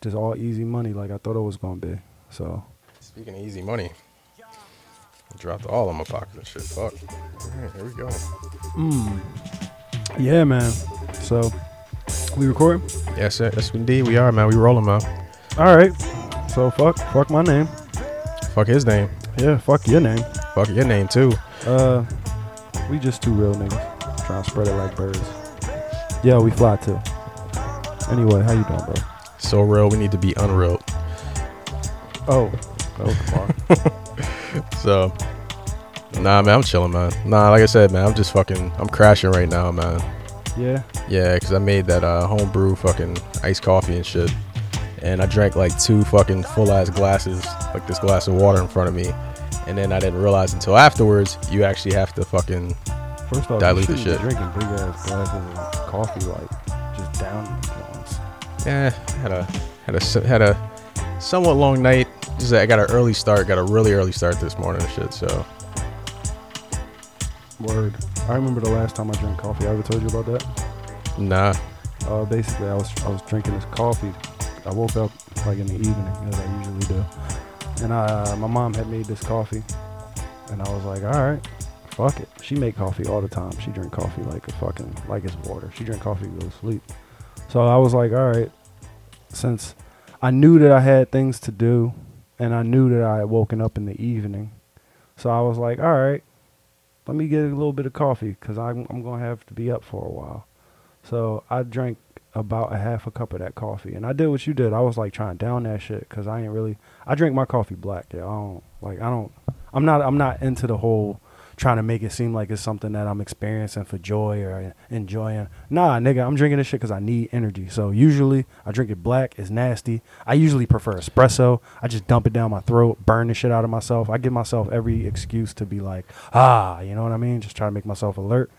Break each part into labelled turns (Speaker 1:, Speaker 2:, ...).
Speaker 1: just all easy money like I thought it was gonna be. So
Speaker 2: Speaking of easy money, I dropped all in my pocket and shit. Fuck. All right, here we go.
Speaker 1: Hmm. yeah, man. So we record.
Speaker 2: Yes, sir. Yes, indeed. We are, man. We rolling, man.
Speaker 1: All right. So fuck, fuck my name.
Speaker 2: Fuck his name.
Speaker 1: Yeah, fuck your name.
Speaker 2: Fuck your name, too.
Speaker 1: Uh, we just two real niggas trying to spread it like birds. Yeah, we fly too. Anyway, how you doing, bro?
Speaker 2: So real, we need to be unreal.
Speaker 1: Oh, oh, come on.
Speaker 2: So, nah, man, I'm chilling, man. Nah, like I said, man, I'm just fucking, I'm crashing right now, man.
Speaker 1: yeah.
Speaker 2: Yeah, because I made that uh, homebrew fucking iced coffee and shit. And I drank like two fucking full ass glasses, like this glass of water in front of me. And then I didn't realize until afterwards, you actually have to fucking
Speaker 1: First off,
Speaker 2: Dilute
Speaker 1: you
Speaker 2: the
Speaker 1: shouldn't be
Speaker 2: shit.
Speaker 1: drinking big ass glasses of coffee, like just down the joints.
Speaker 2: Yeah, Eh, had a had a s- had a somewhat long night. Just that I got an early start, got a really early start this morning and shit. So
Speaker 1: Word. I remember the last time I drank coffee. I ever told you about that?
Speaker 2: nah,
Speaker 1: Uh, basically, I was I was drinking this coffee. I woke up like in the evening, as I usually do, and uh, my mom had made this coffee, and I was like, all right, fuck it. She make coffee all the time. She drink coffee like a fucking like it's water. She drink coffee to go to sleep. So I was like, all right, since I knew that I had things to do, and I knew that I had woken up in the evening, so I was like, all right, let me get a little bit of coffee because I'm I'm gonna have to be up for a while. So I drank about a half a cup of that coffee, and I did what you did. I was like trying to down that shit because I ain't really. I drink my coffee black. Yeah, I don't like. I don't. I'm not. I'm not into the whole trying to make it seem like it's something that I'm experiencing for joy or enjoying. Nah, nigga, I'm drinking this shit because I need energy. So usually I drink it black. It's nasty. I usually prefer espresso. I just dump it down my throat, burn the shit out of myself. I give myself every excuse to be like, ah, you know what I mean? Just try to make myself alert.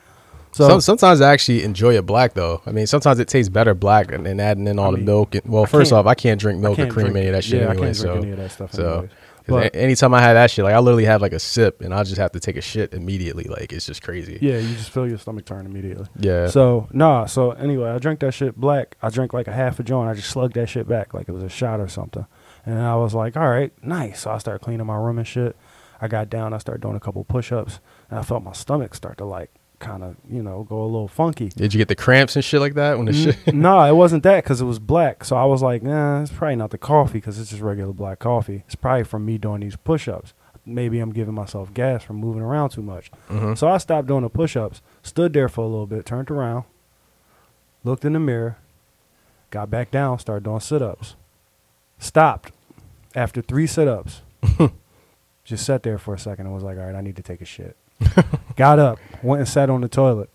Speaker 1: So,
Speaker 2: Some, sometimes I actually enjoy it black though. I mean, sometimes it tastes better black and, and adding in all
Speaker 1: I
Speaker 2: the
Speaker 1: mean,
Speaker 2: milk. And, well,
Speaker 1: I
Speaker 2: first
Speaker 1: can't-
Speaker 2: off, I can't drink milk
Speaker 1: can't
Speaker 2: or Oh, cream
Speaker 1: drink-
Speaker 2: any of that shit
Speaker 1: yeah, I
Speaker 2: anyway.
Speaker 1: can't drink
Speaker 2: so,
Speaker 1: any of that stuff
Speaker 2: so
Speaker 1: anyways.
Speaker 2: 'cause a-
Speaker 1: But-
Speaker 2: anytime I had that shit, like I literally have like a sip and I just have to take a shit immediately. Like it's just crazy.
Speaker 1: Yeah, you just feel your stomach turn immediately.
Speaker 2: Yeah.
Speaker 1: So nah. So anyway, I drank that shit black. I drank like a half a joint. I just slugged that shit back like it was a shot or something. And I was like, all right, nice. So I started cleaning my room and shit. I got down. I started doing a couple push-ups, and I felt my stomach start to like kind of you know go a little funky.
Speaker 2: Did you get the cramps and shit like that
Speaker 1: Mm.
Speaker 2: when the shit?
Speaker 1: no, it wasn't that because it was black. So I was like, nah, it's probably not the coffee because it's just regular black coffee. It's probably from me doing these push ups. Maybe I'm giving myself gas from moving around too much. So I stopped doing the push ups, stood there for a little bit, turned around, looked in the mirror, got back down, started doing sit ups. Stopped after three sit ups. just sat there for a second and was like, all right, I need to take a shit. got up, went and sat on the toilet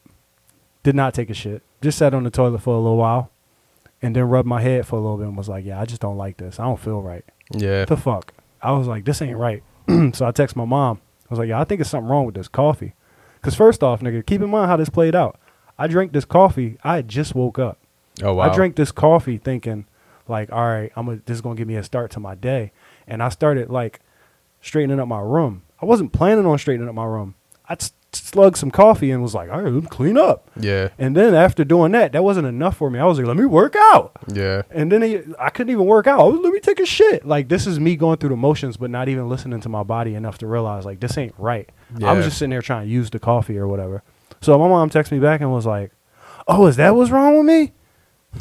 Speaker 1: did not take a shit. Just sat on the toilet for a little while and then rubbed my head for a little bit and was like, yeah, I just don't like this. I don't feel right.
Speaker 2: Yeah.
Speaker 1: The fuck? I was like, this ain't right. so I text my mom. I was like, yeah, I think it's something wrong with this coffee. Because first off, nigga, keep in mind how this played out. I drank this coffee. I had just woke up.
Speaker 2: Oh wow.
Speaker 1: I drank this coffee thinking, like, all right, I'm gonna, this is gonna give me a start to my day. And I started like straightening up my room. I wasn't planning on straightening up my room. I s- slugged some coffee and was like, all right, let me clean up.
Speaker 2: Yeah.
Speaker 1: And then after doing that, that wasn't enough for me. I was like, let me work out.
Speaker 2: Yeah.
Speaker 1: And then it, I couldn't even work out. I was, let me take a shit. Like this is me going through the motions, but not even listening to my body enough to realize like this ain't right. I
Speaker 2: Yeah.
Speaker 1: was just sitting there trying to use the coffee or whatever. So my mom texted me back and was like, "Oh, is that what's wrong with me?"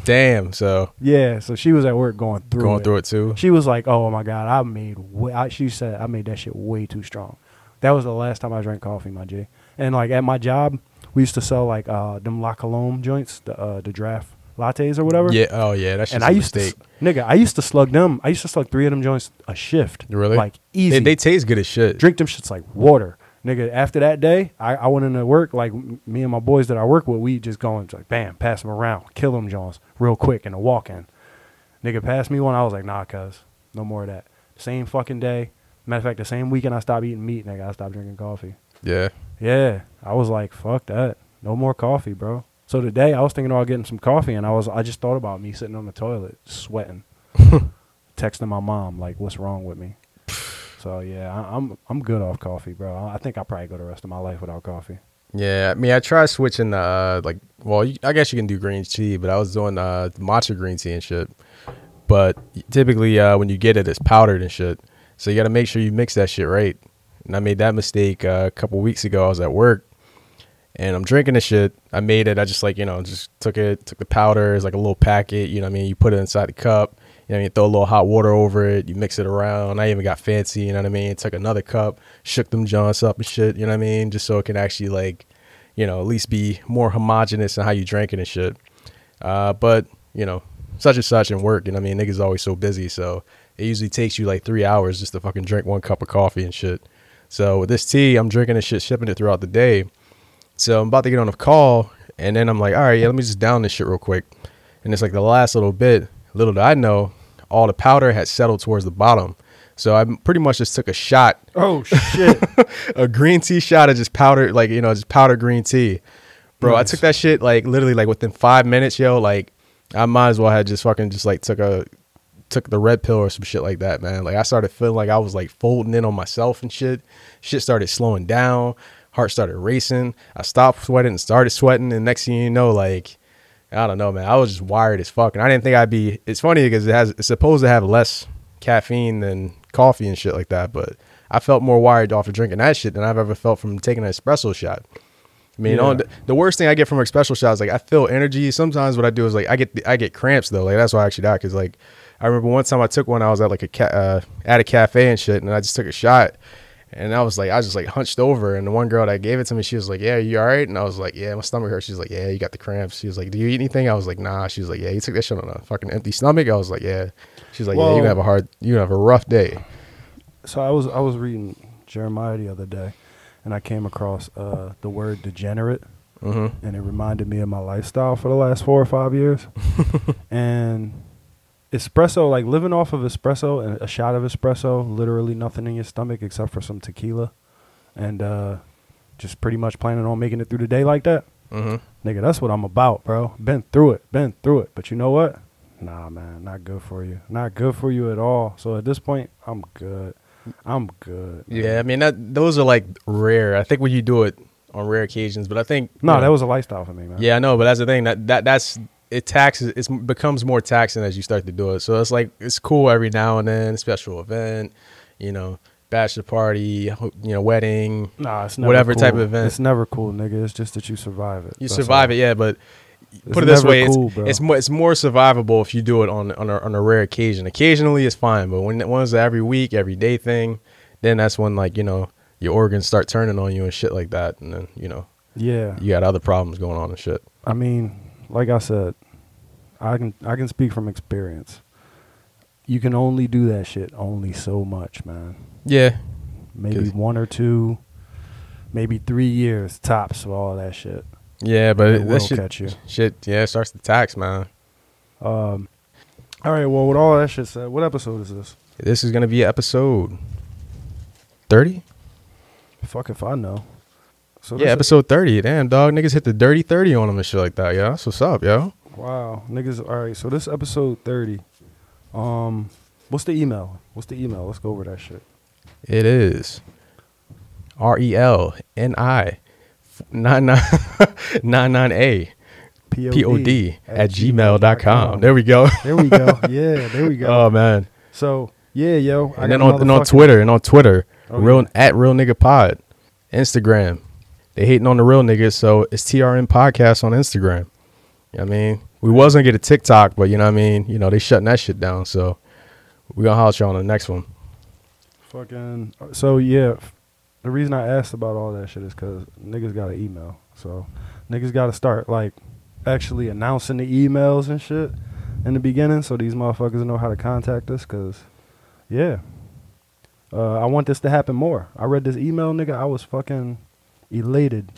Speaker 2: Damn. So
Speaker 1: Yeah. So she was at work going through
Speaker 2: going
Speaker 1: it.
Speaker 2: through it too.
Speaker 1: She was like, "Oh my god, I made." Way, I, she said, "I made that shit way too strong." That was the last time I drank coffee, my G. And like at my job, we used to sell like uh them La Colombe joints, the uh, the draft lattes or whatever.
Speaker 2: Yeah. Oh yeah. That's just
Speaker 1: And
Speaker 2: a
Speaker 1: I used
Speaker 2: mistake.
Speaker 1: to, s- nigga, I used to slug them. I used to slug three of them joints a shift.
Speaker 2: Really?
Speaker 1: Like
Speaker 2: They-
Speaker 1: easy.
Speaker 2: They, taste good as shit.
Speaker 1: drink them shits like water. Nigga, after that day, I, I went into work. Like m- me and my boys that I work with, we just going like bam, pass them around, kill them Jones real quick in a walk in. Nigga passed me one. I was like, nah, cuz, no more of that. Same fucking day. Matter of fact, the same weekend I stopped eating meat, nigga, I stopped drinking coffee.
Speaker 2: Yeah.
Speaker 1: Yeah, I was like, fuck that. No more coffee, bro. So today I was thinking about getting some coffee, and I was I just thought about me sitting on the toilet sweating, texting my mom like, "What's wrong with me?" So yeah, I, I'm I'm good off coffee, bro. I I think I probably go the rest of my life without coffee.
Speaker 2: Yeah. I mean, I tried switching the uh, like. Well, you, I guess you can do green tea, but I was doing uh, matcha green tea and shit. But typically, uh, when you get it, it's powdered and shit. So you got to make sure you mix that shit right. And I made that mistake uh, a couple weeks ago. I was at work and I'm drinking the shit. I made it. I just like, you know, just took it, took the powder. It's like a little packet. You know what I mean? You put it inside the cup. You know what I mean? Throw a little hot water over it. You mix it around. I even got fancy. You know what I mean? Took another cup, shook them joints up and shit. You know what I mean? Just so it can actually like, you know, at least be more homogenous in how you drink it and shit. Uh, but, you know, such and such and work. You know what I mean? Niggas always so busy. So it usually takes you like three hours just to fucking drink one cup of coffee and shit. So with this tea, I'm drinking this shit, shipping it throughout the day. So I'm about to get on a call, and then I'm like, all right, yeah, let me just down this shit real quick. And it's like the last little bit. Little did I know, all the powder had settled towards the bottom. So I pretty much just took a shot,
Speaker 1: Oh shit!
Speaker 2: a green tea shot of just powder, like you know, just powder green tea. Bro, I
Speaker 1: Nice.
Speaker 2: took that shit like literally like within five minutes, yo. Like I might as well had just fucking just like took a took the red pill or some shit like that, man. Like I started feeling like I was like folding in on myself and shit. Shit started slowing down. Heart started racing. I stopped sweating and started sweating. And next thing you know, like I don't know, man. I was just wired as fuck. And I didn't think I'd be it's funny because it has it's supposed to have less caffeine than coffee and shit like that, but I felt more wired off of drinking that shit than I've ever felt from taking an espresso shot. I mean,
Speaker 1: Yeah.
Speaker 2: on the, the worst thing I get from a special shot is like I feel energy. Sometimes what I do is like I get I get cramps though. Like that's why I actually died because like I remember one time I took one. I was at like a ca- uh, at a cafe and shit, and I just took a shot, and I was like I was just like hunched over. And the one girl that gave it to me, she was like, "Yeah, you all right?" And I was like, "Yeah, my stomach hurts." She's like, "Yeah, you got the cramps." She was like, "Do you eat anything?" I was like, "Nah." She was like, "Yeah, you took that shit on a fucking empty stomach." I was like, "Yeah." She's like, "Yeah, you
Speaker 1: Well-
Speaker 2: gonna have a hard, you gonna have a rough day."
Speaker 1: so I was I was reading Jeremiah the other day, and I came across uh, the word degenerate,
Speaker 2: Mm-hmm.
Speaker 1: and it reminded me of my lifestyle for the last four or five years. and espresso, like living off of espresso and a shot of espresso, literally nothing in your stomach except for some tequila, and uh, just pretty much planning on making it through the day like that.
Speaker 2: Mm-hmm.
Speaker 1: Nigga, that's what I'm about, bro. Been through it, been through it. But you know what? Nah, man, not good for you. Not good for you at all. So at this point, I'm good. I'm good. man.
Speaker 2: Yeah, I mean that those are like rare. I think when you do it on rare occasions, but I think
Speaker 1: No,
Speaker 2: you know-
Speaker 1: that was a lifestyle for me, man.
Speaker 2: Yeah, I know, but that's the thing that that that's it taxes it becomes more taxing as you start to do it. So it's like it's cool every now and then, special event, you know, bachelor party, ho- you know, wedding,
Speaker 1: Nah, it's never
Speaker 2: Whatever
Speaker 1: cool.
Speaker 2: type of event.
Speaker 1: It's never cool, nigga. It's just that you survive it.
Speaker 2: you survive it, yeah. But put it this
Speaker 1: never
Speaker 2: way,
Speaker 1: cool,
Speaker 2: it's,
Speaker 1: bro.
Speaker 2: it's more it's more survivable if you do it on on a, on a rare occasion. Occasionally, it's fine, but when it was every week, every day thing, then that's when like you know your organs start turning on you and shit like that, and then you know
Speaker 1: Yeah.
Speaker 2: you got other problems going on and shit.
Speaker 1: I mean, like I said, I can I can speak from experience. You can only do that shit only so much, man.
Speaker 2: Yeah,
Speaker 1: Maybe
Speaker 2: 'Cause-
Speaker 1: one or two, maybe three years tops of all that shit.
Speaker 2: yeah, but
Speaker 1: It
Speaker 2: it,
Speaker 1: will
Speaker 2: that shit,
Speaker 1: catch you.
Speaker 2: shit, yeah, it starts to tax, man.
Speaker 1: Um, all right. Well, with all that shit said, what episode is this?
Speaker 2: This is gonna be episode thirty.
Speaker 1: Fuck if I know. So
Speaker 2: yeah,
Speaker 1: this e-
Speaker 2: episode thirty. Damn, dog, niggas hit the dirty thirty on them and shit like that. Yeah, that's what's up, yo.
Speaker 1: is- wow, niggas. All right. So this episode thirty. Um, what's the email? What's the email? Let's go over that shit.
Speaker 2: It is R E L N I nine nine nine nine A P O D at gmail.com. There we go.
Speaker 1: There we go. Yeah, there we go.
Speaker 2: Oh man.
Speaker 1: so yeah, yo. I
Speaker 2: And then
Speaker 1: got
Speaker 2: on and on
Speaker 1: motherfucking-
Speaker 2: Twitter and on Twitter,
Speaker 1: Oh,
Speaker 2: real
Speaker 1: yeah.
Speaker 2: at real nigga pod, Instagram. They hating on the real niggas, so it's TRN podcast on Instagram. You know what I mean, we was gonna get a TikTok, but you know what I mean. You know they shutting that shit down, so we gonna holler at you on the next one.
Speaker 1: Fucking. So yeah, f- the reason I asked about all that shit is because niggas got an email. So niggas got to start like actually announcing the emails and shit in the beginning, so these motherfuckers know how to contact us. Cause yeah, uh, I want this to happen more. I read this email, nigga. I was fucking elated.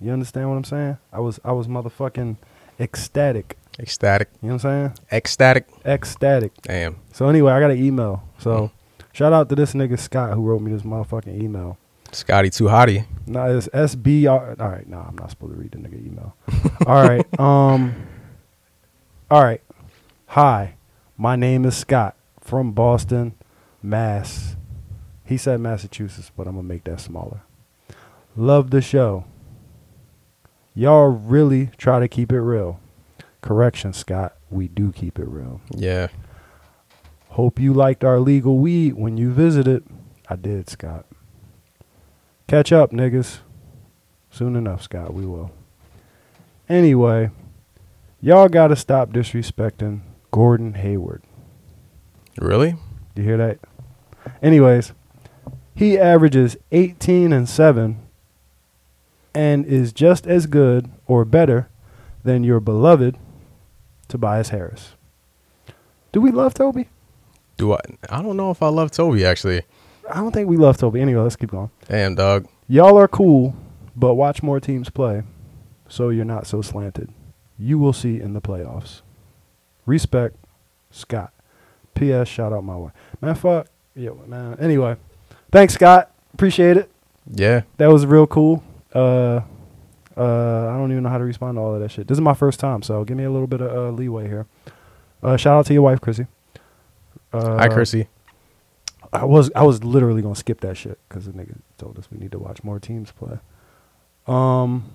Speaker 1: You understand what I'm saying? I was I was motherfucking ecstatic.
Speaker 2: Ecstatic,
Speaker 1: You know what I'm
Speaker 2: ecstatic,
Speaker 1: saying? Ecstatic.
Speaker 2: damn.
Speaker 1: So anyway, I got an email. So
Speaker 2: Mhm.
Speaker 1: shout out to this nigga Scott who wrote me this motherfucking email.
Speaker 2: Scotty too hottie.
Speaker 1: Nah, it's SBR. All right, nah, I'm not supposed to read the nigga email. all right, um, all right. Hi, my name is Scott from Boston, Mass. He said Massachusetts, but I'm gonna make that smaller. Love the show. Y'all really try to keep it real. Correction, Scott. We do keep it real.
Speaker 2: Yeah,
Speaker 1: Hope you liked our legal weed when you visited. I did, Scott. Catch up, niggas. Soon enough, Scott, we will. Anyway, y'all gotta stop disrespecting Gordon Hayward.
Speaker 2: Really?
Speaker 1: You hear that? Anyways, he averages 18 and 7 and is just as good or better than your beloved Tobias Harris. Do we love Toby?
Speaker 2: Do I? I don't know if I love Toby actually.
Speaker 1: I don't think we love Toby. Anyway, let's keep going.
Speaker 2: Damn, dog.
Speaker 1: Y'all are cool, but watch more teams play so you're not so slanted. You will see in the playoffs. Respect, Scott. P.S. Shout out my way. Man, fuck. Yeah, man. Anyway, thanks, Scott. Appreciate it.
Speaker 2: Yeah.
Speaker 1: That was real cool. Uh, uh, I don't even know how to respond to all of that shit. This is my first time, so give me a little bit of uh, leeway here. Uh, shout out to your wife, Chrissy. Uh,
Speaker 2: Hi, Chrissy.
Speaker 1: I was I was literally gonna skip that shit because the nigga told us we need to watch more teams play. Um,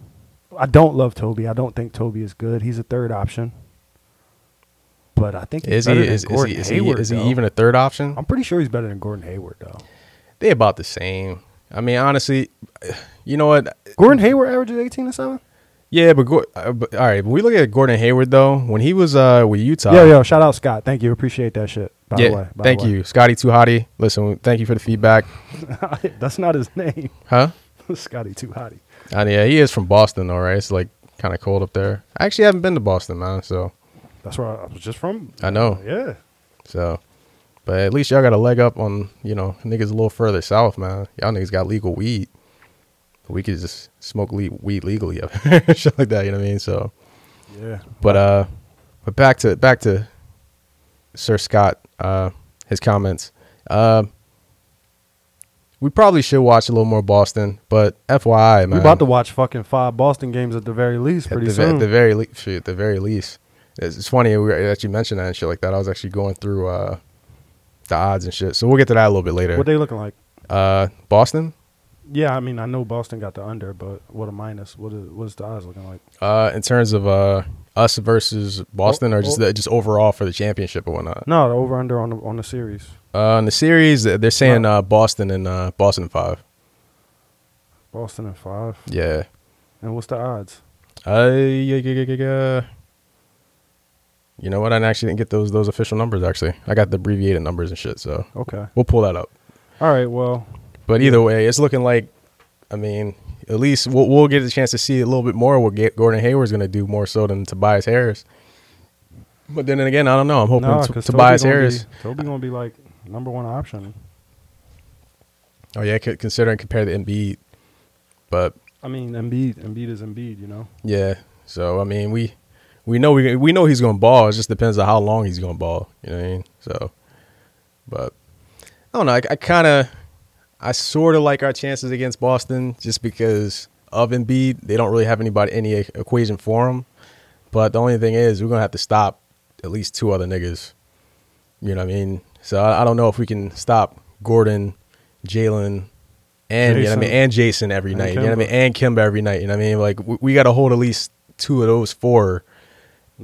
Speaker 1: I don't love Toby. I don't think Toby is good. He's a third option, but I think he's
Speaker 2: Is he
Speaker 1: better than
Speaker 2: is, is
Speaker 1: Gordon
Speaker 2: he is he
Speaker 1: Hayward.
Speaker 2: is he
Speaker 1: though.
Speaker 2: even a Uh, third option?
Speaker 1: I'm pretty sure he's better than Gordon Hayward though.
Speaker 2: They about the same. I mean, honestly, you know what?
Speaker 1: Gordon Hayward averages 18 and seven.
Speaker 2: Yeah, but, Gor- uh, but all right. When we look at Gordon Hayward though, when he was uh with Utah,
Speaker 1: Yo yo, shout out Scott. Thank you. Appreciate that shit. By
Speaker 2: yeah,
Speaker 1: the way, by the
Speaker 2: thank
Speaker 1: way.
Speaker 2: you, Scotty Tuhati. Listen, thank you for the feedback,
Speaker 1: That's not his name.
Speaker 2: huh?
Speaker 1: Scotty Too Hottie.
Speaker 2: And yeah, he is from Boston, all right. It's like kind of cold up there. I actually haven't been to Boston, man. So
Speaker 1: That's where I was just from.
Speaker 2: I know.
Speaker 1: Oh, Yeah.
Speaker 2: So, but at least y'all got a leg up on you know niggas a little further south, man. Y'all niggas got legal weed. We could just smoke le- weed legally up there, shit like that. You know what I mean? So,
Speaker 1: Yeah.
Speaker 2: but uh, but back to back to Sir Scott, uh, his comments. Uh, we probably should watch a little more Boston, but FYI, man,
Speaker 1: We about to watch fucking five Boston games at the very least
Speaker 2: at
Speaker 1: pretty
Speaker 2: the, ve-
Speaker 1: soon.
Speaker 2: At the very least, at the very least, it's, it's funny we were- that you mentioned that and shit like that. I was actually going through uh, the odds and shit, so we'll get to that a little bit later.
Speaker 1: what they looking like?
Speaker 2: uh, Boston,
Speaker 1: Yeah, I mean, I know Boston got the under, but what a minus. What is, what's the odds looking like?
Speaker 2: uh, in terms of uh, us versus Boston, or just
Speaker 1: Oh, oh.
Speaker 2: the, just overall for the championship or whatnot.
Speaker 1: No, the over under on the on the series.
Speaker 2: Uh, in the series, they're saying uh, Boston and uh, Boston in five.
Speaker 1: Boston and five.
Speaker 2: Yeah.
Speaker 1: And what's the odds?
Speaker 2: Uh, yeah, yeah, yeah, yeah. You know what? I actually didn't get those those official numbers. Actually, I got the abbreviated numbers and shit. So
Speaker 1: Okay.
Speaker 2: we'll pull that up.
Speaker 1: All right. Well,
Speaker 2: But either way, it's looking like, I mean, at least we'll, we'll get a chance to see a little bit more of what Ga- Gordon Hayward's going to do more so than Tobias Harris. But then again, I don't know. I'm hoping
Speaker 1: nah,
Speaker 2: T-
Speaker 1: 'cause
Speaker 2: Tobias
Speaker 1: Toby gonna
Speaker 2: Harris.
Speaker 1: Be, Toby gonna be like number one option.
Speaker 2: Oh yeah, c- considering compared to Embiid, but
Speaker 1: I mean, Embiid. Embiid is Embiid. You know.
Speaker 2: yeah. So I mean, we we know we we know he's going to ball. It just depends on how long he's going to ball. You know what I mean? So, but I don't know. I, I kind of I sort of like our chances against Boston just because of Embiid. They don't really have anybody any e- equation for him. But the only thing is, we're gonna have to stop at least two other niggas. You know what I mean? So I, I don't know if we can stop Gordon, Jalen, and you know what I mean,
Speaker 1: Jason.
Speaker 2: and Jason every
Speaker 1: And
Speaker 2: night. You know what I mean,
Speaker 1: Kemba.
Speaker 2: and Kimba every night. You know what I mean? Like we, we got to hold at least two of those four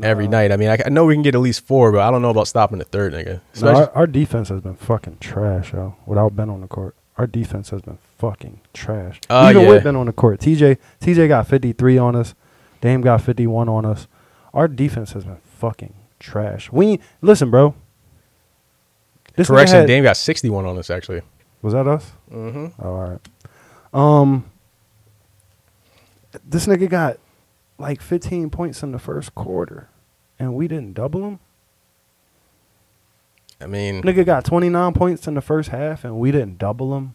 Speaker 2: every
Speaker 1: Nah.
Speaker 2: night. I mean, I, I know we can get at least four, but I don't know about stopping the third nigga.
Speaker 1: No,
Speaker 2: Especially,
Speaker 1: our, our defense has been fucking trash, yo. Without Ben on the court, our defense has been fucking trash.
Speaker 2: Uh,
Speaker 1: Even
Speaker 2: yeah.
Speaker 1: with Ben on the court, TJ TJ got 53 on us. Dame got 51 on us. Our defense has been fucking trash. We listen, bro. This nigga
Speaker 2: correction,
Speaker 1: had-
Speaker 2: Dame got sixty-one on us actually.
Speaker 1: was that us?
Speaker 2: Mm-hmm.
Speaker 1: Oh, all right. Um, this nigga got like 15 points in the first quarter, and we didn't double him.
Speaker 2: I mean,
Speaker 1: Nigga got 29 points in the first half, and we didn't double him.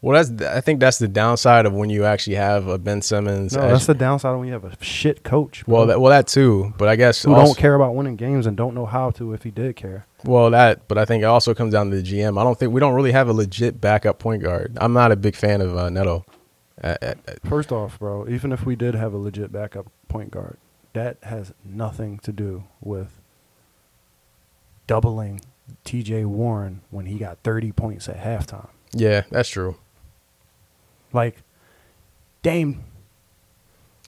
Speaker 2: Well, that's I think that's the downside of when you actually have a Ben Simmons.
Speaker 1: No,
Speaker 2: as-
Speaker 1: that's the downside when you have a shit coach. Bro,
Speaker 2: well, that, well, that too. But I guess
Speaker 1: who
Speaker 2: also-
Speaker 1: don't care about winning games and don't know how to if he did care.
Speaker 2: Well, that. But I think it also comes down to the GM. I don't think we don't really have a legit backup point guard. I'm not a big fan of uh, Neto. Uh, uh, uh,
Speaker 1: First off, bro, even if we did have a legit backup point guard, that has nothing to do with doubling T.J. Warren when he got 30 points at halftime.
Speaker 2: yeah, that's true.
Speaker 1: Like, Dame,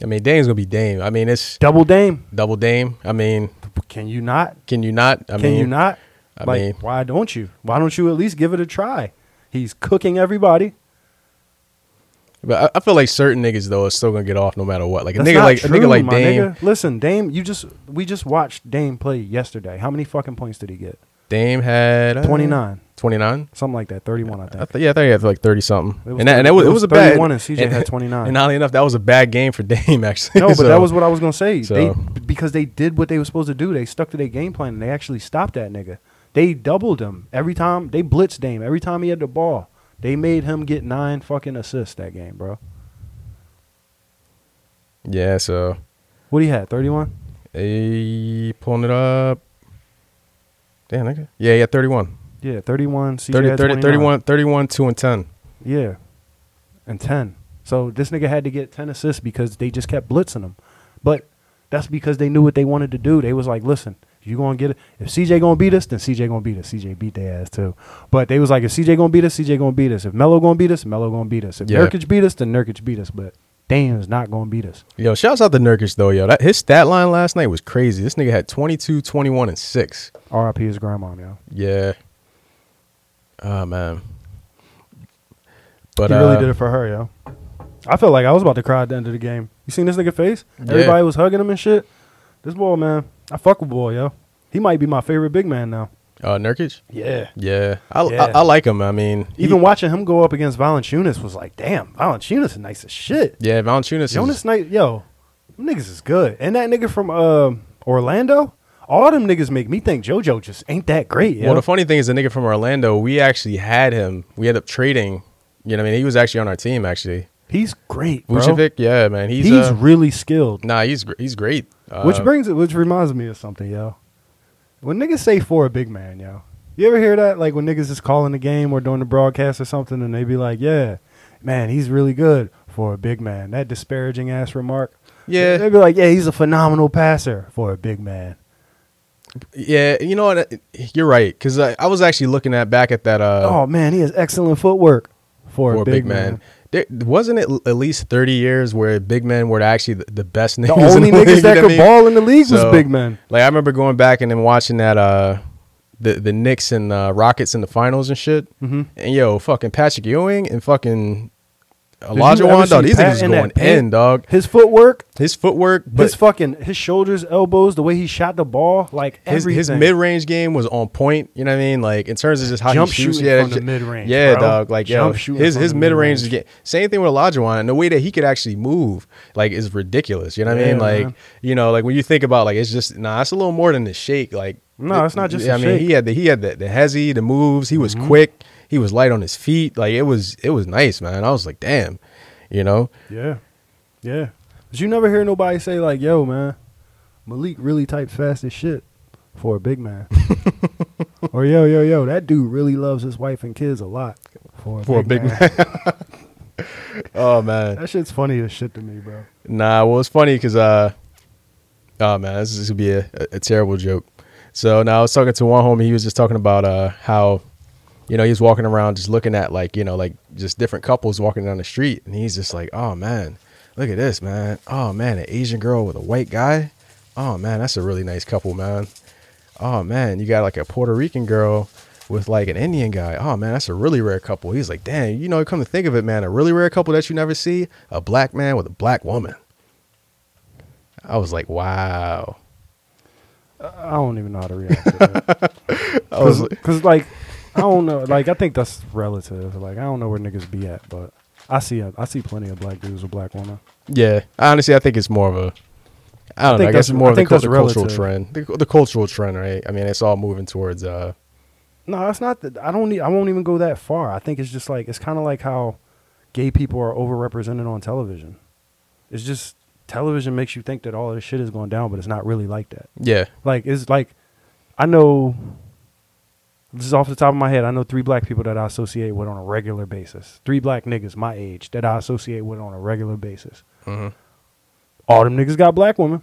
Speaker 2: I mean, Dame's gonna be Dame. I mean, it's
Speaker 1: double Dame.
Speaker 2: double Dame. I mean,
Speaker 1: Can you not?
Speaker 2: can you not? I
Speaker 1: Can
Speaker 2: mean,
Speaker 1: you not?
Speaker 2: I
Speaker 1: like,
Speaker 2: mean,
Speaker 1: why don't you? Why don't you at least give it a try? He's cooking everybody.
Speaker 2: but I, I feel like certain niggas though are still gonna get off no matter what. Like a
Speaker 1: That's
Speaker 2: nigga
Speaker 1: not
Speaker 2: like
Speaker 1: true,
Speaker 2: a nigga like
Speaker 1: my
Speaker 2: Dame.
Speaker 1: nigga. Listen, Dame, you just we just watched Dame play yesterday. How many fucking points did he get?
Speaker 2: Dame had
Speaker 1: Twenty nine,
Speaker 2: Twenty nine.
Speaker 1: something like that. Thirty one, I think.
Speaker 2: I th- yeah, I think he had like thirty something,
Speaker 1: It was
Speaker 2: and that, and that
Speaker 1: 30
Speaker 2: was,
Speaker 1: it
Speaker 2: it
Speaker 1: was
Speaker 2: was a bad
Speaker 1: 31 and CJ had 29.
Speaker 2: And not enough, that was a bad game for Dame actually.
Speaker 1: No, but
Speaker 2: So,
Speaker 1: that was what I was gonna say. They
Speaker 2: so-
Speaker 1: because they did what they were supposed to do. They stuck to their game plan and they actually stopped that nigga. They doubled him every time. They blitzed Dame every time he had the ball. They made him get nine fucking assists that game, bro.
Speaker 2: yeah. So
Speaker 1: What he had? Thirty one.
Speaker 2: eh, pulling it up. Damn, nigga. Yeah, yeah, 31.
Speaker 1: Yeah, thirty one. CJ
Speaker 2: 30,
Speaker 1: had
Speaker 2: 30,
Speaker 1: 29.
Speaker 2: 31, 31, 2 and 10.
Speaker 1: Yeah, and ten. So this nigga had to get ten assists because they just kept blitzing him. But that's because they knew what they wanted to do. They was like, listen, you gonna get it. If CJ gonna beat us, then CJ gonna beat us. CJ beat their ass too. But they was like, if CJ gonna beat us, CJ gonna beat us. If Melo gonna beat us, Melo gonna beat us. If
Speaker 2: Yeah.
Speaker 1: Nurkic beat us, then Nurkic beat us. But Dame's not gonna beat us.
Speaker 2: Yo, shouts out to Nurkic, though, yo. That, his stat line last night was crazy. This nigga had 22, 21, and 6.
Speaker 1: R.I.P. his grandma, yo.
Speaker 2: Yeah. Oh, man. But
Speaker 1: he really
Speaker 2: uh,
Speaker 1: did it for her, yo. I felt like I was about to cry at the end of the game. You seen this nigga face?
Speaker 2: Yeah.
Speaker 1: Everybody was hugging him and shit. This boy, man, I fuck with boy, yo. He might be my favorite big man now.
Speaker 2: uh, Nurkic?
Speaker 1: Yeah.
Speaker 2: Yeah. I, I-
Speaker 1: Yeah.
Speaker 2: I, like him. I mean, he-
Speaker 1: Even watching him go up against Valanciunas was like, damn, Valanciunas is nice as shit.
Speaker 2: Yeah, Valanciunas
Speaker 1: Jonas
Speaker 2: is.
Speaker 1: Knight, yo, them niggas is good. And that nigga from um Orlando, all them niggas make me think JoJo just ain't that great. Yo.
Speaker 2: Well, the funny thing is, the nigga from Orlando, we actually had him. We ended up trading. You know what I mean? He was actually on our team, actually.
Speaker 1: he's great, bro.
Speaker 2: Vucevic, yeah, man. He's,
Speaker 1: he's
Speaker 2: uh,
Speaker 1: really skilled.
Speaker 2: nah, he's gr- he's great. Uh,
Speaker 1: Which brings it, which reminds me of something, yo. When niggas say for a big man, yo, you ever hear that? Like when niggas is calling the game or doing the broadcast or something, and they be like, "Yeah, man, he's really good for a big man." That disparaging ass remark.
Speaker 2: Yeah.
Speaker 1: they be like, "Yeah, he's a phenomenal passer for a big man."
Speaker 2: yeah, you know what? You're right because I, I was actually looking at back at that. Uh,
Speaker 1: oh man, he has excellent footwork for,
Speaker 2: for
Speaker 1: a big, man.
Speaker 2: There, wasn't it l- at least 30 years where big men were actually the, the best
Speaker 1: The
Speaker 2: niggas? in
Speaker 1: only
Speaker 2: the league,
Speaker 1: niggas that could
Speaker 2: you know what I mean?
Speaker 1: ball in the league was
Speaker 2: So,
Speaker 1: big men.
Speaker 2: Like I remember going back and then watching that uh the the Knicks and uh, Rockets in the finals and shit.
Speaker 1: Mhm.
Speaker 2: And yo, fucking Patrick Ewing and fucking
Speaker 1: Did you
Speaker 2: Elijah
Speaker 1: ever
Speaker 2: Wan, dog.
Speaker 1: see
Speaker 2: These
Speaker 1: Pat
Speaker 2: niggas
Speaker 1: in
Speaker 2: going
Speaker 1: that
Speaker 2: in,
Speaker 1: paint?
Speaker 2: dog.
Speaker 1: His footwork,
Speaker 2: His footwork, but
Speaker 1: his
Speaker 2: his
Speaker 1: fucking his shoulders, elbows, the way he shot the ball, like
Speaker 2: his,
Speaker 1: everything.
Speaker 2: mid range game was on point. You know what I mean? Like in terms of just how
Speaker 1: Jump
Speaker 2: he shoots,
Speaker 1: shooting
Speaker 2: yeah,
Speaker 1: from
Speaker 2: ju-
Speaker 1: the mid-range,
Speaker 2: yeah,
Speaker 1: bro.
Speaker 2: dog. Like yo,
Speaker 1: Jump shooting
Speaker 2: his
Speaker 1: from
Speaker 2: his
Speaker 1: the
Speaker 2: mid range
Speaker 1: mid-range.
Speaker 2: game. Same thing with Elijah Wan. And the way that he could actually move, like, is ridiculous. You know what I
Speaker 1: Yeah,
Speaker 2: mean? Like
Speaker 1: man.
Speaker 2: you know, like when you think about like it's just nah, it's a little more than the shake. Like
Speaker 1: No, it's not just
Speaker 2: yeah,
Speaker 1: the
Speaker 2: I mean,
Speaker 1: shake. Mm-hmm.
Speaker 2: he had the he had the the hezzy, the moves. He was quick. He was light on his feet. Like it was it was nice, man. I was like, damn, you know.
Speaker 1: Yeah. Yeah. But you never hear nobody say like, yo, man, Malik really types fast as shit for a big man. or yo, yo, yo, that dude really loves his wife and kids a lot for a
Speaker 2: For a
Speaker 1: big,
Speaker 2: big
Speaker 1: man.
Speaker 2: Oh man,
Speaker 1: that shit's funny as shit to me, bro.
Speaker 2: Nah, well, it's funny because uh, oh man, this is gonna be a, a, a terrible joke. So now I was talking to one homie. He was just talking about uh how, you know, he was walking around just looking at like you know like just different couples walking down the street, and he's just like, oh man, look at this man. Oh man, an Asian girl with a white guy. Oh man, that's a really nice couple, man. Oh man, you got like a Puerto Rican girl with like an Indian guy. Oh man, that's a really rare couple. He's like, dang, you know, come to think of it, man, a really rare couple that you never see, a black man with a black woman. I was like, wow.
Speaker 1: I I don't even know how to react to that.
Speaker 2: I was like,
Speaker 1: Because, like, I don't know. Like, I think that's relative. Like, I don't know where niggas be at, but I see a, I see plenty of black dudes with black women.
Speaker 2: yeah. Honestly, I think it's more of a. I don't know.
Speaker 1: think
Speaker 2: I guess
Speaker 1: that's-
Speaker 2: it's more
Speaker 1: I
Speaker 2: of the,
Speaker 1: think
Speaker 2: cul-
Speaker 1: that's
Speaker 2: the cultural
Speaker 1: relative.
Speaker 2: trend. The, the cultural trend, right? I mean, it's all moving towards. uh
Speaker 1: No, it's not that. I don't. Need, I won't even go that far. I think it's just like it's kind of like how gay people are overrepresented on television. It's just television makes you think that all this shit is going down, but it's not really like that.
Speaker 2: Yeah,
Speaker 1: Like it's like I know. This is off the top of my head. I know three black people that I associate with on a regular basis. Three black niggas my age that I associate with on a regular basis.
Speaker 2: Mhm.
Speaker 1: All them niggas got black women.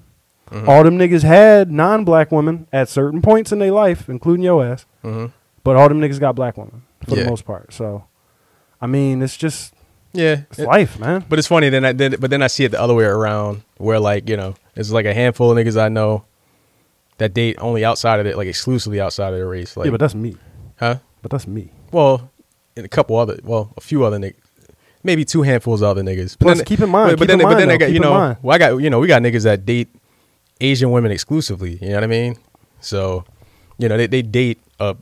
Speaker 1: All them niggas had non-black women at certain points in their life, including your ass.
Speaker 2: Mhm.
Speaker 1: But all them niggas got black women for
Speaker 2: Yeah.
Speaker 1: the most part. So, I mean, it's just
Speaker 2: yeah.
Speaker 1: it's
Speaker 2: It-
Speaker 1: life, man.
Speaker 2: But it's funny. Then I then, but then I see it the other way around, where like you know, it's like a handful of niggas I know that date only outside of it, like exclusively outside of the race. Like,
Speaker 1: yeah, but that's me.
Speaker 2: huh?
Speaker 1: But that's me.
Speaker 2: Well, and a couple other, well, a few other niggas, maybe two handfuls of other niggas. But
Speaker 1: Plus, keep in mind-
Speaker 2: but, but
Speaker 1: keep in
Speaker 2: then, but
Speaker 1: mind,
Speaker 2: then I
Speaker 1: though,
Speaker 2: got
Speaker 1: keep
Speaker 2: you
Speaker 1: in
Speaker 2: know,
Speaker 1: mind.
Speaker 2: well, I got you know, we got niggas that date Asian women exclusively. You know what I mean? So, you know, they they date uh,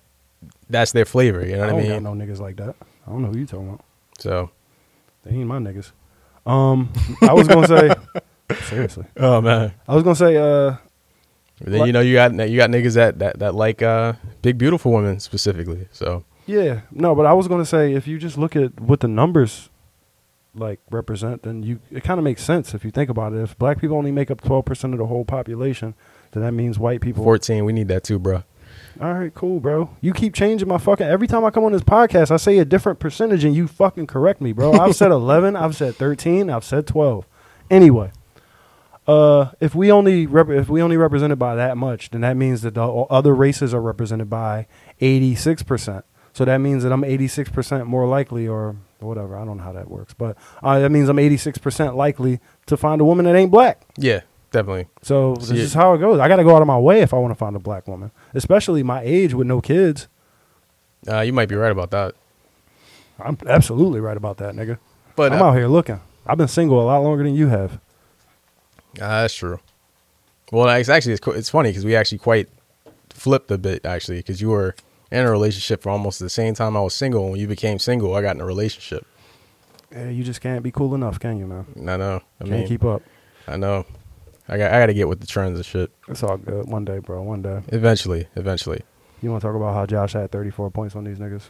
Speaker 2: that's their flavor. You know what I,
Speaker 1: I
Speaker 2: mean?
Speaker 1: don't got no niggas like that. I don't know who you talking about.
Speaker 2: So,
Speaker 1: They ain't my niggas. Um, I was gonna say seriously.
Speaker 2: oh man.
Speaker 1: I was gonna say uh,
Speaker 2: Then
Speaker 1: Like-
Speaker 2: you know you got you got niggas that that, that like uh, big beautiful women specifically. So
Speaker 1: yeah, no, but I was gonna say if you just look at what the numbers like represent, then you it kind of makes sense if you think about it. If black people only make up twelve percent of the whole population, then that means white people.
Speaker 2: fourteen, we need that too, bro.
Speaker 1: All right, cool, bro. You keep changing my fucking. Every time I come on this podcast, I say a different percentage, and you fucking correct me, bro. I've said eleven, I've said thirteen, I've said twelve. Anyway, uh, if we only rep- if we only represented by that much, then that means that the o- other races are represented by eighty six percent. So that means that I'm eighty six percent more likely, or whatever. I don't know how that works, but uh, that means I'm eighty six percent likely to find a woman that ain't black.
Speaker 2: Yeah, definitely.
Speaker 1: So this
Speaker 2: See,
Speaker 1: is how it goes. I got to go out of my way if I want to find a black woman, especially my age with no kids.
Speaker 2: Uh, you might be right about that.
Speaker 1: I'm absolutely right about that, nigga.
Speaker 2: But
Speaker 1: I'm
Speaker 2: uh,
Speaker 1: out here looking. I've been single a lot longer than you have.
Speaker 2: Ah, that's true. Well, it's actually it's, qu- it's funny because we actually quite flipped a bit actually because you were in a relationship for almost the same time I was single. and When you became single, I got in a relationship.
Speaker 1: Yeah, you just can't be cool enough, can you, man?
Speaker 2: And I know. I
Speaker 1: can't
Speaker 2: mean,
Speaker 1: keep up.
Speaker 2: I know. I got I got to get with the trends and shit.
Speaker 1: It's all good. One day, bro. One day.
Speaker 2: Eventually, eventually.
Speaker 1: You want to talk about how Josh had 34 points on these niggas?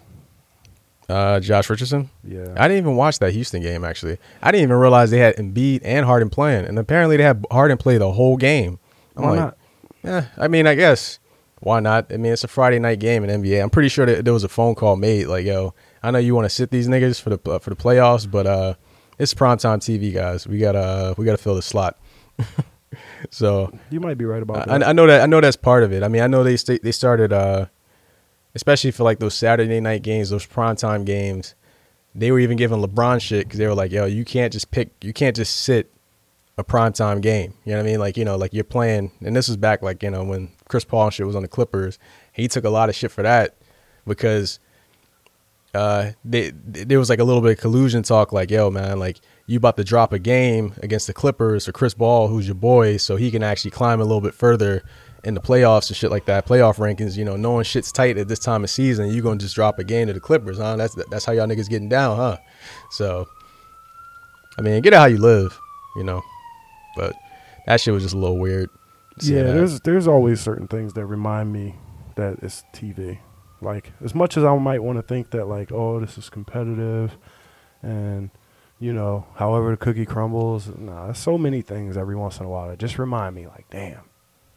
Speaker 2: Uh, Josh Richardson.
Speaker 1: Yeah.
Speaker 2: I didn't even watch that Houston game actually. I didn't even realize they had Embiid and Harden playing, and apparently they had Harden play the whole game. I'm
Speaker 1: Why
Speaker 2: like,
Speaker 1: not?
Speaker 2: Yeah, I mean, I guess why not? I mean, it's a Friday night game in NBA. I'm pretty sure that there was a phone call made, like, "Yo, I know you want to sit these niggas for the for the playoffs, but uh, it's primetime TV, guys. We gotta uh, we gotta fill the slot." so
Speaker 1: You might be right about
Speaker 2: I,
Speaker 1: that.
Speaker 2: I know that I know that's part of it. I mean, I know they sta- they started, uh, especially for like those Saturday night games, those primetime games. They were even giving LeBron shit because they were like, "Yo, you can't just pick, you can't just sit a primetime game." You know what I mean? Like, you know, like you're playing, and this was back like you know when Chris Paul and shit was on the Clippers. He took a lot of shit for that because uh, they, th- there was like a little bit of collusion talk, like, yo, man, like you about to drop a game against the Clippers or Chris Ball, who's your boy, so he can actually climb a little bit further in the playoffs and shit like that. Playoff rankings, you know, knowing shit's tight at this time of season, you gonna just drop a game to the Clippers, huh? That's that's how y'all niggas getting down, huh? So, I mean, get out how you live, you know. But that shit was just a little weird. seeing
Speaker 1: yeah,
Speaker 2: that.
Speaker 1: there's there's always certain things that remind me that it's TV. Like as much as I might want to think that like oh this is competitive, and you know however the cookie crumbles, nah, there's so many things every once in a while that just remind me like damn,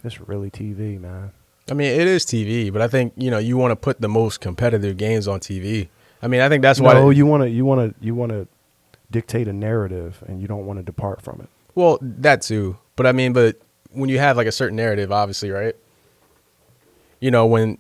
Speaker 1: this really TV man.
Speaker 2: I mean, it is TV, but I think you know you want to put the most competitive games on TV. I mean, I think that's why.
Speaker 1: no, you want to you want to you want to dictate a narrative, and you don't want to depart from it.
Speaker 2: Well, that too. But I mean, but when you have like a certain narrative, obviously, right? You know, when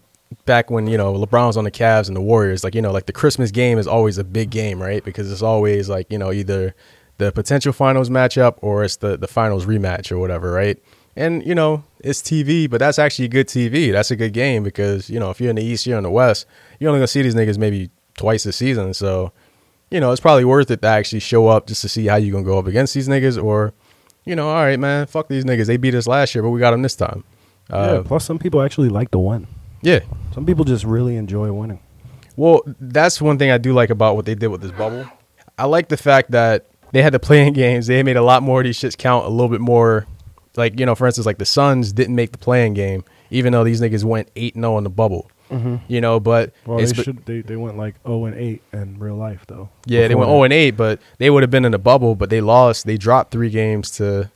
Speaker 2: back when, you know, LeBron was on the Cavs and the Warriors, like, you know, like the Christmas game is always a big game, right? Because it's always like, you know, either the potential finals matchup or it's the, the finals rematch or whatever, right? And, you know, it's TV, but that's actually good TV. That's a good game because, you know, if you're in the East, you're in the West, you're only going to see these niggas maybe twice a season. So, you know, it's probably worth it to actually show up just to see how you going to go up against these niggas or, you know, all right, man, fuck these niggas. They beat us last year, but we got them this time. Uh,
Speaker 1: yeah. Plus, some people actually like to win.
Speaker 2: yeah.
Speaker 1: Some people just really enjoy winning.
Speaker 2: Well, that's one thing I do like about what they did with this bubble. I like the fact that they had the playing games. They made a lot more of these shits count a little bit more. Like, you know, for instance, like the Suns didn't make the playing game, even though these niggas went 8 0 in the bubble. You know, but
Speaker 1: Mm-hmm. Well,
Speaker 2: it's
Speaker 1: they
Speaker 2: be-
Speaker 1: should. They, they went like zero and eight in real life though.
Speaker 2: Yeah, they
Speaker 1: Before
Speaker 2: went
Speaker 1: that.
Speaker 2: 0 and 8, but they would have been in the bubble, but they lost. They dropped three games to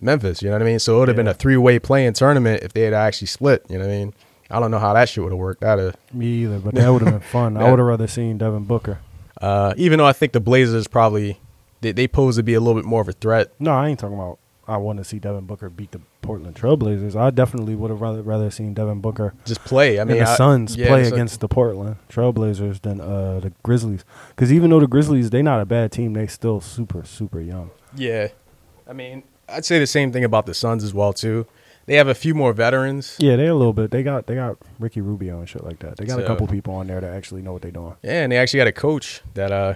Speaker 2: Memphis. You know what I mean? So it would have been
Speaker 1: Yeah.
Speaker 2: a three way playing tournament if they had actually split. You know what I mean? I don't know how that shit would have worked. That'd
Speaker 1: Me either, but that would have been fun. I
Speaker 2: That-
Speaker 1: would have rather seen Devin Booker.
Speaker 2: uh, even though I think the Blazers probably they, they pose to be a little bit more of a threat.
Speaker 1: No, I ain't talking about. I want to see Devin Booker beat the Portland Trailblazers. I definitely would have rather rather seen Devin Booker
Speaker 2: Just play. I mean,
Speaker 1: and the
Speaker 2: I-
Speaker 1: Suns
Speaker 2: yeah,
Speaker 1: play
Speaker 2: the Sun-
Speaker 1: against the Portland Trailblazers than uh, the Grizzlies. Because even though the Grizzlies, they not a bad team, they still super super young.
Speaker 2: Yeah, I mean, I'd say the same thing about the Suns as well too. They have a few more veterans.
Speaker 1: Yeah, they a little bit. They got they got Ricky Rubio and shit like that. They got a
Speaker 2: So-
Speaker 1: couple people on there that actually know what they're doing.
Speaker 2: Yeah, and they actually got a coach that uh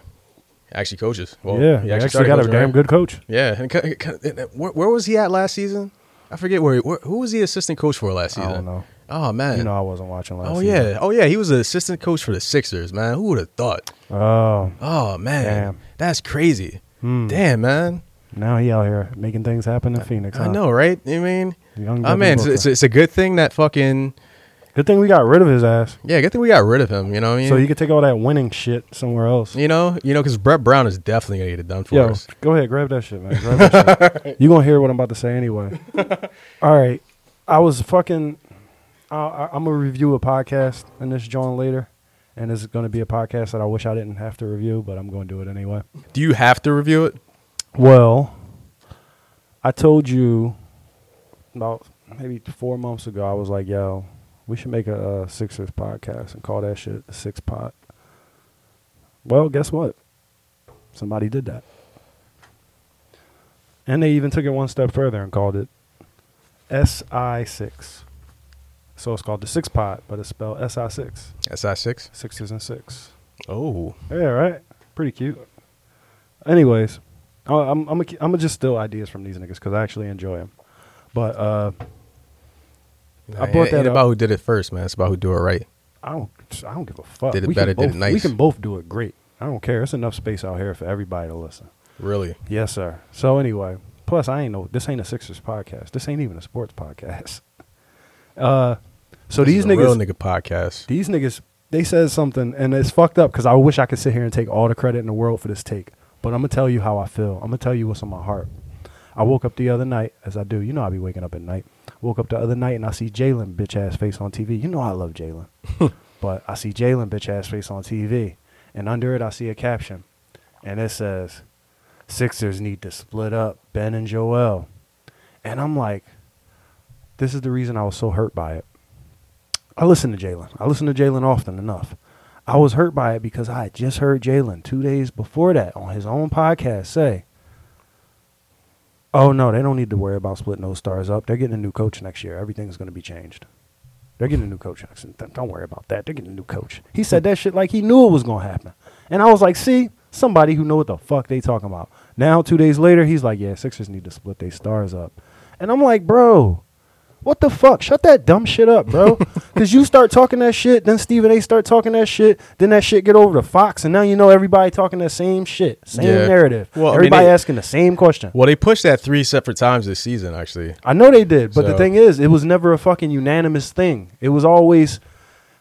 Speaker 2: actually coaches. Well,
Speaker 1: yeah,
Speaker 2: he
Speaker 1: they actually
Speaker 2: started
Speaker 1: got a
Speaker 2: coaching,
Speaker 1: damn
Speaker 2: right?
Speaker 1: good coach.
Speaker 2: Yeah, and ca- ca- and where, where was he at last season? I forget where, he- where. Who was he assistant coach for last season?
Speaker 1: I don't know.
Speaker 2: Oh man.
Speaker 1: You know, I wasn't watching last.
Speaker 2: oh
Speaker 1: season.
Speaker 2: yeah. Oh yeah. He was an assistant coach for the Sixers. Man, who would have thought?
Speaker 1: Oh,
Speaker 2: Oh man,
Speaker 1: Damn.
Speaker 2: that's crazy.
Speaker 1: hmm.
Speaker 2: Damn man.
Speaker 1: Now he out here making things happen in Phoenix.
Speaker 2: I
Speaker 1: huh?
Speaker 2: know, right? I mean,
Speaker 1: Young
Speaker 2: I
Speaker 1: Devin
Speaker 2: mean, it's,
Speaker 1: Booker.
Speaker 2: it's, it's a good thing that fucking
Speaker 1: Good thing we got rid of his ass,
Speaker 2: yeah. Good thing we got rid of him. You know what I mean?
Speaker 1: so you could take all that winning shit somewhere else.
Speaker 2: you know, you know, because Brett Brown is definitely gonna get it done for
Speaker 1: Yo,
Speaker 2: us.
Speaker 1: go ahead, grab that shit, man. Grab that shit. You gonna hear what I'm about to say anyway. All right, I was fucking. I, I, I'm gonna review a podcast in this joint later, and it's gonna be a podcast that I wish I didn't have to review, but I'm gonna do it anyway.
Speaker 2: Do you have to review it?
Speaker 1: Well, I told you about maybe four months ago. I was like, "Yo, we should make a, uh Sixers podcast and call that shit Six Pot." Well, guess what? Somebody did that, and they even took it one step further and called it SI Six. So it's called the Six Pot, but it's spelled SI Six.
Speaker 2: SI six.
Speaker 1: Sixes and six.
Speaker 2: Oh,
Speaker 1: Yeah, right. Pretty cute. Anyways, I- I'm I'm I'm gonna just steal ideas from these niggas because I actually enjoy them. But uh, I
Speaker 2: Nah,
Speaker 1: brought
Speaker 2: it
Speaker 1: that
Speaker 2: ain't
Speaker 1: up.
Speaker 2: about who did it first, man. It's about who do it right.
Speaker 1: I don't I don't give a fuck.
Speaker 2: Did it
Speaker 1: we
Speaker 2: better,
Speaker 1: Can
Speaker 2: did
Speaker 1: both,
Speaker 2: it nice.
Speaker 1: We can both do it great. I don't care. It's enough space out here for everybody to listen.
Speaker 2: Really.
Speaker 1: Yes, sir. So anyway, plus I ain't no. This ain't a Sixers podcast. This ain't even a sports podcast. Uh, so
Speaker 2: This
Speaker 1: these
Speaker 2: is a real
Speaker 1: niggas,
Speaker 2: nigga podcast.
Speaker 1: these niggas, they said something, and it's fucked up because I wish I could sit here and take all the credit in the world for this take. But I'm gonna tell you how I feel. I'm gonna tell you what's on my heart. I woke up the other night, as I do. You know, I be waking up at night. Woke up the other night and I see Jalen bitch ass face on TV. You know, I love Jalen, but I see Jalen bitch ass face on TV, and under it I see a caption, and it says, "Sixers need to split up Ben and Joel," and I'm like, this is the reason I was so hurt by it. I listen to Jalen. I listen to Jalen often enough. I was hurt by it because I had just heard Jalen two days before that on his own podcast say, Oh no, they don't need to worry about splitting those stars up. They're getting a new coach next year. Everything's going to be changed. They're getting a new coach next year. Don't- Don't worry about that. They're getting a new coach. He said that shit like he knew it was going to happen. And I was like, see, somebody who know what the fuck they talking about. Now, two days later, he's like, yeah, Sixers need to split their stars up. And I'm like, bro, what the fuck? Shut that dumb shit up, bro. Cause you start talking that shit, then Stephen A. start talking that shit, then that shit get over to Fox, and now you know everybody talking that same shit, same
Speaker 2: Yeah.
Speaker 1: narrative.
Speaker 2: Well, I mean,
Speaker 1: everybody
Speaker 2: they-
Speaker 1: asking the same question.
Speaker 2: Well, they pushed that three separate times this season, actually.
Speaker 1: I know they did, but the
Speaker 2: So-
Speaker 1: thing is, it was never a fucking unanimous thing. It was always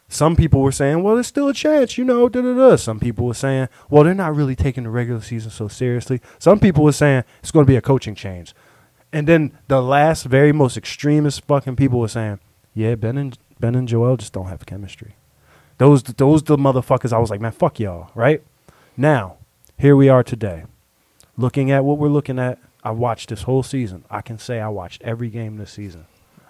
Speaker 1: some people were saying, "Well, there's still a chance," you know. Da da da. Some people were saying, "Well, they're not really taking the regular season so seriously." Some people were saying it's going to be a coaching change, and then the last, very most extremist fucking people were saying, "Yeah, Ben and Ben and Joel just don't have chemistry." Those those the motherfuckers. I was like, man, fuck y'all, right? Now, here we are today, looking at what we're looking at. I watched this whole season. I can say I watched every game this season.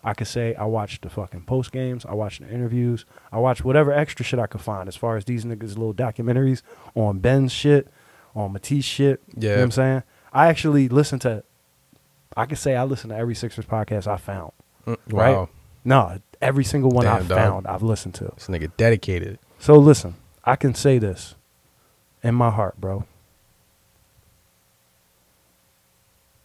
Speaker 1: I can say I watched the fucking post games. I watched the interviews. I watched whatever extra shit I could find as far as these niggas' little documentaries on Ben's shit, on Matisse shit. You know
Speaker 2: Yeah.
Speaker 1: what I'm saying? I actually listened to, I can say I listened to every Sixers podcast I found.
Speaker 2: Mm,
Speaker 1: Right? No, every single one
Speaker 2: Damn,
Speaker 1: I
Speaker 2: dog.
Speaker 1: found, I've listened to.
Speaker 2: This nigga dedicated.
Speaker 1: So listen, I can say this in my heart, bro.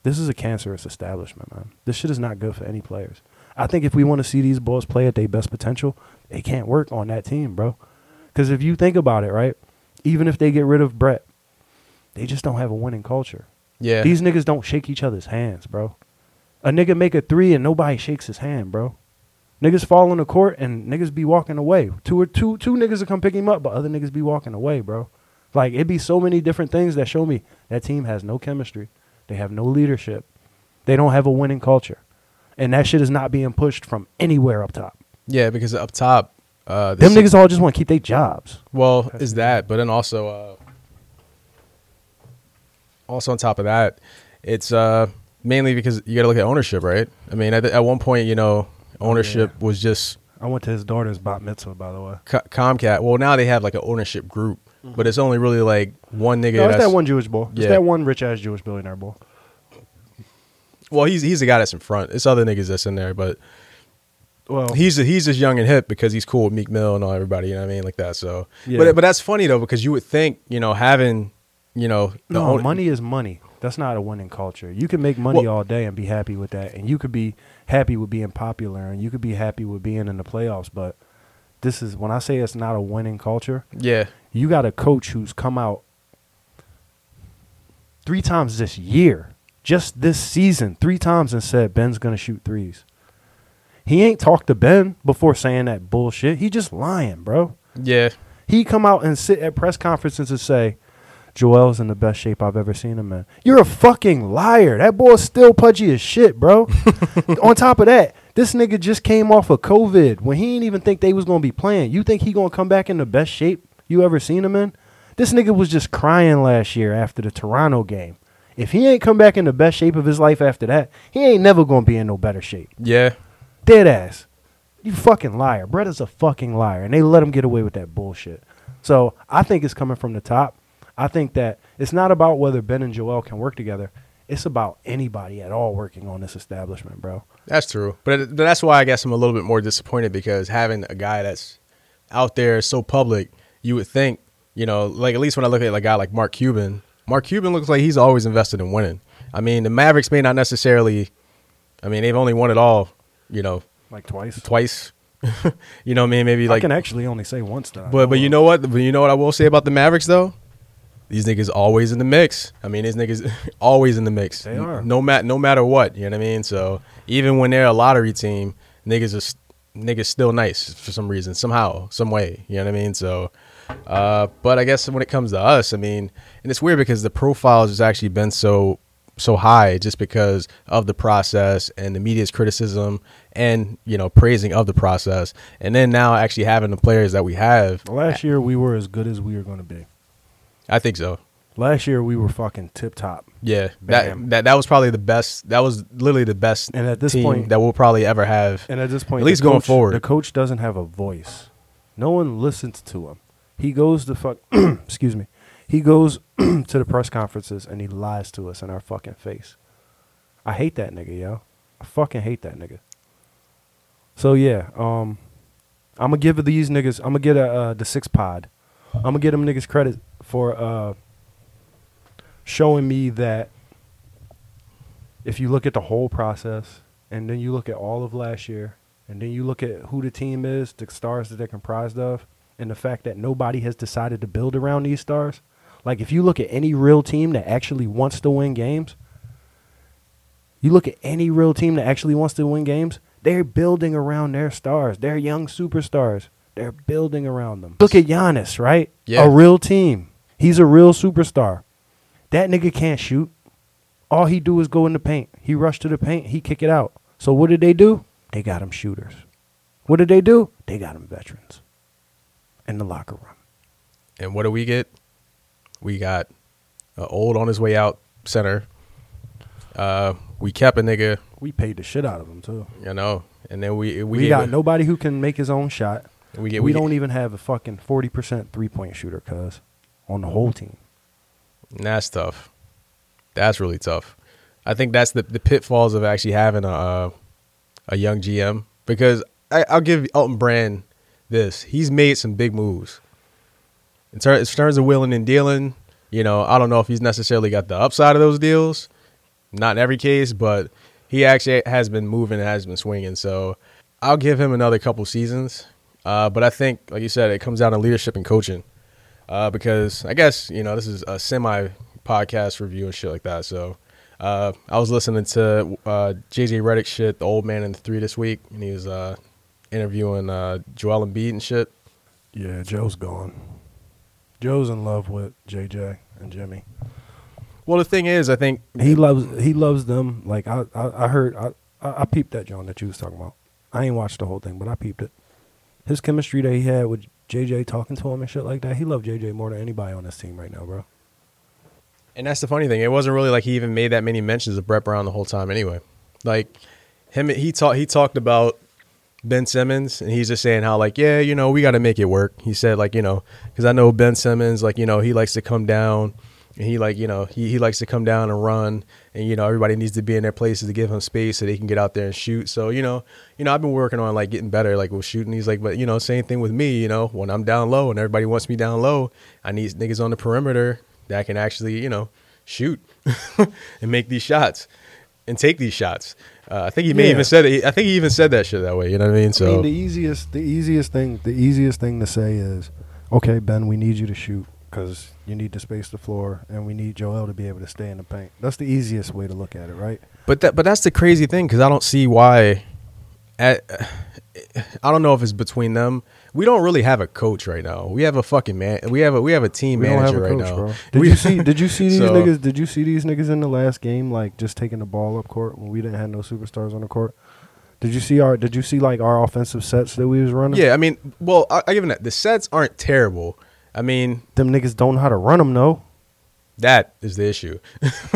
Speaker 1: This is a cancerous establishment, man. This shit is not good for any players. I think if we want to see these boys play at their best potential, they can't work on that team, bro. Because if you think about it, right, even if they get rid of Brett, they just don't have a winning culture.
Speaker 2: Yeah.
Speaker 1: These niggas don't shake each other's hands, bro. A nigga make a three and nobody shakes his hand, bro. Niggas fall on the court and niggas be walking away. Two or two two niggas will come pick him up, but other niggas be walking away, bro. Like it be so many different things that show me that team has no chemistry. They have no leadership. They don't have a winning culture. And that shit is not being pushed from anywhere up top.
Speaker 2: yeah, because up top, uh,
Speaker 1: Them
Speaker 2: this-
Speaker 1: niggas all just want to keep their jobs.
Speaker 2: Well, is that, but then also, uh, also on top of that, it's uh, mainly because you got to look at ownership, right? I mean, at, at one point, you know,
Speaker 1: Oh,
Speaker 2: ownership was just
Speaker 1: I went to his daughter's bat mitzvah, by the way.
Speaker 2: co- Comcast. Well, now they have like an ownership group, but it's only really like one nigga.
Speaker 1: Mm-hmm. No, it's
Speaker 2: that's-
Speaker 1: that one Jewish boy. It's
Speaker 2: Yeah.
Speaker 1: that one rich ass Jewish billionaire boy.
Speaker 2: Well, he's he's the guy that's in front. It's other niggas that's in there, but
Speaker 1: Well,
Speaker 2: he's he's just young and hip because he's cool with Meek Mill and all everybody. You know what I mean, like that. So,
Speaker 1: Yeah.
Speaker 2: but but that's funny though because you would think you know having you know the
Speaker 1: no,
Speaker 2: own-
Speaker 1: money is money. That's not a winning culture. You can make money
Speaker 2: Well-
Speaker 1: all day and be happy with that, and you could be happy with being popular, and you could be happy with being in the playoffs. But this is when I say it's not a winning culture.
Speaker 2: Yeah,
Speaker 1: You got a coach who's come out three times this year, just this season, three times and said Ben's going to shoot threes. He ain't talked to Ben before saying that bullshit. He just lying, bro.
Speaker 2: yeah,
Speaker 1: He come out and sit at press conferences and say, Joel's in the best shape I've ever seen him in. You're a fucking liar. That boy's still pudgy as shit, bro. On top of that, this nigga just came off of COVID when he didn't even think they was gonna be playing. You think he gonna come back in the best shape you ever seen him in? This nigga was just crying last year after the Toronto game. If he ain't come back in the best shape of his life after that, he ain't never gonna be in no better shape.
Speaker 2: yeah.
Speaker 1: Dead ass. You fucking liar. Brett is a fucking liar. And they let him get away with that bullshit. So I think it's coming from the top. I think that it's not about whether Ben and Joel can work together. It's about anybody at all working on this establishment, bro.
Speaker 2: That's true, but it- that's why I guess I'm a little bit more disappointed because having a guy that's out there so public, you would think, you know, like at least when I look at a guy like Mark Cuban, Mark Cuban looks like he's always invested in winning. I mean, the Mavericks may not necessarily, I mean, they've only won it all, you know,
Speaker 1: Like twice.
Speaker 2: twice. you know what I mean? Maybe
Speaker 1: I
Speaker 2: like
Speaker 1: can actually only say once time.
Speaker 2: But but you know what? But you know what I will say about the Mavericks though? These niggas always in the mix. I mean, these niggas always in the mix.
Speaker 1: They are.
Speaker 2: No mat no matter what, you know what I mean? So, even when they're a lottery team, niggas are st- niggas still nice for some reason, somehow, some way, you know what I mean? So, uh, but I guess when it comes to us, I mean, and it's weird because the profiles has actually been so so high just because of the process and the media's criticism and you know praising of the process and then now actually having the players that we have
Speaker 1: last year we were as good as we were gonna be.
Speaker 2: I think so.
Speaker 1: Last year we were fucking tip top.
Speaker 2: Yeah,
Speaker 1: Bam.
Speaker 2: that, that that was probably the best. That was literally the best.
Speaker 1: And at this
Speaker 2: team
Speaker 1: point-
Speaker 2: that we'll probably ever have.
Speaker 1: And at this point,
Speaker 2: At least
Speaker 1: the
Speaker 2: going
Speaker 1: coach-
Speaker 2: forward.
Speaker 1: the coach doesn't have a voice. No one listens to him. He goes to fuck. excuse me. He goes to the press conferences and he lies to us in our fucking face. I hate that nigga, yo. I fucking hate that nigga. So yeah, um, I'm gonna give these niggas. I'm gonna get a, uh, the six pod. I'm gonna get them niggas credit for uh, showing me that if you look at the whole process and then you look at all of last year and then you look at who the team is, the stars that they're comprised of, and the fact that nobody has decided to build around these stars. Like if you look at any real team that actually wants to win games, you look at any real team that actually wants to win games, they're building around their stars, their young superstars. They're building around them. Look at Giannis, right?
Speaker 2: Yeah.
Speaker 1: A real team. He's a real superstar. That nigga can't shoot. All he do is go in the paint. He rush to the paint. He kick it out. So what did they do? They got him shooters. What did they do? They got him veterans in the locker room.
Speaker 2: And what do we get? We got a old on his way out center. Uh, we kept a nigga,
Speaker 1: We paid the shit out of him too.
Speaker 2: you know, and then we we,
Speaker 1: We,
Speaker 2: gave
Speaker 1: got
Speaker 2: a-
Speaker 1: nobody who can make his own shot.
Speaker 2: We
Speaker 1: We,
Speaker 2: get we,
Speaker 1: don't even have a fucking forty percent three point shooter, cuz on the whole team.
Speaker 2: And that's tough. That's really tough. I think that's the, the pitfalls of actually having a uh, a young GM because I, I'll give Elton Brand this. He's made some big moves. In, ter- in terms of willing and dealing, you know, I don't know if he's necessarily got the upside of those deals. Not in every case, but he actually has been moving and has been swinging. So I'll give him another couple seasons. Uh, but I think, like you said, it comes down to leadership and coaching uh, because I guess you know this is a semi podcast review and shit like that. So uh, I was listening to uh, JJ Reddick shit, the old man in the three this week, and he was uh, interviewing uh, Joel Embiid and shit.
Speaker 1: Yeah, Joe's gone. Joe's in love with JJ and Jimmy.
Speaker 2: Well, the thing is, I think
Speaker 1: He loves he loves them. Like I I, I heard I, I I peeped that John that you was talking about. I ain't watched the whole thing, but I peeped it. His chemistry that he had with JJ talking to him and shit like that. He loved JJ more than anybody on this team right now, bro.
Speaker 2: And that's the funny thing. It wasn't really like he even made that many mentions of Brett Brown the whole time anyway. Like him he talked he talked about Ben Simmons and he's just saying how like, yeah, you know, we got to make it work. He said like, you know, cuz I know Ben Simmons like, you know, he likes to come down And he like you know he, he likes to come down and run, and you know everybody needs to be in their places to give him space so they can get out there and shoot. So you know you know I've been working on like getting better like with shooting. He's like, but you know same thing with me. You know when I'm down low and everybody wants me down low, I need niggas on the perimeter that can actually you know shoot and make these shots and take these shots. Uh, I think he may
Speaker 1: Yeah.
Speaker 2: even said it. I think he even said that shit that way. You know what I mean?
Speaker 1: I
Speaker 2: So
Speaker 1: mean, the easiest, the easiest thing, the easiest thing to say is, okay, Ben, we need you to shoot because you need to space the floor, and we need Joel to be able to stay in the paint. That's the easiest way to look at it, right?
Speaker 2: But that, but that's the crazy thing because I don't see why. At, I don't know if it's between them. We don't really have a coach right now. We have a fucking man. We have a we have a team
Speaker 1: We don't have
Speaker 2: manager
Speaker 1: a
Speaker 2: right
Speaker 1: coach,
Speaker 2: now.
Speaker 1: bro. Did
Speaker 2: We-
Speaker 1: you see? Did you see these
Speaker 2: So-
Speaker 1: niggas? Did you see these niggas in the last game, like just taking the ball up court when we didn't have no superstars on the court? Did you see our? Did you see like our offensive sets that we was running?
Speaker 2: Yeah, I mean, well, I, I give him that. The sets aren't terrible. I mean,
Speaker 1: them niggas don't know how to run them though.
Speaker 2: that is the issue.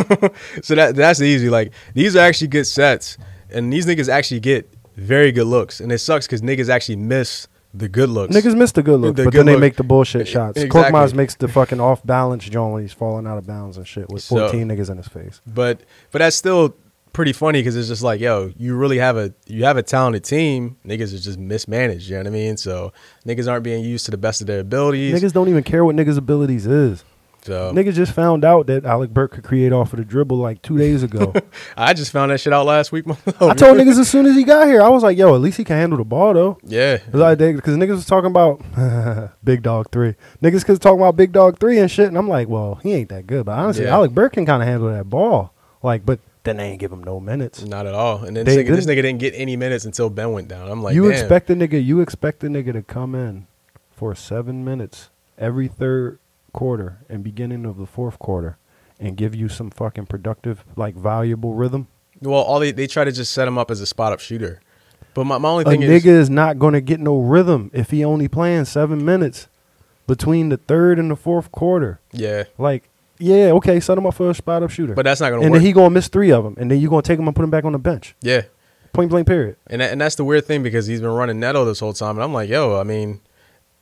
Speaker 2: so that that's easy. Like these are actually good sets, and these niggas actually get very good looks, and it sucks because niggas actually miss the good looks.
Speaker 1: Niggas miss the good look,
Speaker 2: The
Speaker 1: but
Speaker 2: good
Speaker 1: then they
Speaker 2: look. E,
Speaker 1: make the bullshit shots.
Speaker 2: exactly.
Speaker 1: Korkmaz makes the fucking off balance joint when he's falling out of bounds and shit with
Speaker 2: So-
Speaker 1: 14 niggas in his face.
Speaker 2: but but that's still pretty funny because it's just like yo you really have a you have a talented team niggas is just mismanaged you know what i mean so niggas aren't being used to the best of their abilities
Speaker 1: Niggas don't even care what niggas' abilities is.
Speaker 2: so
Speaker 1: Niggas just found out that Alec Burke could create off of the dribble like two days ago.
Speaker 2: i just found that shit out last week myself.
Speaker 1: I told niggas as soon as he got here, I was like, yo, at least he can handle the ball though.
Speaker 2: yeah
Speaker 1: Because niggas was talking about Big Dog 3. Niggas was talking about Big Dog 3 and shit. And I'm like, well, he ain't that good. But honestly,
Speaker 2: Yeah.
Speaker 1: Alec Burke can kind of handle that ball. Like, but then they ain't give him no minutes.
Speaker 2: not at all and then
Speaker 1: They
Speaker 2: this nigga, this
Speaker 1: didn't-
Speaker 2: nigga didn't get any minutes until ben went down i'm like
Speaker 1: you
Speaker 2: damn.
Speaker 1: expect the nigga you expect the nigga to come in for seven minutes every third quarter and beginning of the fourth quarter and give you some fucking productive like valuable rhythm
Speaker 2: well all they, they try to just set him up as a spot up shooter but my, my
Speaker 1: a
Speaker 2: only thing
Speaker 1: nigga
Speaker 2: is
Speaker 1: is not gonna get no rhythm if he only playing seven minutes between the third and the fourth quarter
Speaker 2: yeah
Speaker 1: like yeah okay set him up for a spot up shooter
Speaker 2: but that's not gonna
Speaker 1: and
Speaker 2: work
Speaker 1: then he gonna miss three of them and then you gonna take him and put him back on the bench
Speaker 2: yeah
Speaker 1: point blank period
Speaker 2: And that, and that's the weird thing because he's been running Neto this whole time, and I'm like, yo, I mean,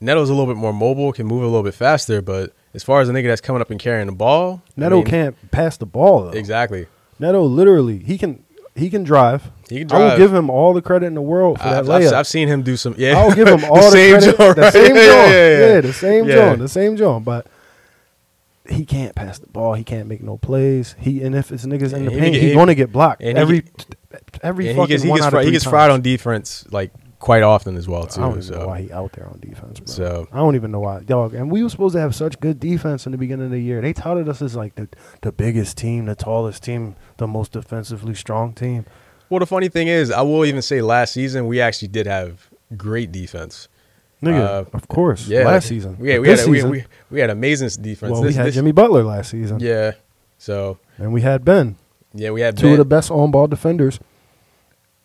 Speaker 2: Neto's a little bit more mobile, can move a little bit faster, but as far as a nigga that's coming up and carrying the ball, I
Speaker 1: Neto
Speaker 2: mean,
Speaker 1: can't pass the ball though.
Speaker 2: exactly.
Speaker 1: Neto literally he can he can drive.
Speaker 2: He can
Speaker 1: I will
Speaker 2: drive.
Speaker 1: give him all the credit in the world for
Speaker 2: I've,
Speaker 1: that
Speaker 2: I've,
Speaker 1: layup.
Speaker 2: I've seen him do some. Yeah,
Speaker 1: I'll give him all the,
Speaker 2: same
Speaker 1: credit.
Speaker 2: joint,
Speaker 1: The
Speaker 2: right?
Speaker 1: same
Speaker 2: Yeah,
Speaker 1: John.
Speaker 2: yeah,
Speaker 1: Yeah,
Speaker 2: yeah.
Speaker 1: the same
Speaker 2: Yeah.
Speaker 1: John. The same John. But he can't pass the ball. He can't make no plays. He and if it's niggas in
Speaker 2: And
Speaker 1: the
Speaker 2: he
Speaker 1: paint,
Speaker 2: get-
Speaker 1: he's
Speaker 2: he-
Speaker 1: gonna get blocked
Speaker 2: and he
Speaker 1: every
Speaker 2: get-
Speaker 1: every
Speaker 2: Yeah,
Speaker 1: fucking
Speaker 2: he gets, he
Speaker 1: one
Speaker 2: gets,
Speaker 1: out
Speaker 2: fri-
Speaker 1: of
Speaker 2: he
Speaker 1: three
Speaker 2: gets
Speaker 1: times.
Speaker 2: fried on defense like quite often as well
Speaker 1: I don't
Speaker 2: too.
Speaker 1: even know
Speaker 2: So
Speaker 1: why he out there on defense, bro.
Speaker 2: So-
Speaker 1: I don't even know why, dog. And we were supposed to have such good defense in the beginning of the year. They touted us as like the the biggest team, the tallest team, the most defensively strong team.
Speaker 2: well, the funny thing is, I will even say last season we actually did have great defense.
Speaker 1: Nigga,
Speaker 2: Uh,
Speaker 1: of course.
Speaker 2: Yeah,
Speaker 1: last season.
Speaker 2: Yeah,
Speaker 1: But
Speaker 2: we had,
Speaker 1: this
Speaker 2: a, we,
Speaker 1: season-
Speaker 2: we, we had amazing defense.
Speaker 1: well,
Speaker 2: This-
Speaker 1: we had
Speaker 2: this-
Speaker 1: Jimmy Butler last season.
Speaker 2: Yeah, so
Speaker 1: And we had Ben,
Speaker 2: yeah, we had
Speaker 1: two of
Speaker 2: Ben.
Speaker 1: the best on-ball defenders,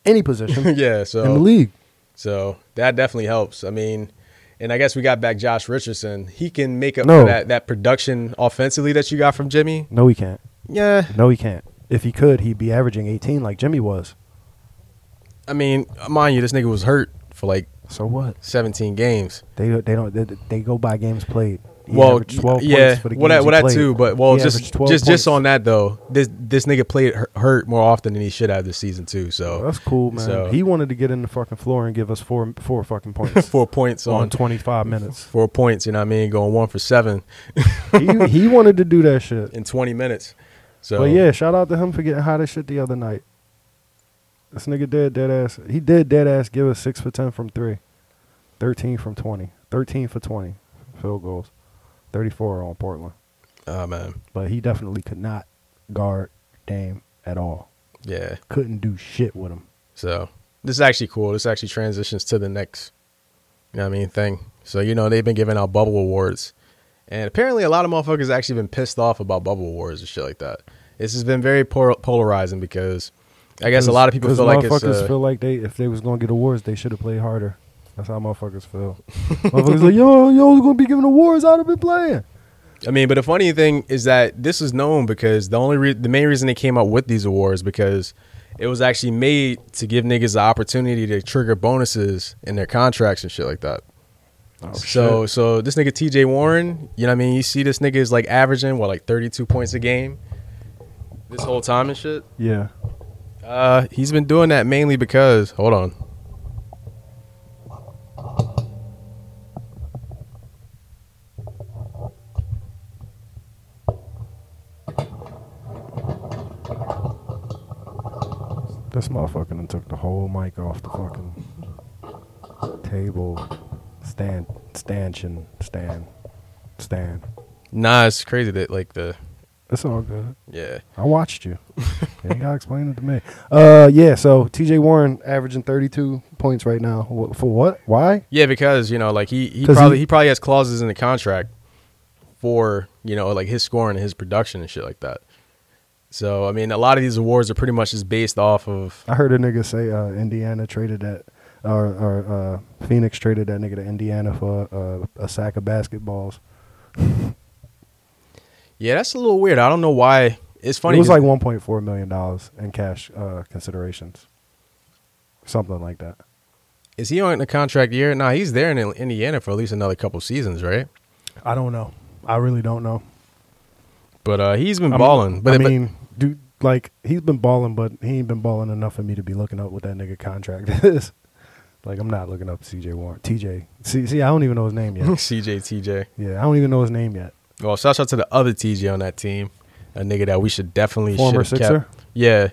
Speaker 1: any position
Speaker 2: yeah, so
Speaker 1: in the league.
Speaker 2: So that definitely helps. I mean, and I guess we got back Josh Richardson. He can make up
Speaker 1: No.
Speaker 2: for that, that production offensively that you got from Jimmy.
Speaker 1: No, he can't.
Speaker 2: Yeah.
Speaker 1: No, he can't. If he could, he'd be averaging 18 like Jimmy was.
Speaker 2: I mean, mind you, this nigga was hurt for like
Speaker 1: So what?
Speaker 2: 17 games.
Speaker 1: They they don't they, they go by games played. He
Speaker 2: well,
Speaker 1: averaged 12
Speaker 2: yeah,
Speaker 1: points for the
Speaker 2: well,
Speaker 1: games he
Speaker 2: that, well, that
Speaker 1: played.
Speaker 2: too. But well,
Speaker 1: He
Speaker 2: just
Speaker 1: averaged 12
Speaker 2: just just
Speaker 1: points.
Speaker 2: on that though, this this nigga played hu- hurt more often than he should have this season too.
Speaker 1: Well,
Speaker 2: So
Speaker 1: that's cool, man.
Speaker 2: So-
Speaker 1: he wanted to get in the fucking floor and give us four four fucking points
Speaker 2: four points
Speaker 1: on
Speaker 2: on
Speaker 1: 25 minutes.
Speaker 2: four points. You know what I mean? Going one for seven
Speaker 1: he, he wanted to do that shit.
Speaker 2: in 20 minutes. So
Speaker 1: But yeah, shout out to him for getting hot as shit the other night. This nigga did dead ass. He did dead ass give us six for ten from three. 13 from 20. 13 for 20 field goals. 34 on Portland.
Speaker 2: oh man,
Speaker 1: But he definitely could not guard Dame at all.
Speaker 2: yeah.
Speaker 1: Couldn't do shit with him.
Speaker 2: So this is actually cool. This actually transitions to the next, you know what I mean, thing. So you know they've been giving out bubble awards, and apparently a lot of motherfuckers actually been pissed off about bubble awards and shit like that. This has been very por- polarizing because I guess a lot of people
Speaker 1: 'Cause
Speaker 2: feel like it's
Speaker 1: motherfuckers
Speaker 2: uh,
Speaker 1: feel like they if they was gonna get awards, they should have played harder. That's how motherfuckers feel. motherfuckers like, yo, yo, gonna be giving awards. I'd have been playing.
Speaker 2: I mean, but the funny thing is that this is known because the only re- the main reason they came up with these awards because it was actually made to give niggas the opportunity to trigger bonuses in their contracts and shit like that.
Speaker 1: Oh,
Speaker 2: so
Speaker 1: shit.
Speaker 2: so this nigga TJ Warren, you know what I mean? You see this nigga is like averaging what like 32 points a game this whole time and shit.
Speaker 1: yeah,
Speaker 2: Uh he's been doing that mainly because hold on.
Speaker 1: this motherfucker done took the whole mic off the fucking table, stand, stanchion, stand, stand.
Speaker 2: Nah, it's crazy that like the
Speaker 1: It's all good.
Speaker 2: yeah.
Speaker 1: I watched you. you ain't gotta explain it to me. Uh, yeah. So T.J. Warren averaging 32 points right now. Wh- For what? Why?
Speaker 2: Yeah, because you know, like he he
Speaker 1: 'Cause
Speaker 2: probably
Speaker 1: he-
Speaker 2: he probably has clauses in the contract for you know like his scoring and his production and shit like that. So I mean, a lot of these awards are pretty much just based off of
Speaker 1: I heard a nigga say uh, Indiana traded that, or, or uh, Phoenix traded that nigga to Indiana for uh, a sack of basketballs.
Speaker 2: yeah. That's a little weird. I don't know why. It's funny.
Speaker 1: it was
Speaker 2: 'cause-
Speaker 1: like 1.4 million dollars in cash uh, considerations, something like that.
Speaker 2: Is he on a contract year? Nah, he's there in Indiana for at least another couple seasons, right?
Speaker 1: I don't know. I really don't know.
Speaker 2: But uh, he's been balling. But
Speaker 1: I
Speaker 2: but-
Speaker 1: mean, dude, like he's been balling, but he ain't been balling enough for me to be looking up what that nigga contract is. like I'm not looking up C.J. Warren, T.J. See, see, I don't even know his name yet.
Speaker 2: CJ TJ.
Speaker 1: yeah, I don't even know his name yet.
Speaker 2: Well, shout out to the other TJ on that team, a nigga that we should definitely
Speaker 1: Former
Speaker 2: should have
Speaker 1: Sixer?
Speaker 2: kept. Yeah,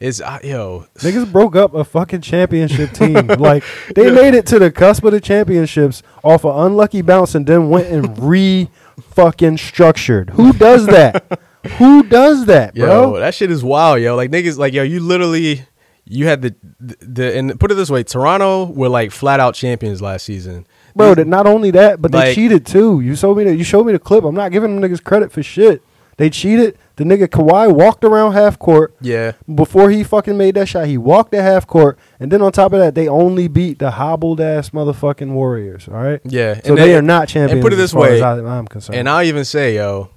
Speaker 2: it's uh, yo.
Speaker 1: Niggas broke up a fucking championship team. like they made it to the cusp of the championships off an unlucky bounce and then went and re fucking structured. Who does that? Who does that,
Speaker 2: Yo,
Speaker 1: bro?
Speaker 2: that shit is wild, yo. Like niggas, like yo, you literally, you had the, the and put it this way, Toronto were like flat out champions last season.
Speaker 1: bro, that not only that, but they
Speaker 2: Like-
Speaker 1: cheated too. You showed me that you showed me the clip. I'm not giving them niggas credit for shit. They cheated. The nigga Kawhi walked around half court.
Speaker 2: Yeah,
Speaker 1: Before he fucking made that shot, he walked at half court, and then on top of that, they only beat the hobbled ass motherfucking Warriors. All right,
Speaker 2: yeah.
Speaker 1: so
Speaker 2: and
Speaker 1: they, are not champions.
Speaker 2: And put it
Speaker 1: as
Speaker 2: this
Speaker 1: far
Speaker 2: way,
Speaker 1: as I, am concerned.
Speaker 2: and I'll even say, yo,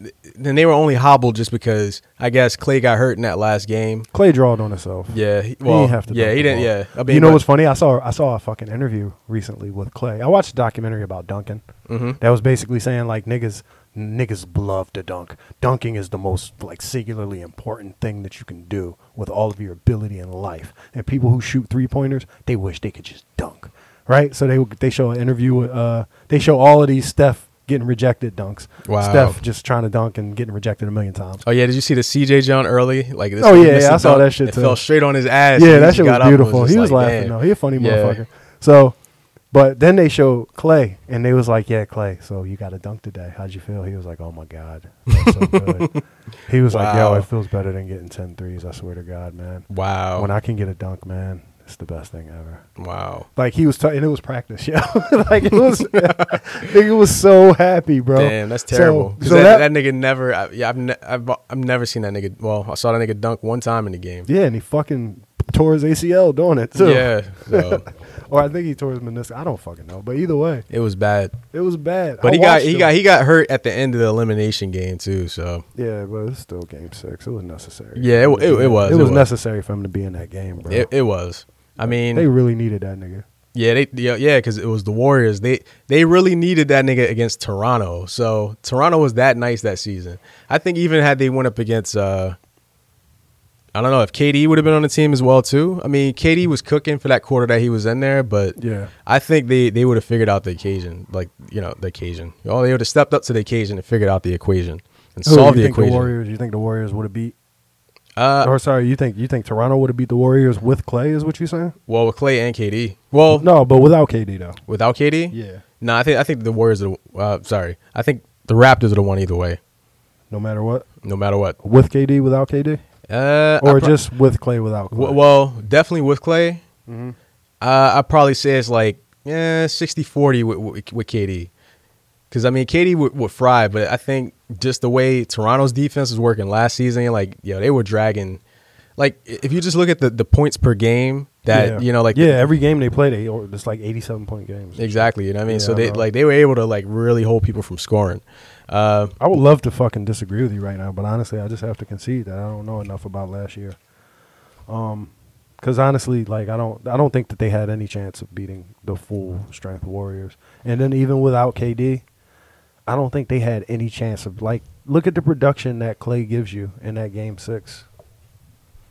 Speaker 2: th- then they were only hobbled just because I guess Clay got hurt in that last game.
Speaker 1: Clay drawed on himself.
Speaker 2: Yeah, he,
Speaker 1: He
Speaker 2: well,
Speaker 1: didn't have to
Speaker 2: yeah,
Speaker 1: dunk
Speaker 2: he
Speaker 1: the
Speaker 2: didn't.
Speaker 1: ball.
Speaker 2: Yeah, I mean,
Speaker 1: you know what's funny? I saw I saw a fucking interview recently with Clay. I watched a documentary about Duncan
Speaker 2: hmm
Speaker 1: that was basically saying like niggas niggas love to dunk. Dunking is the most like singularly important thing that you can do with all of your ability in life. And people who shoot three pointers, they wish they could just dunk, right? So they they show an interview with uh they show all of these Steph getting rejected dunks.
Speaker 2: Wow.
Speaker 1: Steph just trying to dunk and getting rejected a million times.
Speaker 2: Oh yeah, did you see the CJ John early? Like this
Speaker 1: Oh,
Speaker 2: he
Speaker 1: yeah,
Speaker 2: missed
Speaker 1: yeah,
Speaker 2: the
Speaker 1: I saw
Speaker 2: dunk.
Speaker 1: that shit,
Speaker 2: It
Speaker 1: too.
Speaker 2: fell straight on his ass.
Speaker 1: Yeah,
Speaker 2: and he
Speaker 1: that
Speaker 2: just
Speaker 1: shit was
Speaker 2: got up and
Speaker 1: beautiful. he
Speaker 2: just
Speaker 1: was
Speaker 2: like,
Speaker 1: laughing
Speaker 2: damn.
Speaker 1: though. He a funny
Speaker 2: Yeah.
Speaker 1: motherfucker. So, but then they showed Clay, and they was like, "Yeah, Clay. So you got a dunk today. How'd you feel?" He was like, "Oh my god, that's so good." he was like,
Speaker 2: Wow.
Speaker 1: "Yo, it feels better than getting 10 threes. I swear to God, man.
Speaker 2: Wow.
Speaker 1: When I can get a dunk, man, it's the best thing ever."
Speaker 2: wow.
Speaker 1: Like he was, t- and it was practice, yo. like it was, nigga was so happy, bro.
Speaker 2: Damn, that's terrible.
Speaker 1: So,
Speaker 2: 'Cause
Speaker 1: so
Speaker 2: that,
Speaker 1: that-
Speaker 2: that nigga never. I, yeah, I've, ne- I've I've never seen that nigga. Well, I saw that nigga dunk one time in the game.
Speaker 1: yeah, and he fucking tore his ACL doing it too.
Speaker 2: Yeah, so
Speaker 1: or I think he tore his meniscus. I don't fucking know, but either way,
Speaker 2: it was bad.
Speaker 1: It was bad. I
Speaker 2: But he got
Speaker 1: watched
Speaker 2: he
Speaker 1: him.
Speaker 2: got he got hurt at the end of the elimination game too. So
Speaker 1: Yeah, but it's still game six. It was necessary.
Speaker 2: Yeah, it wa- it- it was,
Speaker 1: It
Speaker 2: it
Speaker 1: was
Speaker 2: was.
Speaker 1: necessary for him to be in that game, bro.
Speaker 2: it, it was. I mean,
Speaker 1: they really needed that nigga.
Speaker 2: yeah, they yeah yeah because it was the Warriors. They they really needed that nigga against Toronto. So Toronto was that nice that season. I think even had they went up against. uh I don't know if KD would have been on the team as well too. I mean, KD was cooking for that quarter that he was in there, but
Speaker 1: Yeah.
Speaker 2: I think they, they would have figured out the occasion, like you know the occasion. Oh, they would have stepped up to the occasion and figured out the equation and solved
Speaker 1: you
Speaker 2: the
Speaker 1: think the
Speaker 2: equation.
Speaker 1: Warriors? You think the Warriors would have beat?
Speaker 2: uh,
Speaker 1: or sorry, you think you think Toronto would have beat the Warriors with Clay? Is what you saying?
Speaker 2: well, with Clay and KD. Well,
Speaker 1: No, but without KD though.
Speaker 2: without KD.
Speaker 1: Yeah.
Speaker 2: No, I think I think the Warriors. Are, the- uh, sorry, I think the Raptors are the one either way,
Speaker 1: No matter what,
Speaker 2: no matter what.
Speaker 1: with KD, without KD,
Speaker 2: Uh, I
Speaker 1: or
Speaker 2: pro-
Speaker 1: just with Clay, without Clay.
Speaker 2: w- well, definitely with Clay.
Speaker 1: Mhm.
Speaker 2: Uh, I probably say it's like yeah, 60-40 with, with, with KD. Because I mean, KD would, would fry, but I think just the way Toronto's defense was working last season, like yo, they were dragging. Like i- if you just look at the, the points per game, that
Speaker 1: Yeah.
Speaker 2: you know, like
Speaker 1: yeah, every game they play, they or it's like eighty-seven point games.
Speaker 2: exactly. You know what I mean?
Speaker 1: Yeah,
Speaker 2: so
Speaker 1: I
Speaker 2: they
Speaker 1: know.
Speaker 2: like they were able to like really hold people from scoring. Uh,
Speaker 1: I would love to fucking disagree with you right now, but honestly, I just have to concede that I don't know enough about last year. Um, Because honestly, like I don't, I don't think that they had any chance of beating the full strength Warriors. And then even without KD, I don't think they had any chance of like look at the production that Clay gives you in that game six.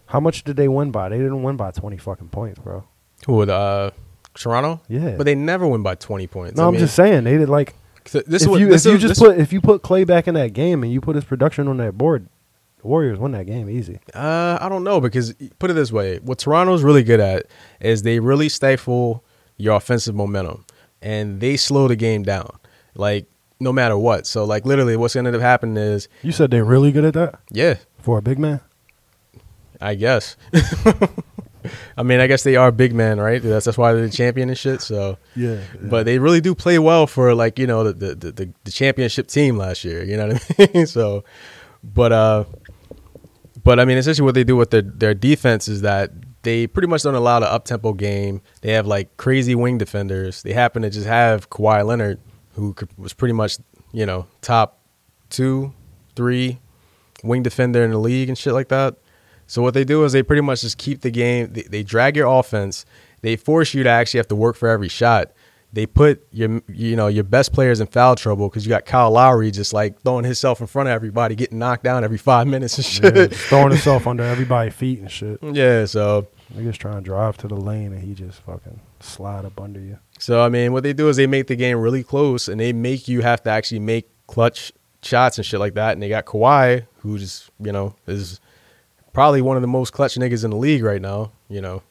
Speaker 1: How much did they win by? They didn't win by twenty fucking points, bro.
Speaker 2: Who would uh Toronto?
Speaker 1: Yeah.
Speaker 2: But they never win by twenty points.
Speaker 1: No,
Speaker 2: I
Speaker 1: I'm
Speaker 2: mean,
Speaker 1: just saying they did like
Speaker 2: th-
Speaker 1: if
Speaker 2: This is what,
Speaker 1: you
Speaker 2: this
Speaker 1: if you
Speaker 2: is-
Speaker 1: just
Speaker 2: this-
Speaker 1: put if you put Clay back in that game and you put his production on that board, the Warriors win that game easy.
Speaker 2: Uh, I don't know because put it this way, what Toronto's really good at is they really stifle your offensive momentum and they slow the game down, like no matter what. So like literally, what's gonna end up happening is
Speaker 1: You said they're really good at that
Speaker 2: yeah,
Speaker 1: for a big man.
Speaker 2: I guess. I mean, I guess they are big men, right? That's that's why they're the champion and shit. So
Speaker 1: Yeah,
Speaker 2: but they really do play well for like you know the the, the- the the championship team last year. You know what I mean? so, but uh, but I mean essentially what they do with their their defense is that they pretty much don't allow the up tempo game. They have like crazy wing defenders. They happen to just have Kawhi Leonard, who could- was pretty much you know top two, three wing defender in the league and shit like that. So what they do is they pretty much just keep the game. They, they drag your offense. They force you to actually have to work for every shot. They put your you know your best players in foul trouble because you got Kyle Lowry just like throwing himself in front of everybody, getting knocked down every five minutes and
Speaker 1: Yeah,
Speaker 2: shit.
Speaker 1: just throwing himself under everybody's feet and shit.
Speaker 2: Yeah. so
Speaker 1: They just trying to drive to the lane and he just fucking slide up under you.
Speaker 2: so I mean, what they do is they make the game really close and they make you have to actually make clutch shots and shit like that. And they got Kawhi, who just you know is probably one of the most clutch niggas in the league right now. You know,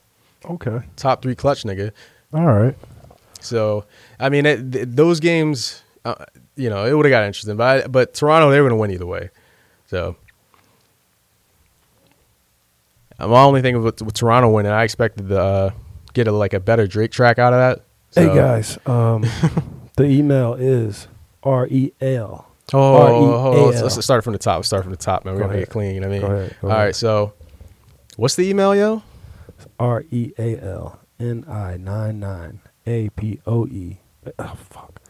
Speaker 1: Okay,
Speaker 2: top three clutch nigga.
Speaker 1: all right.
Speaker 2: So I mean, it, th- those games, uh, you know, it would have got interesting. But I, but Toronto, they were going to win either way. So I'm only thinking with, with Toronto winning, I expected to uh, get a, like a better Drake track out of that. So-
Speaker 1: Hey guys, um, the email is R E L.
Speaker 2: Oh, oh, oh, oh, let's,
Speaker 1: R-E-A-L.
Speaker 2: let's start from the top. Start from the top, man. We're
Speaker 1: Go
Speaker 2: gonna get
Speaker 1: ahead.
Speaker 2: clean. You know what I mean?
Speaker 1: Go ahead, go
Speaker 2: All
Speaker 1: ahead.
Speaker 2: right. So, what's the email, yo?
Speaker 1: R E A L N I 9 9 A P O E. Oh, fuck.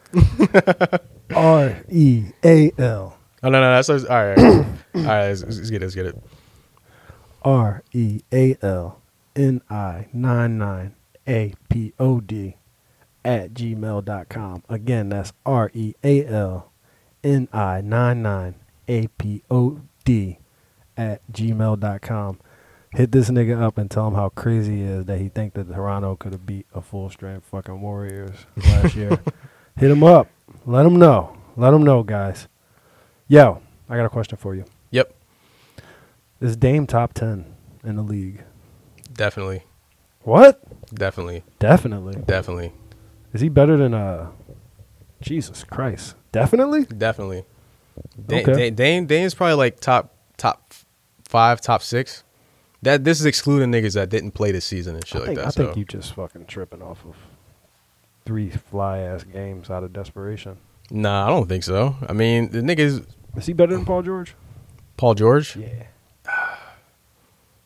Speaker 1: R E A L
Speaker 2: Oh no, no, that's all right. All right, all right let's, let's get it. Let's get it.
Speaker 1: R E A L N I 9 9 A P O D at gmail.com. Again, that's R E A L N I 9 9 A P O D at gmail.com. Hit this nigga up and tell him how crazy he is that he think that Toronto could have beat a full strength fucking Warriors last year. Hit him up. Let him know. Let him know, guys. Yo, I got a question for you.
Speaker 2: Yep,
Speaker 1: Is Dame top 10 in the league?
Speaker 2: definitely,
Speaker 1: What?
Speaker 2: definitely,
Speaker 1: Definitely.
Speaker 2: definitely,
Speaker 1: Is he better than uh Jesus Christ? Definitely?
Speaker 2: Definitely. Da-
Speaker 1: Okay.
Speaker 2: Da- Dame Dame's probably like top top five, top six. That this is excluding niggas that didn't play this season and shit
Speaker 1: I
Speaker 2: like
Speaker 1: think,
Speaker 2: that.
Speaker 1: I
Speaker 2: so.
Speaker 1: think you just fucking tripping off of three fly ass games out of desperation.
Speaker 2: Nah, I don't think so. I mean, the niggas
Speaker 1: Is he better than Paul George?
Speaker 2: Paul George.
Speaker 1: Yeah.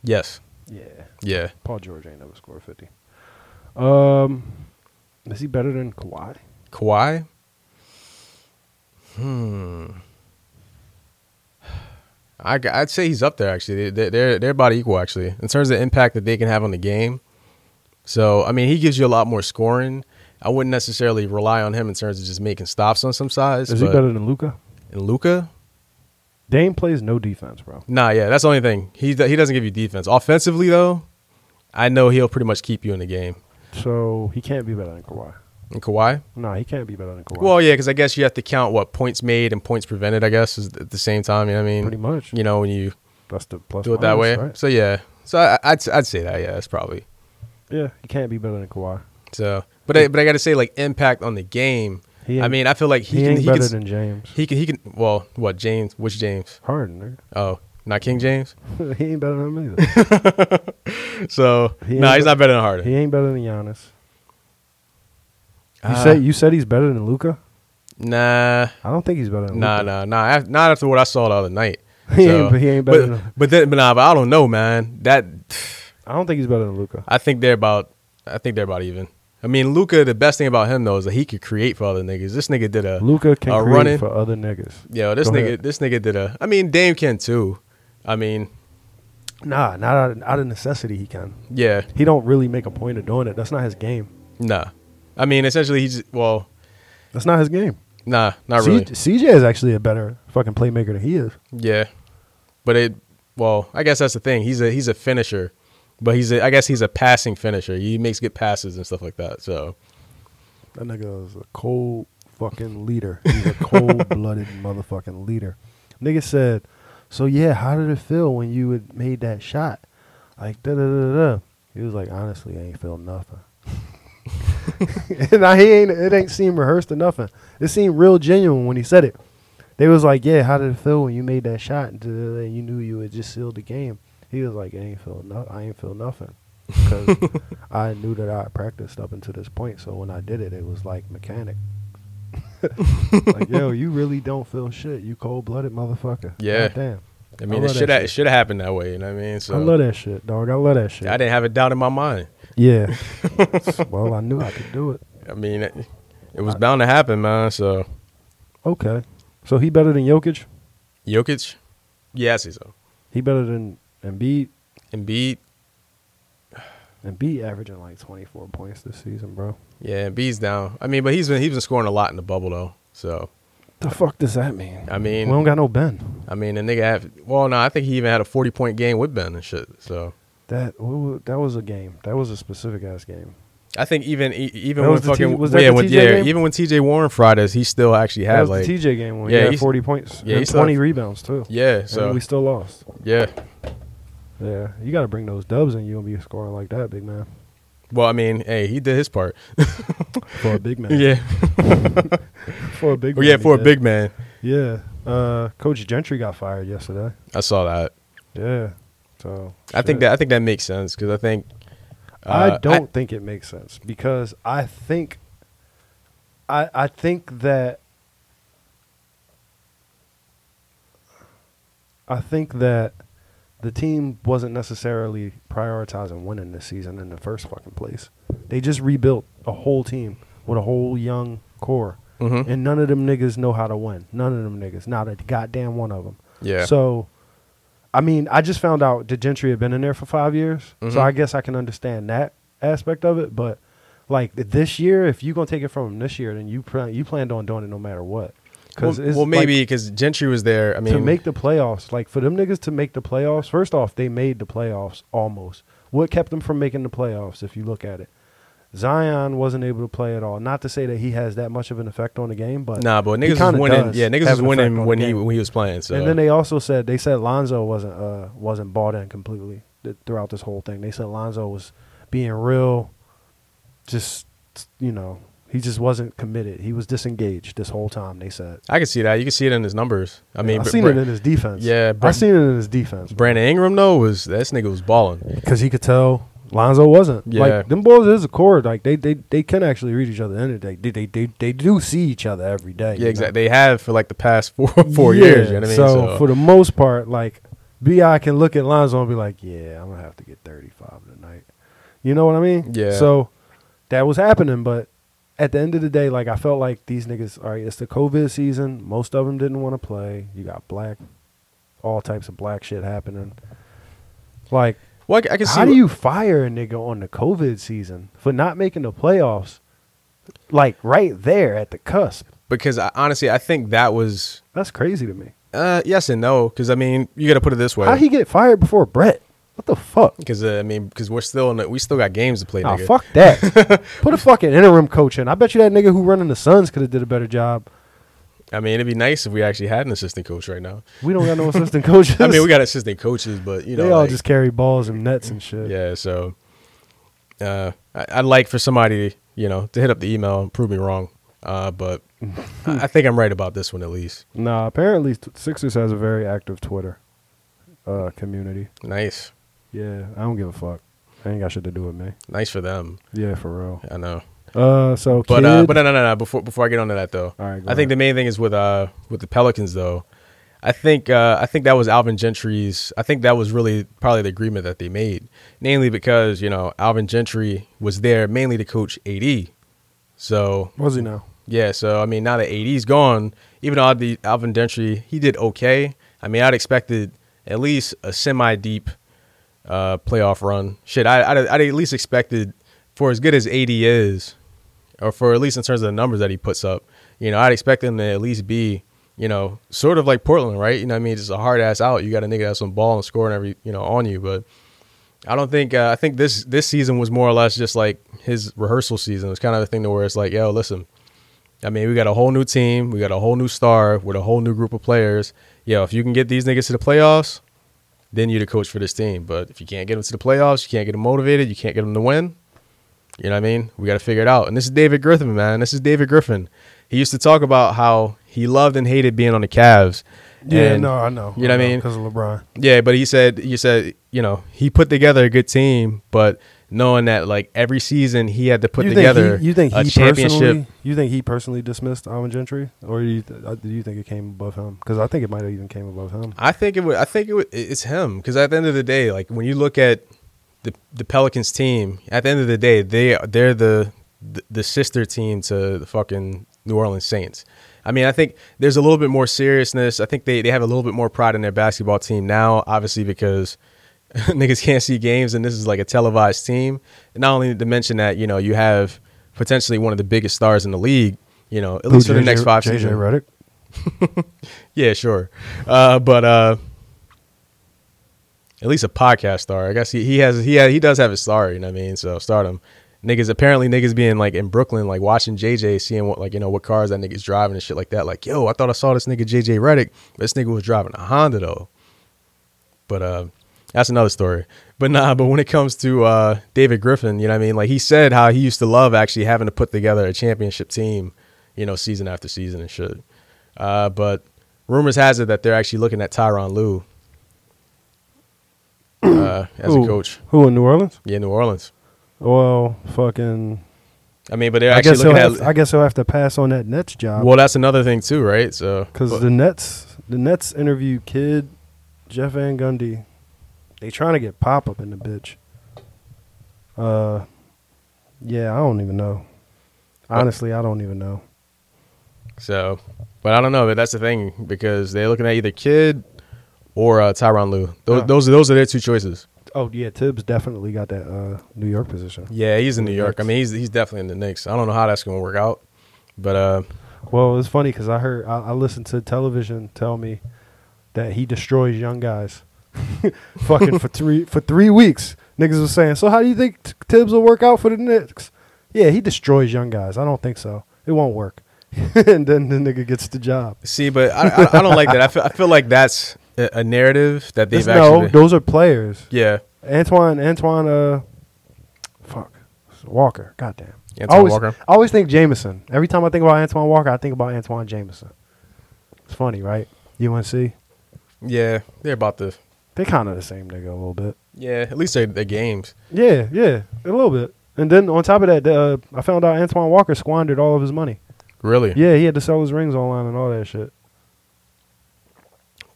Speaker 2: Yes.
Speaker 1: Yeah.
Speaker 2: Yeah.
Speaker 1: Paul George ain't never scored 50. Um is he better than Kawhi?
Speaker 2: Kawhi. Hmm. I, would say he's up there actually. They- They're, they're they're about equal actually in terms of the impact that they can have on the game. So I mean, he gives you a lot more scoring. I wouldn't necessarily rely on him in terms of just making stops on some sides.
Speaker 1: Is he
Speaker 2: but-
Speaker 1: better than Luca?
Speaker 2: And Luca?
Speaker 1: Dame plays no defense, bro.
Speaker 2: Nah, yeah, that's the only thing. He he doesn't give you defense. Offensively though, I know he'll pretty much keep you in the game.
Speaker 1: So he can't be better than Kawhi.
Speaker 2: And Kawhi?
Speaker 1: No, he can't be better than Kawhi.
Speaker 2: Well, yeah, because I guess you have to count what points made and points prevented. I guess is at the same time. You know what I mean?
Speaker 1: pretty much.
Speaker 2: You know when you
Speaker 1: That's the plus.
Speaker 2: do it that way.
Speaker 1: minus, right?
Speaker 2: So yeah, so I, I'd I'd say that yeah, that's probably
Speaker 1: Yeah, he can't be better than Kawhi.
Speaker 2: so. But I, but I got to say like impact on the game.
Speaker 1: He ain't-
Speaker 2: I mean, I feel like he,
Speaker 1: He,
Speaker 2: can
Speaker 1: ain't
Speaker 2: he
Speaker 1: better
Speaker 2: can, s-
Speaker 1: than James
Speaker 2: he can he can well what James which James
Speaker 1: Harden.
Speaker 2: oh not King James
Speaker 1: Nigga. he ain't better than him either.
Speaker 2: so
Speaker 1: He
Speaker 2: no
Speaker 1: ain't
Speaker 2: he's
Speaker 1: be-
Speaker 2: not better than Harden.
Speaker 1: he ain't better than Giannis. You
Speaker 2: Uh,
Speaker 1: said you said he's better than Luca.
Speaker 2: Nah,
Speaker 1: I don't think he's better than
Speaker 2: nah,
Speaker 1: Luka.
Speaker 2: nah, nah. af- Not after what I saw the other night.
Speaker 1: He ain't- he ain't better than-
Speaker 2: But, but then, but nah, but I don't know, man. That
Speaker 1: I don't think he's better than Luca.
Speaker 2: I think they're about. I think they're about even. I mean, Luca. The best thing about him though is that he could create for other niggas. This nigga did a
Speaker 1: Luca can
Speaker 2: a
Speaker 1: create
Speaker 2: running.
Speaker 1: for other niggas.
Speaker 2: Yo, this
Speaker 1: Go
Speaker 2: nigga,
Speaker 1: ahead.
Speaker 2: this nigga did a. I mean, Dame can too. I mean,
Speaker 1: Nah, not out of, out of necessity he can.
Speaker 2: Yeah,
Speaker 1: He don't really make a point of doing it. That's not his game.
Speaker 2: nah. I mean, essentially, he's well,
Speaker 1: That's not his game.
Speaker 2: nah, not
Speaker 1: C-
Speaker 2: really.
Speaker 1: CJ is actually a better fucking playmaker than he is.
Speaker 2: Yeah, but it. Well, I guess that's the thing. He's a he's a finisher, but he's a, I guess he's a passing finisher. He makes good passes and stuff like that. So
Speaker 1: That nigga is a cold fucking leader. He's a cold blooded motherfucking leader. Nigga said, So yeah, how did it feel when you had made that shot? Like da da da da. He was like, honestly, I ain't feel nothing. and I, he ain't it ain't seem rehearsed or nothing. It seemed real genuine when he said it. They was like, Yeah, how did it feel when you made that shot and da, da, da, and you knew you had just sealed the game? He was like, I ain't feel no I ain't feel nothing. Because I knew that I had practiced up until this point, so when I did it, it was like mechanic. like, yo, you really don't feel shit. You cold blooded motherfucker.
Speaker 2: Yeah.
Speaker 1: God damn.
Speaker 2: I
Speaker 1: I
Speaker 2: mean,
Speaker 1: love
Speaker 2: it
Speaker 1: that
Speaker 2: should ha-
Speaker 1: shit.
Speaker 2: it should have happened that way. You know what I mean? So
Speaker 1: I love that shit, dog. I love that shit.
Speaker 2: I didn't have a doubt in my mind.
Speaker 1: yeah. well, I knew I could do it.
Speaker 2: I mean, it, it was bound to happen, man. So
Speaker 1: Okay. So he better than Jokic?
Speaker 2: Jokic, yeah, I see so.
Speaker 1: He better than Embiid?
Speaker 2: Embiid,
Speaker 1: Embiid averaging like 24 points this season, bro.
Speaker 2: yeah, Embiid's down. I mean, but he's been he's been scoring a lot in the bubble though. So
Speaker 1: The fuck does that mean?
Speaker 2: I
Speaker 1: We
Speaker 2: mean,
Speaker 1: don't got no Ben.
Speaker 2: I mean, the nigga have well, no, I think he even had a forty point game with Ben and shit. So
Speaker 1: That wa- that was a game. That was a specific ass game.
Speaker 2: I think even e- even
Speaker 1: That
Speaker 2: when
Speaker 1: was the T-
Speaker 2: fucking
Speaker 1: was that
Speaker 2: yeah,
Speaker 1: the
Speaker 2: when,
Speaker 1: TJ
Speaker 2: yeah
Speaker 1: game?
Speaker 2: even when TJ Warren fried us, he still actually
Speaker 1: That
Speaker 2: had
Speaker 1: was
Speaker 2: like
Speaker 1: the TJ game when
Speaker 2: Yeah,
Speaker 1: he had
Speaker 2: he's-
Speaker 1: 40 points
Speaker 2: yeah,
Speaker 1: and
Speaker 2: he still-
Speaker 1: 20 rebounds too.
Speaker 2: yeah,
Speaker 1: and
Speaker 2: so
Speaker 1: we still lost.
Speaker 2: yeah.
Speaker 1: Yeah, you got to bring those dubs and you gonna be scoring like that, big man.
Speaker 2: Well, I mean, hey, he did his part.
Speaker 1: For a big man.
Speaker 2: yeah,
Speaker 1: for a big.
Speaker 2: well,
Speaker 1: man
Speaker 2: yeah,
Speaker 1: he
Speaker 2: for a
Speaker 1: did.
Speaker 2: big man,
Speaker 1: Yeah, uh, Coach Gentry got fired yesterday.
Speaker 2: I saw that.
Speaker 1: Yeah, so
Speaker 2: I think
Speaker 1: shit.
Speaker 2: that I think that makes sense because I think uh,
Speaker 1: I don't think it makes sense because I think I I think that I think that the team wasn't necessarily prioritizing winning this season in the first fucking place. They just rebuilt a whole team with a whole young core.
Speaker 2: Mhm.
Speaker 1: And none of them niggas know how to win. None of them niggas. Not a goddamn one of them.
Speaker 2: yeah.
Speaker 1: So, I mean, I just found out the Gentry had been in there for five years,
Speaker 2: Mhm.
Speaker 1: so I guess I can understand that aspect of it. But like th- this year, if you're gonna take it from him this year, then you plan you planned on doing it no matter what.
Speaker 2: well,
Speaker 1: Because it's
Speaker 2: well,
Speaker 1: like,
Speaker 2: maybe because Gentry was there. I mean,
Speaker 1: to make the playoffs, like for them niggas to make the playoffs, first off, they made the playoffs almost. What kept them from making the playoffs, if you look at it? Zion wasn't able to play at all. Not to say that he has that much of an effect on the game, but
Speaker 2: nah, but
Speaker 1: he
Speaker 2: niggas was
Speaker 1: kinda
Speaker 2: winning.
Speaker 1: does
Speaker 2: Yeah, niggas
Speaker 1: have
Speaker 2: was
Speaker 1: an effect
Speaker 2: winning
Speaker 1: on the
Speaker 2: when he
Speaker 1: game.
Speaker 2: when he was playing. So
Speaker 1: And then they also said they said Lonzo wasn't uh wasn't bought in completely th- throughout this whole thing. They said Lonzo was being real, just you know he just wasn't committed. He was disengaged this whole time. They said.
Speaker 2: I can see that. You can see it in his numbers. I mean,
Speaker 1: I
Speaker 2: Br-
Speaker 1: seen
Speaker 2: Br-
Speaker 1: it in his defense.
Speaker 2: Yeah,
Speaker 1: I
Speaker 2: Br-
Speaker 1: seen it in his defense
Speaker 2: Brandon Ingram though was that nigga was balling.
Speaker 1: because he could tell Lonzo wasn't.
Speaker 2: Yeah.
Speaker 1: Like them boys is a core. Like they they they can actually read each other. In it, they they they they, they do see each other every day. you
Speaker 2: Yeah,
Speaker 1: know?
Speaker 2: exactly. They have for like the past four four
Speaker 1: Yeah,
Speaker 2: years. You know what I mean?
Speaker 1: So, for the most part, like Bi can look at Lonzo and be like, "Yeah, I'm gonna have to get 35 tonight." You know what I mean?
Speaker 2: Yeah.
Speaker 1: So that was happening, but at the end of the day, like I felt like these niggas. All right, it's the COVID season. Most of them didn't want to play. You got black, all types of black shit happening. Like,
Speaker 2: well, I, c- I can see.
Speaker 1: how do
Speaker 2: what-
Speaker 1: you fire a nigga on the COVID season for not making the playoffs? Like right there at the cusp.
Speaker 2: Because I, honestly, I think that was
Speaker 1: That's crazy to me.
Speaker 2: uh, yes and no. Because I mean, you got to put it this way.
Speaker 1: How he get fired before Brett? What the fuck?
Speaker 2: Because uh, I mean, because we're still in the, we still got games to play.
Speaker 1: Nah,
Speaker 2: nigga.
Speaker 1: fuck that. Put a fucking interim coach in. I bet you that nigga who running the Suns could have did a better job.
Speaker 2: I mean, it'd be nice if we actually had an assistant coach right now.
Speaker 1: We don't got no assistant coaches.
Speaker 2: I mean, we got assistant coaches, but you know,
Speaker 1: they all
Speaker 2: like-
Speaker 1: just carry balls and nets and shit.
Speaker 2: yeah. So, uh, I, I'd like for somebody, you know, to hit up the email and prove me wrong. Uh, but I, I think I'm right about this one at least.
Speaker 1: Nah, apparently t- Sixers has a very active Twitter uh, community.
Speaker 2: Nice,
Speaker 1: Yeah, I don't give a fuck. I ain't got shit to do with me.
Speaker 2: nice for them.
Speaker 1: Yeah, for real.
Speaker 2: I know.
Speaker 1: Uh, so
Speaker 2: But
Speaker 1: kid,
Speaker 2: uh, but no no no no. Before before I get onto that though,
Speaker 1: All right, go
Speaker 2: I think
Speaker 1: ahead.
Speaker 2: the main thing is with uh with the Pelicans though. I think uh, I think that was Alvin Gentry's. I think that was really probably the agreement that they made, namely because you know Alvin Gentry was there mainly to coach AD. So
Speaker 1: was he now?
Speaker 2: yeah, so I mean now that AD's gone, even though the Alvin Gentry he did okay. I mean I'd expected at least a semi deep uh, playoff run. Shit, I, I I at least expected for as good as AD is, or for at least in terms of the numbers that he puts up, you know, I'd expect him to at least be, you know, sort of like Portland, right? You know, what I mean, just a hard ass out. You got a nigga that's on ball and scoring every, you know, on you. But I don't think uh, I think this this season was more or less just like his rehearsal season. It was kind of the thing to where it's like, yo, listen. I mean, we got a whole new team. We got a whole new star with a whole new group of players. Yo, if you can get these niggas to the playoffs, then you're the coach for this team. But if you can't get them to the playoffs, you can't get them motivated, you can't get them to win. You know what I mean? We got to figure it out. And this is David Griffin, man. This is David Griffin. He used to talk about how he loved and hated being on the Cavs.
Speaker 1: Yeah,
Speaker 2: And-
Speaker 1: no, I know.
Speaker 2: you know what I mean?
Speaker 1: Because of LeBron.
Speaker 2: yeah, but he said you said you know he put together a good team, but knowing that like every season he had to put
Speaker 1: you
Speaker 2: together
Speaker 1: Think he, you think
Speaker 2: a
Speaker 1: he
Speaker 2: championship.
Speaker 1: personally? You think he personally dismissed Alvin Gentry, or you th- uh, do you think it came above him? Because I think it might have even came above him.
Speaker 2: I think it would. I think it would, it's him because at the end of the day, like when you look at the the Pelicans team, at the end of the day, they they're the the, the sister team to the fucking New Orleans Saints. I mean, I think there's a little bit more seriousness. I think they, they have a little bit more pride in their basketball team now, obviously because niggas can't see games and this is like a televised team. And not only to mention that, you know, you have potentially one of the biggest stars in the league, you know, at least for the next five
Speaker 1: JJ
Speaker 2: seasons.
Speaker 1: Redick.
Speaker 2: Yeah, sure. Uh, but uh, at least a podcast star. I guess he, he has he ha he does have his star. You know what I mean? So stardom. Niggas apparently niggas being like in Brooklyn, like watching JJ, seeing what like you know what cars that nigga's driving and shit like that. Like yo, I thought I saw this nigga JJ Redick. This nigga was driving a Honda though. But uh, that's another story. But nah, but when it comes to uh, David Griffin, you know what I mean? Like he said how he used to love actually having to put together a championship team, you know, season after season and shit. Uh, but rumors has it that they're actually looking at Tyron Lue uh, as a
Speaker 1: Who?
Speaker 2: coach.
Speaker 1: Who in New Orleans?
Speaker 2: Yeah, New Orleans.
Speaker 1: Well, fucking.
Speaker 2: I mean, but they're
Speaker 1: I
Speaker 2: actually
Speaker 1: guess he'll
Speaker 2: looking
Speaker 1: have,
Speaker 2: at.
Speaker 1: I guess he'll have to pass on that Nets job.
Speaker 2: well, that's another thing too, right? So
Speaker 1: Because the Nets, the Nets interview kid Jeff Van Gundy. They trying to get pop up in the bitch. Uh, yeah, I don't even know. Honestly, I don't even know.
Speaker 2: So, but I don't know. But that's the thing because they're looking at either Kid or uh, Tyron Lue. Those,
Speaker 1: Oh.
Speaker 2: those are those are their two choices.
Speaker 1: Oh yeah, Tibbs definitely got that uh, New York position.
Speaker 2: Yeah, he's in New
Speaker 1: The
Speaker 2: York. I
Speaker 1: Knicks.
Speaker 2: mean, he's he's definitely in the Knicks. I don't know how that's going to work out, but uh,
Speaker 1: Well, it's funny because I heard I, I listened to television tell me that he destroys young guys. Fucking for three for three weeks, niggas was saying. So how do you think t- Tibbs will work out for the Knicks? Yeah, he destroys young guys. I don't think so. It won't work. and then the nigga gets the job.
Speaker 2: see, but I, I, I don't like that. I feel, I feel like that's a, a narrative that they've
Speaker 1: It's- no,
Speaker 2: actually.
Speaker 1: those are players.
Speaker 2: yeah,
Speaker 1: Antoine, Antoine, uh, fuck, Walker. Goddamn.
Speaker 2: Antoine
Speaker 1: I always,
Speaker 2: Walker.
Speaker 1: I always think Jameson. Every time I think about Antoine Walker, I think about Antoine Jameson. It's funny, right? UNC.
Speaker 2: yeah, they're about the
Speaker 1: They kind of the same nigga a little bit.
Speaker 2: yeah. At least they're, they're games.
Speaker 1: Yeah, yeah, a little bit. And then on top of that, uh, I found out Antoine Walker squandered all of his money.
Speaker 2: Really?
Speaker 1: Yeah, he had to sell his rings online and all that shit.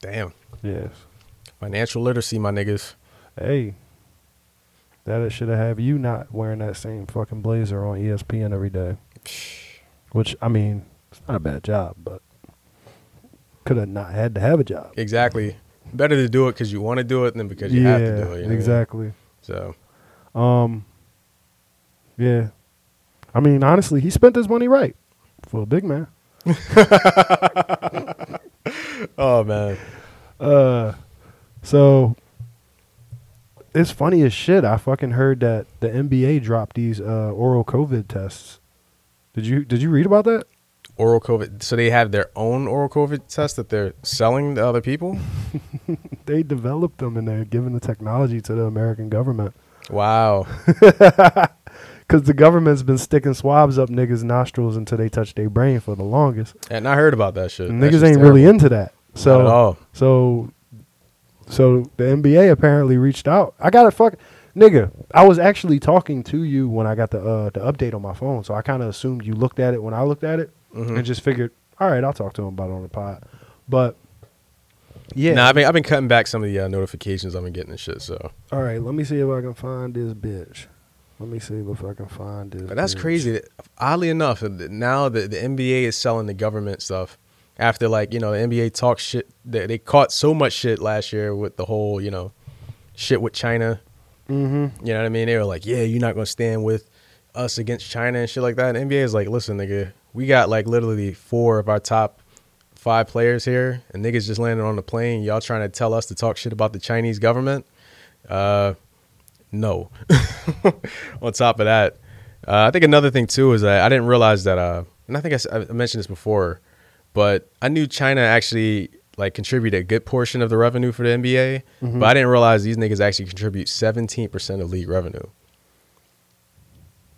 Speaker 2: Damn.
Speaker 1: Yes.
Speaker 2: Financial literacy, my niggas.
Speaker 1: Hey, that should have you not wearing that same fucking blazer on E ESPN every day. Which I mean, it's not a bad job, but could have not had to have a job.
Speaker 2: Exactly. Better to do it because you want to do it than because you have to do it. you know what I mean?
Speaker 1: exactly.
Speaker 2: So
Speaker 1: Um, yeah. I mean, honestly, he spent his money right for a big man.
Speaker 2: Oh man.
Speaker 1: Uh, so it's funny as shit. I fucking heard that the NBA dropped these uh, oral COVID tests. Did you did you read about that?
Speaker 2: Oral COVID. So they have their own oral COVID test that they're selling to other people?
Speaker 1: They developed them and they're giving the technology to the American government
Speaker 2: Wow.
Speaker 1: because the government's been sticking swabs up niggas' nostrils until they touch their brain for the longest.
Speaker 2: And I heard about that shit.
Speaker 1: And
Speaker 2: That
Speaker 1: niggas
Speaker 2: shit's
Speaker 1: ain't really
Speaker 2: terrible.
Speaker 1: into that. So
Speaker 2: Not at all.
Speaker 1: So, so the NBA apparently reached out. I got a fuck, nigga. I was actually talking to you when I got the uh, the update on my phone, so I kind of assumed you looked at it when I looked at it,
Speaker 2: Mhm.
Speaker 1: and just figured, all right, I'll talk to him about it on the pod. But yeah,
Speaker 2: Nah, I've been, I've been cutting back some of the uh, notifications I've been getting and shit. So
Speaker 1: all right. Let me see if I can find this bitch. Let me see if I can find this.
Speaker 2: But that's
Speaker 1: bitch.
Speaker 2: crazy. that- Oddly enough, that now the, the NBA is selling the government stuff after like, you know, the NBA talks shit. They, they caught so much shit last year with the whole, you know, shit with China.
Speaker 1: Mm-hmm.
Speaker 2: You know what I mean? They were like, yeah, you're not going to stand with us against China and shit like that. And NBA is like, listen, nigga, we got like literally four of our top five players here, and niggas just landed on the plane. Y'all trying to tell us to talk shit about the Chinese government? Uh, no. on top of that, uh, I think another thing too is that I didn't realize that, uh, and I think I s- I, mentioned this before, but I knew China actually like contributed a good portion of the revenue for the NBA,
Speaker 1: Mm-hmm.
Speaker 2: but I didn't realize these niggas actually contribute 17% of league revenue.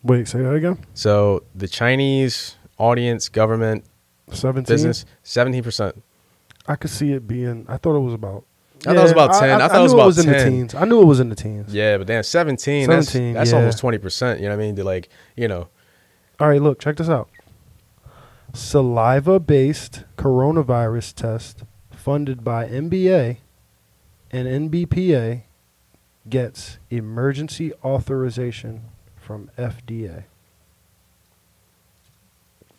Speaker 1: Wait, say that again.
Speaker 2: So the Chinese audience, government,
Speaker 1: Seventeen.
Speaker 2: business, seventeen percent.
Speaker 1: I could see it being. I thought it was about.
Speaker 2: I thought it was about 10. I thought it was
Speaker 1: knew
Speaker 2: about
Speaker 1: in
Speaker 2: 10.
Speaker 1: the teens. I knew it was in the teens.
Speaker 2: Yeah, but damn, seventeen. that's
Speaker 1: 17,
Speaker 2: that's
Speaker 1: yeah.
Speaker 2: almost twenty percent. You know what I mean? They're like, you know,
Speaker 1: All right, look, check this out. Saliva based coronavirus test funded by NBA and NBPA gets emergency authorization from FDA.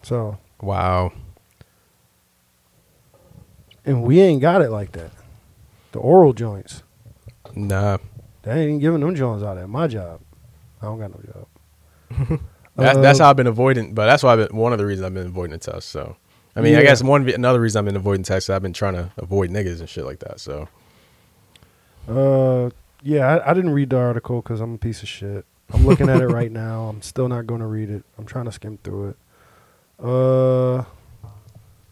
Speaker 1: So,
Speaker 2: wow.
Speaker 1: and we ain't got it like that. The oral joints,
Speaker 2: Nah,
Speaker 1: they ain't giving them joints out at my job. I don't got no job.
Speaker 2: that,
Speaker 1: Uh,
Speaker 2: that's how I've been avoiding. But that's why I've been, one of the reasons I've been avoiding the test. So, I mean, I
Speaker 1: Yeah.
Speaker 2: guess one another reason I've been avoiding tests. I've been trying to avoid niggas and shit like that. So,
Speaker 1: Uh, yeah, I, I didn't read the article because I'm a piece of shit. I'm looking at it right now. I'm still not going to read it. I'm trying to skim through it. Uh,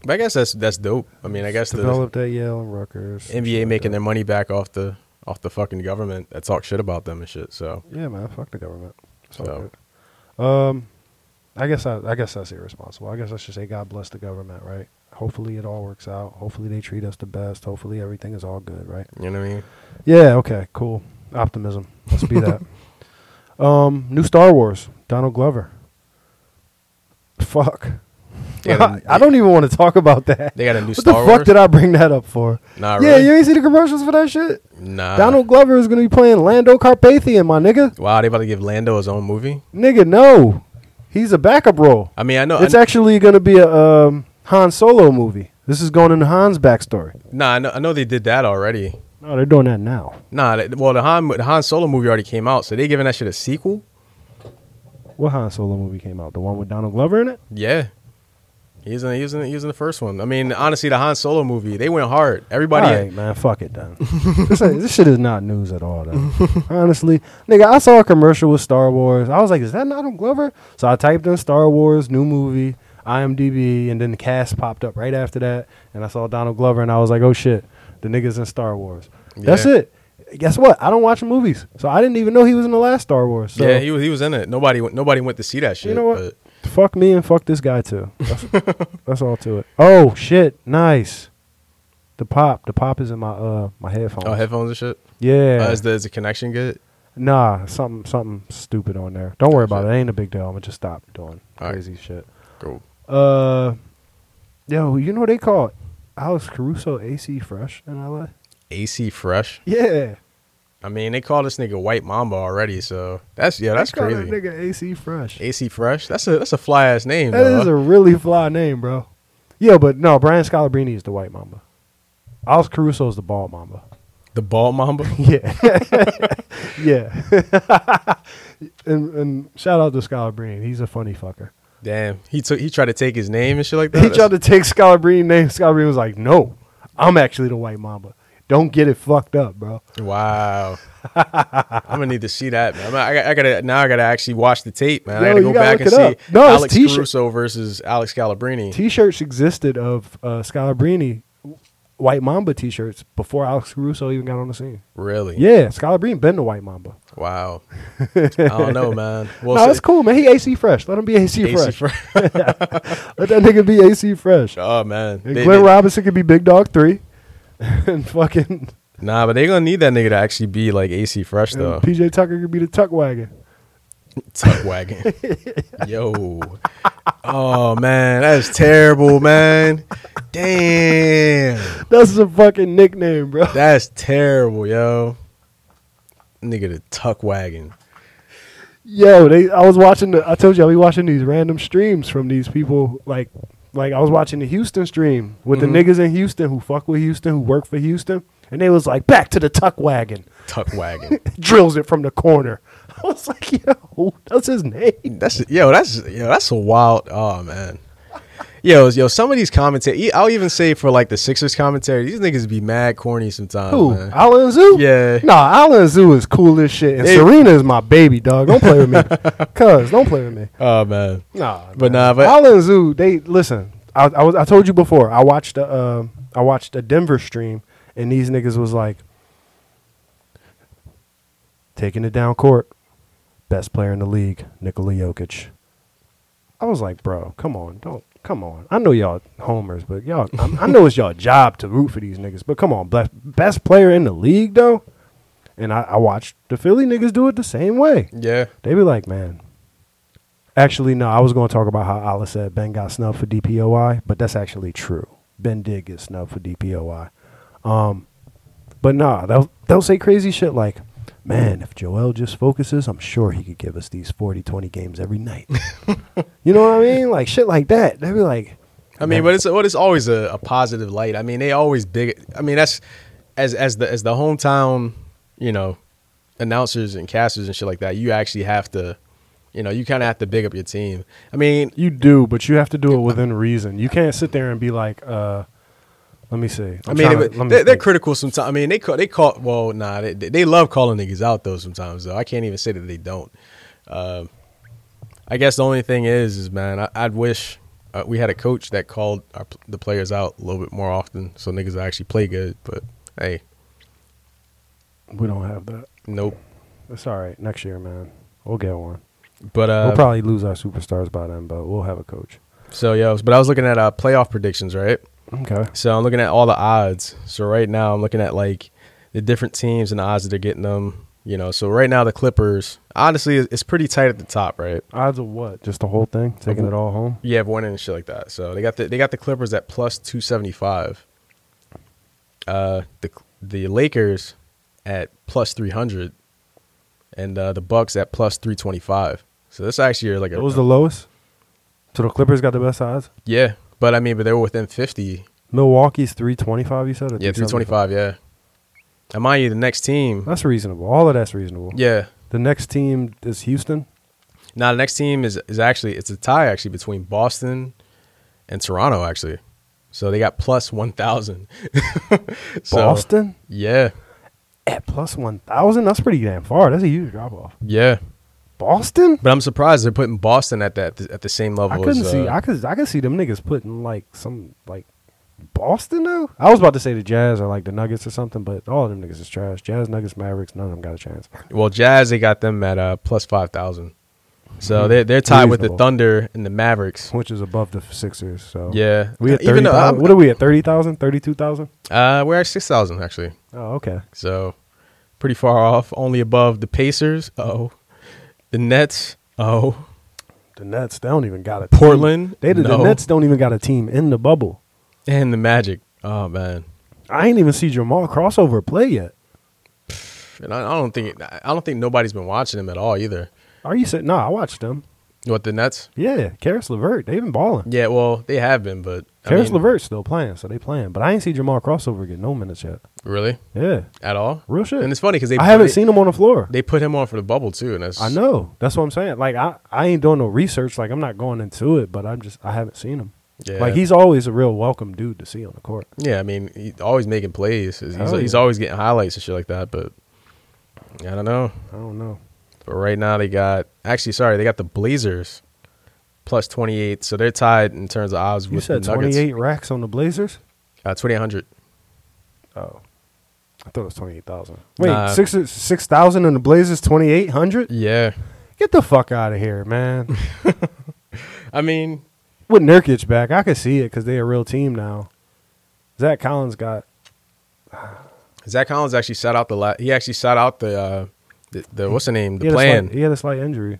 Speaker 2: but I guess that's that's dope. I mean, I guess the
Speaker 1: developed at Yale and Rutgers.
Speaker 2: NBA making their money back off the off the fucking government that talk shit about them and shit. So,
Speaker 1: Yeah, man. Fuck the government. It's all
Speaker 2: So.
Speaker 1: good. Um, I guess I, I guess that's irresponsible. I guess I should say God bless the government, right? Hopefully it all works out. Hopefully they treat us the best. Hopefully everything is all good, right?
Speaker 2: you know what I mean?
Speaker 1: Yeah. Okay. Cool. Optimism. Let's be that. Um, new Star Wars. Donald Glover. Fuck.
Speaker 2: Yeah,
Speaker 1: I don't even want to talk about that.
Speaker 2: They got a new
Speaker 1: What
Speaker 2: Star
Speaker 1: the fuck
Speaker 2: Wars.
Speaker 1: did I bring that up for?
Speaker 2: Nah,
Speaker 1: Yeah,
Speaker 2: really?
Speaker 1: you ain't see the commercials for that shit.
Speaker 2: Nah.
Speaker 1: Donald Glover is gonna be playing Lando Carpathian, my nigga.
Speaker 2: Wow, they about to give Lando his own movie.
Speaker 1: Nigga, no, he's a backup role.
Speaker 2: I mean, I know. I,
Speaker 1: It's actually gonna be a um, Han Solo movie. This is going into Han's backstory.
Speaker 2: nah, I know, I know they did that already.
Speaker 1: No, they're doing that now.
Speaker 2: Nah, that- well, the Han the Han Solo movie already came out, so they giving that shit a sequel.
Speaker 1: What Han Solo movie came out? The one with Donald Glover in it?
Speaker 2: Yeah, he's in he's in he's in the first one. I mean, honestly, the Han Solo movie they went hard. Everybody,
Speaker 1: All right, man, fuck it then. this, ain't- this shit is not news at all. Though. Honestly, nigga, I saw a commercial with Star Wars. I was like, is that Donald Glover? So I typed in Star Wars new movie IMDb, and then the cast popped up right after that, and I saw Donald Glover, and I was like, oh shit, the niggas in Star Wars. That's
Speaker 2: Yeah.
Speaker 1: it. Guess what? I don't watch movies, so I didn't even know he was in the last Star Wars. So
Speaker 2: yeah, he was he was in it. Nobody went- nobody went to see that shit.
Speaker 1: you know what?
Speaker 2: but-
Speaker 1: Fuck me and fuck this guy too. That's, that's all to it. Oh shit, nice. The pop, the pop is in my uh my headphones.
Speaker 2: oh, headphones and shit.
Speaker 1: Yeah.
Speaker 2: Uh, is the is the connection good?
Speaker 1: nah, something something stupid on there. Don't worry about it. It ain't a big deal. I'm gonna just stop doing
Speaker 2: All right.
Speaker 1: crazy shit.
Speaker 2: Cool.
Speaker 1: Uh, yo, you know what they call Alex Caruso AC Fresh in LA?
Speaker 2: AC Fresh.
Speaker 1: Yeah,
Speaker 2: I mean, they call this nigga White Mamba already, so that's yeah, that's
Speaker 1: they call
Speaker 2: crazy.
Speaker 1: That nigga AC Fresh.
Speaker 2: AC Fresh. That's a that's a fly ass name.
Speaker 1: That is
Speaker 2: dawg.
Speaker 1: a really fly name, bro. Yeah, but no, Brian Scalabrine is the white mamba. Alex Caruso is the bald mamba.
Speaker 2: the bald Mamba.
Speaker 1: Yeah. yeah. and, and shout out to Scalabrine. He's a funny fucker.
Speaker 2: Damn, he took he tried to take his name and shit like that.
Speaker 1: He tried to take Scalabrine name. Scalabrine was like, no, I'm actually the white mamba. Don't get it fucked up, bro.
Speaker 2: Wow. I'm gonna need to see that, man. I'm- I, I gotta now. I gotta actually watch the tape, man. I
Speaker 1: Yo,
Speaker 2: gotta
Speaker 1: you
Speaker 2: go
Speaker 1: gotta
Speaker 2: back
Speaker 1: look
Speaker 2: and
Speaker 1: it up.
Speaker 2: see
Speaker 1: No, it's
Speaker 2: Alex
Speaker 1: t-shirt.
Speaker 2: Caruso versus Alex Calabrini.
Speaker 1: T-shirts existed of uh, Scalabrine white mamba t-shirts before Alex Caruso even got on the scene.
Speaker 2: really?
Speaker 1: Yeah, Scalabrine been the white mamba.
Speaker 2: Wow. I don't know, man. Well,
Speaker 1: no,
Speaker 2: so-
Speaker 1: that's cool, man. He AC fresh. Let him be AC,
Speaker 2: AC
Speaker 1: fresh.
Speaker 2: Fresh.
Speaker 1: Let that nigga be AC fresh.
Speaker 2: oh man.
Speaker 1: And
Speaker 2: They-
Speaker 1: Glenn
Speaker 2: they-
Speaker 1: Robinson could be Big Dog Three, and fucking
Speaker 2: nah, but they gonna need that nigga to actually be like AC Fresh
Speaker 1: and
Speaker 2: though.
Speaker 1: PJ Tucker could be the Tuck Wagon.
Speaker 2: Tuck wagon. Yo. Oh man, that is terrible, man. Damn.
Speaker 1: That's a fucking nickname, bro.
Speaker 2: That's terrible, yo. Nigga, the tuck wagon.
Speaker 1: Yo, they. I was watching. The, I told you I be watching these random streams from these people. Like, like I was watching the Houston stream with
Speaker 2: Mhm.
Speaker 1: the niggas in Houston who fuck with Houston, who work for Houston, And they was like, back to the tuck wagon.
Speaker 2: Tuck wagon.
Speaker 1: Drills it from the corner. I was like, yo, that's his name.
Speaker 2: That's yo. That's yo. That's a wild. Oh man. Yo, yo. Some of these commentary. e, I'll even say for like the Sixers commentary, these niggas be mad corny sometimes.
Speaker 1: Who?
Speaker 2: Oh, man.
Speaker 1: Alan Zoo?
Speaker 2: Yeah.
Speaker 1: Nah, Alan Zoo is cool as shit. And
Speaker 2: They-
Speaker 1: Serena is my baby, dog. Don't play with me. Cuz, don't play with me.
Speaker 2: Oh man.
Speaker 1: Nah, man.
Speaker 2: But nah, but-
Speaker 1: Island Zoo. They listen. I, I was I told you before. I watched a, um I watched a Denver stream, and these niggas was like taking it down court. Best player in the league, Nikola Jokic. I was like, bro, come on, don't come on. I know y'all homers, but y'all, I, I know it's y'all job to root for these niggas, but come on, best best player in the league though. And I, I watched the Philly niggas do it the same way.
Speaker 2: Yeah.
Speaker 1: They be like, man. Actually, no, I was going to talk about how Alice said Ben got snubbed for DPOI, but that's actually true. Ben did get snubbed for DPOI. Um, but nah, they'll, they'll say crazy shit like, man, if Joel just focuses, I'm sure he could give us these 40, 20 games every night. you know what I mean? Like shit like that. They'll be like,
Speaker 2: I mean,
Speaker 1: Man.
Speaker 2: but it's but it's always a, a positive light. I mean, they always big. I mean, that's as as the as the hometown, you know, announcers and casters and shit like that. You actually have to, you know, you kind of have to big up your team. I mean,
Speaker 1: you do, but you have to do it within reason. You can't sit there and be like, uh, let me see.
Speaker 2: i mean, it- they, they're critical sometimes. I mean, they call, they call well, nah, they, they love calling niggas out though sometimes though. I can't even say that they don't. Um I guess the only thing is, is man, I, I'd wish uh, we had a coach that called our, pl- the players out a little bit more often, so niggas actually play good. But hey,
Speaker 1: we don't have that.
Speaker 2: nope.
Speaker 1: It's all right. Next year, man, we'll get one.
Speaker 2: But uh,
Speaker 1: we'll probably lose our superstars by then, but we'll have a coach.
Speaker 2: so yo, but I was looking at uh, playoff predictions, right?
Speaker 1: Okay.
Speaker 2: So I'm looking at all the odds. So right now I'm looking at like the different teams and the odds that they're getting them. You know, so right now the Clippers, honestly, it's it's pretty tight at the top, right?
Speaker 1: Odds of what? Just the whole thing, taking it all home.
Speaker 2: You have winning and shit like that. So they got the they got the Clippers at plus two seventy five. Uh, the the Lakers at plus three hundred, and uh, the Bucks at plus three twenty five. So this actually are like a
Speaker 1: What was the lowest? So the Clippers got the best odds.
Speaker 2: yeah, but I mean, but they were within fifty.
Speaker 1: Milwaukee's three twenty five. You said or
Speaker 2: Yeah, three twenty
Speaker 1: 375?
Speaker 2: five. Yeah, and mind you, the next team.
Speaker 1: That's reasonable. All of that's reasonable.
Speaker 2: Yeah,
Speaker 1: The next team is Houston.
Speaker 2: now the next team is is actually it's a tie actually between Boston and Toronto actually. So they got plus one thousand.
Speaker 1: Boston
Speaker 2: Yeah,
Speaker 1: at plus one thousand. That's pretty damn far. That's a huge drop off.
Speaker 2: yeah.
Speaker 1: Boston.
Speaker 2: But I'm surprised they're putting Boston at that at the same
Speaker 1: I
Speaker 2: level.
Speaker 1: couldn't
Speaker 2: as,
Speaker 1: see.
Speaker 2: uh,
Speaker 1: I could. I could see them niggas putting like some like Boston though. I was about to say the Jazz or like the Nuggets or something, but all of them niggas is trash. Jazz, Nuggets, Mavericks. None of them got a chance.
Speaker 2: well, Jazz they got them at uh, plus five thousand. So
Speaker 1: Mhm.
Speaker 2: they're they're tied with the
Speaker 1: Reasonable.
Speaker 2: Thunder and the Mavericks.
Speaker 1: which is above the Sixers. So
Speaker 2: Yeah,
Speaker 1: we at
Speaker 2: Uh, even
Speaker 1: thirty
Speaker 2: though
Speaker 1: thousand.
Speaker 2: I'm-
Speaker 1: What are we at? Thirty thousand? Thirty-two thousand?
Speaker 2: uh, we're at six thousand actually.
Speaker 1: Oh, okay.
Speaker 2: So pretty far off, only above the Pacers. Oh, the Nets. Oh,
Speaker 1: The Nets. They don't even got a team.
Speaker 2: Portland.
Speaker 1: They the, the
Speaker 2: No.
Speaker 1: Nets don't even got a team in the bubble.
Speaker 2: and the Magic. Oh man,
Speaker 1: I ain't even see Jamal crossover play yet.
Speaker 2: and I, I don't think I don't think nobody's been watching them at all either.
Speaker 1: Are you saying? Nah, I watched them.
Speaker 2: What the Nets?
Speaker 1: Yeah, Karis LeVert. They been balling.
Speaker 2: Yeah, well they have been, but I
Speaker 1: Karis
Speaker 2: mean,
Speaker 1: LeVert's still playing, so they playing. But I ain't see Jamal crossover get no minutes yet.
Speaker 2: really
Speaker 1: Yeah,
Speaker 2: at all.
Speaker 1: real shit.
Speaker 2: And it's funny because they
Speaker 1: I haven't
Speaker 2: they-
Speaker 1: seen him on the floor.
Speaker 2: They put him on for the bubble too, and that's
Speaker 1: I know. That's what I'm saying. Like I, I ain't doing no research. Like I'm not going into it, but I'm just I haven't seen him.
Speaker 2: Yeah.
Speaker 1: Like he's always a real welcome dude to see on the court.
Speaker 2: yeah. I mean, he's always making plays. He's, he's,
Speaker 1: Hell
Speaker 2: he's
Speaker 1: yeah.
Speaker 2: always getting highlights and shit like that. But I don't know.
Speaker 1: I don't know.
Speaker 2: But right now they got actually sorry they got the Blazers plus twenty eight, so they're tied in terms of odds
Speaker 1: You
Speaker 2: with
Speaker 1: said
Speaker 2: the Nuggets.
Speaker 1: 28 racks on the Blazers?
Speaker 2: Uh, twenty eight hundred.
Speaker 1: Oh. I thought it was 28,000. Wait,
Speaker 2: Nah.
Speaker 1: six 6,000 and the Blazers 2,800?
Speaker 2: Yeah,
Speaker 1: Get the fuck out of here, man.
Speaker 2: I mean,
Speaker 1: With Nurkic back, I could see it because they're a real team now. Zach Collins got.
Speaker 2: Zach Collins actually sat out the la- he actually sat out the. Uh, the, the what's the name? The
Speaker 1: he had a
Speaker 2: plan.
Speaker 1: slight- he had a slight injury.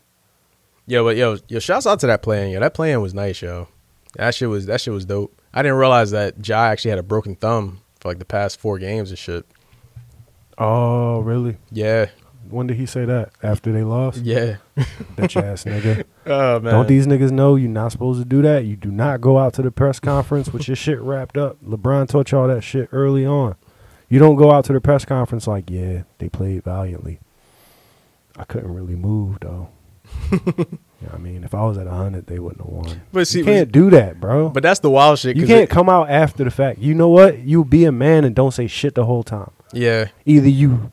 Speaker 2: Yo, but yo, yo, shouts out to that plan. Yo, that plan was nice, yo. That shit was that shit was dope. I didn't realize that Ja actually had a broken thumb for like the past four games and shit.
Speaker 1: Oh, really?
Speaker 2: Yeah,
Speaker 1: When did he say that? After they lost?
Speaker 2: yeah.
Speaker 1: Bitch ass nigga.
Speaker 2: Oh man.
Speaker 1: Don't these niggas know you're not supposed to do that? You do not go out to the press conference with your shit wrapped up. LeBron taught y'all that shit early on. You don't go out to the press conference like, yeah, they played valiantly. I couldn't really move though. you know what I mean, if I was at hundred, they wouldn't have won.
Speaker 2: But see,
Speaker 1: you can't do that, bro.
Speaker 2: But that's the wild shit.
Speaker 1: you
Speaker 2: 'cause
Speaker 1: can't
Speaker 2: it-
Speaker 1: come out after the fact. You know what? You be a man and don't say shit the whole time.
Speaker 2: yeah.
Speaker 1: Either you,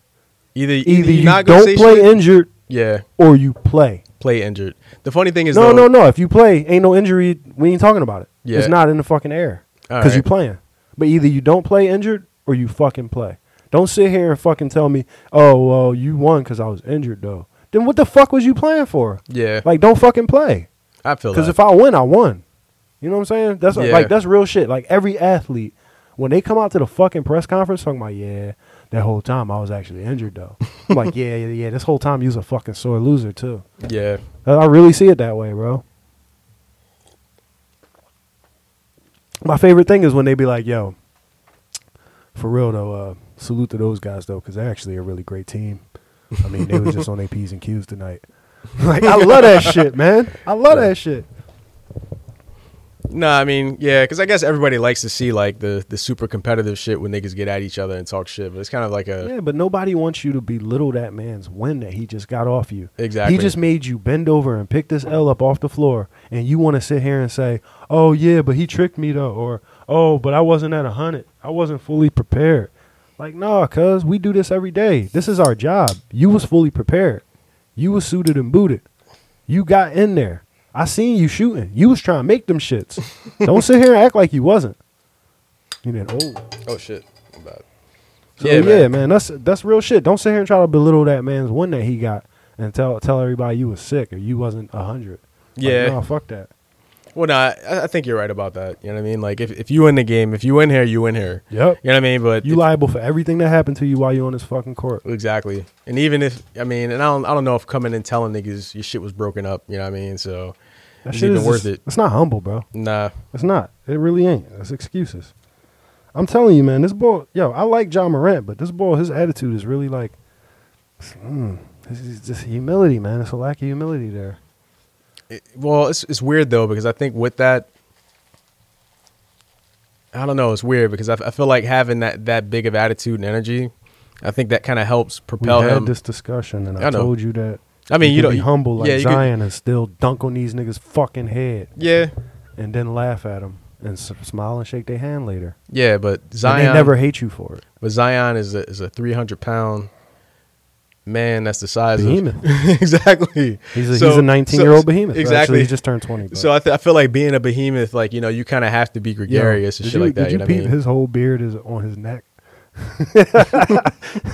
Speaker 2: Either
Speaker 1: either
Speaker 2: you're
Speaker 1: you
Speaker 2: not gonna
Speaker 1: don't
Speaker 2: say
Speaker 1: play
Speaker 2: shit-
Speaker 1: injured
Speaker 2: yeah.
Speaker 1: or you play.
Speaker 2: Play injured. The funny thing is
Speaker 1: No,
Speaker 2: though,
Speaker 1: no, no. If you play, ain't no injury. We ain't talking about it.
Speaker 2: Yeah.
Speaker 1: It's not in the fucking air
Speaker 2: All
Speaker 1: because you
Speaker 2: right.
Speaker 1: playing. But either you don't play injured or you fucking play. Don't sit here and fucking tell me, oh well, you won because I was injured though. Then what the fuck was you playing for?
Speaker 2: Yeah.
Speaker 1: Like, don't fucking play.
Speaker 2: I feel
Speaker 1: Because
Speaker 2: that.
Speaker 1: if I win, I won. You know what I'm saying? That's
Speaker 2: Yeah.
Speaker 1: like that's real shit. Like every athlete, when they come out to the fucking press conference talking about, yeah, that whole time I was actually injured though. I'm like, yeah, yeah, yeah. This whole time you was a fucking sore loser too.
Speaker 2: yeah.
Speaker 1: I I really see it that way, bro. My favorite thing is when they be like, yo, for real though, uh, salute to those guys though, because they're actually a really great team. I mean, they was just on their P's and Q's tonight. like, I love that shit, man. I love that shit.
Speaker 2: No, I mean, yeah, because I guess everybody likes to see like the the super competitive shit when niggas get at each other and talk shit, but it's kind of like a
Speaker 1: Yeah, but nobody wants you to belittle that man's win that he just got off you.
Speaker 2: Exactly.
Speaker 1: He just made you bend over and pick this L up off the floor, and you want to sit here and say, "Oh yeah, but he tricked me though," or "Oh, but I wasn't at a hundred. I wasn't fully prepared." Like, nah, cuz we do this every day. This is our job. You was fully prepared. You was suited and booted. You got in there. I seen you shooting. You was trying to make them shits. Don't sit here and act like you wasn't. You did. Oh.
Speaker 2: oh shit. I'm bad.
Speaker 1: So
Speaker 2: Yeah,
Speaker 1: yeah,
Speaker 2: man.
Speaker 1: man. that's that's real shit. Don't sit here and try to belittle that man's win that he got and tell tell everybody you was sick or you wasn't a hundred. Like,
Speaker 2: Yeah.
Speaker 1: no, fuck that.
Speaker 2: Well, no, I, I think you're right about that. You know what I mean? Like if, if you win the game, if you win here, you win here.
Speaker 1: Yep.
Speaker 2: You know what I mean? But
Speaker 1: You
Speaker 2: if-
Speaker 1: liable for everything that happened to you while you on this fucking court.
Speaker 2: Exactly. And even if I mean, and I don't, I don't know if coming and telling niggas your shit was broken up. You know what I mean? So
Speaker 1: That
Speaker 2: it's
Speaker 1: shit
Speaker 2: even
Speaker 1: is
Speaker 2: worth
Speaker 1: just-
Speaker 2: it.
Speaker 1: It's not humble, bro.
Speaker 2: Nah.
Speaker 1: It's not. It really ain't. It's excuses. I'm telling you, man. This boy, yo, I like John Morant, but this boy, his attitude is really like, it's- mm, this is just humility, man. It's a lack of humility there.
Speaker 2: It- well, it's it's weird though because I think with that, I don't know. It's weird because I, f- I feel like having that that big of attitude and energy, I think that kind of helps
Speaker 1: We
Speaker 2: propel
Speaker 1: had
Speaker 2: him.
Speaker 1: this discussion, and I,
Speaker 2: I know.
Speaker 1: told you that.
Speaker 2: I mean, you,
Speaker 1: can
Speaker 2: don't
Speaker 1: be humble like
Speaker 2: yeah, you could-
Speaker 1: Zion and still dunk on these niggas' fucking head
Speaker 2: yeah,
Speaker 1: and then laugh at them and s- smile and shake their hand later.
Speaker 2: yeah, but
Speaker 1: Zion
Speaker 2: Zion
Speaker 1: they never hate you for it.
Speaker 2: But Zion is a, is a three hundred pound man. That's the size
Speaker 1: Behemoth.
Speaker 2: of exactly.
Speaker 1: He's a,
Speaker 2: So-
Speaker 1: he's a 19 year
Speaker 2: so-
Speaker 1: old behemoth. Actually,
Speaker 2: Exactly.
Speaker 1: he just turned 20. but-
Speaker 2: so I, th- I feel like being a behemoth, like you know, you kind of have to be
Speaker 1: Yo,
Speaker 2: gregarious and
Speaker 1: did
Speaker 2: shit
Speaker 1: you-
Speaker 2: like that.
Speaker 1: Did
Speaker 2: you
Speaker 1: you
Speaker 2: know what I
Speaker 1: peep
Speaker 2: mean?
Speaker 1: his whole beard is on his neck?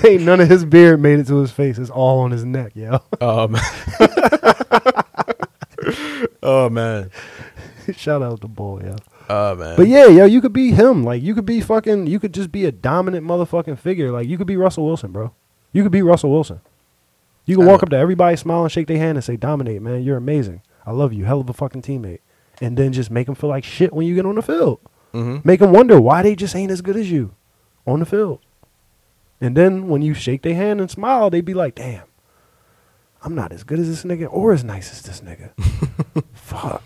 Speaker 1: Ain't none of his beard made it to his face. It's all on his neck, yo.
Speaker 2: Um, oh man,
Speaker 1: Shout out to boy, yo.
Speaker 2: oh man.
Speaker 1: But yeah, yo, you could be him. Like you could be fucking. You could just be a dominant motherfucking figure. Like you could be Russell Wilson, bro. You could be Russell Wilson. You can
Speaker 2: I
Speaker 1: walk
Speaker 2: know.
Speaker 1: up to everybody, smile and shake their hand, and say, "Dominate, man. You're amazing. I love you. Hell of a fucking teammate." And then just make them feel like shit when you get on the field.
Speaker 2: Mhm.
Speaker 1: Make them wonder why they just ain't as good as you on the field. And then when you shake their hand and smile, they be like, "Damn, I'm not as good as this nigga or as nice as this nigga." Fuck.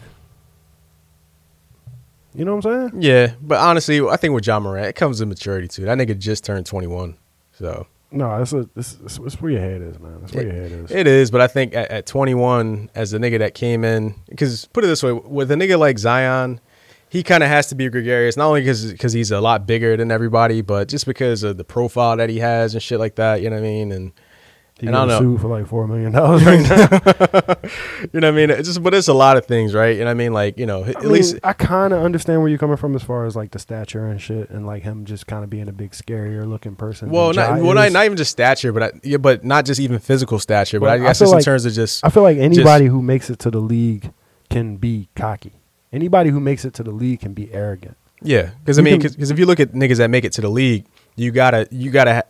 Speaker 1: You know what I'm saying?
Speaker 2: yeah, but honestly, I think with John Morant, it comes with maturity too. That nigga just turned twenty one, so
Speaker 1: No, it's a this it's, it's where your head is, man. That's where your head is.
Speaker 2: It is, but I think at, at 21, as a nigga that came in, because put it this way, with a nigga like Zion, he kind of has to be gregarious, not only because he's a lot bigger than everybody, but just because of the profile that he has and shit like that. You know what I mean? And
Speaker 1: he
Speaker 2: and I
Speaker 1: got
Speaker 2: don't know.
Speaker 1: sued for like four million dollars right now.
Speaker 2: you know what I mean? It's just, but it's a lot of things, right? You know what I mean? Like you know, at
Speaker 1: At
Speaker 2: least
Speaker 1: least I kind of understand where you're coming from as far as like the stature and shit, and like him just kind of being a big scarier looking person. than
Speaker 2: well, not
Speaker 1: Ja
Speaker 2: well, not,
Speaker 1: is.
Speaker 2: not even just stature, but I, yeah, but not just even physical stature, but
Speaker 1: But
Speaker 2: I
Speaker 1: I
Speaker 2: guess
Speaker 1: feel
Speaker 2: just in
Speaker 1: like-
Speaker 2: terms of just
Speaker 1: I feel like anybody who makes it to the league can be cocky. Anybody who makes it to the league can be arrogant.
Speaker 2: yeah, because I
Speaker 1: you
Speaker 2: mean,
Speaker 1: can-
Speaker 2: because if you look at niggas that make it to the league, you gotta you gotta ha-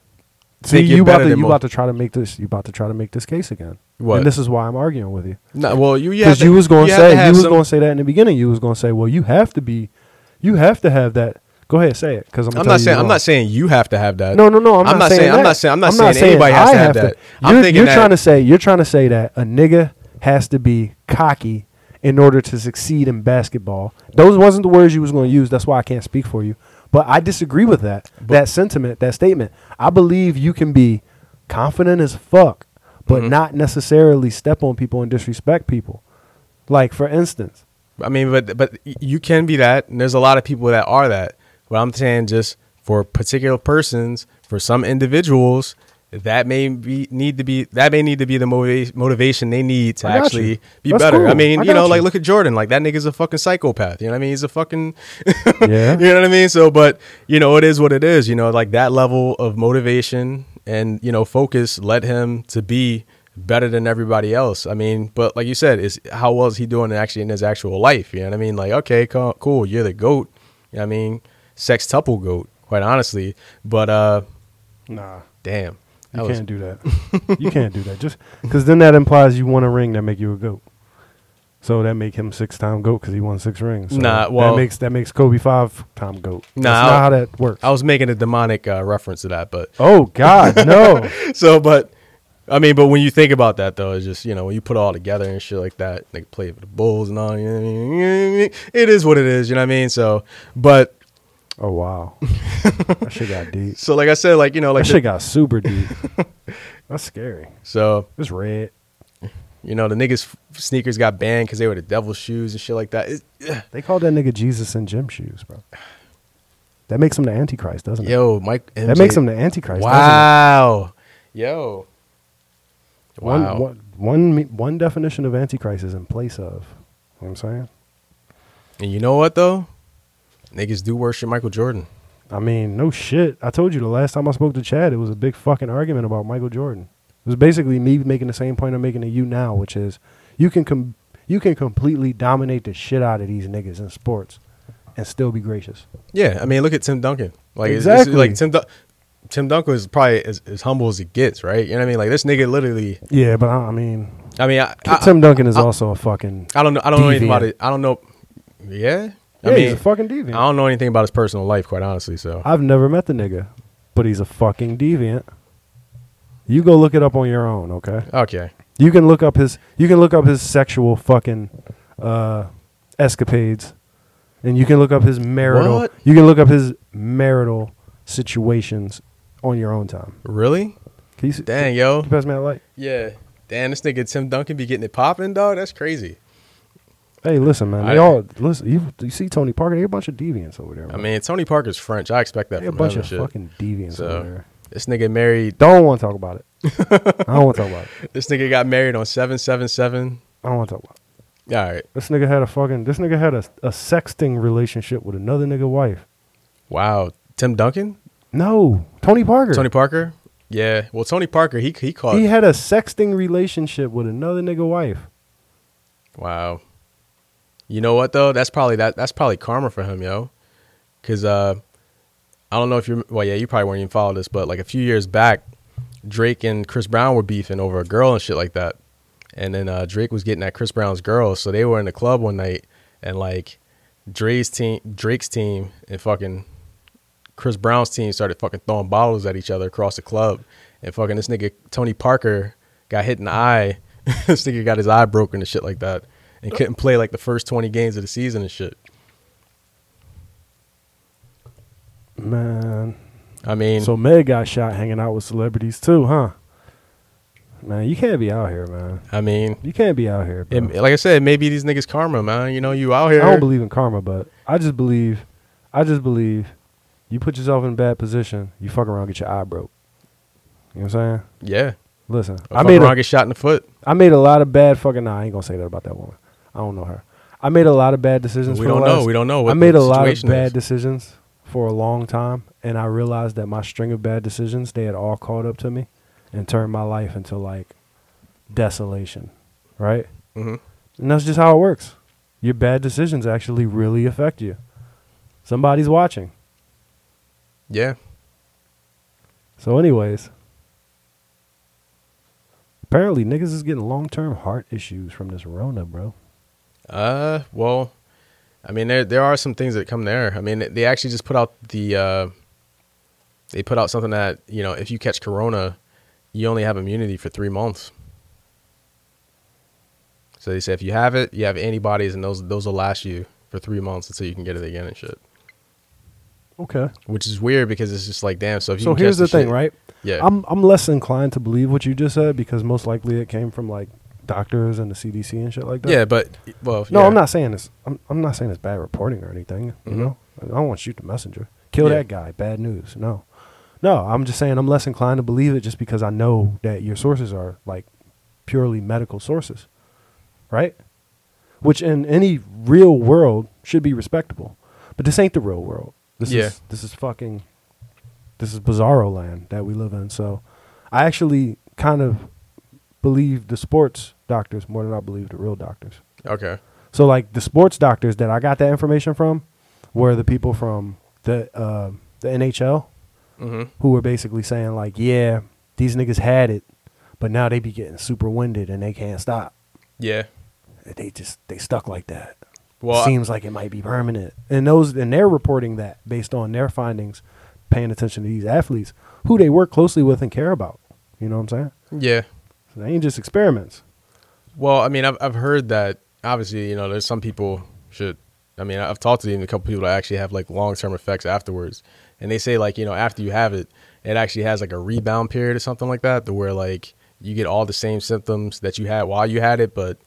Speaker 1: So
Speaker 2: think you're
Speaker 1: you about
Speaker 2: better
Speaker 1: to
Speaker 2: than
Speaker 1: you
Speaker 2: mo-
Speaker 1: about to try to make this you about to try to make this case again.
Speaker 2: What?
Speaker 1: And this is why I'm arguing with you.
Speaker 2: No, well, you
Speaker 1: because
Speaker 2: because
Speaker 1: you was going to say you was
Speaker 2: some,
Speaker 1: going to say that in the beginning. You was going to say, well, you have to be, you have to have that. Go ahead, say it. Because I'm,
Speaker 2: I'm
Speaker 1: telling
Speaker 2: not
Speaker 1: you
Speaker 2: saying
Speaker 1: you're
Speaker 2: I'm
Speaker 1: wrong.
Speaker 2: not saying you have to have that.
Speaker 1: No, no, no. I'm,
Speaker 2: I'm
Speaker 1: not, saying,
Speaker 2: I'm
Speaker 1: that.
Speaker 2: not saying- I'm not saying anybody has
Speaker 1: I
Speaker 2: to have that. I'm
Speaker 1: you're
Speaker 2: thinking
Speaker 1: you're
Speaker 2: that-
Speaker 1: trying to say you're trying to say that a nigga has to be cocky in order to succeed in basketball. Those wasn't the words you was going to use. That's why I can't speak for you. But I disagree with that that sentiment, that statement. I believe you can be confident as fuck, but
Speaker 2: Mm-hmm.
Speaker 1: not necessarily step on people and disrespect people. Like for instance,
Speaker 2: I mean, but but you can be that, and there's a lot of people that are that. But I'm saying just for particular persons, for some individuals, that may be need to be that may need to be the motiva- motivation they need to
Speaker 1: I got
Speaker 2: actually
Speaker 1: you.
Speaker 2: be
Speaker 1: That's
Speaker 2: better. I
Speaker 1: cool.
Speaker 2: mean,
Speaker 1: I
Speaker 2: you know,
Speaker 1: got
Speaker 2: like
Speaker 1: you.
Speaker 2: look at Jordan, like that nigga's a fucking psychopath. You know what I mean? He's a fucking
Speaker 1: yeah,
Speaker 2: you know what I mean? So, but you know, it is what it is. You know, like that level of motivation and you know focus led him to be better than everybody else. I mean, but like you said, is how well is he doing actually in his actual life? You know what I mean? Like, okay, cool, cool you're the goat. You know what I mean, sextuple goat, quite honestly. But uh,
Speaker 1: nah.
Speaker 2: damn, that
Speaker 1: You
Speaker 2: was-
Speaker 1: can't do that. you can't do that. Just because then that implies you won a ring that make you a goat. So that make him six time goat because he won six rings. So
Speaker 2: Nah, well-
Speaker 1: that makes that makes Kobe five time goat.
Speaker 2: Nah,
Speaker 1: That's
Speaker 2: I'll-
Speaker 1: not how that works.
Speaker 2: I was making a demonic uh, reference to that, but
Speaker 1: oh God, no.
Speaker 2: so, but I mean, but when you think about that though, it's just you know when you put it all together and shit like that, like play for the Bulls and all, you know what I mean? It is what it is, you know what I mean? So, but
Speaker 1: Oh wow, that shit got deep.
Speaker 2: so like I said, like you know,
Speaker 1: That
Speaker 2: like
Speaker 1: shit got super deep. That's scary.
Speaker 2: so
Speaker 1: It's red.
Speaker 2: you know the niggas sneakers got banned because they were the devil's shoes and shit like that. It,
Speaker 1: They call that nigga Jesus in gym shoes, bro. That makes him the Antichrist, doesn't it?
Speaker 2: yo, Mike,
Speaker 1: that makes him the Antichrist. doesn't it?
Speaker 2: wow, yo,
Speaker 1: One,
Speaker 2: wow.
Speaker 1: one, one, me- one definition of Antichrist is in place of. You know what I'm saying?
Speaker 2: And you know what though, niggas do worship Michael Jordan.
Speaker 1: I mean, no shit. I told you the last time I spoke to Chad, it was a big fucking argument about Michael Jordan. It was basically me making the same point I'm making to you now, which is you can com- you can completely dominate the shit out of these niggas in sports and still be gracious.
Speaker 2: Yeah, I mean, look at Tim Duncan. Like, it's- it's
Speaker 1: Exactly.
Speaker 2: like Tim, Dun- Tim Duncan is probably as, as humble as it gets, right? You know what I mean? Like this nigga literally.
Speaker 1: Yeah, but I, I mean,
Speaker 2: I mean, I, I,
Speaker 1: Tim Duncan is also a fucking.
Speaker 2: I don't know. I don't know anything
Speaker 1: Deviant.
Speaker 2: about it. I don't know. Yeah, I
Speaker 1: Yeah,
Speaker 2: mean,
Speaker 1: he's a fucking
Speaker 2: I
Speaker 1: deviant.
Speaker 2: don't know anything about his personal life, quite honestly. So
Speaker 1: I've never met the nigga, but he's a fucking deviant. You go look it up on your own, okay?
Speaker 2: okay,
Speaker 1: You can look up his you can look up his sexual fucking uh, escapades, and you can look up his marital.
Speaker 2: What?
Speaker 1: You can look up his marital situations on your own time.
Speaker 2: really?
Speaker 1: Can you see,
Speaker 2: Dang, yo,
Speaker 1: Can you pass me that light?
Speaker 2: yeah, damn, this nigga Tim Duncan be getting it popping, dog. That's crazy.
Speaker 1: Hey, listen, man.
Speaker 2: I-
Speaker 1: They all listen. You, you see Tony Parker? They a bunch of deviants over there.
Speaker 2: I
Speaker 1: man.
Speaker 2: mean, Tony Parker's French. I expect that
Speaker 1: they a
Speaker 2: from
Speaker 1: bunch
Speaker 2: him
Speaker 1: of
Speaker 2: and shit.
Speaker 1: fucking deviants
Speaker 2: So-
Speaker 1: over there.
Speaker 2: This nigga married.
Speaker 1: Don't want to talk about it. I don't want to talk about it.
Speaker 2: This nigga got married on seven seven seven.
Speaker 1: I don't want to talk about it.
Speaker 2: All right,
Speaker 1: This nigga had a fucking. This nigga had a, a sexting relationship with another nigga wife.
Speaker 2: wow, Tim Duncan.
Speaker 1: No, Tony Parker.
Speaker 2: Tony Parker. Yeah. Well, Tony Parker, he he caught.
Speaker 1: He had a sexting relationship with another nigga wife.
Speaker 2: wow. You know what though? That's probably that. That's probably karma for him, yo. Because uh, I don't know if you're. Well, yeah, you probably weren't even follow this, but like a few years back, Drake and Chris Brown were beefing over a girl and shit like that. And then uh, Drake was getting at Chris Brown's girl, so they were in the club one night, and like Dre's team, Drake's team, and fucking Chris Brown's team started fucking throwing bottles at each other across the club, and fucking this nigga Tony Parker got hit in the eye. this nigga got his eye broken and shit like that, and couldn't play like the first twenty games of the season and shit.
Speaker 1: Man.
Speaker 2: I mean,
Speaker 1: So Meg got shot hanging out with celebrities too, huh? Man, you can't be out here, man.
Speaker 2: I mean,
Speaker 1: You can't be out here. Bro.
Speaker 2: it, like I said, maybe these niggas karma, man. You know, you out
Speaker 1: I
Speaker 2: here.
Speaker 1: don't believe in karma, but I just believe, I just believe, you put yourself in a bad position, you fuck around, get your eye broke. You know what I'm saying?
Speaker 2: yeah,
Speaker 1: Listen,
Speaker 2: I,
Speaker 1: I made a,
Speaker 2: get shot in the foot.
Speaker 1: I made a lot of bad fucking. Nah, I ain't gonna say that about that woman. I don't know her. I made a lot of bad decisions.
Speaker 2: We
Speaker 1: for the
Speaker 2: don't know.
Speaker 1: last-
Speaker 2: We don't know what
Speaker 1: I made
Speaker 2: the
Speaker 1: a lot of
Speaker 2: situation
Speaker 1: bad
Speaker 2: is.
Speaker 1: decisions for a long time, and I realized that my string of bad decisions they had all caught up to me, and turned my life into like desolation, right?
Speaker 2: Mhm.
Speaker 1: And that's just how it works. Your bad decisions actually really affect you. Somebody's watching.
Speaker 2: Yeah,
Speaker 1: So, anyways, apparently niggas is getting long term heart issues from this Rona, bro.
Speaker 2: Uh, well, I mean, there there are some things that come there. I mean, they actually just put out the uh, they put out something that you know, if you catch corona, you only have immunity for three months. So they say if you have it, you have antibodies, and those those will last you for three months until you can get it again and shit.
Speaker 1: Okay.
Speaker 2: which is weird because it's just like damn. So if you
Speaker 1: So
Speaker 2: can
Speaker 1: here's
Speaker 2: catch
Speaker 1: the thing,
Speaker 2: shit-
Speaker 1: right?
Speaker 2: Yeah,
Speaker 1: I'm I'm less inclined to believe what you just said because most likely it came from like doctors and the CDC and shit like that.
Speaker 2: yeah, but well,
Speaker 1: No,
Speaker 2: yeah.
Speaker 1: I'm not saying this. I'm I'm not saying it's bad reporting or anything. You
Speaker 2: Mhm.
Speaker 1: know, I don't want to shoot the messenger. Kill
Speaker 2: Yeah.
Speaker 1: that guy. Bad news. No, no. I'm just saying I'm less inclined to believe it just because I know that your sources are like purely medical sources, right? Which in any real world should be respectable, but this ain't the real world. This
Speaker 2: Yeah.
Speaker 1: is this is fucking this is bizarro land that we live in. So I actually kind of believe the sports doctors more than I believe the real doctors.
Speaker 2: Okay.
Speaker 1: So like the sports doctors that I got that information from were the people from the uh, the NHL
Speaker 2: Mm-hmm.
Speaker 1: who were basically saying like, yeah, these niggas had it, but now they be getting super winded and they can't stop.
Speaker 2: Yeah.
Speaker 1: They just they stuck like that.
Speaker 2: Well, I-
Speaker 1: Seems like it might be permanent. And those and they're reporting that based on their findings, paying attention to these athletes who they work closely with and care about. You know what I'm saying?
Speaker 2: yeah.
Speaker 1: So they ain't just experiments.
Speaker 2: Well, I mean, I've I've heard that. Obviously, you know, there's some people should. I mean, I've talked to even a couple people that actually have like long term effects afterwards, and they say like you know after you have it, it actually has like a rebound period or something like that, to where like you get all the same symptoms that you had while you had it, but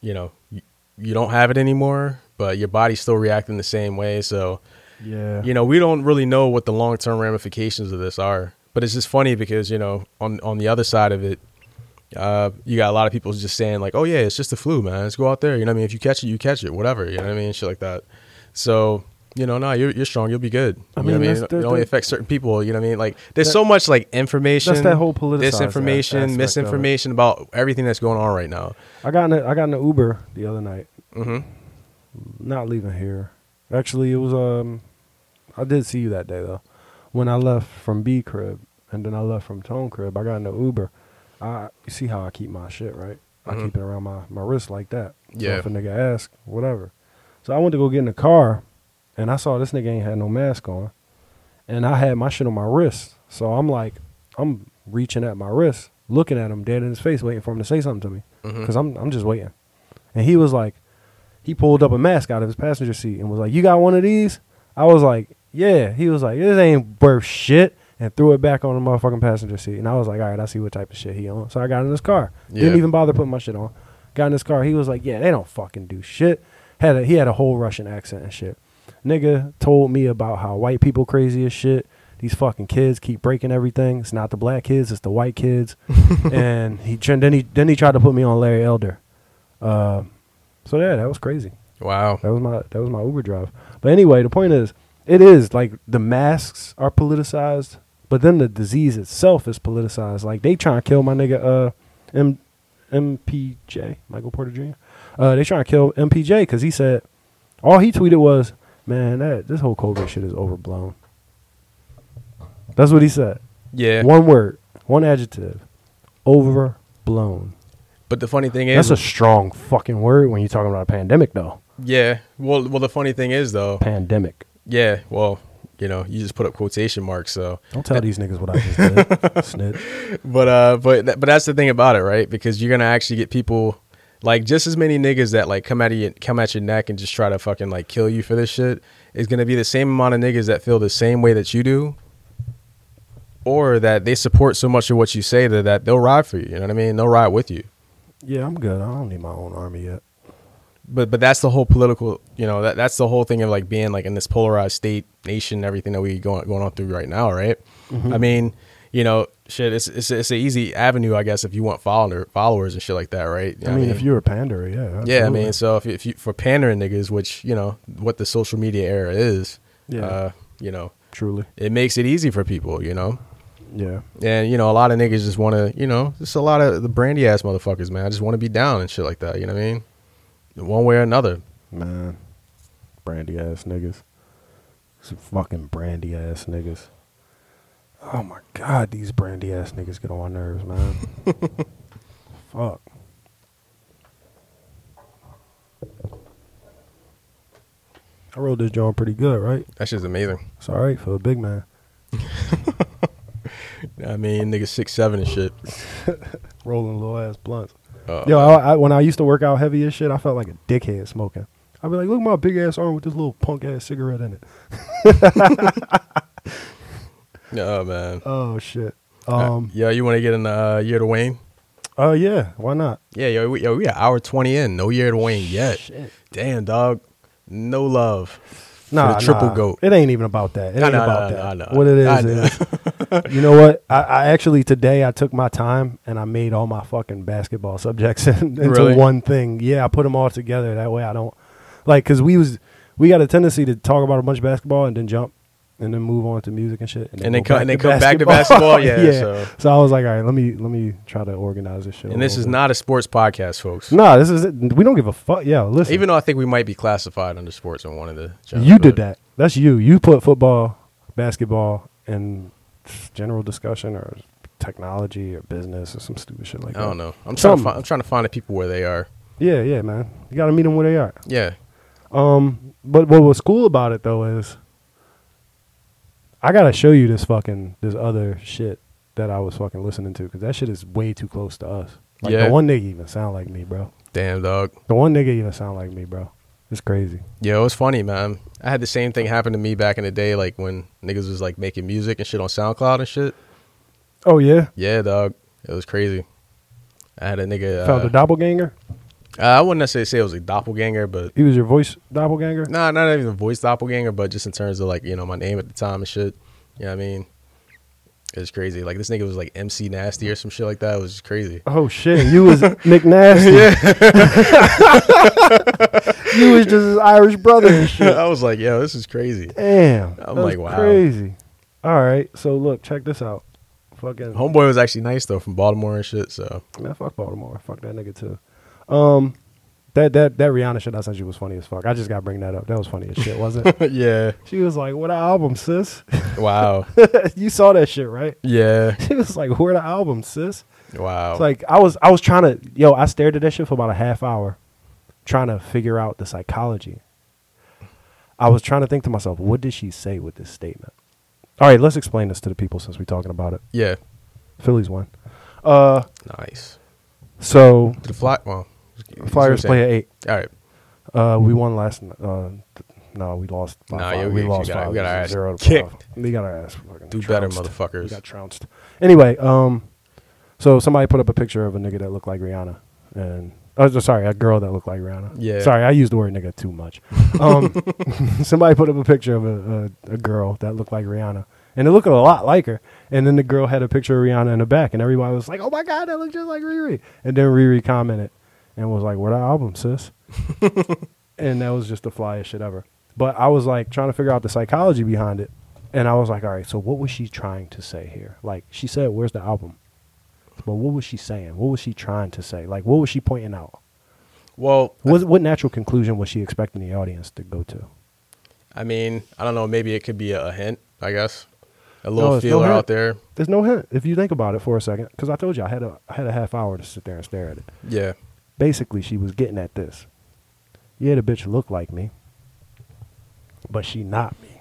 Speaker 2: you know you, you don't have it anymore, but your body's still reacting the same way. So
Speaker 1: Yeah.
Speaker 2: you know, we don't really know what the long term ramifications of this are. But it's just funny because you know, on on the other side of it, uh, you got a lot of people just saying like, "Oh yeah, it's just the flu, man. Let's go out there. You know, what I mean, if you catch it, you catch it. Whatever. You know what I mean, shit like that." So. You know, nah, you're, you're strong. You'll be good.
Speaker 1: I mean,
Speaker 2: You know what I mean,
Speaker 1: that's-
Speaker 2: it
Speaker 1: that-
Speaker 2: only
Speaker 1: that-
Speaker 2: affects certain people. You know what I mean? Like, there's
Speaker 1: That-
Speaker 2: so much like information.
Speaker 1: That's that whole politicized aspect of
Speaker 2: disinformation,
Speaker 1: it.
Speaker 2: misinformation about everything that's going on right now.
Speaker 1: I got in a, I got in an Uber the other night
Speaker 2: hmm
Speaker 1: not leaving here. Actually, it was um, I did see you that day though. When I left from B crib and then I left from Tone crib, I got in the Uber. I you see how I keep my shit right. I
Speaker 2: Mhm.
Speaker 1: keep it around my my wrist like that.
Speaker 2: Yeah.
Speaker 1: So if a nigga asks, whatever. So I went to go get in the car, and I saw this nigga ain't had no mask on, and I had my shit on my wrist. So I'm like, I'm reaching at my wrist, looking at him dead in his face, waiting for him to say something to me,
Speaker 2: Mhm.
Speaker 1: because I'm I'm just waiting. And he was like, he pulled up a mask out of his passenger seat and was like, "You got one of these?" I was like, "Yeah." He was like, "This ain't worth shit," and threw it back on the motherfucking passenger seat. And I was like, "All right, I see what type of shit he on." So I got in his car.
Speaker 2: Yeah.
Speaker 1: Didn't even bother putting my shit on. Got in his car. He was like, "Yeah, they don't fucking do shit." Had a, he had a whole Russian accent and shit. Nigga told me about how white people crazy as shit. These fucking kids keep breaking everything. It's not the black kids, it's the white kids. and he tr- then he then he tried to put me on Larry Elder. Uh, so yeah, that was crazy.
Speaker 2: Wow.
Speaker 1: That was my that was my Uber drive. But anyway, the point is, it is like the masks are politicized, but then the disease itself is politicized. Like they trying to kill my nigga uh M MPJ Michael Porter Jr. Uh, they trying to kill MPJ because he said all he tweeted was, "Man, that this whole COVID shit is overblown." That's what he said.
Speaker 2: Yeah.
Speaker 1: One word, one adjective, overblown.
Speaker 2: but the funny thing is,
Speaker 1: That's a strong fucking word when you're talking about a pandemic, though.
Speaker 2: yeah. Well, well, the funny thing is though,
Speaker 1: Pandemic.
Speaker 2: Yeah, well, you know, you just put up quotation marks, so.
Speaker 1: Don't tell these niggas what I just did. Snip.
Speaker 2: But uh but that- but that's the thing about it, right? Because you're going to actually get people like just as many niggas that like come at you come at your neck and just try to fucking like kill you for this shit is going to be the same amount of niggas that feel the same way that you do or that they support so much of what you say that, that they'll ride for you, you know what I mean? They'll ride with you.
Speaker 1: Yeah, I'm good. I don't need my own army yet.
Speaker 2: but but that's the whole political you know that that's the whole thing of like being like in this polarized state nation everything that we going going on through right now right
Speaker 1: Mm-hmm.
Speaker 2: i mean you know shit it's it's it's an easy avenue i guess if you want follower, followers and shit like that right You know
Speaker 1: I
Speaker 2: what
Speaker 1: mean, if you're a pander, yeah.
Speaker 2: yeah i
Speaker 1: absolutely.
Speaker 2: mean so if, you- if you for pandering niggas which you know what the social media era is
Speaker 1: Yeah.
Speaker 2: uh you know
Speaker 1: truly.
Speaker 2: it makes it easy for people you know
Speaker 1: Yeah.
Speaker 2: and you know a lot of niggas just want to you know just a lot of the brandy ass motherfuckers man i just want to be down and shit like that you know what i mean one way or another
Speaker 1: Man. Brandy ass niggas. Some fucking brandy ass niggas. Oh my God, these brandy ass niggas get on my nerves, man. Fuck. I rode this joint pretty good, right?
Speaker 2: that's just amazing
Speaker 1: It's all right for a big man.
Speaker 2: I mean, nigga six seven and shit.
Speaker 1: Rolling little ass blunts.
Speaker 2: Uh,
Speaker 1: Yo, I, I, when I used to work out heavy as shit, I felt like a dickhead smoking. I'd be like, look at my big ass arm with this little punk ass cigarette in it.
Speaker 2: Oh man.
Speaker 1: Oh shit.
Speaker 2: Uh,
Speaker 1: Um.
Speaker 2: yo, you want to get in the uh, year to Wayne?
Speaker 1: Oh yeah. Why not?
Speaker 2: Yeah, yo, we, yo, we an hour twenty in. No year to Wayne yet.
Speaker 1: Shit.
Speaker 2: Damn, dog. No love.
Speaker 1: Nah,
Speaker 2: the triple
Speaker 1: nah.
Speaker 2: goat.
Speaker 1: It ain't even about that. It
Speaker 2: Nah,
Speaker 1: ain't
Speaker 2: nah,
Speaker 1: about
Speaker 2: nah,
Speaker 1: that.
Speaker 2: nah, nah.
Speaker 1: What it
Speaker 2: I
Speaker 1: is is, you know what? I, I actually today I took my time and I made all my fucking basketball subjects in, into
Speaker 2: Really?
Speaker 1: one thing. Yeah, I put them all together. That way I don't like because we was we got a tendency to talk about a bunch of basketball and then jump and then move on to music and shit
Speaker 2: And then
Speaker 1: go
Speaker 2: come- and then come back to basketball? Yeah, so-
Speaker 1: I was like, all right, let me let me try to organize this shit.
Speaker 2: And this is not a sports podcast, folks.
Speaker 1: No, this is it. We don't give a fuck. Yeah, listen.
Speaker 2: Even though I think we might be classified under sports in one of the. genres,
Speaker 1: You
Speaker 2: but-
Speaker 1: did that. That's you. You put football, basketball, and general discussion or technology or business or some stupid shit like
Speaker 2: I
Speaker 1: that.
Speaker 2: don't know. I'm trying. To
Speaker 1: Some-
Speaker 2: find, I'm trying to find the people where they are.
Speaker 1: Yeah, yeah, man. You got to meet them where they are.
Speaker 2: Yeah.
Speaker 1: Um, but what was cool about it though is I gotta show you this fucking this other shit that I was fucking listening to because that shit is way too close to us. Like
Speaker 2: Yeah.
Speaker 1: the one nigga even sound like me, bro.
Speaker 2: Damn, dog.
Speaker 1: The one nigga even sound like me, bro. It's crazy.
Speaker 2: Yo, it's funny, man. I had the same thing happen to me back in the day, like when niggas was like making music and shit on SoundCloud and shit.
Speaker 1: Oh yeah,
Speaker 2: Yeah, dog. It was crazy. I had a nigga.
Speaker 1: found
Speaker 2: uh,
Speaker 1: a doppelganger.
Speaker 2: uh, I wouldn't necessarily say it was a doppelganger, but
Speaker 1: He was your voice doppelganger.
Speaker 2: nah, not even a voice doppelganger, but just in terms of like you know my name at the time and shit. You know what I mean? It was crazy. Like this nigga was like MC Nasty or some shit like that. It was just crazy.
Speaker 1: Oh shit! You was McNasty. you was just his Irish brother and shit.
Speaker 2: I was like, yo, this is crazy.
Speaker 1: Damn. that's
Speaker 2: I'm like, wow.
Speaker 1: Crazy. All right. So look, check this out. Fucking
Speaker 2: Homeboy was actually nice though, from Baltimore and shit. So
Speaker 1: man, fuck Baltimore. Fuck that nigga too. Um, that that that Rihanna shit I sent you was funny as fuck. I just gotta bring that up. That was funny as shit, wasn't it?
Speaker 2: yeah,
Speaker 1: She was like, "Where the album, sis?"
Speaker 2: wow,
Speaker 1: you saw that shit, right?
Speaker 2: yeah,
Speaker 1: She was like, "Where the album, sis?"
Speaker 2: wow.
Speaker 1: It's like I was I was trying to yo, I stared at that shit for about a half hour trying to figure out the psychology. I was trying to think to myself, what did she say with this statement? All right, let's explain this to the people since we're talking about it.
Speaker 2: yeah,
Speaker 1: Phillies won. Uh
Speaker 2: nice.
Speaker 1: so
Speaker 2: Did the fly? Well,
Speaker 1: Flyers play at eight.
Speaker 2: All right.
Speaker 1: Uh we won last n- uh th- no, we lost by
Speaker 2: Nah,
Speaker 1: five.
Speaker 2: yeah, we-
Speaker 1: we,
Speaker 2: we
Speaker 1: lost
Speaker 2: got-
Speaker 1: five.
Speaker 2: we got our ass
Speaker 1: zero to
Speaker 2: kicked.
Speaker 1: five. We got our ass fucking
Speaker 2: Do better,
Speaker 1: trounced.
Speaker 2: motherfuckers.
Speaker 1: We got trounced. Anyway, um, so somebody put up a picture of a nigga that looked like Rihanna, and oh, so- sorry, a girl that looked like Rihanna.
Speaker 2: Yeah.
Speaker 1: Sorry, I used the word nigga too much. Um, somebody put up a picture of a, a, a girl that looked like Rihanna, and it looked a lot like her. And then the girl had a picture of Rihanna in the back, and everybody was like, "Oh my god, that looks just like Riri." And then Riri commented and was like, "What album, sis?" and that was just the flyest shit ever. But I was like trying to figure out the psychology behind it, and I was like, all right, so what was she trying to say here? Like she said, "Where's the album?" But what was she saying? What was she trying to say? Like what was she pointing out?
Speaker 2: Well,
Speaker 1: What what natural conclusion was she expecting the audience to go to?
Speaker 2: I mean, I don't know. Maybe it could be a, a hint. I guess a little
Speaker 1: it's no
Speaker 2: feeler
Speaker 1: hint.
Speaker 2: out there.
Speaker 1: There's no hint if you think about it for a second, because I told you I had a I had a half hour to sit there and stare at it.
Speaker 2: Yeah.
Speaker 1: basically she was getting at this. Yeah, the bitch looked like me, but she not me.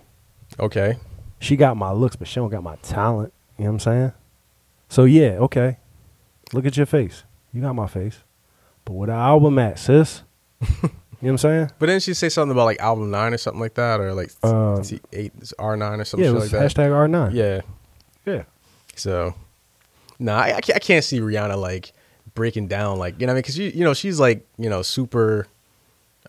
Speaker 2: Okay.
Speaker 1: She got my looks, but she don't got my talent. You know what I'm saying? So yeah, okay. Look at your face. You got my face, but where the album at, sis? you know what I'm saying?
Speaker 2: But didn't she say something about like album nine or something like that, or like
Speaker 1: Uh,
Speaker 2: T- eight R nine or something
Speaker 1: yeah, it
Speaker 2: like
Speaker 1: was
Speaker 2: that?
Speaker 1: hashtag R9.
Speaker 2: Yeah.
Speaker 1: yeah.
Speaker 2: So, nah, I, I, can't, I can't see Rihanna like breaking down, like you know, what I mean, because you you know she's like you know super,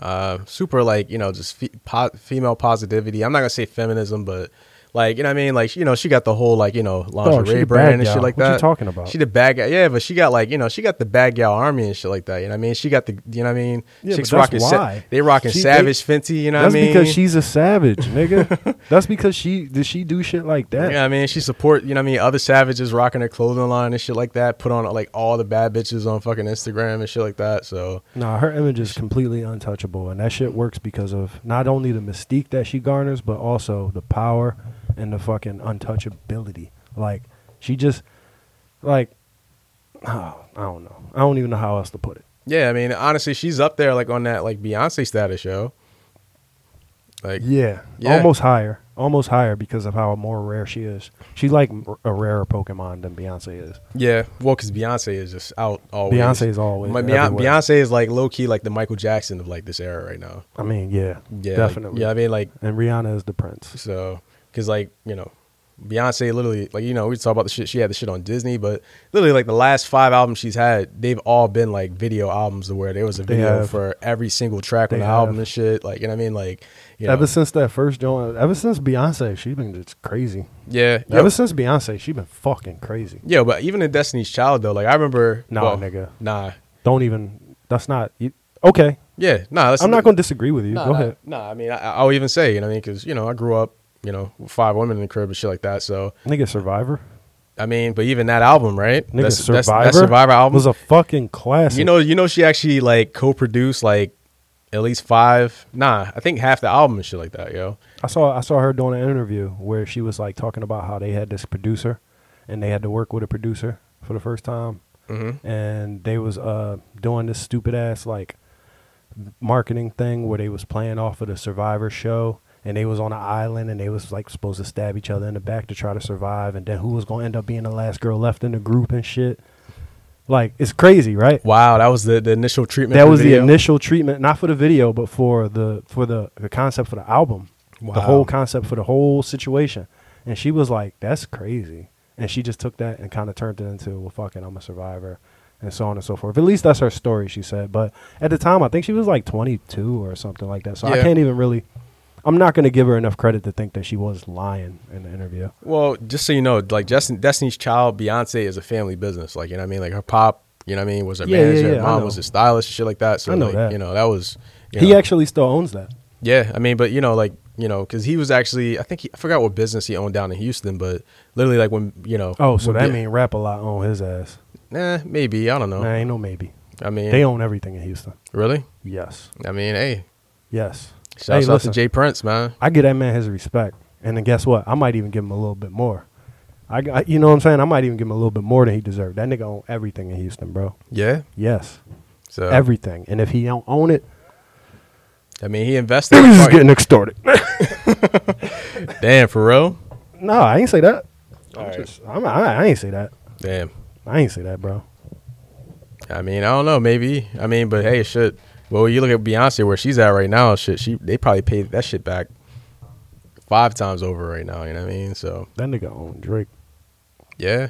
Speaker 2: uh, super like you know just fe- po- female positivity. I'm not gonna say feminism, but like you know, what I mean, like you know, she got the whole like you know
Speaker 1: Oh, she
Speaker 2: lingerie
Speaker 1: the bad
Speaker 2: brand and shit
Speaker 1: gal.
Speaker 2: like
Speaker 1: What you
Speaker 2: that.
Speaker 1: talking about?
Speaker 2: She the bad guy, yeah, but she got like you know she got the bad gal army and shit like that. You know, what I mean, she got the you know, what I mean,
Speaker 1: Yeah,
Speaker 2: chicks
Speaker 1: but that's
Speaker 2: rocking, sa-
Speaker 1: why.
Speaker 2: they rocking
Speaker 1: She- they-
Speaker 2: savage Fenty. You know,
Speaker 1: That's
Speaker 2: what I mean,
Speaker 1: because she's a savage, nigga. That's because she did she do shit like that.
Speaker 2: Yeah, I mean, she support, you know what I mean, other savages rocking her clothing line and shit like that, put on like all the bad bitches on fucking Instagram and shit like that. So,
Speaker 1: Nah, her image is completely untouchable, and that shit works because of not only the mystique that she garners, but also the power and the fucking untouchability. Like she just, like, oh, I don't know. I don't even know how else to put it.
Speaker 2: yeah, I mean, honestly, she's up there like on that like Beyonce status show. Like
Speaker 1: Yeah,
Speaker 2: Yeah.
Speaker 1: almost higher, almost higher because of how more rare she is. She's like m- a rarer Pokemon than Beyonce is.
Speaker 2: yeah, well, because Beyonce is just out always.
Speaker 1: Beyonce is always
Speaker 2: My- Beyonce,
Speaker 1: everywhere.
Speaker 2: Beyonce is like low key like the Michael Jackson of like this era right now.
Speaker 1: I mean, yeah,
Speaker 2: Yeah, like-
Speaker 1: definitely.
Speaker 2: yeah, I mean like
Speaker 1: and Rihanna is the prince.
Speaker 2: So, because like you know, Beyonce literally like you know we talk about the shit she had the shit on Disney, but literally like the last five albums she's had, they've all been like video albums to where there was a
Speaker 1: They
Speaker 2: video
Speaker 1: have.
Speaker 2: for every single track on
Speaker 1: They
Speaker 2: the album
Speaker 1: have.
Speaker 2: and shit. Like you know what I mean? Like you know,
Speaker 1: Ever since that first joint, ever since Beyonce, she's been just crazy.
Speaker 2: yeah, yo,
Speaker 1: Ever since Beyonce, she's been fucking crazy.
Speaker 2: yo, but even in Destiny's Child though, like I remember,
Speaker 1: Nah,
Speaker 2: well,
Speaker 1: nigga.
Speaker 2: nah,
Speaker 1: Don't even. That's not. You, okay,
Speaker 2: yeah, nah. That's
Speaker 1: I'm not going to disagree with you.
Speaker 2: Nah,
Speaker 1: Go
Speaker 2: nah,
Speaker 1: ahead.
Speaker 2: Nah, I mean, I, I'll even say, you know, what I mean, because you know, I grew up, you know, with five women in the crib and shit like that. So,
Speaker 1: Nigga, Survivor.
Speaker 2: I mean, but even that album, right?
Speaker 1: Nigga,
Speaker 2: that's,
Speaker 1: Survivor.
Speaker 2: that's- that Survivor album
Speaker 1: was a fucking classic.
Speaker 2: You know, you know, she actually like co-produced like at least five. Nah, I think half the album and shit like that, yo.
Speaker 1: I saw I saw her doing an interview where she was like talking about how they had this producer, and they had to work with a producer for the first time,
Speaker 2: Mm-hmm.
Speaker 1: and they was uh doing this stupid ass like marketing thing where they was playing off of the Survivor show, and they was on an island, and they was like supposed to stab each other in the back to try to survive, and then who was gonna end up being the last girl left in the group and shit. Like it's crazy, right?
Speaker 2: Wow, that was the, the initial treatment.
Speaker 1: that
Speaker 2: for
Speaker 1: was the
Speaker 2: video?
Speaker 1: initial treatment, not for the video, but for the for the, the concept for the album, the
Speaker 2: Wow.
Speaker 1: whole concept for the whole situation. And she was like, "That's crazy," and she just took that and kind of turned it into, "Well, fucking, I'm a survivor," and so on and so forth. At least that's her story, she said. But at the time, I think she was like 22 or something like that. So I
Speaker 2: Yeah.
Speaker 1: can't even really. I'm not going to give her enough credit to think that she was lying in the interview.
Speaker 2: Well, just so you know, like Justin, Destiny's Child, Beyonce is a family business. Like you know, what I mean, like her pop, you know, what I mean, was her
Speaker 1: Yeah, yeah,
Speaker 2: manager,
Speaker 1: yeah,
Speaker 2: her
Speaker 1: I
Speaker 2: mom
Speaker 1: know.
Speaker 2: was a stylist, and shit like that. So
Speaker 1: I know
Speaker 2: like,
Speaker 1: that.
Speaker 2: you know, that was you
Speaker 1: He
Speaker 2: know,
Speaker 1: actually still owns that.
Speaker 2: Yeah, I mean, but you know, like you know, because he was actually, I think he, I forgot what business he owned down in Houston, but literally, like when you know,
Speaker 1: Oh, so
Speaker 2: when-
Speaker 1: that
Speaker 2: yeah,
Speaker 1: mean rap a lot on his ass.
Speaker 2: nah, maybe I don't know.
Speaker 1: Nah, ain't no maybe.
Speaker 2: I mean,
Speaker 1: They own everything in Houston.
Speaker 2: really.
Speaker 1: Yes.
Speaker 2: I mean, hey,
Speaker 1: Yes.
Speaker 2: shout
Speaker 1: Hey,
Speaker 2: out to
Speaker 1: listen.
Speaker 2: Jay Prince, man.
Speaker 1: I give that man his respect. And then guess what? I might even give him a little bit more. I, got- you know what I'm saying? I might even give him a little bit more than he deserved. That nigga own everything in Houston, bro.
Speaker 2: Yeah,
Speaker 1: Yes.
Speaker 2: so
Speaker 1: Everything. And if he don't own it,
Speaker 2: I mean, he invested.
Speaker 1: he's
Speaker 2: in
Speaker 1: just getting extorted.
Speaker 2: Damn, for real.
Speaker 1: no, I ain't say that.
Speaker 2: All
Speaker 1: I'm
Speaker 2: right.
Speaker 1: just- I'm- I, I ain't say that.
Speaker 2: Damn.
Speaker 1: I ain't say that, bro.
Speaker 2: I mean, I don't know. Maybe. I mean, but hey, shit. Well, you look at Beyonce where she's at right now. Shit, she they probably paid that shit back five times over right now. You know what I mean? So
Speaker 1: That nigga own Drake.
Speaker 2: yeah,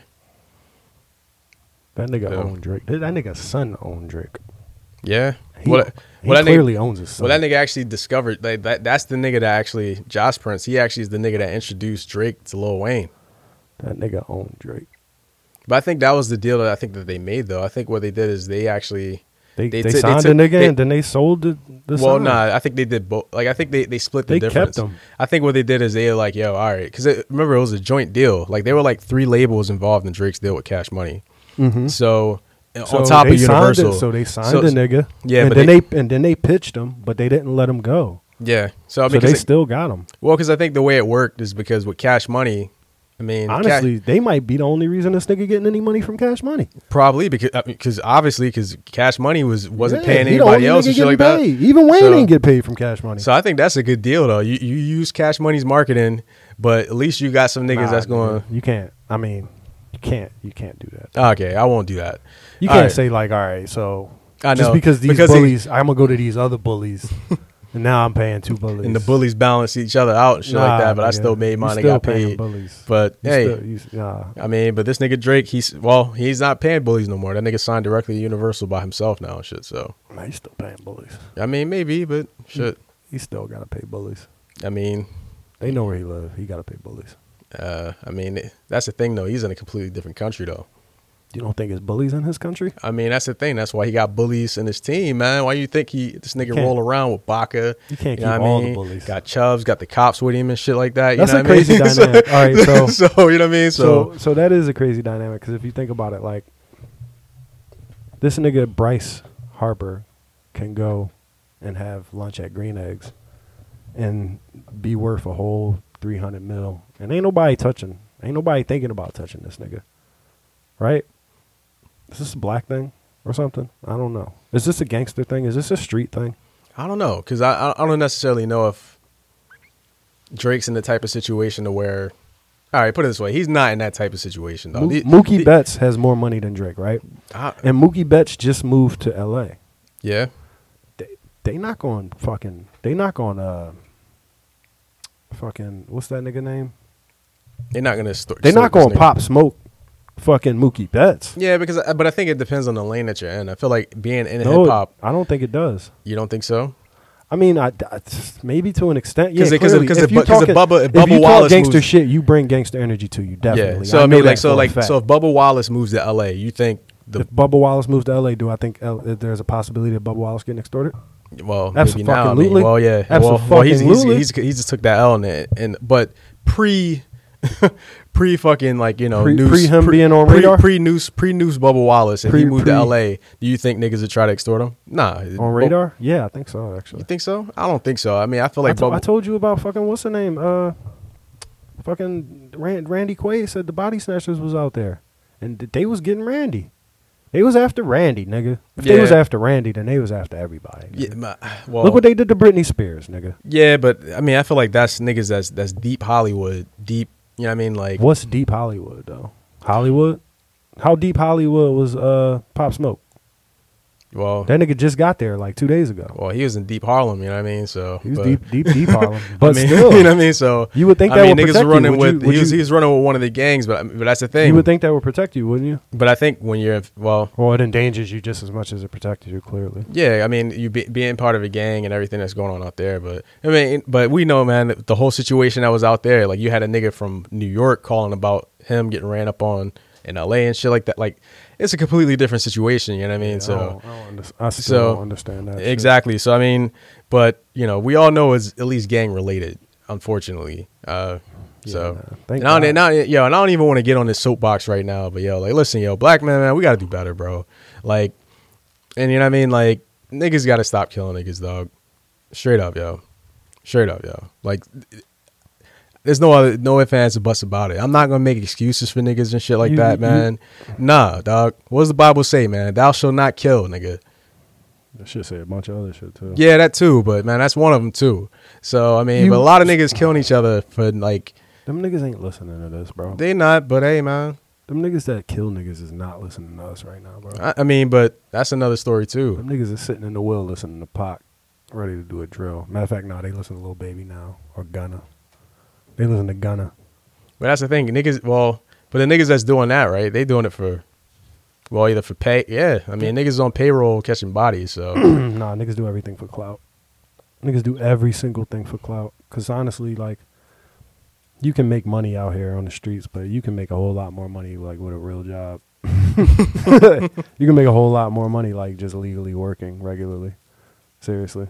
Speaker 1: That nigga
Speaker 2: Yeah.
Speaker 1: own Drake. That, that nigga's son own Drake.
Speaker 2: yeah.
Speaker 1: He,
Speaker 2: well,
Speaker 1: he
Speaker 2: well, that nigga-
Speaker 1: clearly owns his son.
Speaker 2: Well, that nigga actually discovered like, that. That's the nigga that actually Josh Prince. He actually is the nigga that introduced Drake to Lil Wayne.
Speaker 1: that nigga own Drake.
Speaker 2: But I think that was the deal that I think that they made though. I think what they did is they actually
Speaker 1: They, they,
Speaker 2: They took- they
Speaker 1: signed
Speaker 2: took-
Speaker 1: the nigga
Speaker 2: they-
Speaker 1: and then they sold the, the
Speaker 2: well,
Speaker 1: son.
Speaker 2: nah, I think they did both. Like, I think they, they split the
Speaker 1: They kept
Speaker 2: difference.
Speaker 1: them.
Speaker 2: I think what they did is they were like, yo, all right, because remember it was a joint deal. Like, there were like three labels involved in Drake's deal with Cash Money.
Speaker 1: Mm-hmm.
Speaker 2: So,
Speaker 1: So
Speaker 2: on top
Speaker 1: they signed it-
Speaker 2: of Universal,
Speaker 1: so they signed
Speaker 2: So-
Speaker 1: the nigga.
Speaker 2: Yeah,
Speaker 1: and
Speaker 2: but
Speaker 1: then
Speaker 2: they-
Speaker 1: they, and then they pitched him, but they didn't let him go.
Speaker 2: yeah. So I
Speaker 1: so
Speaker 2: mean, 'cause
Speaker 1: they
Speaker 2: it-
Speaker 1: still got him.
Speaker 2: well, because I think the way it worked is because with Cash Money, I mean, Ca-
Speaker 1: Honestly, they might be the only reason this nigga getting any money from Cash Money.
Speaker 2: probably because I mean, cause obviously because Cash Money was wasn't
Speaker 1: Yeah,
Speaker 2: paying
Speaker 1: he the only
Speaker 2: anybody else
Speaker 1: nigga
Speaker 2: and shit like
Speaker 1: getting
Speaker 2: that.
Speaker 1: paid. Even Wayne
Speaker 2: So-
Speaker 1: didn't get paid from Cash Money.
Speaker 2: So I think that's a good deal though. You you use Cash Money's marketing, but at least you got some niggas
Speaker 1: Nah,
Speaker 2: that's
Speaker 1: nigga,
Speaker 2: going.
Speaker 1: You can't. I mean, you can't. You can't do that.
Speaker 2: Okay, I won't do that.
Speaker 1: You
Speaker 2: All
Speaker 1: can't
Speaker 2: right.
Speaker 1: say like, all right, so
Speaker 2: I know.
Speaker 1: just because these
Speaker 2: Because he-
Speaker 1: bullies, I'm gonna go to these other bullies, and now I'm paying two bullies.
Speaker 2: and the bullies balance each other out and shit
Speaker 1: Nah,
Speaker 2: like that. But I
Speaker 1: nigga.
Speaker 2: still made
Speaker 1: You
Speaker 2: mine and
Speaker 1: still
Speaker 2: got
Speaker 1: paying
Speaker 2: paid.
Speaker 1: Bullies.
Speaker 2: But
Speaker 1: You
Speaker 2: hey,
Speaker 1: still- you s- nah.
Speaker 2: I mean, but this nigga Drake, he's well, he's not paying bullies no more. That nigga signed directly to Universal by himself now and shit. So
Speaker 1: Nah, he's still paying bullies.
Speaker 2: I mean, maybe, but shit.
Speaker 1: He still gotta pay bullies.
Speaker 2: I mean,
Speaker 1: They know where he live. He gotta pay bullies.
Speaker 2: uh, I mean, that's the thing though. He's in a completely different country though.
Speaker 1: You don't think it's bullies in his country?
Speaker 2: I mean, that's the thing. That's why he got bullies in his team, man. Why you think he this nigga
Speaker 1: can't-
Speaker 2: roll around with Baca?
Speaker 1: you can't
Speaker 2: know
Speaker 1: keep
Speaker 2: what I
Speaker 1: all the
Speaker 2: mean?
Speaker 1: bullies.
Speaker 2: Got Chubbs, got the cops with him and shit like that. You
Speaker 1: That's
Speaker 2: know
Speaker 1: a
Speaker 2: what I mean?
Speaker 1: crazy
Speaker 2: So-
Speaker 1: dynamic. All right, so-
Speaker 2: so you know what I mean? So,
Speaker 1: So, so that is a crazy dynamic because if you think about it, like this nigga Bryce Harper can go and have lunch at Green Eggs and be worth a whole three hundred mil, and ain't nobody touching, ain't nobody thinking about touching this nigga, right? Is this a black thing or something? I don't know. Is this a gangster thing? Is this a street thing?
Speaker 2: I don't know because I I don't necessarily know if Drake's in the type of situation to where, all right, put it this way, he's not in that type of situation though.
Speaker 1: Mo-
Speaker 2: The-
Speaker 1: Mookie
Speaker 2: the-
Speaker 1: Betts has more money than Drake, right?
Speaker 2: Ah,
Speaker 1: And Mookie Betts just moved to L.A.
Speaker 2: yeah,
Speaker 1: They knock on fucking. They knock on uh. Fucking what's that nigga name?
Speaker 2: they're not gonna. St-
Speaker 1: They
Speaker 2: start
Speaker 1: knock
Speaker 2: this
Speaker 1: on
Speaker 2: nigga.
Speaker 1: Pop Smoke. Fucking Mookie Betts.
Speaker 2: Yeah, because I- but I think it depends on the lane that you're in. I feel like being in
Speaker 1: No,
Speaker 2: hip hop,
Speaker 1: I don't think it does.
Speaker 2: you don't think so?
Speaker 1: I mean, I, I- maybe to an extent. Yeah,
Speaker 2: 'Cause it- 'cause it-
Speaker 1: clearly.
Speaker 2: 'cause
Speaker 1: If
Speaker 2: it
Speaker 1: you
Speaker 2: bu- 'cause it
Speaker 1: talking-
Speaker 2: Bubba-
Speaker 1: if
Speaker 2: Bubba
Speaker 1: you talk
Speaker 2: Wallace
Speaker 1: gangster
Speaker 2: moves-
Speaker 1: shit, you bring gangster energy to you. Definitely.
Speaker 2: Yeah. So I,
Speaker 1: know
Speaker 2: mean, like,
Speaker 1: that
Speaker 2: so
Speaker 1: for a
Speaker 2: like,
Speaker 1: fact.
Speaker 2: so if Bubba Wallace moves to L.A., you think the
Speaker 1: if Bubba Wallace moves to LA, do I think L- that there's a possibility of Bubba Wallace getting extorted?
Speaker 2: well, maybe
Speaker 1: Absolutely.
Speaker 2: now. I mean, well, yeah. Well, well he's, he's,
Speaker 1: Absolutely.
Speaker 2: he's, he just took that L in it, and but pre. pre fucking like you know
Speaker 1: Pre-
Speaker 2: news,
Speaker 1: pre him being on
Speaker 2: pre,
Speaker 1: radar?
Speaker 2: pre news pre news Bubba Wallace and he
Speaker 1: Pre-
Speaker 2: moved
Speaker 1: pre-
Speaker 2: to L.A. Do you think niggas would try to extort him? Nah,
Speaker 1: On radar? Yeah, I think so.
Speaker 2: You
Speaker 1: Actually,
Speaker 2: think so? I don't think so. I mean, I feel
Speaker 1: I,
Speaker 2: like
Speaker 1: to- I
Speaker 2: Bubba.
Speaker 1: told you about fucking what's the name? Uh, fucking Ran- Randy Quaid said the Body Snatchers was out there, and th- they was getting Randy. They was after Randy, nigga. If they
Speaker 2: Yeah.
Speaker 1: was after Randy, then they was after everybody. nigga.
Speaker 2: yeah, my- well,
Speaker 1: Look what they did to Britney Spears, nigga.
Speaker 2: Yeah, but I mean, I feel like that's niggas that's that's deep Hollywood, deep. You know what I mean? Like,
Speaker 1: What's deep Hollywood though? Hollywood? How deep Hollywood was uh Pop Smoke?
Speaker 2: well,
Speaker 1: That nigga just got there like two days ago.
Speaker 2: well, he was in deep Harlem. You know what I mean? So
Speaker 1: He was
Speaker 2: but-
Speaker 1: deep, deep, deep Harlem.
Speaker 2: I
Speaker 1: But
Speaker 2: mean,
Speaker 1: still,
Speaker 2: you
Speaker 1: you,
Speaker 2: know what I mean? So
Speaker 1: would think that
Speaker 2: I mean,
Speaker 1: would
Speaker 2: niggas
Speaker 1: protect
Speaker 2: running
Speaker 1: you. Would you-
Speaker 2: with
Speaker 1: would
Speaker 2: he was
Speaker 1: you-
Speaker 2: he was running with one of the gangs, but I mean, but that's the thing.
Speaker 1: you would think that would protect you, wouldn't you?
Speaker 2: but I think when you're well,
Speaker 1: Well, it endangers you just as much as it protected you. Clearly,
Speaker 2: yeah, I mean, you be, being part of a gang and everything that's going on out there, but I mean, but we know, man, the whole situation that was out there. Like, you had a nigga from New York calling about him getting ran up on in L.A. and shit like that. Like, it's a completely different situation. You know what I mean?
Speaker 1: I,
Speaker 2: so.
Speaker 1: don't, I, don't underst- I still
Speaker 2: so-
Speaker 1: don't understand that. shit.
Speaker 2: Exactly. So I mean, but you know, we all know it's at least gang related, unfortunately. Uh, so
Speaker 1: man. Thank
Speaker 2: and I, don't,
Speaker 1: God.
Speaker 2: and I, yo, and I don't even want to get on this soapbox right now, but yo, like, listen, yo, black man, man, we got to do better, bro. Like, and you know what I mean? Like, niggas got to stop killing niggas, dog. Straight up, yo. Straight up, yo. Like, there's no other, no ifs, ands, or buts about it. I'm not gonna make excuses for niggas and shit like
Speaker 1: You-
Speaker 2: that,
Speaker 1: you-
Speaker 2: man. nah, dog. What does the Bible say, man? Thou shalt not kill, nigga.
Speaker 1: That shit say a bunch of other shit too.
Speaker 2: Yeah, that too. But man, that's one of them too. So I mean,
Speaker 1: You-
Speaker 2: but a lot of niggas killing each other for like
Speaker 1: them niggas ain't listening to this, bro.
Speaker 2: they not. But hey, man,
Speaker 1: them niggas that kill niggas is not listening to us right now, bro.
Speaker 2: I, I mean, but that's another story too.
Speaker 1: Them niggas is sitting in the well listening to Pac, ready to do a drill. Matter of fact, nah, they listen to Lil Baby now or Gunna. They listen to Gunna.
Speaker 2: But that's the thing, niggas. Well, but the niggas that's doing that right, they doing it for well either for pay. Yeah, I mean, niggas on payroll catching bodies. So
Speaker 1: nah, niggas do everything for clout. Niggas do every single thing for clout. Cause honestly, like, you can make money out here on the streets, but you can make a whole lot more money like with a real job. you can make a whole lot more money like just legally working regularly. Seriously,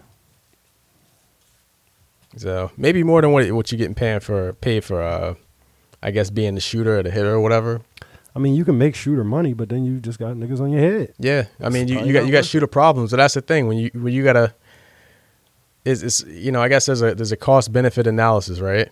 Speaker 2: so maybe more than what what you getting paid for paid for. uh I guess being the shooter or the hitter or whatever.
Speaker 1: I mean, you can make shooter money, but then you just got niggas on your head.
Speaker 2: Yeah, I
Speaker 1: It's
Speaker 2: mean, you,
Speaker 1: probably
Speaker 2: you got
Speaker 1: not worth
Speaker 2: you got
Speaker 1: it.
Speaker 2: shooter problems, but that's the thing when you when you gotta is it's you know I guess there's a there's a cost benefit analysis, right?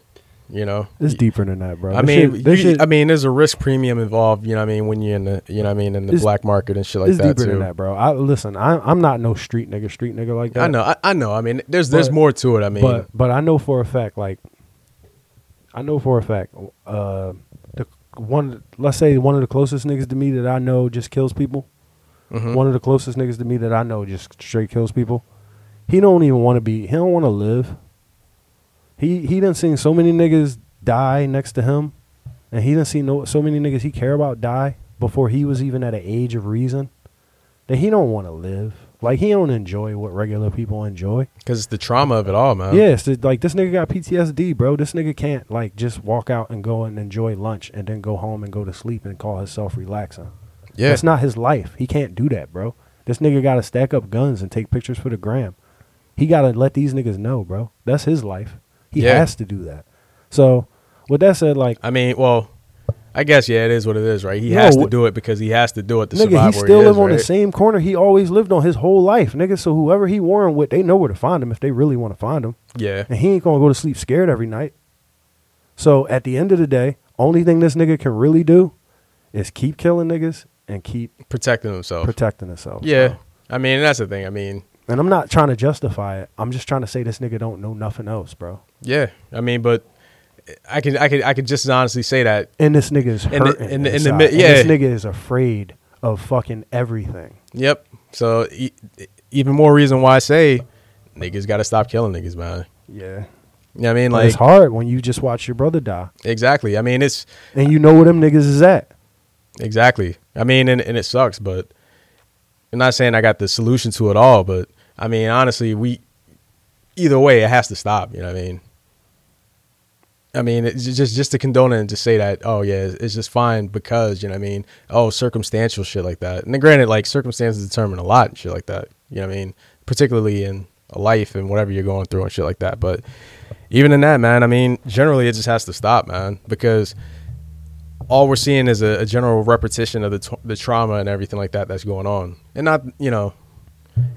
Speaker 2: You know,
Speaker 1: It's deeper than that, bro.
Speaker 2: I
Speaker 1: This
Speaker 2: mean,
Speaker 1: shit- this
Speaker 2: you-
Speaker 1: shit-
Speaker 2: I mean, there's a risk premium involved. You know, what I mean, when you're in the you know, what I mean, in the
Speaker 1: It's-
Speaker 2: black market and shit like
Speaker 1: it's
Speaker 2: that
Speaker 1: deeper
Speaker 2: too.
Speaker 1: than that, bro. I listen. I, I'm not no street nigga, street nigga like that.
Speaker 2: I know, I, I know. I mean, there's there's
Speaker 1: But-
Speaker 2: more to it. I mean,
Speaker 1: but but I know for a fact, like I know for a fact, uh, the one let's say one of the closest niggas to me that I know just kills people.
Speaker 2: mhm.
Speaker 1: One of the closest niggas to me that I know just straight kills people. He don't even want to be. He don't want to live. He he done seen so many niggas die next to him, and he done seen no, so many niggas he care about die before he was even at an age of reason. That he don't want to live. Like he don't enjoy what regular people enjoy.
Speaker 2: Cause it's the trauma of it all, man.
Speaker 1: Yes, th- like this nigga got PTSD, bro. This nigga can't like just walk out and go and enjoy lunch and then go home and go to sleep and call himself relaxing.
Speaker 2: yeah.
Speaker 1: That's not his life. He can't do that, bro. This nigga got to stack up guns and take pictures for the gram. He got to let these niggas know, bro. That's his life. He
Speaker 2: Yeah.
Speaker 1: has to do that. So, with that said, like
Speaker 2: I mean, well, I guess yeah, it is what it is, right? He
Speaker 1: No,
Speaker 2: has to
Speaker 1: what-
Speaker 2: do it because he has to do it to
Speaker 1: nigga, he
Speaker 2: survive. where
Speaker 1: still
Speaker 2: he
Speaker 1: live
Speaker 2: is,
Speaker 1: on the
Speaker 2: right?
Speaker 1: same corner he always lived on his whole life, nigga. So whoever he warring with, they know where to find him if they really want to find him.
Speaker 2: Yeah,
Speaker 1: and he ain't gonna go to sleep scared every night. So at the end of the day, only thing this nigga can really do is keep killing niggas and keep
Speaker 2: protecting himself.
Speaker 1: protecting himself.
Speaker 2: yeah,
Speaker 1: bro.
Speaker 2: I mean, that's the thing. I mean,
Speaker 1: And I'm not trying to justify it. I'm just trying to say this nigga don't know nothing else, bro.
Speaker 2: Yeah, I mean, but I can, I can, I can just honestly say that.
Speaker 1: And this nigga is
Speaker 2: In the-
Speaker 1: hurting.
Speaker 2: in the- in the
Speaker 1: inside.
Speaker 2: mi-
Speaker 1: And
Speaker 2: yeah.
Speaker 1: this nigga is afraid of fucking everything.
Speaker 2: Yep. So e- even more reason why I say niggas got to stop killing niggas, man.
Speaker 1: Yeah,
Speaker 2: You know what I mean?
Speaker 1: like,
Speaker 2: Like
Speaker 1: it's hard when you just watch your brother die,
Speaker 2: exactly. I mean, it's
Speaker 1: and you know where them niggas is at.
Speaker 2: Exactly. I mean, and, and it sucks, but I'm not saying I got the solution to it all, but I mean, honestly, we either way, it has to stop. You know what I mean? I mean, it's ju- just just to condone it and just say that, oh yeah, it's it's just fine because you know what I mean. Oh, circumstantial shit like that. And then, granted, like circumstances determine a lot and shit like that. You know what I mean? Particularly in a life and whatever you're going through and shit like that. But even in that, man, I mean, generally it just has to stop, man, because all we're seeing is a, a general repetition of the t- the trauma and everything like that that's going on, and not you know,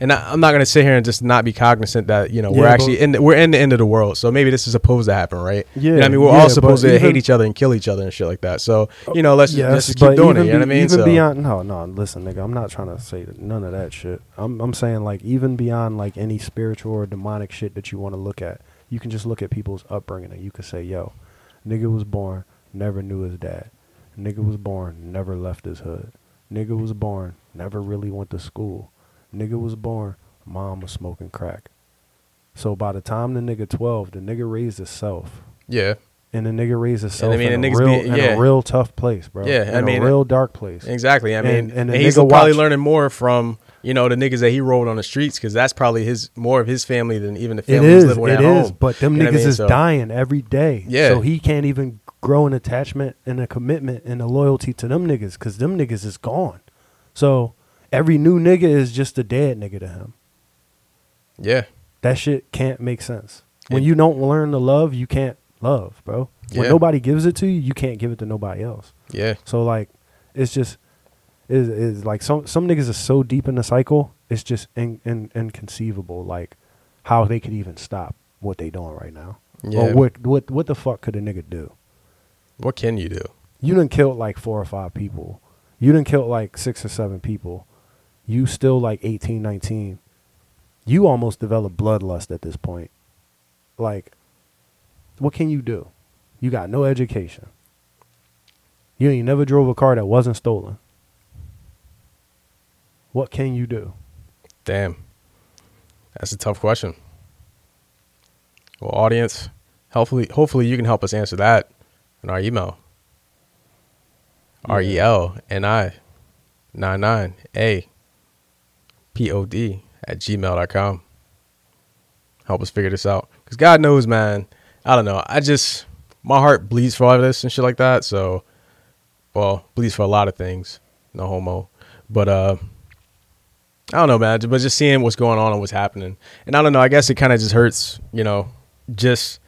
Speaker 2: and I, I'm not gonna sit here and just not be cognizant that you know
Speaker 1: Yeah,
Speaker 2: we're
Speaker 1: but-
Speaker 2: actually in the, we're in the end of the world, so maybe this is supposed to happen, right? You know what
Speaker 1: Yeah,
Speaker 2: I mean, we're
Speaker 1: yeah,
Speaker 2: all
Speaker 1: but
Speaker 2: supposed to hate
Speaker 1: even-
Speaker 2: each other and kill each other and shit like that. So you know, let's, let's just keep
Speaker 1: but
Speaker 2: doing it.
Speaker 1: even
Speaker 2: You know what I
Speaker 1: be-
Speaker 2: mean?
Speaker 1: Even
Speaker 2: so,
Speaker 1: beyond no, no. Listen, nigga, I'm not trying to say that- none of that shit. I'm I'm saying like even beyond like any spiritual or demonic shit that you want to look at. You can just look at people's upbringing and you can say, "Yo, nigga was born, never knew his dad. Nigga was born, never left his hood. Nigga was born, never really went to school. Nigga was born, mom was smoking crack." So by the time the nigga 12, the nigga raised himself
Speaker 2: yeah,
Speaker 1: and the nigga raised himself
Speaker 2: mean,
Speaker 1: in,
Speaker 2: the
Speaker 1: a
Speaker 2: niggas
Speaker 1: real,
Speaker 2: be-
Speaker 1: in
Speaker 2: yeah.
Speaker 1: a real tough place, bro.
Speaker 2: Yeah,
Speaker 1: in
Speaker 2: I mean,
Speaker 1: a real dark place.
Speaker 2: exactly. I mean,
Speaker 1: And- and the
Speaker 2: he's
Speaker 1: nigga
Speaker 2: probably
Speaker 1: watch-
Speaker 2: learning more from you know the niggas that he rolled on the streets because that's probably his more of his family than even the
Speaker 1: It
Speaker 2: family he's
Speaker 1: is,
Speaker 2: living with
Speaker 1: it
Speaker 2: at
Speaker 1: is.
Speaker 2: home.
Speaker 1: But them
Speaker 2: You know
Speaker 1: niggas
Speaker 2: what I mean?
Speaker 1: is
Speaker 2: So-
Speaker 1: dying every day.
Speaker 2: Yeah.
Speaker 1: so he can't even grow an attachment and a commitment and a loyalty to them niggas because them niggas is gone. So every new nigga is just a dead nigga to him.
Speaker 2: Yeah,
Speaker 1: That shit can't make sense. When
Speaker 2: It-
Speaker 1: you don't learn to love, you can't love, bro. When
Speaker 2: Yeah.
Speaker 1: nobody gives it to you, you can't give it to nobody else.
Speaker 2: yeah.
Speaker 1: So like, it's just is is like some some niggas are so deep in the cycle. It's just in, in, inconceivable. Like how they could even stop what they doing right now,
Speaker 2: Yeah.
Speaker 1: or what what what the fuck could a nigga do?
Speaker 2: What can you do?
Speaker 1: You done killed like four or five people. You done killed like six or seven people. You still like 18, 19. You almost develop bloodlust at this point. Like, what can you do? You got no education. You ain't never drove a car that wasn't stolen. What can you do?
Speaker 2: Damn. That's a tough question. Well, audience, hopefully hopefully you can help us answer that in our email. R E L N I 99 A P O D at gmail.com. Help us figure this out. Because God knows, man, I don't know. I just, my heart bleeds for all of this and shit like that. So, well, bleeds for a lot of things. No homo. But, uh, I don't know, man. But just seeing what's going on and what's happening, and I don't know. I guess it kind of just hurts, you know. Just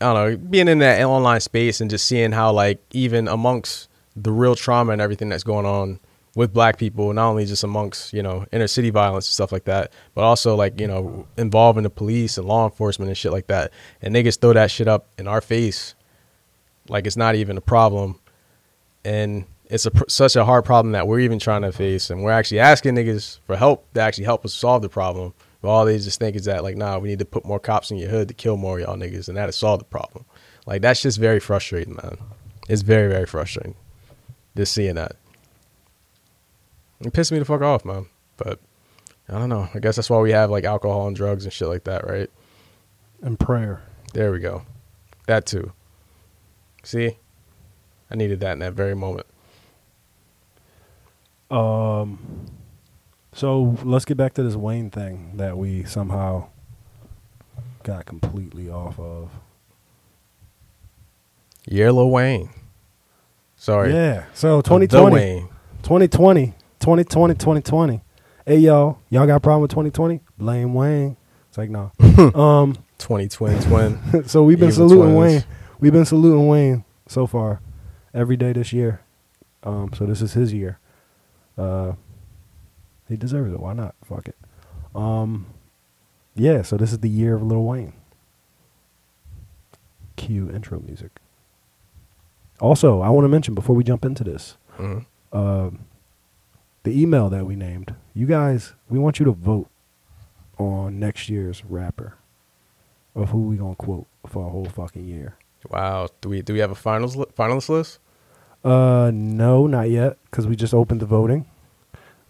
Speaker 2: I don't know, being in that online space and just seeing how, like, even amongst the real trauma and everything that's going on with Black people, not only just amongst you know inner city violence and stuff like that, but also like you know involving the police and law enforcement and shit like that, and niggas throw that shit up in our face, like it's not even a problem and it's a pr- such a hard problem that we're even trying to face, and we're actually asking niggas for help to actually help us solve the problem. But all they just think is that like, nah, we need to put more cops in your hood to kill more of y'all niggas, and that'll solve the problem. Like that's just very frustrating, man. It's very very frustrating just seeing that. It pissed me the fuck off, man. But I don't know. I guess that's why we have like alcohol and drugs and shit like that, right?
Speaker 1: And prayer.
Speaker 2: There we go. That too. See, I needed that in that very moment.
Speaker 1: So let's get back to this Wayne thing that we somehow got completely off of.
Speaker 2: Yellow Wayne. Sorry.
Speaker 1: Yeah. So
Speaker 2: Uh, The
Speaker 1: 2020.
Speaker 2: Wayne.
Speaker 1: 2020, 2020, 2020. Hey y'all, y'all got a problem with 2020? Blame Wayne. It's like no. um,
Speaker 2: 2020 twin.
Speaker 1: so we've been
Speaker 2: Evil
Speaker 1: saluting Wayne.
Speaker 2: twins.
Speaker 1: We've been saluting Wayne so far, every day this year. Um, so this is his year. Uh, he deserves it. Why not? Fuck it. Um, yeah. So this is the year of Lil Wayne. Cue intro music. Also, I want to mention before we jump into this
Speaker 2: Mhm.
Speaker 1: the email that we named. You guys, we want you to vote on next year's rapper of who we gonna quote for a whole fucking year.
Speaker 2: Wow. Do we do we have a finals li- finalist list?
Speaker 1: Uh, no, not yet, because we just opened the voting.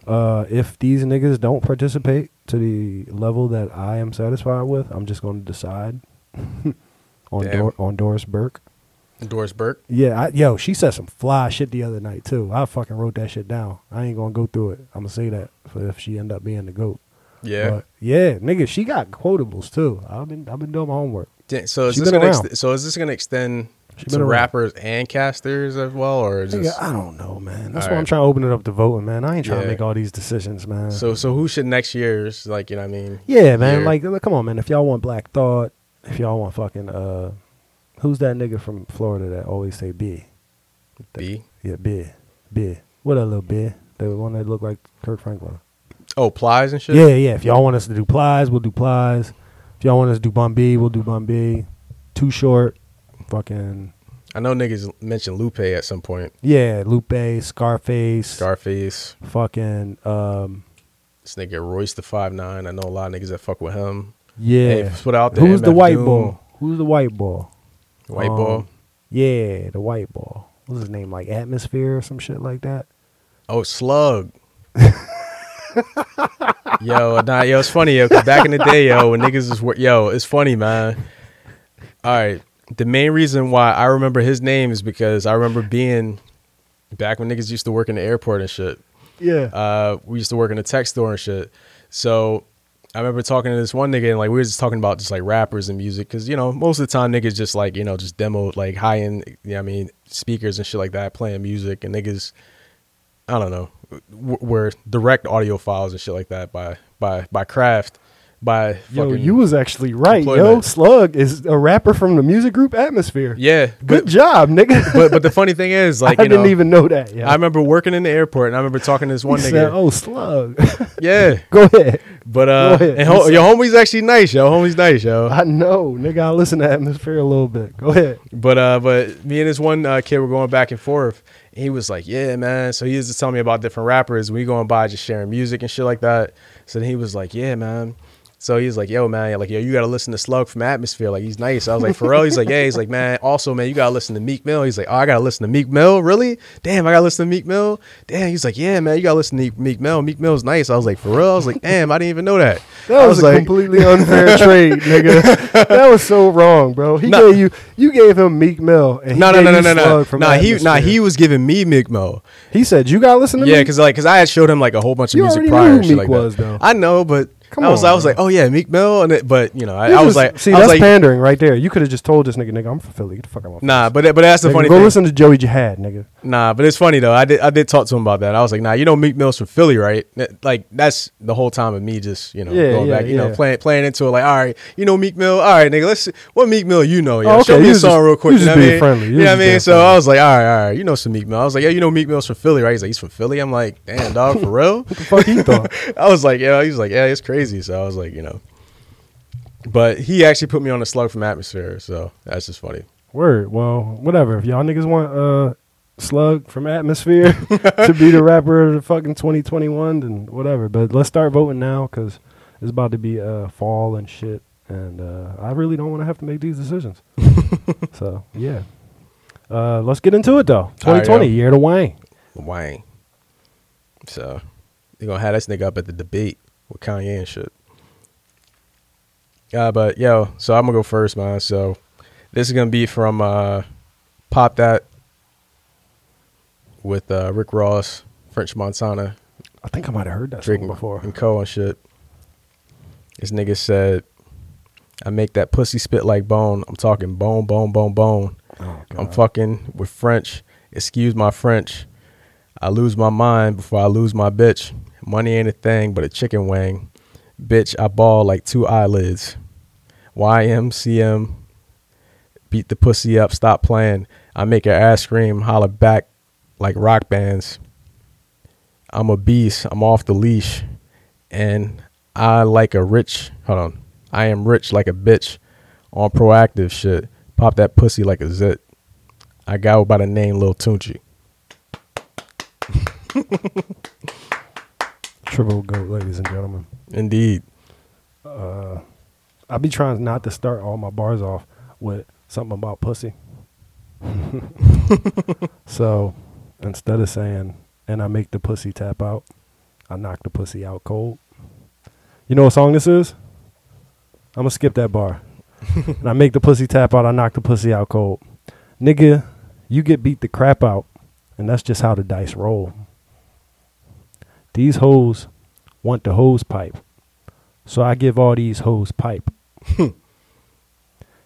Speaker 1: Uh, if these niggas don't participate to the level that I am satisfied with, I'm just gonna decide on
Speaker 2: Damn.
Speaker 1: Dor- on Doris Burke.
Speaker 2: Doris Burke.
Speaker 1: Yeah, I, yo, she said some fly shit the other night too. I fucking wrote that shit down. I ain't gonna go through it. I'm gonna say that for if she end up being the goat.
Speaker 2: Yeah.
Speaker 1: But, yeah, nigga, she got quotables too. I've been I've been doing my homework.
Speaker 2: Da- So is
Speaker 1: She's
Speaker 2: this
Speaker 1: been
Speaker 2: gonna ex-
Speaker 1: around.
Speaker 2: so is this gonna extend
Speaker 1: She's
Speaker 2: to
Speaker 1: been around.
Speaker 2: rappers and casters as well, or is
Speaker 1: Nigga,
Speaker 2: this?
Speaker 1: I don't know, man. That's
Speaker 2: All
Speaker 1: why I'm
Speaker 2: right.
Speaker 1: trying to open it up to voting, man. I ain't trying
Speaker 2: Yeah.
Speaker 1: to make all these decisions, man.
Speaker 2: So so who should next year's like you know what I mean?
Speaker 1: yeah, man.
Speaker 2: year-
Speaker 1: Like, look, come on, man. If y'all want Black Thought, if y'all want fucking uh, who's that nigga from Florida that always say B?
Speaker 2: B.
Speaker 1: Yeah, B, B. What a little B. The one that looked like Kirk Franklin.
Speaker 2: Oh, plies and shit.
Speaker 1: Yeah, yeah. If y'all want us to do plies, we'll do plies. If y'all want us to do Bun B, we'll do Bun B. Too short, fucking
Speaker 2: I know niggas mentioned Lupe at some point.
Speaker 1: yeah. Lupe, Scarface,
Speaker 2: Scarface.
Speaker 1: fucking um,
Speaker 2: This nigga Royce the five nine. I know a lot of niggas that fuck with him.
Speaker 1: yeah.
Speaker 2: Hey, put out the
Speaker 1: Who's the
Speaker 2: MF
Speaker 1: white
Speaker 2: Doom,
Speaker 1: ball? Who's the white ball?
Speaker 2: White
Speaker 1: Um,
Speaker 2: ball.
Speaker 1: Yeah, the white ball. What's his name? Like Atmosphere or some shit like that.
Speaker 2: Oh, Slug. yo, nah, yo, it's funny, yo. 'cause back in the day, yo, when niggas was, wor- yo, it's funny, man. All right, the main reason why I remember his name is because I remember being back when niggas used to work in the airport and shit.
Speaker 1: Yeah.
Speaker 2: Uh, we used to work in a tech store and shit. So I remember talking to this one nigga and like we were just talking about just like rappers and music because you know most of the time niggas just like you know just demo like high end you know what I mean speakers and shit like that playing music and niggas I don't know w- were direct audio files and shit like that by by by craft by
Speaker 1: yo,
Speaker 2: fucking-
Speaker 1: you was actually right. Yo,
Speaker 2: employment.
Speaker 1: Slug is a rapper from the music group Atmosphere.
Speaker 2: yeah
Speaker 1: Good
Speaker 2: but,
Speaker 1: job, nigga.
Speaker 2: but but the funny thing is like
Speaker 1: I
Speaker 2: you know
Speaker 1: didn't even know that. Yeah.
Speaker 2: I remember working in the airport and I remember talking to this one
Speaker 1: He said,
Speaker 2: nigga
Speaker 1: "Oh, Slug,
Speaker 2: yeah
Speaker 1: go ahead."
Speaker 2: but uh
Speaker 1: Go ahead.
Speaker 2: and ho- your homie's actually nice yo homie's nice yo
Speaker 1: I know, nigga. I listen to Atmosphere a little bit. Go ahead.
Speaker 2: But uh, but me and this one uh, kid were going back and forth. And he was like, "Yeah, man." So he was just telling me about different rappers. We going by just sharing music and shit like that. So then he was like, "Yeah, man." So he was like, "Yo, man, like yo, you gotta listen to Slug from Atmosphere. Like he's nice." I was like, "Pharrell." He's like, "Yeah." He's like, "Man, also, man, you gotta listen to Meek Mill." He's like, "Oh, I gotta listen to Meek Mill, really? Damn, I gotta listen to Meek Mill." Damn, he's like, "Yeah, man, you gotta listen to Meek Mill. Meek Mill's nice." I was like, "Pharrell." I was like, "Damn, I didn't even know that." I
Speaker 1: That was, a completely unfair trade, nigga. That was so wrong, bro. He
Speaker 2: No.
Speaker 1: gave you, you gave him Meek Mill, and he
Speaker 2: No, no,
Speaker 1: gave
Speaker 2: no,
Speaker 1: you
Speaker 2: no, no, no.
Speaker 1: Slug from
Speaker 2: Nah, he,
Speaker 1: Atmosphere.
Speaker 2: nah, he was giving me Meek Mill.
Speaker 1: He said you gotta listen to
Speaker 2: Yeah,
Speaker 1: Meek."
Speaker 2: because like, cause I had showed him like a whole bunch of
Speaker 1: You
Speaker 2: music
Speaker 1: already
Speaker 2: prior.
Speaker 1: knew
Speaker 2: and
Speaker 1: who
Speaker 2: shit
Speaker 1: Meek
Speaker 2: like
Speaker 1: was,
Speaker 2: that.
Speaker 1: though.
Speaker 2: I know, but
Speaker 1: Come
Speaker 2: I was,
Speaker 1: on,
Speaker 2: I was like,
Speaker 1: bro.
Speaker 2: oh yeah, Meek Mill, and it, but you know, I,
Speaker 1: You
Speaker 2: I was
Speaker 1: just-
Speaker 2: like,
Speaker 1: see,
Speaker 2: I was
Speaker 1: that's
Speaker 2: like,
Speaker 1: pandering right there. You could have just told this nigga, nigga, I'm from Philly. Get the fuck out of my
Speaker 2: nah,
Speaker 1: face.
Speaker 2: but but that's the
Speaker 1: Nigga,
Speaker 2: funny
Speaker 1: Go
Speaker 2: thing.
Speaker 1: listen to Joey Jihad, nigga.
Speaker 2: Nah, but it's funny though. I did I did talk to him about that. I was like, nah, you know, Meek Mill's from Philly, right? That- Like that's the whole time of me just you know
Speaker 1: Yeah,
Speaker 2: going
Speaker 1: yeah,
Speaker 2: back, you know,
Speaker 1: yeah.
Speaker 2: playing playing into it. Like, all right, you know, Meek Mill. All right, nigga, let's see, what Meek Mill you know? Yo,
Speaker 1: Oh, okay,
Speaker 2: Show me
Speaker 1: you
Speaker 2: a
Speaker 1: was
Speaker 2: song
Speaker 1: just-
Speaker 2: real quick.
Speaker 1: you
Speaker 2: You know
Speaker 1: just
Speaker 2: what I
Speaker 1: being
Speaker 2: mean?
Speaker 1: friendly. You
Speaker 2: You know
Speaker 1: was
Speaker 2: what I
Speaker 1: just being
Speaker 2: mean? So
Speaker 1: friendly.
Speaker 2: I was like, all right, all right, you know some Meek Mill. I was like, yeah, you know Meek Mill's from Philly, right? He's like, he's from Philly. I'm like, damn, dog, for real.
Speaker 1: What the fuck he thought?
Speaker 2: I was like, yeah. He was like, yeah, it's crazy. So I was like, you know. But he actually put me on a slug from Atmosphere, so that's just funny.
Speaker 1: Word. Well, whatever. If y'all niggas want uh Slug from Atmosphere to be the rapper of the fucking 2021, then whatever. But let's start voting now because it's about to be uh fall and shit, and uh I really don't want to have to make these decisions. so yeah, uh let's get into it though. 2020
Speaker 2: yo.
Speaker 1: year to Wayne.
Speaker 2: Wang. So they gonna have this nigga up at the debate with Kanye and shit. Uh, but yo, so I'm gonna go first, man. So this is gonna be from uh, Pop That with uh, Rick Ross, French Montana,
Speaker 1: I think I might have heard that
Speaker 2: Drake
Speaker 1: song before.
Speaker 2: and Co and shit. This nigga said, "I make that pussy spit like bone. I'm talking bone, bone, bone, bone.
Speaker 1: Oh,
Speaker 2: I'm
Speaker 1: God.
Speaker 2: fucking with French. Excuse my French. I lose my mind before I lose my bitch. Money ain't a thing but a chicken wing. Bitch, I ball like two eyelids. YMCM. Beat the pussy up. Stop playing. I make her ass scream. Holler back like rock bands. I'm a beast. I'm off the leash. And I like a rich. Hold on. I am rich like a bitch on proactive shit. Pop that pussy like a zit. I got by the name Lil Tunchi.
Speaker 1: Triple goat, ladies and gentlemen.
Speaker 2: Indeed.
Speaker 1: I be trying not to start all my bars off with something about pussy. so instead of saying, and I make the pussy tap out, I knock the pussy out cold. You know what song this is? I'm gonna skip that bar. and I make the pussy tap out, I knock the pussy out cold. Nigga, you get beat the crap out, and that's just how the dice roll. These hoes want the hose pipe. So I give all these hoes pipe.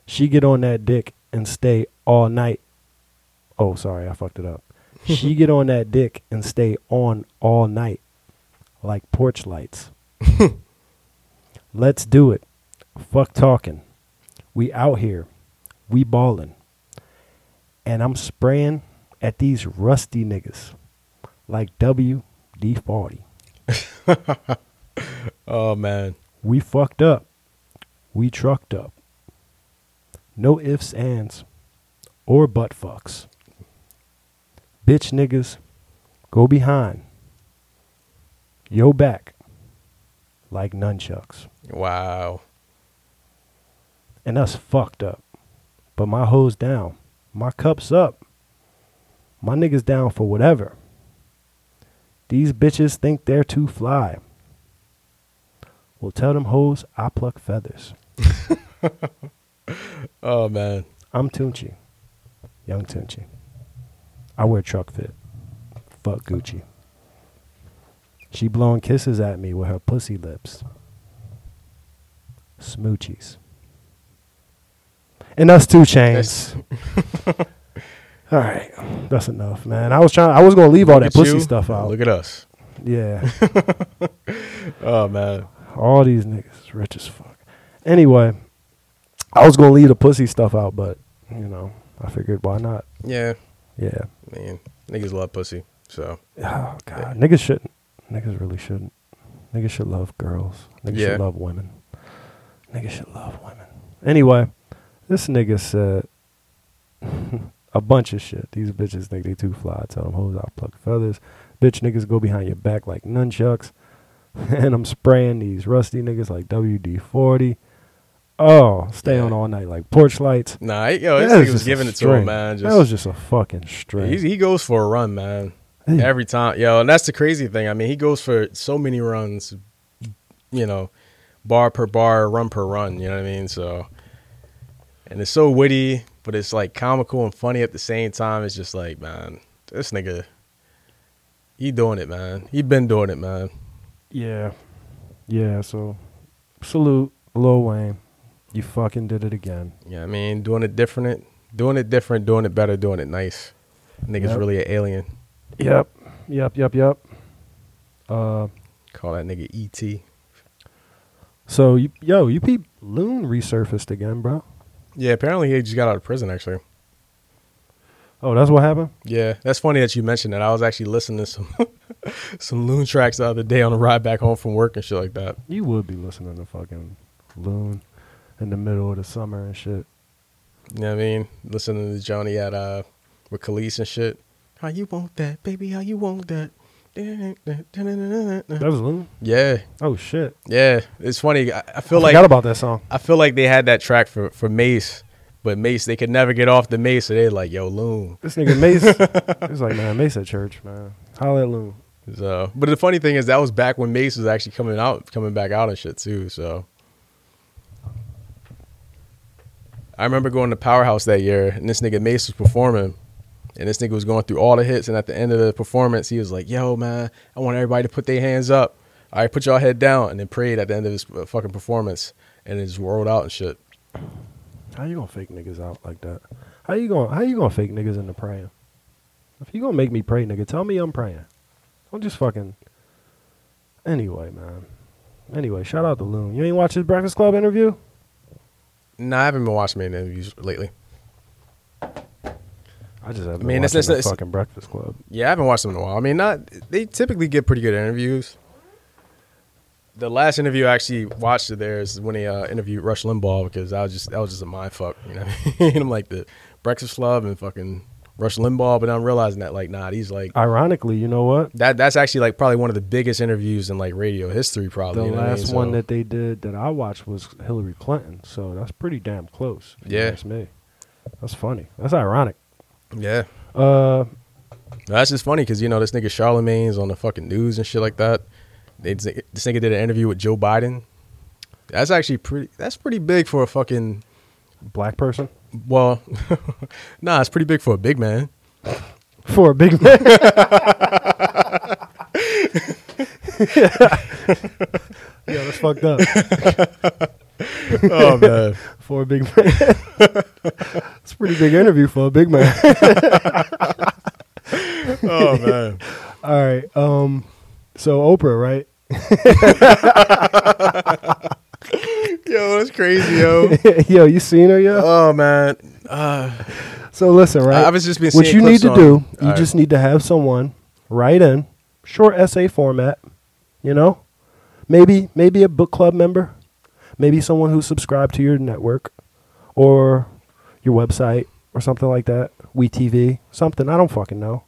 Speaker 1: she get on that dick and stay all night. Oh, sorry, I fucked it up. she get on that dick and stay on all night like porch lights. Let's do it. Fuck talking. We out here. We ballin'. And I'm spraying at these rusty niggas like WD-40.
Speaker 2: Oh man.
Speaker 1: We fucked up. We trucked up. No ifs, ands, or butt fucks. Bitch niggas, go behind. Yo back. Like nunchucks.
Speaker 2: Wow.
Speaker 1: And that's fucked up. But my hoes down. My cup's up. My niggas down for whatever. These bitches think they're too fly. Well, tell them hoes I pluck feathers.
Speaker 2: Oh man.
Speaker 1: I'm Tunchi. Young Tunchi. I wear truck fit. Fuck Gucci. She blowing kisses at me with her pussy lips. Smoochies. And us two chains. all right. That's enough, man. I was trying I was gonna leave all
Speaker 2: Look
Speaker 1: that
Speaker 2: at
Speaker 1: pussy
Speaker 2: you.
Speaker 1: stuff out.
Speaker 2: Look at us.
Speaker 1: yeah.
Speaker 2: Oh man.
Speaker 1: All these niggas rich as fuck. Anyway, I was gonna leave the pussy stuff out, but you know, I figured why not?
Speaker 2: Yeah.
Speaker 1: Yeah.
Speaker 2: I mean, niggas love pussy. So
Speaker 1: Oh god, niggas shouldn't. Niggas really shouldn't. Niggas should love girls. Niggas
Speaker 2: Yeah.
Speaker 1: should love women. Niggas should love women. Anyway, this nigga said a bunch of shit. These bitches think they too fly. I Tell them hoes I pluck feathers. Bitch niggas go behind your back like nunchucks. and I'm spraying these rusty niggas like WD forty. Oh, stay
Speaker 2: Yeah.
Speaker 1: on all night like porch lights.
Speaker 2: nah, he- yo, this
Speaker 1: That
Speaker 2: nigga
Speaker 1: was
Speaker 2: was,
Speaker 1: just a
Speaker 2: giving it to him,
Speaker 1: string.
Speaker 2: man. Just,
Speaker 1: that was just a fucking string.
Speaker 2: He's, he goes for a run, man.
Speaker 1: Yeah.
Speaker 2: Every time, yo, and that's the crazy thing. I mean, he goes for so many runs, you know, bar per bar, run per run. You know what I mean? So, and it's so witty, but it's like comical and funny at the same time. It's just like, man, this nigga, he doing it, man. He been doing it, man.
Speaker 1: Yeah. Yeah, so salute Lil Wayne. You fucking did it again.
Speaker 2: Yeah, I mean, doing it different, doing it different, doing it better, doing it nice. Nigga's
Speaker 1: Yep.
Speaker 2: really an alien.
Speaker 1: Yep. Yep, yep, yep. Uh
Speaker 2: Call that nigga E ET.
Speaker 1: so you, yo, you peep Loon resurfaced again, bro.
Speaker 2: Yeah, apparently he just got out of prison actually.
Speaker 1: Oh, that's what happened?
Speaker 2: Yeah, that's funny that you mentioned that. I was actually listening to some some loon tracks the other day on the ride back home from work and shit like that.
Speaker 1: You would be listening to fucking Loon in the middle of the summer and shit.
Speaker 2: You know what I mean? Listening to Johnny at uh with Khalees and shit. How you want that, baby? How you want that?
Speaker 1: That was Loon?
Speaker 2: Yeah,
Speaker 1: Oh shit.
Speaker 2: yeah. It's funny. I, I feel
Speaker 1: I
Speaker 2: like
Speaker 1: forgot about that song.
Speaker 2: I feel like they had that track for for Mace, but Mace they could never get off the Mace. So they like, yo, loon.
Speaker 1: This nigga Mace it was like, man, Mace at church, man. Holla at Loon.
Speaker 2: So, but the funny thing is that was back when Mace was actually coming out, coming back out and shit too. So, I remember going to Powerhouse that year, and this nigga Mace was performing, and this nigga was going through all the hits, and at the end of the performance, he was like, "Yo, man, I want everybody to put their hands up. All right, put y'all head down," and then prayed at the end of his uh, fucking performance, and it just rolled out and shit.
Speaker 1: How you gonna fake niggas out like that? How you gonna how you gonna fake niggas into praying? If you gonna make me pray, nigga, tell me I'm praying. I'm just fucking. Anyway, man. Anyway, shout out to Loon. You ain't watch his Breakfast Club interview?
Speaker 2: Nah, I haven't been watching many interviews lately.
Speaker 1: I just haven't
Speaker 2: mean,
Speaker 1: been
Speaker 2: it's-
Speaker 1: watching
Speaker 2: it's-
Speaker 1: the
Speaker 2: it's-
Speaker 1: fucking Breakfast Club.
Speaker 2: Yeah, I haven't watched them in a while. I mean, not they typically get pretty good interviews. The last interview I actually watched of theirs is when they uh, interviewed Rush Limbaugh because I was just that was just a mind fuck, you know. what I mean? I'm like the Breakfast Club and fucking Rush Limbaugh, but I'm realizing that like, nah, he's like
Speaker 1: Ironically, you know what?
Speaker 2: that. That's actually like probably one of the biggest interviews in like radio history, probably.
Speaker 1: The
Speaker 2: you know what I mean?
Speaker 1: last
Speaker 2: So-
Speaker 1: one that they did that I watched was Hillary Clinton, so that's pretty damn close. if you
Speaker 2: Yeah.
Speaker 1: ask me. That's funny. That's ironic.
Speaker 2: yeah,
Speaker 1: Uh,
Speaker 2: No, that's just funny because you know this nigga Charlemagne's on the fucking news and shit like that. They, this nigga did an interview with Joe Biden. That's actually pretty. That's pretty big for a fucking.
Speaker 1: black person
Speaker 2: Well, nah, it's pretty big for a big man.
Speaker 1: for a big man. yeah, that's fucked up.
Speaker 2: Oh man,
Speaker 1: For a big man. It's a pretty big interview for a big man.
Speaker 2: oh man.
Speaker 1: All right. Um, so Oprah, right?
Speaker 2: Yo, that's crazy, yo.
Speaker 1: yo, you seen her, yo?
Speaker 2: Oh man,
Speaker 1: So listen, right?
Speaker 2: I was just been
Speaker 1: what
Speaker 2: seeing
Speaker 1: you need
Speaker 2: clips
Speaker 1: to
Speaker 2: on-
Speaker 1: do,
Speaker 2: All
Speaker 1: you
Speaker 2: right.
Speaker 1: just need to have someone write in short essay format, you know? Maybe maybe a book club member, maybe someone who subscribed to your network or your website or something like that, We TV, something I don't fucking know.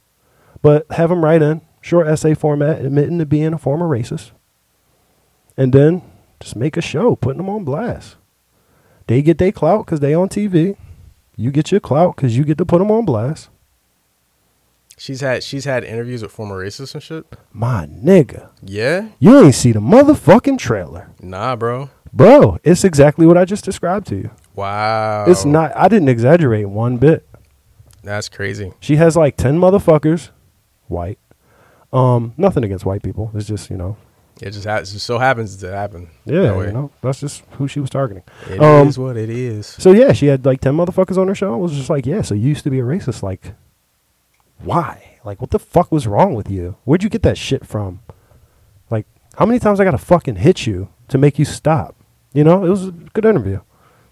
Speaker 1: But have them write in short essay format admitting to being a former racist. And then just make a show putting them on blast. They get their clout cuz they on TV. You get your clout because you get to put them on blast.
Speaker 2: she's had she's had interviews with former racists and shit.
Speaker 1: My nigga,
Speaker 2: Yeah,
Speaker 1: you ain't see the motherfucking trailer.
Speaker 2: nah, bro.
Speaker 1: Bro, it's exactly what I just described to you.
Speaker 2: Wow,
Speaker 1: It's not, I didn't exaggerate one bit.
Speaker 2: That's crazy.
Speaker 1: She has like 10 motherfuckers, white. Um, nothing against white people. It's just, you know,
Speaker 2: It just, ha- it just so happens to happen.
Speaker 1: yeah,
Speaker 2: that way.
Speaker 1: you know, that's just who she was targeting.
Speaker 2: It
Speaker 1: Um,
Speaker 2: is what it is.
Speaker 1: So yeah, she had like 10 motherfuckers on her show. I was just like, yeah, so you used to be a racist. Like, why? Like, what the fuck was wrong with you? Where'd you get that shit from? Like, how many times I gotta fucking hit you to make you stop? You know, it was a good interview.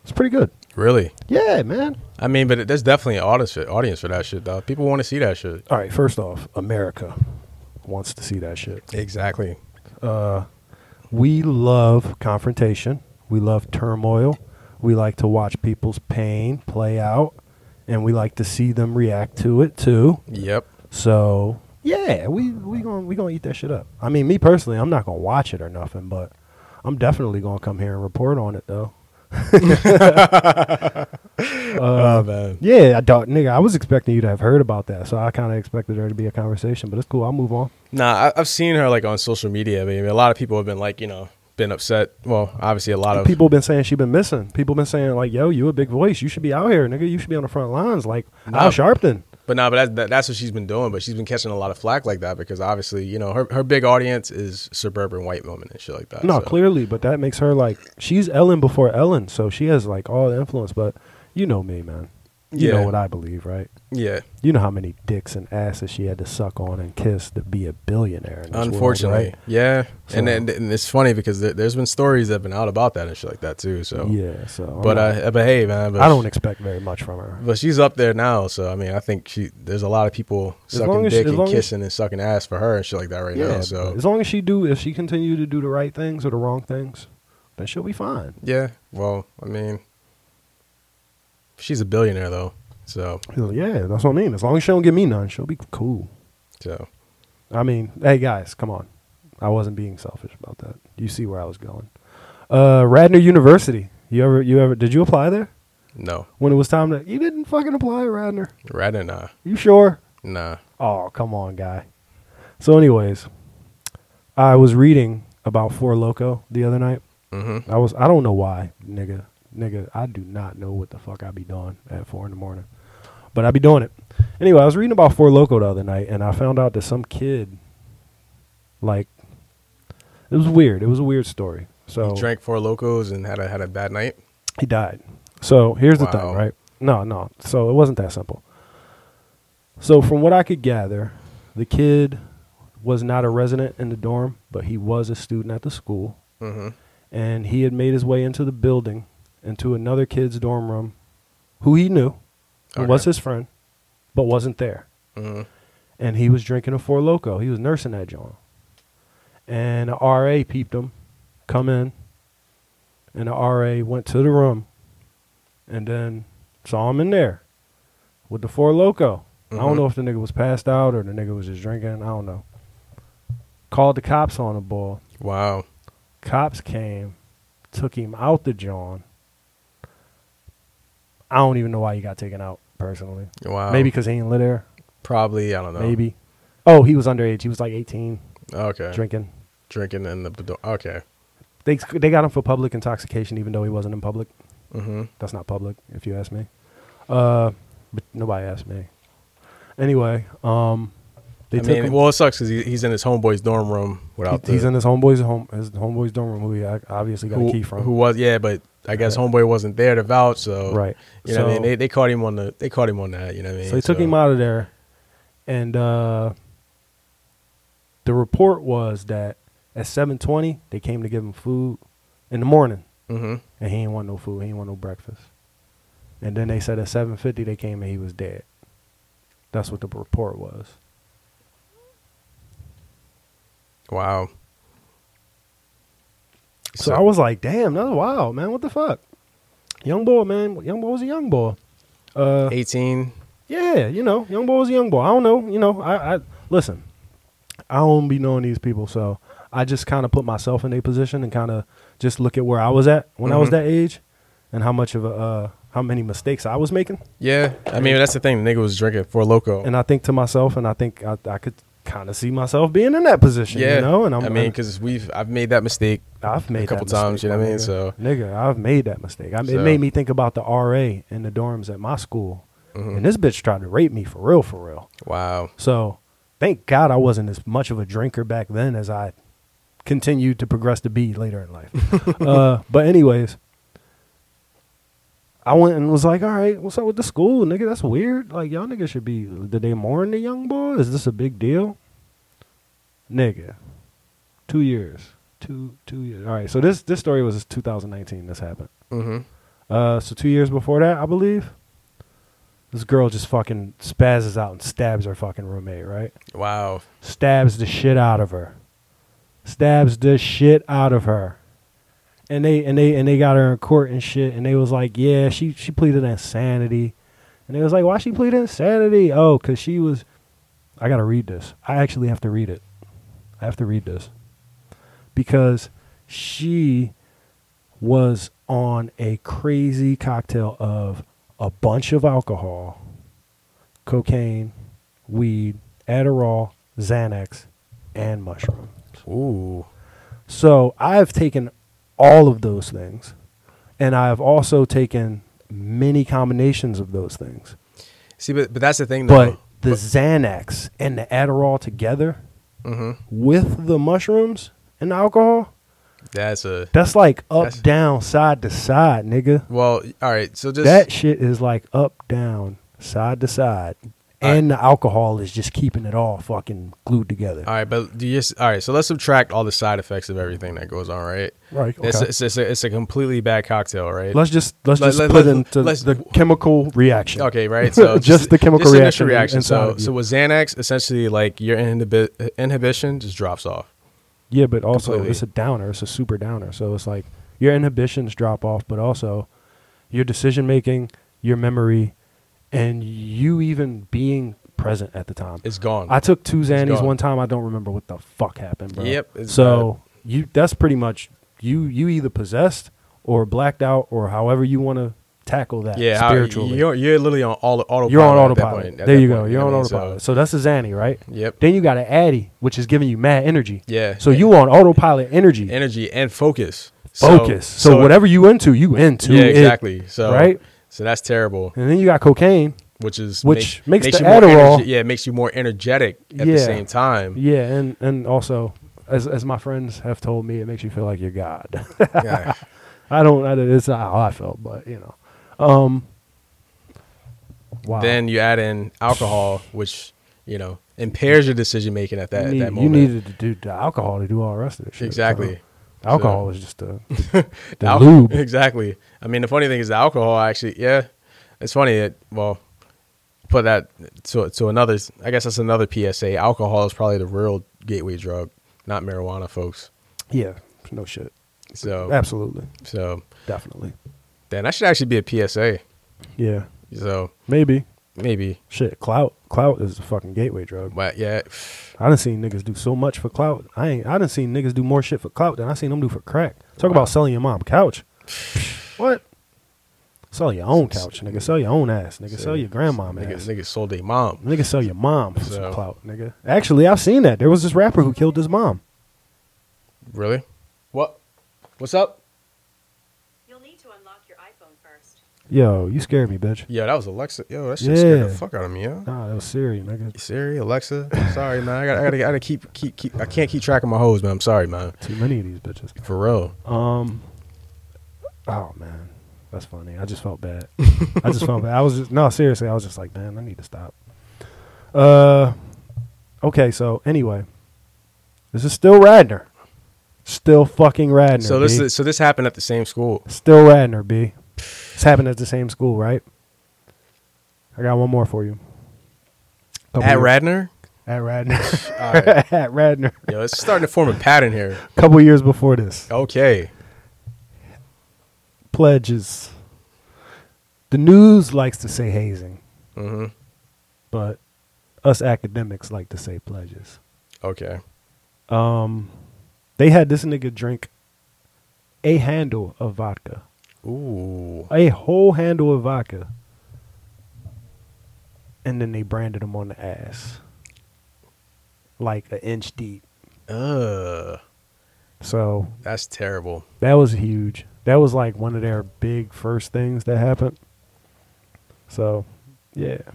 Speaker 1: It's pretty good.
Speaker 2: Really.
Speaker 1: Yeah, man.
Speaker 2: I mean, but it- there's definitely an audience for, audience for that shit, though. People want to see that shit.
Speaker 1: All right, first off, America wants to see that shit.
Speaker 2: Exactly.
Speaker 1: We love confrontation. We love turmoil. We like to watch people's pain play out, and we like to see them react to it too.
Speaker 2: Yep.
Speaker 1: So yeah, we we gonna we gonna eat that shit up. I mean, me personally, I'm not gonna watch it or nothing, but I'm definitely gonna come here and report on it though. Uh,
Speaker 2: oh man.
Speaker 1: Yeah, I don't, nigga, I was expecting you to have heard about that, so I kind of expected there to be a conversation, but it's cool. I'll move on.
Speaker 2: Nah, I, I've seen her like on social media. I mean, a lot of people have been like, you know, been upset. Well, obviously, a lot of
Speaker 1: People been saying she been missing. People been saying like, "Yo, you a big voice. You should be out here, nigga. You should be on the front lines." Like
Speaker 2: Nah.
Speaker 1: Al Sharpton.
Speaker 2: But no, but that's, that, that's what she's been doing. But she's been catching a lot of flack like that because obviously, you know, her, her big audience is suburban white women and shit like that.
Speaker 1: No,
Speaker 2: so.
Speaker 1: clearly, but that makes her like she's Ellen before Ellen, so she has like all the influence. But you know me, man. You know
Speaker 2: Yeah.
Speaker 1: what I believe, right?
Speaker 2: Yeah,
Speaker 1: You know how many dicks and asses she had to suck on and kiss to be a billionaire. In this world,
Speaker 2: unfortunately,
Speaker 1: right?
Speaker 2: yeah.
Speaker 1: So-
Speaker 2: And, then and it's funny because there, there's been stories that have been out about that and shit like that too. So
Speaker 1: yeah. So, I'm
Speaker 2: but
Speaker 1: not-
Speaker 2: uh, but hey, man, but
Speaker 1: I don't expect very much from her.
Speaker 2: But she's up there now, so I mean, I think she. There's a lot of people
Speaker 1: As long
Speaker 2: sucking
Speaker 1: as-
Speaker 2: dick
Speaker 1: as
Speaker 2: and
Speaker 1: long as-
Speaker 2: kissing and sucking ass for her and shit like that right now. So
Speaker 1: as long as she do, if she continue to do the right things or the wrong things, then she'll be fine.
Speaker 2: yeah, well, I mean, she's a billionaire though, so
Speaker 1: Yeah, that's what I mean. As long as she don't give me none, she'll be cool.
Speaker 2: so
Speaker 1: I mean, hey guys, come on. I wasn't being selfish about that. You see where I was going. Uh, Radnor University. You ever, you ever, did you apply there
Speaker 2: no,
Speaker 1: when it was time to? You didn't fucking apply, Radnor.
Speaker 2: rather nah,
Speaker 1: You sure?
Speaker 2: nah.
Speaker 1: Oh, come on, guy. So, anyways, I was reading about Four Loco the other night.
Speaker 2: Mm-hmm.
Speaker 1: I was I don't know why, nigga, nigga. I do not know what the fuck I be doing at four in the morning, but I be doing it. Anyway, I was reading about Four Loco the other night, and I found out that some kid, like, it was weird. It was a weird story. So
Speaker 2: He drank four locos and had a had a bad night.
Speaker 1: he died. So here's the
Speaker 2: Wow.
Speaker 1: thing, right? No, no. So it wasn't that simple. So from what I could gather, the kid was not a resident in the dorm, but he was a student at the school,
Speaker 2: Mm-hmm.
Speaker 1: and he had made his way into the building, into another kid's dorm room, who he knew, who was
Speaker 2: Okay.
Speaker 1: his friend, but wasn't there.
Speaker 2: Mm-hmm.
Speaker 1: And he was drinking a Four Loco. He was nursing that joint. And a RA peeped him, come in, and the RA went to the room, and then saw him in there with the Four Loco. I don't
Speaker 2: Mhm.
Speaker 1: know if the nigga was passed out or the nigga was just drinking. I don't know. Called the cops on the boy.
Speaker 2: Wow.
Speaker 1: Cops came, took him out the John. I don't even know why he got taken out personally.
Speaker 2: Wow.
Speaker 1: Maybe 'cause Maybe because he ain't live there.
Speaker 2: Probably. I don't know.
Speaker 1: Maybe. Oh, he was underage. He was like 18,
Speaker 2: Okay.
Speaker 1: drinking.
Speaker 2: Drinking in the bedo- okay.
Speaker 1: They they got him for public intoxication, even though he wasn't in public.
Speaker 2: Mm-hmm.
Speaker 1: That's not public, if you ask me. Uh, but nobody asked me. Anyway, um, they
Speaker 2: I
Speaker 1: took
Speaker 2: mean,
Speaker 1: him.
Speaker 2: well, it sucks because he, he's in his homeboy's dorm room
Speaker 1: He-
Speaker 2: without.
Speaker 1: he's
Speaker 2: the,
Speaker 1: in his homeboy's home, his homeboy's dorm room, who he ac- obviously got
Speaker 2: who,
Speaker 1: a key from.
Speaker 2: who was yeah, but I guess
Speaker 1: Right.
Speaker 2: homeboy wasn't there to vouch. So
Speaker 1: right?
Speaker 2: You know what I mean?
Speaker 1: So-
Speaker 2: They, they caught him on the they caught him on that. You know what I mean?
Speaker 1: So he took him out of there, and uh, the report was that at seven twenty they came to give him food in the morning,
Speaker 2: hmm
Speaker 1: and he ain't want no food. He ain't want no breakfast. And then they said at seven fifty they came and he was dead. That's what the report was.
Speaker 2: Wow.
Speaker 1: So, I was like, damn, that's wild, man. What the fuck? Young boy, man. Young boy was a young boy. Uh,
Speaker 2: eighteen.
Speaker 1: yeah, you know, young boy was a young boy. I don't know, you know. I, I listen. I don't be knowing these people, so I just kind of put myself in their position and kind of just look at where I was at when I was
Speaker 2: Mhm.
Speaker 1: that age, and how much of a uh, how many mistakes I was making.
Speaker 2: Yeah, I mean that's the thing. The nigga was drinking for loco.
Speaker 1: And I think to myself, and I think I, I could kind of see myself being in that position,
Speaker 2: yeah,
Speaker 1: you know. And I'm, Ah.
Speaker 2: i mean, because we've I've made that mistake.
Speaker 1: I've made
Speaker 2: couple
Speaker 1: that mistake,
Speaker 2: times, you know what I
Speaker 1: my
Speaker 2: mean?
Speaker 1: nigga.
Speaker 2: So-
Speaker 1: nigga, I've made that mistake. I, It
Speaker 2: So-
Speaker 1: made me think about the RA in the dorms at my school,
Speaker 2: Mm-hmm.
Speaker 1: and this bitch tried to rape me for real, for real.
Speaker 2: Wow.
Speaker 1: So, thank God I wasn't as much of a drinker back then as I continued to progress to be later in life. uh, but anyways, I went and was like, "All right, what's up with the school, nigga? That's weird. Like, y'all niggas should be. Did they mourn the young boy? Is this a big deal, nigga? Two years, two two years. All right. So this this story was 2019. This happened.
Speaker 2: Mm-hmm.
Speaker 1: Uh, so two years before that, I believe, this girl just fucking spazzes out and stabs her fucking roommate, right?
Speaker 2: Wow.
Speaker 1: Stabs the shit out of her. Stabs the shit out of her. And they and they and they got her in court and shit, and they was like, yeah, she she pleaded insanity, and they was like, why she pleaded insanity? Oh, cause she was. I gotta read this. I actually have to read it. I have to read this because she was on a crazy cocktail of a bunch of alcohol, cocaine, weed, Adderall, Xanax, and mushrooms.
Speaker 2: Ooh.
Speaker 1: So I've taken all of those things, and I have also taken many combinations of those things.
Speaker 2: See, but but that's the thing though.
Speaker 1: But the Xanax and the Adderall together
Speaker 2: hmm
Speaker 1: with the mushrooms and the alcohol,
Speaker 2: that's a
Speaker 1: that's like up,
Speaker 2: That's-
Speaker 1: down, side to side, nigga.
Speaker 2: well. All right. So just
Speaker 1: that shit is like up, down, side to side. And the alcohol is just keeping it all fucking glued together.
Speaker 2: all right. But do you just all right? So let's subtract all the side effects of everything that goes on, right?
Speaker 1: Right.
Speaker 2: It's a, it's, a, it's a- it's a completely bad cocktail, right?
Speaker 1: Let's just let's
Speaker 2: Let-
Speaker 1: just
Speaker 2: let-
Speaker 1: put
Speaker 2: let-
Speaker 1: into
Speaker 2: let's-
Speaker 1: the chemical reaction.
Speaker 2: Okay, right. So
Speaker 1: Just the chemical
Speaker 2: just
Speaker 1: reaction
Speaker 2: initial reaction.
Speaker 1: inside
Speaker 2: So,
Speaker 1: of you.
Speaker 2: so with Xanax, essentially, like your inhibi- inhibition just drops off.
Speaker 1: Yeah, but also
Speaker 2: Completely.
Speaker 1: it's a downer. It's a super downer. So it's like your inhibitions drop off, but also your decision making, your memory, and you even being present at the time.
Speaker 2: It's gone.
Speaker 1: I took two Xannies
Speaker 2: gone.
Speaker 1: one time. I don't remember what the fuck happened, bro.
Speaker 2: Yep, it's
Speaker 1: So you that's pretty much you you either possessed or blacked out or however you want to tackle that
Speaker 2: yeah, I-
Speaker 1: spiritually.
Speaker 2: you're, you're literally on auto, autopilot.
Speaker 1: You're on
Speaker 2: at that
Speaker 1: autopilot.
Speaker 2: point- at
Speaker 1: there
Speaker 2: that
Speaker 1: you
Speaker 2: point,
Speaker 1: go.
Speaker 2: know
Speaker 1: You're on
Speaker 2: what I mean? So-
Speaker 1: autopilot. So, that's a Zanny, right?
Speaker 2: Yep.
Speaker 1: Then you got an Addy, which is giving you mad energy.
Speaker 2: Yeah.
Speaker 1: So you on autopilot energy,
Speaker 2: energy and focus. So-
Speaker 1: focus. So, whatever you into, you into.
Speaker 2: Yeah,
Speaker 1: it,
Speaker 2: exactly. So
Speaker 1: right?
Speaker 2: So that's terrible.
Speaker 1: And then you got cocaine.
Speaker 2: Which is
Speaker 1: Which makes the
Speaker 2: you more
Speaker 1: Adderall-
Speaker 2: energe- yeah, it makes you more energetic at
Speaker 1: Yeah.
Speaker 2: the same time.
Speaker 1: Yeah, and and also, as as my friends have told me, it makes you feel like you're God.
Speaker 2: Yeah.
Speaker 1: I don't. I, it's not how I felt, but you know. Um. Wow.
Speaker 2: Then you add in alcohol, which you know impairs your decision making at that
Speaker 1: you, need-
Speaker 2: at that
Speaker 1: you
Speaker 2: moment.
Speaker 1: needed to do the alcohol to do all the rest of this shit.
Speaker 2: exactly.
Speaker 1: So, alcohol is just a the
Speaker 2: Al-
Speaker 1: lube.
Speaker 2: Exactly. I mean, the funny thing is the alcohol actually, yeah, it's funny. It, well, put that to, to another, I guess that's another PSA. Alcohol is probably the real gateway drug, not marijuana, folks.
Speaker 1: yeah. No shit.
Speaker 2: So,
Speaker 1: Absolutely.
Speaker 2: so
Speaker 1: Definitely.
Speaker 2: then that should actually be a PSA.
Speaker 1: Yeah.
Speaker 2: So,
Speaker 1: Maybe.
Speaker 2: Maybe.
Speaker 1: Shit, clout, clout is a fucking gateway drug.
Speaker 2: But yeah,
Speaker 1: I done seen niggas do so much for clout. I ain't. I done seen niggas do more shit for clout than I seen them do for crack. Talk about selling your mom couch. what? Sell your own couch, nigga. Sell your own ass, nigga. Sell your grandma,
Speaker 2: niggas,
Speaker 1: ass.
Speaker 2: niggas sold their mom.
Speaker 1: Nigga, sell your mom for
Speaker 2: So-
Speaker 1: some clout, nigga. Actually, I've seen that. There was this rapper who killed his mom.
Speaker 2: Really? What? What's up?
Speaker 3: You'll need to unlock your iPhone first.
Speaker 1: Yo, you scared me, bitch.
Speaker 2: Yo, that was Alexa. Yo, that shit scared the
Speaker 1: Yeah.
Speaker 2: fuck out of me, yo.
Speaker 1: Nah, that was Siri, nigga.
Speaker 2: Siri, Alexa. Sorry, man. I gotta, I gotta, I gotta keep, keep, keep. I can't keep track of my hoes, man. I'm sorry, man.
Speaker 1: Too many of these bitches.
Speaker 2: For real.
Speaker 1: Um. Oh man, that's funny. I just felt bad. I just felt bad. I was just no seriously. I was just like, man, I need to stop. Uh, okay. So anyway, this is still Radner. Still fucking Radner.
Speaker 2: So this,
Speaker 1: B.
Speaker 2: is, so this happened at the same school.
Speaker 1: still Radner. B. It's happened at the same school, right? I got one more for you. Couple
Speaker 2: At
Speaker 1: years-
Speaker 2: Radnor.
Speaker 1: At Radner.
Speaker 2: All right.
Speaker 1: at Radner.
Speaker 2: Yo, it's starting to form a pattern here.
Speaker 1: A couple years before
Speaker 2: Oh,
Speaker 1: this.
Speaker 2: Okay.
Speaker 1: pledges. The news likes to say hazing,
Speaker 2: hmm
Speaker 1: but us academics like to say pledges.
Speaker 2: Okay.
Speaker 1: Um, they had this nigga drink a handle of vodka,
Speaker 2: Ooh.
Speaker 1: a whole handle of vodka, and then they branded him on the ass, like an inch deep.
Speaker 2: Ugh.
Speaker 1: So
Speaker 2: That's terrible.
Speaker 1: That was huge. That was like one of their big first things that happened. So, yeah.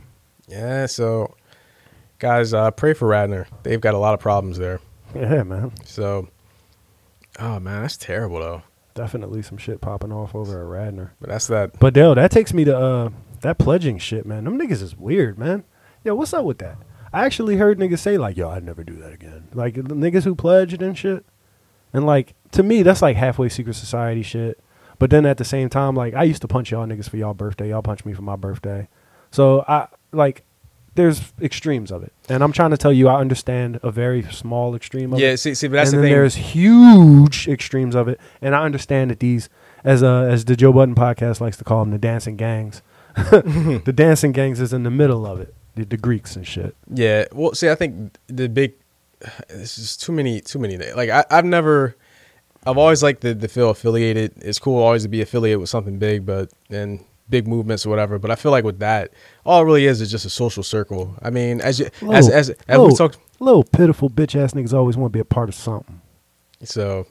Speaker 2: Yeah. So, guys, uh, pray for Radnor. They've got a lot of problems there.
Speaker 1: Yeah, man.
Speaker 2: So, oh man, that's terrible though.
Speaker 1: Definitely some shit popping off over at Radnor.
Speaker 2: But that's that.
Speaker 1: But, yo, that takes me to uh, that pledging shit, man. Them niggas is weird, man. Yo, what's up with that? I actually heard niggas say, like, yo, I'd never do that again. Like, the niggas who pledged and shit. And, like, to me, that's like halfway secret society shit. But then at the same time, like, I used to punch y'all niggas for y'all birthday. Y'all punch me for my birthday. So, I, like, there's extremes of it. And I'm trying to tell you, I understand a very small extreme of it
Speaker 2: Yeah. See, see, but that's
Speaker 1: and
Speaker 2: the
Speaker 1: then
Speaker 2: thing.
Speaker 1: there's huge extremes of it, and I understand that these, as uh, as the Joe Budden podcast likes to call them, the dancing gangs. the dancing gangs is in the middle of it, the, the Greeks and shit.
Speaker 2: Yeah. Well, see, I think the big this is too many, too many. Like I, I've never, I've always liked the the feel affiliated. It's cool always to be affiliated with something big, but and big movements or whatever. But I feel like with that, all it really is is just a social circle. I mean, as you as as, as we talked,
Speaker 1: little pitiful bitch ass niggas always want to be a part of something.
Speaker 2: so,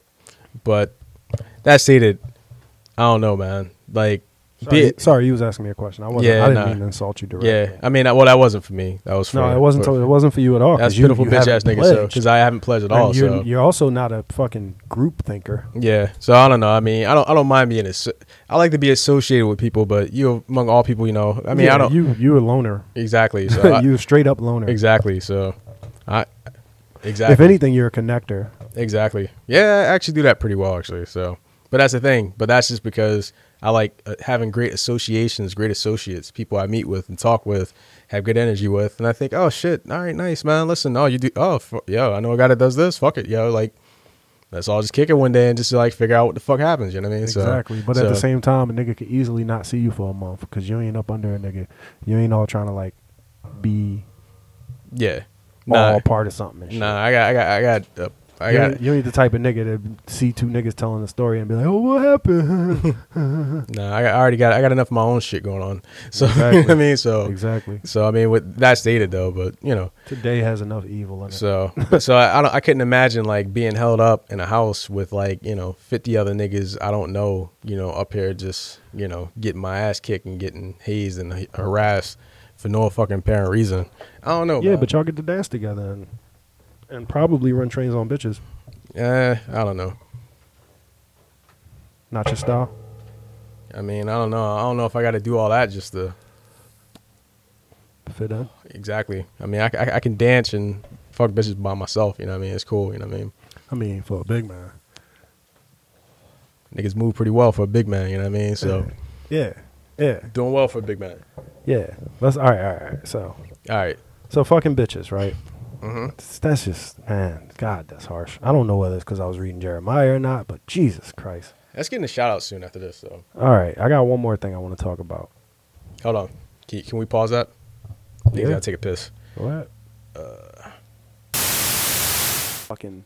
Speaker 2: but that stated, I don't know, man. Like,
Speaker 1: Sorry,
Speaker 2: be-
Speaker 1: sorry, you was asking me a question. I wasn't.
Speaker 2: Yeah,
Speaker 1: I didn't
Speaker 2: nah.
Speaker 1: mean to insult you directly.
Speaker 2: yeah. I mean, well, that wasn't for me. That was for
Speaker 1: No, it wasn't.
Speaker 2: for-
Speaker 1: it wasn't for you at all. 'cause
Speaker 2: That's
Speaker 1: you-
Speaker 2: pitiful
Speaker 1: you
Speaker 2: bitch
Speaker 1: haven't
Speaker 2: ass nigga. So
Speaker 1: pledged.
Speaker 2: because I haven't pledged at all.
Speaker 1: And you're,
Speaker 2: so
Speaker 1: you're also not a fucking group thinker.
Speaker 2: Yeah, so I don't know. I mean, I don't. I don't mind being. Asso- I like to be associated with people, but you among all people, you know. I mean,
Speaker 1: Yeah,
Speaker 2: I don't
Speaker 1: You you a loner.
Speaker 2: exactly. So I,
Speaker 1: you a straight up loner.
Speaker 2: exactly. So I exactly
Speaker 1: If anything, you're a connector.
Speaker 2: exactly. Yeah, I actually do that pretty well, actually. So, but that's the thing. But that's just because I like uh, having great associations, great associates, people I meet with and talk with, have good energy with, and I think, oh shit, all right, nice man. Listen, oh you do. Oh fu- yo, I know a guy that does this. Fuck it, yo, like. Let's all just kick it one day and just like figure out what the fuck happens. You know what I mean? So-
Speaker 1: Exactly. But at the
Speaker 2: so-
Speaker 1: same time, a nigga could easily not see you for a month because you ain't up under a nigga. You ain't all trying to like be
Speaker 2: Yeah.
Speaker 1: all
Speaker 2: Nah,
Speaker 1: part of something. And shit.
Speaker 2: nah. I got, I got, I got, uh, I
Speaker 1: you,
Speaker 2: got.
Speaker 1: ain't, you ain't the type of nigga to see two niggas telling a story and be like, "Oh, what happened?"
Speaker 2: Nah, I, got, I already got. I got enough of my own shit going on. So you know
Speaker 1: Exactly.
Speaker 2: what I mean, so
Speaker 1: exactly.
Speaker 2: so I mean, with that's dated though, but you know,
Speaker 1: Today has enough evil in it.
Speaker 2: so so I, I don't. I couldn't imagine like being held up in a house with like you know fifty other niggas I don't know. You know, up here just you know getting my ass kicked and getting hazed and h- harassed for no fucking apparent reason. I don't know.
Speaker 1: yeah,
Speaker 2: man.
Speaker 1: but y'all get to dance together and and probably run trains on bitches.
Speaker 2: Eh, I don't know.
Speaker 1: Not your style.
Speaker 2: I mean, I don't know. I don't know if I got to do all that just to.
Speaker 1: Fit in.
Speaker 2: Exactly. I mean, I, I, I can dance and fuck bitches by myself. You know what I mean? It's cool. You know what I mean?
Speaker 1: I mean, for a big man.
Speaker 2: Niggas move pretty well for a big man. You know what I mean? So
Speaker 1: Yeah. Yeah.
Speaker 2: doing well for a big man.
Speaker 1: Yeah. That's all right. All right. All right. So.
Speaker 2: All right.
Speaker 1: So fucking bitches, right?
Speaker 2: Mhm.
Speaker 1: That's- That's just man, God, that's harsh. I don't know whether it's because I was reading Jeremiah or not, but Jesus Christ!
Speaker 2: Let's get in a shout out soon after this. So
Speaker 1: All right, I got one more thing I want to talk about.
Speaker 2: hold on. Can, can we pause that? Nigga,
Speaker 1: Yeah.
Speaker 2: gotta take a piss.
Speaker 1: What? Uh, Fucking.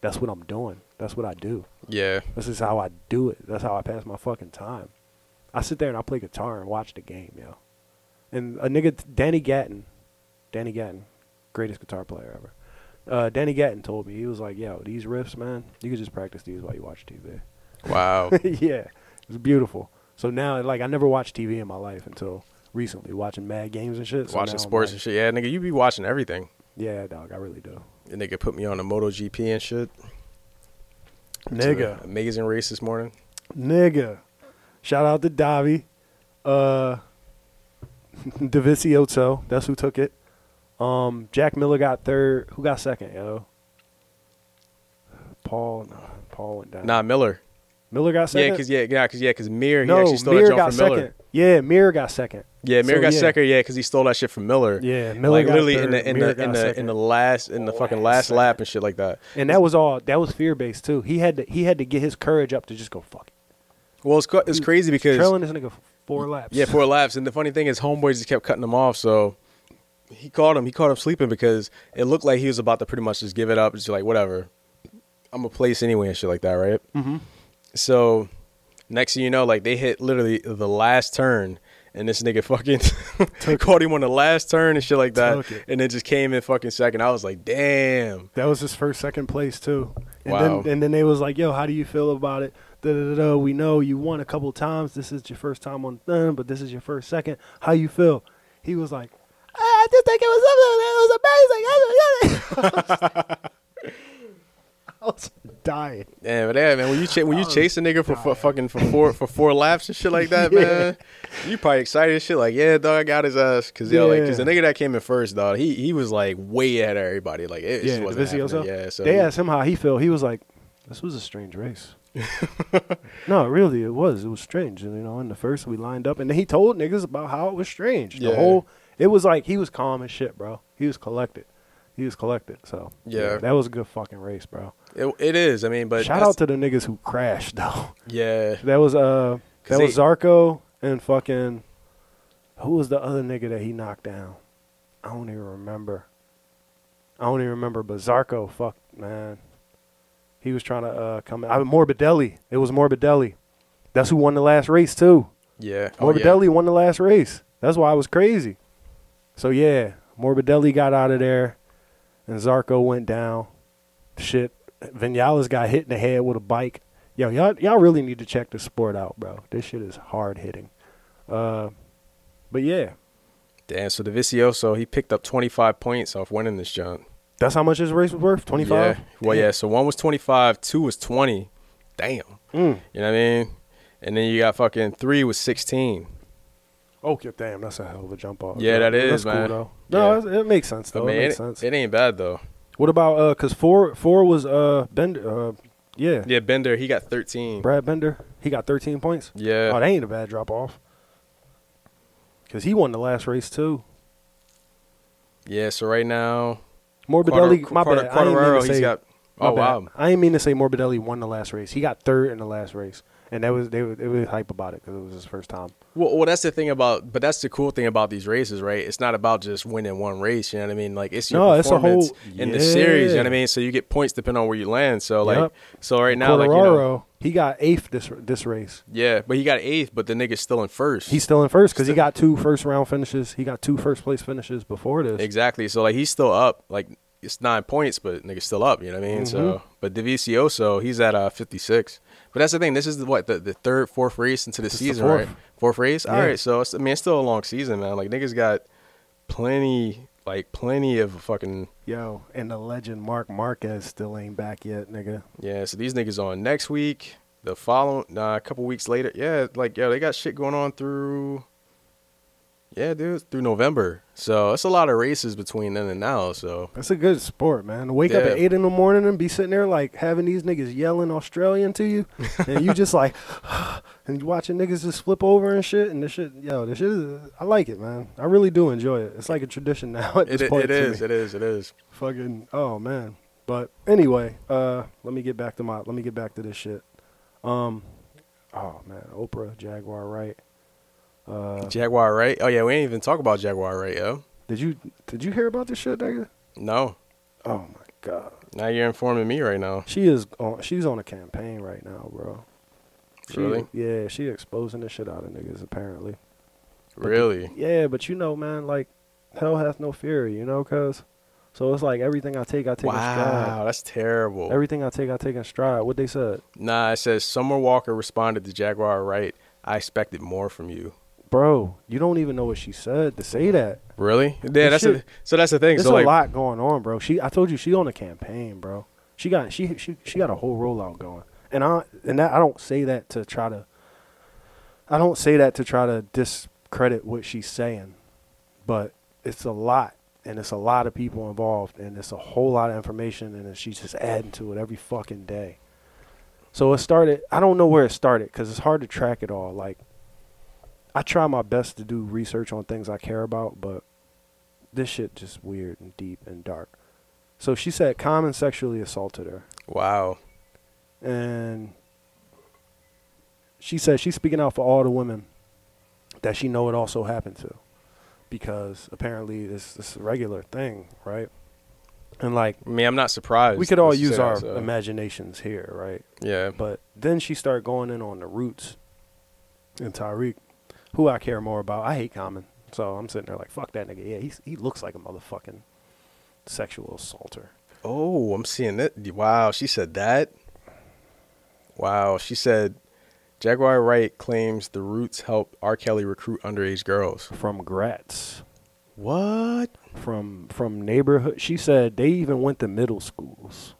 Speaker 1: That's what I'm doing. That's what I do.
Speaker 2: Yeah.
Speaker 1: This is how I do it. That's how I pass my fucking time. I sit there and I play guitar and watch the game, yo. And a nigga, Danny Gatton, Danny Gatton, greatest guitar player ever. Uh, Danny Gatton told me he was like, "Yo, these riffs, man, you can just practice these while you watch TV."
Speaker 2: Wow.
Speaker 1: yeah, it's beautiful. So now, like, I never watched TV in my life until recently, watching mad games and shit. So now
Speaker 2: watching
Speaker 1: I'm
Speaker 2: sports and
Speaker 1: like,
Speaker 2: shit. Yeah, nigga, you be watching everything.
Speaker 1: Yeah, dog, I really do.
Speaker 2: The nigga put me on a MotoGP and shit. It's an
Speaker 1: Nigga,
Speaker 2: amazing race this morning.
Speaker 1: Nigga. Shout out to Davi. Uh Davicioto, that's who took it. Um Jack Miller got third. Who got second, yo? Paul nah, Paul went down.
Speaker 2: Nah, Miller.
Speaker 1: Miller got second.
Speaker 2: Yeah, cause yeah, yeah, cause yeah, cause Mir, he
Speaker 1: no,
Speaker 2: actually stole
Speaker 1: Mir
Speaker 2: that jump
Speaker 1: got
Speaker 2: from
Speaker 1: second.
Speaker 2: Miller.
Speaker 1: Yeah, Mir got second.
Speaker 2: Yeah, Mir
Speaker 1: So,
Speaker 2: got
Speaker 1: yeah.
Speaker 2: second. Yeah, because he stole that shit from Miller.
Speaker 1: Yeah, Miller
Speaker 2: like
Speaker 1: got
Speaker 2: literally
Speaker 1: third,
Speaker 2: in the in
Speaker 1: Mir
Speaker 2: the in
Speaker 1: got
Speaker 2: the in
Speaker 1: second. Oh,
Speaker 2: the last in the fucking
Speaker 1: Last
Speaker 2: last lap and shit like that.
Speaker 1: And that was all that was fear based too. He had to he had to get his courage up to just go fuck it.
Speaker 2: Well, it's co- it's crazy because
Speaker 1: Trailing this nigga for four laps.
Speaker 2: yeah, four laps. And the funny thing is, homeboys just kept cutting him off. So he caught him. He caught him sleeping because it looked like he was about to pretty much just give it up. Just like whatever, I'm a place anyway and shit like that, right?
Speaker 1: Mhm.
Speaker 2: So next thing you know, like they hit literally the last turn. And this nigga fucking caught him on the last turn and shit like that,
Speaker 1: Took it.
Speaker 2: and it just came in fucking second. I was like, "Damn!"
Speaker 1: That was his first second place too. And
Speaker 2: Wow.
Speaker 1: then and then they was like, "Yo, how do you feel about it?" Da, da, da, da. We know you won a couple times. This is your first time on thing, but this is your first second. How you feel? He was like, "Ah, "I just think it was something. It was amazing." I was dying.
Speaker 2: Damn, but yeah, man. When you cha- when you chase a nigga for fu- fucking for four for four laps and shit like that,
Speaker 1: Yeah.
Speaker 2: man, you probably excited as shit. Like, yeah, dog, I got his ass. Cause yo, like, cause the
Speaker 1: Yeah.
Speaker 2: nigga that came in first, dog, he he was like way ahead of everybody. Like, it
Speaker 1: Yeah,
Speaker 2: just wasn't happening. Yeah, so
Speaker 1: they
Speaker 2: he-
Speaker 1: asked him how he felt. He was like, "This was a strange race." no, really, it was. It was strange. And, you know, in the first we lined up, and then he told niggas about how it was strange. The
Speaker 2: Yeah.
Speaker 1: whole it was like he was calm as shit, bro. He was collected. He was collected. So
Speaker 2: Yeah.
Speaker 1: that was a good fucking race, bro.
Speaker 2: it, it is. I mean, but
Speaker 1: Shout out to the niggas who crashed though.
Speaker 2: yeah,
Speaker 1: That was uh, that
Speaker 2: Cause
Speaker 1: was
Speaker 2: they-
Speaker 1: Zarko and fucking who was the other nigga that he knocked down? I don't even remember. I don't even remember. But Zarko, fuck man, he was trying to uh come. I Morbidelli. It was Morbidelli. That's who won the last race too.
Speaker 2: yeah, Oh, yeah.
Speaker 1: Morbidelli won the last race. That's why I was crazy. So yeah, Morbidelli got out of there, and Zarco went down. Shit, Vinales got hit in the head with a bike. Yo, y'all, y'all really need to check this sport out, bro. This shit is hard hitting. Uh, but yeah,
Speaker 2: Damn. So the Vicioso, he picked up twenty five points off winning this jump.
Speaker 1: that's how much this race was worth. Twenty five.
Speaker 2: Yeah. Well, yeah. So one was twenty five, two was twenty. Damn.
Speaker 1: Mm.
Speaker 2: You know what I mean? And then you got fucking three was sixteen.
Speaker 1: Oh, yeah, damn, that's a hell of a jump off.
Speaker 2: Yeah, that
Speaker 1: That's
Speaker 2: is, man.
Speaker 1: cool though. No,
Speaker 2: Yeah.
Speaker 1: it's- it makes sense
Speaker 2: I
Speaker 1: though.
Speaker 2: mean,
Speaker 1: it makes
Speaker 2: it,
Speaker 1: sense.
Speaker 2: it ain't bad though.
Speaker 1: what about uh? Cause four four was uh Bender. Uh, yeah,
Speaker 2: Yeah, Bender, he got 13.
Speaker 1: Brad Bender. He got thirteen points.
Speaker 2: Yeah.
Speaker 1: Oh, that ain't a bad drop off. Cause he won the last race too.
Speaker 2: yeah, so right now,
Speaker 1: Morbidelli,
Speaker 2: Quarter-
Speaker 1: my
Speaker 2: Quarter-
Speaker 1: bad. I didn't mean
Speaker 2: Quartararo,
Speaker 1: to
Speaker 2: he's
Speaker 1: say,
Speaker 2: got-
Speaker 1: my
Speaker 2: oh,
Speaker 1: bad.
Speaker 2: wow.
Speaker 1: I didn't mean to say Morbidelli won the last race. He got third in the last race, and that was they were, they were hype about it because it was his first time.
Speaker 2: well, well, that's the thing about, but that's the cool thing about these races, right? It's not about just winning one race, you know what I mean? Like, it's your
Speaker 1: No, it's a whole-
Speaker 2: performance in the series, you know what I
Speaker 1: yeah.
Speaker 2: mean? So you get points depending on where you land. So, like,
Speaker 1: Yep.
Speaker 2: so right now,
Speaker 1: Now,
Speaker 2: like, you know,
Speaker 1: he got eighth this this race.
Speaker 2: yeah, but he got eighth, but the nigga's still in first.
Speaker 1: He's still in first because he got two first round finishes. He got two first place finishes before this.
Speaker 2: Exactly. So like he's still up. Like it's nine points, but nigga's still up. You know what I mean? So
Speaker 1: Mm-hmm.
Speaker 2: but Davicioso, he's at uh fifty six. But that's the thing. This is the, what the, the third, fourth race into the
Speaker 1: This is the
Speaker 2: season,
Speaker 1: fourth.
Speaker 2: right? Fourth race. All
Speaker 1: Yeah.
Speaker 2: right. So it's, I mean, it's still a long season, man. Like niggas got plenty, like plenty of fucking
Speaker 1: Yo, and the legend Mark Marquez still ain't back yet, nigga.
Speaker 2: yeah. So these niggas on next week, the following, nah, a couple weeks later. Yeah, like yo, they got shit going on through. Yeah, dude, through November. So it's a lot of races between then and now. So
Speaker 1: That's a good sport, man. To wake up at
Speaker 2: Yeah.
Speaker 1: eight in the morning and be sitting there like having these niggas yelling Australian to you, and you just like, and you watching niggas just flip over and shit, and this shit, yo, this shit, is, I like it, man. I really do enjoy it. It's like a tradition now at
Speaker 2: it,
Speaker 1: this
Speaker 2: it,
Speaker 1: point.
Speaker 2: it
Speaker 1: to
Speaker 2: is,
Speaker 1: me.
Speaker 2: it is, it is.
Speaker 1: Fucking oh man. But anyway, uh, let me get back to my, let me get back to this shit. Um, oh man, Oprah Jaguar, right? Uh,
Speaker 2: Jaguar, right? Oh yeah, we ain't even talk about Jaguar, right? Yo,
Speaker 1: Did you did you hear about this shit, nigga?
Speaker 2: No.
Speaker 1: Oh my god.
Speaker 2: Now you're informing me right now.
Speaker 1: She is on she's on a campaign right now, bro. She,
Speaker 2: Really?
Speaker 1: Yeah, she exposing the shit out of niggas apparently.
Speaker 2: Really?
Speaker 1: Yeah, but you know, man, like hell hath no fear, you know, cuz. So it's like everything I take, I take in stride.
Speaker 2: Wow, that's terrible.
Speaker 1: Everything I take, I take in stride. What they said,
Speaker 2: nah, it says Summer Walker responded to Jaguar right. I expected more from you.
Speaker 1: bro. You don't even know what she said to say that.
Speaker 2: Really? Yeah, that's
Speaker 1: shit-
Speaker 2: a, so. That's the thing.
Speaker 1: There's
Speaker 2: So
Speaker 1: a
Speaker 2: like,
Speaker 1: lot going on, bro. She, I told you, she on a campaign, bro. She got she she she got a whole rollout going, and I and that I don't say that to try to. I don't say that to try to discredit what she's saying, but it's a lot, and it's a lot of people involved, and it's a whole lot of information, and then she's just adding to it every fucking day. So it started. I don't know where it started because it's hard to track it all. Like, I try my best to do research on things I care about, but this shit just weird and deep and dark. So she said Common sexually assaulted her.
Speaker 2: wow.
Speaker 1: And she said she's speaking out for all the women that she know it also happened to. Because apparently this this is a regular thing, right? And like
Speaker 2: I mean, I'm not surprised.
Speaker 1: we could all
Speaker 2: that she
Speaker 1: use
Speaker 2: said
Speaker 1: our
Speaker 2: that, so-
Speaker 1: imaginations here, right?
Speaker 2: Yeah.
Speaker 1: But then she started going in on the roots and Tyreek, who I care more about. I hate Common. So I'm sitting there like, fuck that nigga. Yeah, he's, he looks like a motherfucking sexual assaulter.
Speaker 2: Oh, I'm seeing that. Wow, she said that. Wow, she said Jaguar Wright claims the Roots helped R. Kelly recruit underage girls.
Speaker 1: From Gratz.
Speaker 2: What?
Speaker 1: From from neighborhood she said they even went to middle schools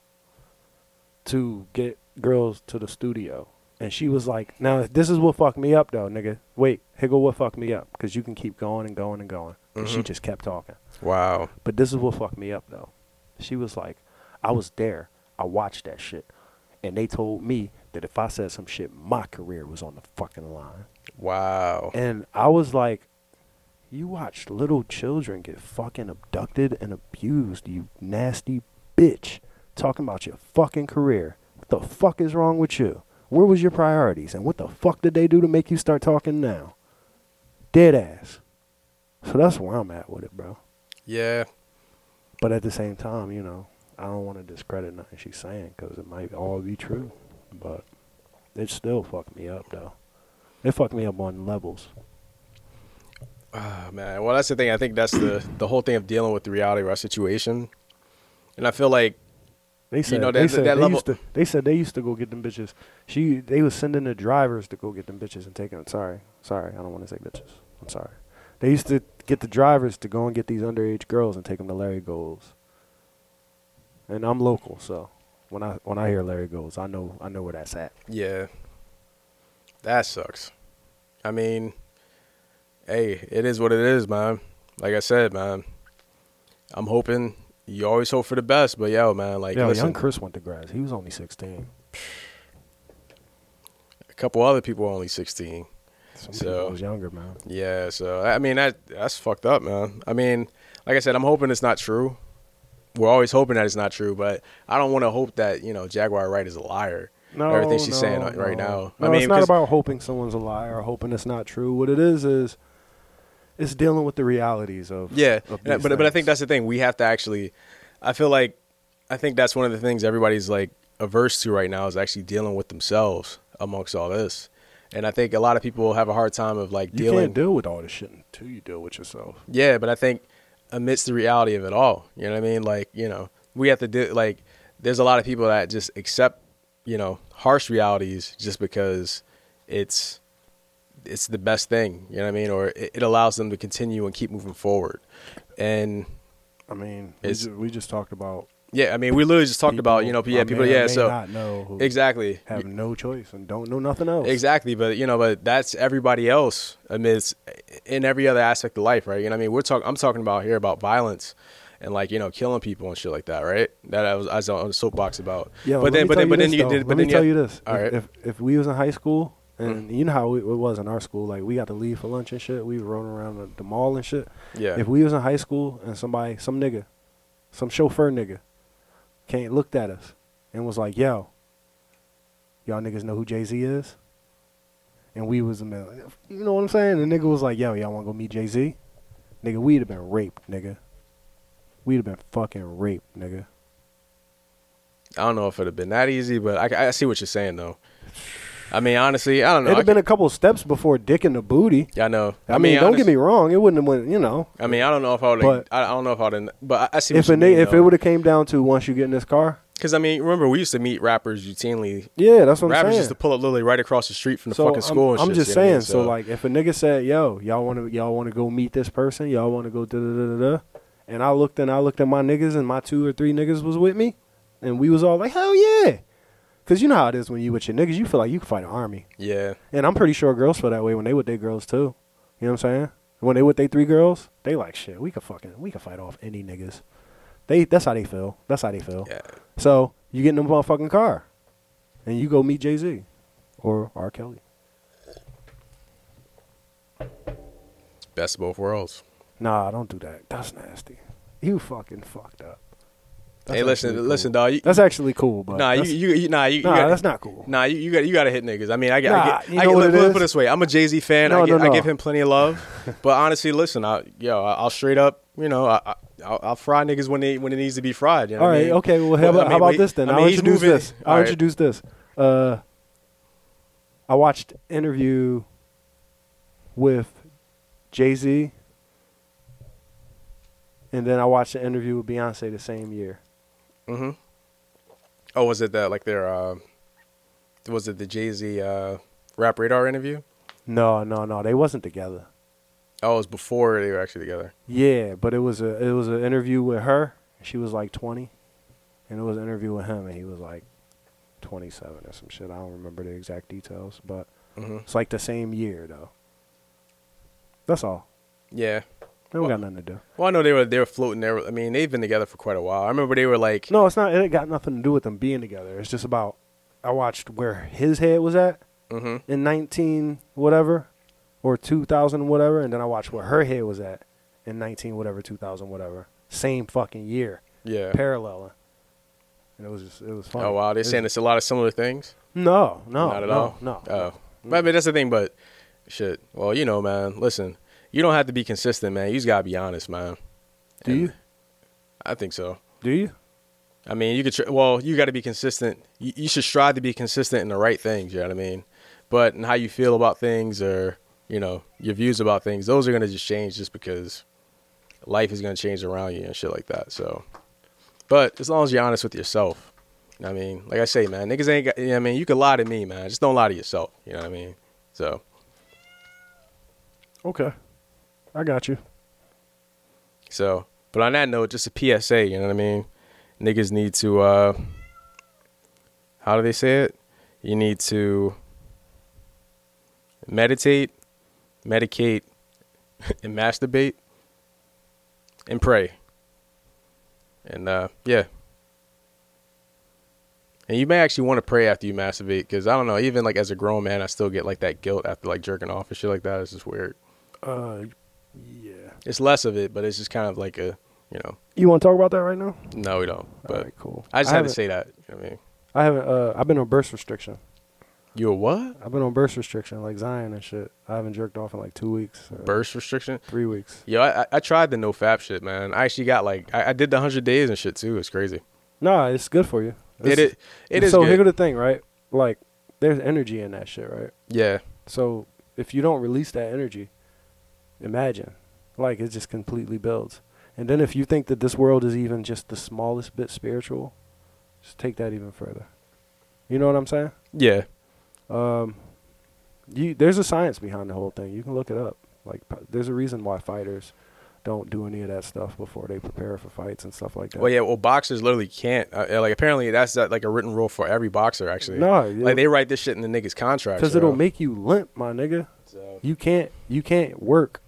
Speaker 1: to get girls to the studio. And she was like, Now this is what fucked me up though, nigga. Wait, here go what fucked me up. Because you can keep going and going and going. And she
Speaker 2: Mhm.
Speaker 1: just kept talking.
Speaker 2: Wow.
Speaker 1: But this is what fucked me up though. She was like, I was there. I watched that shit. And they told me that if I said some shit, my career was on the fucking line.
Speaker 2: Wow.
Speaker 1: And I was like, you watched little children get fucking abducted and abused, you nasty bitch. Talking about your fucking career. What the fuck is wrong with you? Where was your priorities? And what the fuck did they do to make you start talking now? Dead ass. So that's where I'm at with it, bro.
Speaker 2: Yeah.
Speaker 1: But at the same time, you know, I don't want to discredit nothing she's saying because it might all be true. But it still fucked me up, though. It fucked me up on levels.
Speaker 2: Oh, man. Well, that's the thing. I think that's the the whole thing of dealing with the reality of our situation. And I feel like
Speaker 1: They said
Speaker 2: know,
Speaker 1: they
Speaker 2: that-
Speaker 1: said
Speaker 2: that
Speaker 1: they
Speaker 2: level-
Speaker 1: used to they said they used to go get them bitches. She they was sending the drivers to go get them bitches and take them. Sorry, sorry, I don't want to say bitches. I'm sorry. They used to get the drivers to go and get these underage girls and take them to Larry Gold's. And I'm local, so when I when I hear Larry Gold's, I know I know where that's at.
Speaker 2: Yeah. That sucks. I mean, hey, it is what it is, man. Like I said, man, I'm hoping you always hope for the best, but yo, man, like
Speaker 1: yeah,
Speaker 2: listen,
Speaker 1: young Chris went to grass. He was only 16.
Speaker 2: a couple other people are only 16.
Speaker 1: Some
Speaker 2: So-
Speaker 1: people was younger, man.
Speaker 2: Yeah, so I mean that that's fucked up, man. I mean, like I said, I'm hoping it's not true. We're always hoping that it's not true, but I don't want to hope that you know Jaguar Wright is a liar. everything she's saying right now.
Speaker 1: No,
Speaker 2: I mean,
Speaker 1: it's not
Speaker 2: 'cause-
Speaker 1: about hoping someone's a liar or hoping it's not true. What it is is it's dealing with the realities of
Speaker 2: Yeah,
Speaker 1: of
Speaker 2: and I-
Speaker 1: these
Speaker 2: but but I think
Speaker 1: things.
Speaker 2: that's the thing. We have to actually. I feel like, I think that's one of the things everybody's like averse to right now is actually dealing with themselves amongst all this, and I think a lot of people have a hard time of like
Speaker 1: you
Speaker 2: dealing.
Speaker 1: can't deal with all this shit until you deal with yourself.
Speaker 2: yeah, but I think amidst the reality of it all, you know what I mean. Like you know, we have to do like. There's a lot of people that just accept, you know, harsh realities just because it's it's the best thing, you know what I mean, or it, it allows them to continue and keep moving forward, and
Speaker 1: I mean, we,
Speaker 2: It's-
Speaker 1: ju- we just talked about
Speaker 2: Yeah, I mean, we literally just talked about you know,
Speaker 1: people
Speaker 2: yeah,
Speaker 1: I
Speaker 2: people,
Speaker 1: may or
Speaker 2: yeah,
Speaker 1: may
Speaker 2: so
Speaker 1: not know who
Speaker 2: exactly,
Speaker 1: have no choice and don't know nothing else.
Speaker 2: exactly, but you know, but that's everybody else amidst in every other aspect of life, right? You know, what I mean, we're talking, I'm talking about here about violence and like you know, killing people and shit like that, right? That I was, I was on a soapbox about,
Speaker 1: Yeah,
Speaker 2: but
Speaker 1: let
Speaker 2: then,
Speaker 1: me
Speaker 2: but
Speaker 1: tell
Speaker 2: then, but then
Speaker 1: this,
Speaker 2: you
Speaker 1: though.
Speaker 2: did, but
Speaker 1: let
Speaker 2: then
Speaker 1: me tell
Speaker 2: had-
Speaker 1: you this:
Speaker 2: all right, Mm.
Speaker 1: if, if if we was in high school, and you know how it it was in our school, like we got to leave for lunch and shit, we run around the, the mall and shit.
Speaker 2: yeah,
Speaker 1: If we was in high school and somebody, some nigga, some chauffeur nigga, came looked at us and was like, "Yo, y'all niggas know who Jay Z is?" And we was a man, you know what I'm saying? The nigga was like, "Yo, y'all want to go meet Jay Z?" Nigga, we'd have been raped, nigga. We'd have been fucking raped, nigga.
Speaker 2: I don't know if it'd have been that easy, but I, I see what you're saying though. I mean, honestly, I don't know.
Speaker 1: It'd
Speaker 2: I,
Speaker 1: have been a couple steps before dick in the booty.
Speaker 2: yeah, I know.
Speaker 1: I, mean, don't get
Speaker 2: honest-
Speaker 1: me wrong. It wouldn't have went, you know.
Speaker 2: I mean, I don't know if I would.
Speaker 1: But-
Speaker 2: I, I don't know if I would. But I, I see.
Speaker 1: If, a
Speaker 2: what you
Speaker 1: ni-
Speaker 2: mean,
Speaker 1: if it would have came down to once you get in this car.
Speaker 2: because I mean, remember we used to meet rappers routinely.
Speaker 1: Yeah, that's what I'm
Speaker 2: rappers
Speaker 1: saying.
Speaker 2: used to pull up literally right across the street from the fucking
Speaker 1: I'm-
Speaker 2: school.
Speaker 1: I'm,
Speaker 2: and shit,
Speaker 1: just
Speaker 2: you know what I
Speaker 1: saying.
Speaker 2: mean?
Speaker 1: so, like, if a nigga said, "Yo, y'all want to y'all want to go meet this person? Y'all want to go da da da da da," and I looked and I looked at my niggas and my two or three niggas was with me, and we was all like, "Hell yeah!" Because you know how it is when you with your niggas, you feel like you can fight an army.
Speaker 2: yeah,
Speaker 1: And I'm pretty sure girls feel that way when they with their girls too. You know what I'm saying? When they with their three girls, they like shit. We could fucking we could fight off any niggas. They that's how they feel. That's how they feel.
Speaker 2: yeah.
Speaker 1: So you get in the motherfucking car, and you go meet Jay Z or R. Kelly.
Speaker 2: Best of both worlds.
Speaker 1: Nah, don't do that. That's nasty. You fucking fucked up. That's
Speaker 2: hey, listen,
Speaker 1: actually cool.
Speaker 2: listen, dog. You,
Speaker 1: That's actually cool, but
Speaker 2: nah, you,
Speaker 1: that's-
Speaker 2: you, you, nah, you, you
Speaker 1: nah,
Speaker 2: gotta-
Speaker 1: that's not cool.
Speaker 2: Nah, you, you got you got to hit niggas. I mean, I, get- I
Speaker 1: Nah,
Speaker 2: get,
Speaker 1: you
Speaker 2: I
Speaker 1: know
Speaker 2: get
Speaker 1: what
Speaker 2: look,
Speaker 1: it
Speaker 2: look,
Speaker 1: is?
Speaker 2: put it this way, I'm a Jay Z fan. I,
Speaker 1: No,
Speaker 2: get,
Speaker 1: no,
Speaker 2: I
Speaker 1: no.
Speaker 2: give him plenty of love, but honestly, listen, I yo, I, I'll straight up, you know, I, I I'll, I'll fry niggas when they when it needs to be fried. You know
Speaker 1: All
Speaker 2: what I
Speaker 1: right,
Speaker 2: mean?
Speaker 1: okay. Well,
Speaker 2: But,
Speaker 1: how,
Speaker 2: I
Speaker 1: about
Speaker 2: mean,
Speaker 1: how about
Speaker 2: we-
Speaker 1: this then?
Speaker 2: I
Speaker 1: I
Speaker 2: mean,
Speaker 1: will
Speaker 2: he's
Speaker 1: introduce
Speaker 2: moving-
Speaker 1: this. I'll
Speaker 2: all right.
Speaker 1: introduce this. Uh, I watched interview with Jay Z, and then I watched the interview with Beyonce the same year.
Speaker 2: Mm-hmm. Oh, was it the like their uh, was it the Jay Z uh, Rap Radar interview?
Speaker 1: No, no, no. They wasn't together.
Speaker 2: Oh, it was before they were actually together.
Speaker 1: Yeah, but it was a it was an interview with her. She was like twenty, and it was an interview with him, and he was like twenty seven or some shit. I don't remember the exact details, but
Speaker 2: hmm
Speaker 1: it's like the same year though. That's all.
Speaker 2: Yeah.
Speaker 1: They don't got nothing to do.
Speaker 2: Well, I know they were they were floating there. I mean, they've been together for quite a while. I remember they were like,
Speaker 1: No, it's not. It ain't got nothing to do with them being together. It's just about I watched where his head was at
Speaker 2: hmm
Speaker 1: in nineteen whatever, or two thousand whatever, and then I watched where her head was at in nineteen whatever, two thousand whatever. Same fucking year.
Speaker 2: yeah.
Speaker 1: paralleling. And it was just it was funny.
Speaker 2: Oh wow, they're
Speaker 1: It
Speaker 2: saying
Speaker 1: was-
Speaker 2: it's a lot of similar things.
Speaker 1: No, no,
Speaker 2: Not at
Speaker 1: no,
Speaker 2: all.
Speaker 1: No. Mm.
Speaker 2: Oh, But I mean, that's the thing. But shit. Well, you know, man. Listen, you don't have to be consistent, man. You just gotta be honest, man.
Speaker 1: Do
Speaker 2: And
Speaker 1: you?
Speaker 2: I think so.
Speaker 1: Do you?
Speaker 2: I mean, you could. Tr- well, you got to be consistent. You, you should strive to be consistent in the right things. You know what I mean? But in how you feel about things, or you know, your views about things, those are gonna just change just because life is gonna change around you and shit like that. So, but as long as you're honest with yourself, you know what I mean, like I say, man, niggas ain't. Got, you know what I mean, you can lie to me, man. Just don't lie to yourself. You know what I mean? So,
Speaker 1: Okay. I got you.
Speaker 2: so. But on that note, just a PSA. You know what I mean? Niggas need to. uh How do they say it? You need to. meditate, medicate, and masturbate, and pray. And uh, yeah. And you may actually want to pray after you masturbate because I don't know, even like as a grown man, I still get like that guilt after like jerking off and shit like that. It's just weird.
Speaker 1: Uh yeah.
Speaker 2: It's less of it, but it's just kind of like a, you know,
Speaker 1: You want to talk about that right now?
Speaker 2: no, we don't. But
Speaker 1: All right, cool.
Speaker 2: I just had to
Speaker 1: haven't-
Speaker 2: say that. You know what I mean,
Speaker 1: I haven't uh I've been on birth restriction.
Speaker 2: you a what?
Speaker 1: I've been on birth restriction like Zion and shit. I haven't jerked off in like 2 weeks. or
Speaker 2: Burst restriction?
Speaker 1: 3 weeks.
Speaker 2: Yo, I, I- I tried the no fap shit, man. I actually got like, I, I did the 100 days and shit too. It's crazy.
Speaker 1: Nah, it's good for you.
Speaker 2: It
Speaker 1: It's-
Speaker 2: is, it is
Speaker 1: So
Speaker 2: good.
Speaker 1: here go the thing, right? Like there's energy in that shit, right?
Speaker 2: Yeah.
Speaker 1: So if you don't release that energy, imagine, like it just completely builds. And then if you think that this world is even just the smallest bit spiritual, just take that even further. You know what I'm saying?
Speaker 2: Yeah.
Speaker 1: Um, you there's a science behind the whole thing. You can look it up. Like p- there's a reason why fighters don't do any of that stuff before they prepare for fights and stuff like that.
Speaker 2: Well, yeah. Well, boxers literally can't. Uh, uh, like, apparently, that's uh, like a written rule for every boxer. Actually,
Speaker 1: No,
Speaker 2: Like, they write this shit in the niggas' contract.
Speaker 1: because it'll make you limp, my nigga. You can't you can't work.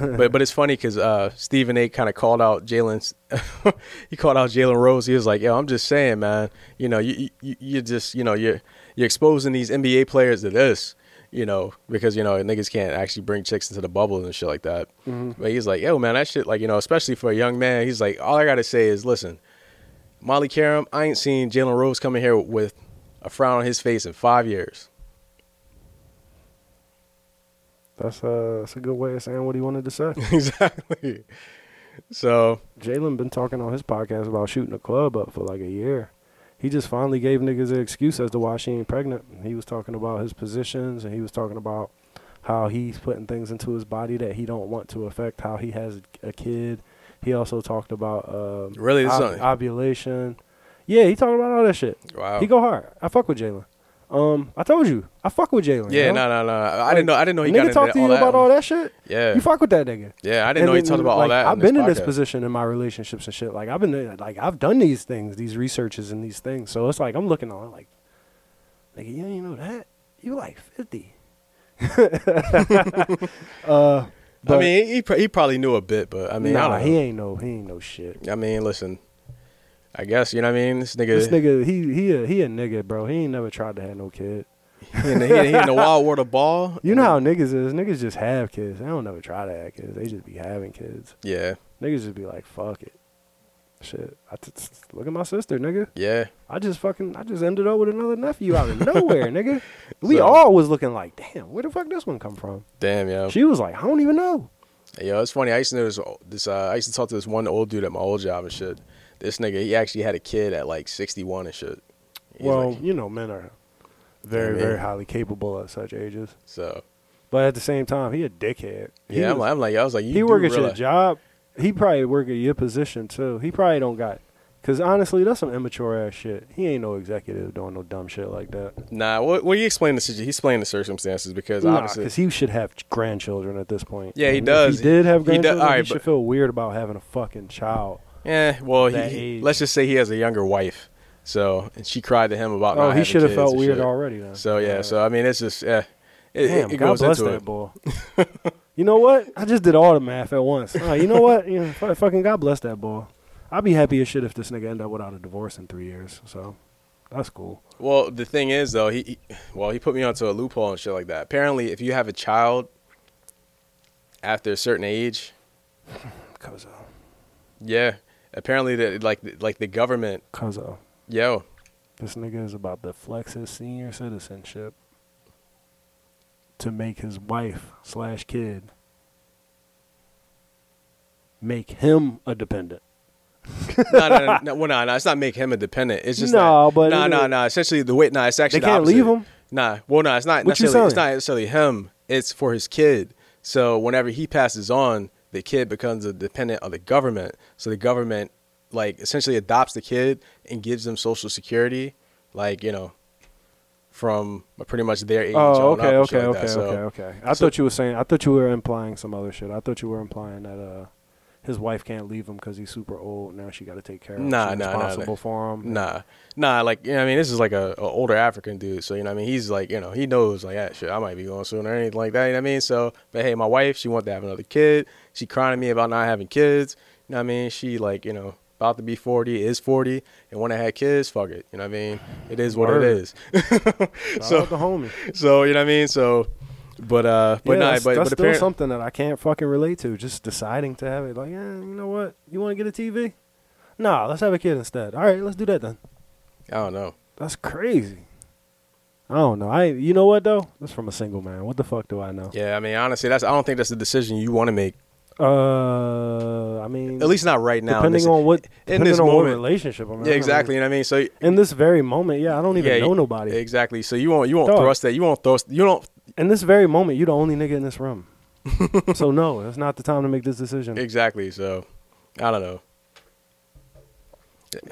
Speaker 2: but but it's funny because uh, Stephen A. kind of called out Jalen. he called out Jalen Rose. He was like, "Yo, I'm just saying, man. You know, you you you just you know you're you're exposing these NBA players to this." You know, because you know niggas can't actually bring chicks into the bubble and shit like that. But he's like, "Yo, man, that shit like you know, especially for a young man." He's like, "All I gotta say is, listen, Molly Karam, I ain't seen Jalen Rose coming here with a frown on his face in five years.
Speaker 1: That's uh, that's a good way of saying what he wanted to say.
Speaker 2: exactly. So
Speaker 1: Jalen been talking on his podcast about shooting a club up for like a year. He just finally gave niggas an excuse as to why she ain't pregnant. He was talking about his positions and he was talking about how he's putting things into his body that he don't want to affect how he has a kid. He also talked about um,
Speaker 2: Really? This is
Speaker 1: ov-
Speaker 2: not-
Speaker 1: ovulation. Yeah, he talking about all that shit.
Speaker 2: wow.
Speaker 1: He go hard. I fuck with Jalen. Um, I told you, I fuck with Jalen.
Speaker 2: yeah,
Speaker 1: yo.
Speaker 2: no, no, no. I didn't know. I didn't know he got
Speaker 1: nigga
Speaker 2: into
Speaker 1: talk to you about all that shit.
Speaker 2: Yeah,
Speaker 1: You fuck with that nigga.
Speaker 2: yeah. I didn't know he
Speaker 1: And
Speaker 2: talked
Speaker 1: then,
Speaker 2: about all
Speaker 1: like,
Speaker 2: that.
Speaker 1: I've been in this
Speaker 2: podcast.
Speaker 1: position in my relationships and shit. Like I've been like I've done these things, these researches and these things. So it's like I'm looking on like, nigga, you ain't know that. You like fifty. uh, but
Speaker 2: I mean, he pr- he probably knew a bit, but I mean, I
Speaker 1: nah,
Speaker 2: don't know.
Speaker 1: he ain't no he ain't no shit.
Speaker 2: I mean, listen. I guess you know what I mean. This nigga,
Speaker 1: This nigga, he he a, he a nigga, bro. He ain't never tried to have no kid.
Speaker 2: He, in the, he, he in the wild world of ball.
Speaker 1: You know how niggas is. Niggas just have kids. They don't never try to have kids. They just be having kids.
Speaker 2: Yeah,
Speaker 1: Niggas just be like, fuck it. Shit. I t- t- look at my sister, nigga.
Speaker 2: yeah.
Speaker 1: I just fucking, I just ended up with another nephew out of nowhere, nigga. We
Speaker 2: So-
Speaker 1: all was looking like, damn, where the fuck this one come from?
Speaker 2: Damn, yo,
Speaker 1: She was like, I don't even know.
Speaker 2: yo. It's funny. I used to know this. this uh, I used to talk to this one old dude at my old job and shit. This nigga, he actually had a kid at like 61 and shit. He's
Speaker 1: well,
Speaker 2: like-
Speaker 1: you know, men are very,
Speaker 2: Yeah,
Speaker 1: very
Speaker 2: man.
Speaker 1: highly capable at such ages.
Speaker 2: so
Speaker 1: But at the same time, he a dickhead. He
Speaker 2: yeah, I'm
Speaker 1: was-
Speaker 2: like, I'm like, I was like, you
Speaker 1: he
Speaker 2: do
Speaker 1: work at your
Speaker 2: realize-
Speaker 1: job. He probably work at your position too. He probably don't got. Cause honestly, that's some immature ass shit. He ain't no executive doing no dumb shit like that.
Speaker 2: Nah, well, well, he explained the situ- he explained the circumstances because
Speaker 1: Nah,
Speaker 2: obviously,
Speaker 1: he should have grandchildren at this point.
Speaker 2: Yeah, he
Speaker 1: If
Speaker 2: does.
Speaker 1: he did have
Speaker 2: He do-
Speaker 1: grandchildren. He,
Speaker 2: alright,
Speaker 1: should
Speaker 2: but-
Speaker 1: feel weird about having a fucking child.
Speaker 2: yeah. eh, Well,
Speaker 1: that
Speaker 2: he,
Speaker 1: age.
Speaker 2: let's just say he has a younger wife. So and she cried to him about.
Speaker 1: Oh,
Speaker 2: not
Speaker 1: he
Speaker 2: having
Speaker 1: should have
Speaker 2: kids
Speaker 1: felt
Speaker 2: and
Speaker 1: weird
Speaker 2: shit.
Speaker 1: already. Then.
Speaker 2: So yeah,
Speaker 1: Uh,
Speaker 2: so I mean, it's just yeah, it, it-
Speaker 1: damn,
Speaker 2: it
Speaker 1: God
Speaker 2: goes
Speaker 1: bless
Speaker 2: into
Speaker 1: that
Speaker 2: it.
Speaker 1: boy. you know what? I just did all the math at once. All right, you know what? You know, fu- fucking God bless that boy. I'd be happy as shit if this nigga end up without a divorce in three years. So that's cool.
Speaker 2: Well, the thing is though, he, he well he put me onto a loophole and shit like that. Apparently, if you have a child after a certain age,
Speaker 1: Cause uh,
Speaker 2: yeah, apparently that like like the government,
Speaker 1: cause uh,
Speaker 2: yo,
Speaker 1: This nigga is about to flex his senior citizenship to make his wife slash kid make him a dependent.
Speaker 2: no, no, no, no, well, no, no, it's not make him independent. It's just
Speaker 1: No,
Speaker 2: that,
Speaker 1: but
Speaker 2: no,
Speaker 1: it-
Speaker 2: no, no. Essentially, the way, no, it's actually
Speaker 1: They
Speaker 2: the
Speaker 1: can't leave
Speaker 2: opposite.
Speaker 1: him?
Speaker 2: Nah, well, no, it's not
Speaker 1: What you
Speaker 2: necessarily. It's
Speaker 1: selling?
Speaker 2: not necessarily him. It's for his kid. So whenever he passes on, the kid becomes a dependent of the government. So the government, like, essentially adopts the kid and gives them social security, like you know, from pretty much their age.
Speaker 1: Oh,
Speaker 2: on up
Speaker 1: okay,
Speaker 2: and shit
Speaker 1: okay,
Speaker 2: like
Speaker 1: okay,
Speaker 2: that. So,
Speaker 1: okay, okay. I
Speaker 2: so-
Speaker 1: thought you were saying. I thought you were implying some other shit. I thought you were implying that uh, his wife can't leave him because he's super old. Now she got to take care of him.
Speaker 2: Nah,
Speaker 1: She's
Speaker 2: nah, nah, nah.
Speaker 1: responsible for him.
Speaker 2: Nah, nah, like you know, what I mean, this is like a, a older African dude, so you know, what I mean, he's like, you know, he knows like, ah, shit, I might be going soon or anything like that. You know what I mean? So, but hey, my wife, she wanted to have another kid. She crying to me about not having kids. You know what I mean? She like, you know, about to be forty, is forty, and when I had kids, fuck it. You know what I mean? It is what
Speaker 1: Word.
Speaker 2: it is.
Speaker 1: Shout
Speaker 2: so-
Speaker 1: out the homie.
Speaker 2: so you know what I mean? So, but uh, but
Speaker 1: yeah,
Speaker 2: nah,
Speaker 1: that's,
Speaker 2: but
Speaker 1: that's
Speaker 2: but
Speaker 1: still
Speaker 2: apparently,
Speaker 1: something that I can't fucking relate to. Just deciding to have it, like, yeah, you know what? You want to get a TV? Nah, let's have a kid instead. All right, let's do that then.
Speaker 2: I don't know.
Speaker 1: That's crazy. I don't know. I you know what though? That's from a single man. What the fuck do I know?
Speaker 2: Yeah, I mean, honestly, that's I don't think that's the decision you want to make.
Speaker 1: Uh, I mean,
Speaker 2: At least not right now. in
Speaker 1: depending
Speaker 2: this-
Speaker 1: on what
Speaker 2: in
Speaker 1: depending
Speaker 2: this
Speaker 1: on what
Speaker 2: moment.
Speaker 1: relationship I'm in.
Speaker 2: yeah, exactly. You know what I mean? So
Speaker 1: In this very moment, yeah, I don't even
Speaker 2: Yeah,
Speaker 1: know
Speaker 2: you-
Speaker 1: nobody.
Speaker 2: Exactly. So you won't you won't
Speaker 1: Dog.
Speaker 2: thrust that. You won't thrust. You don't.
Speaker 1: in this very moment, you're the only nigga in this room. so no, that's not the time to make this decision.
Speaker 2: Exactly. So I don't know.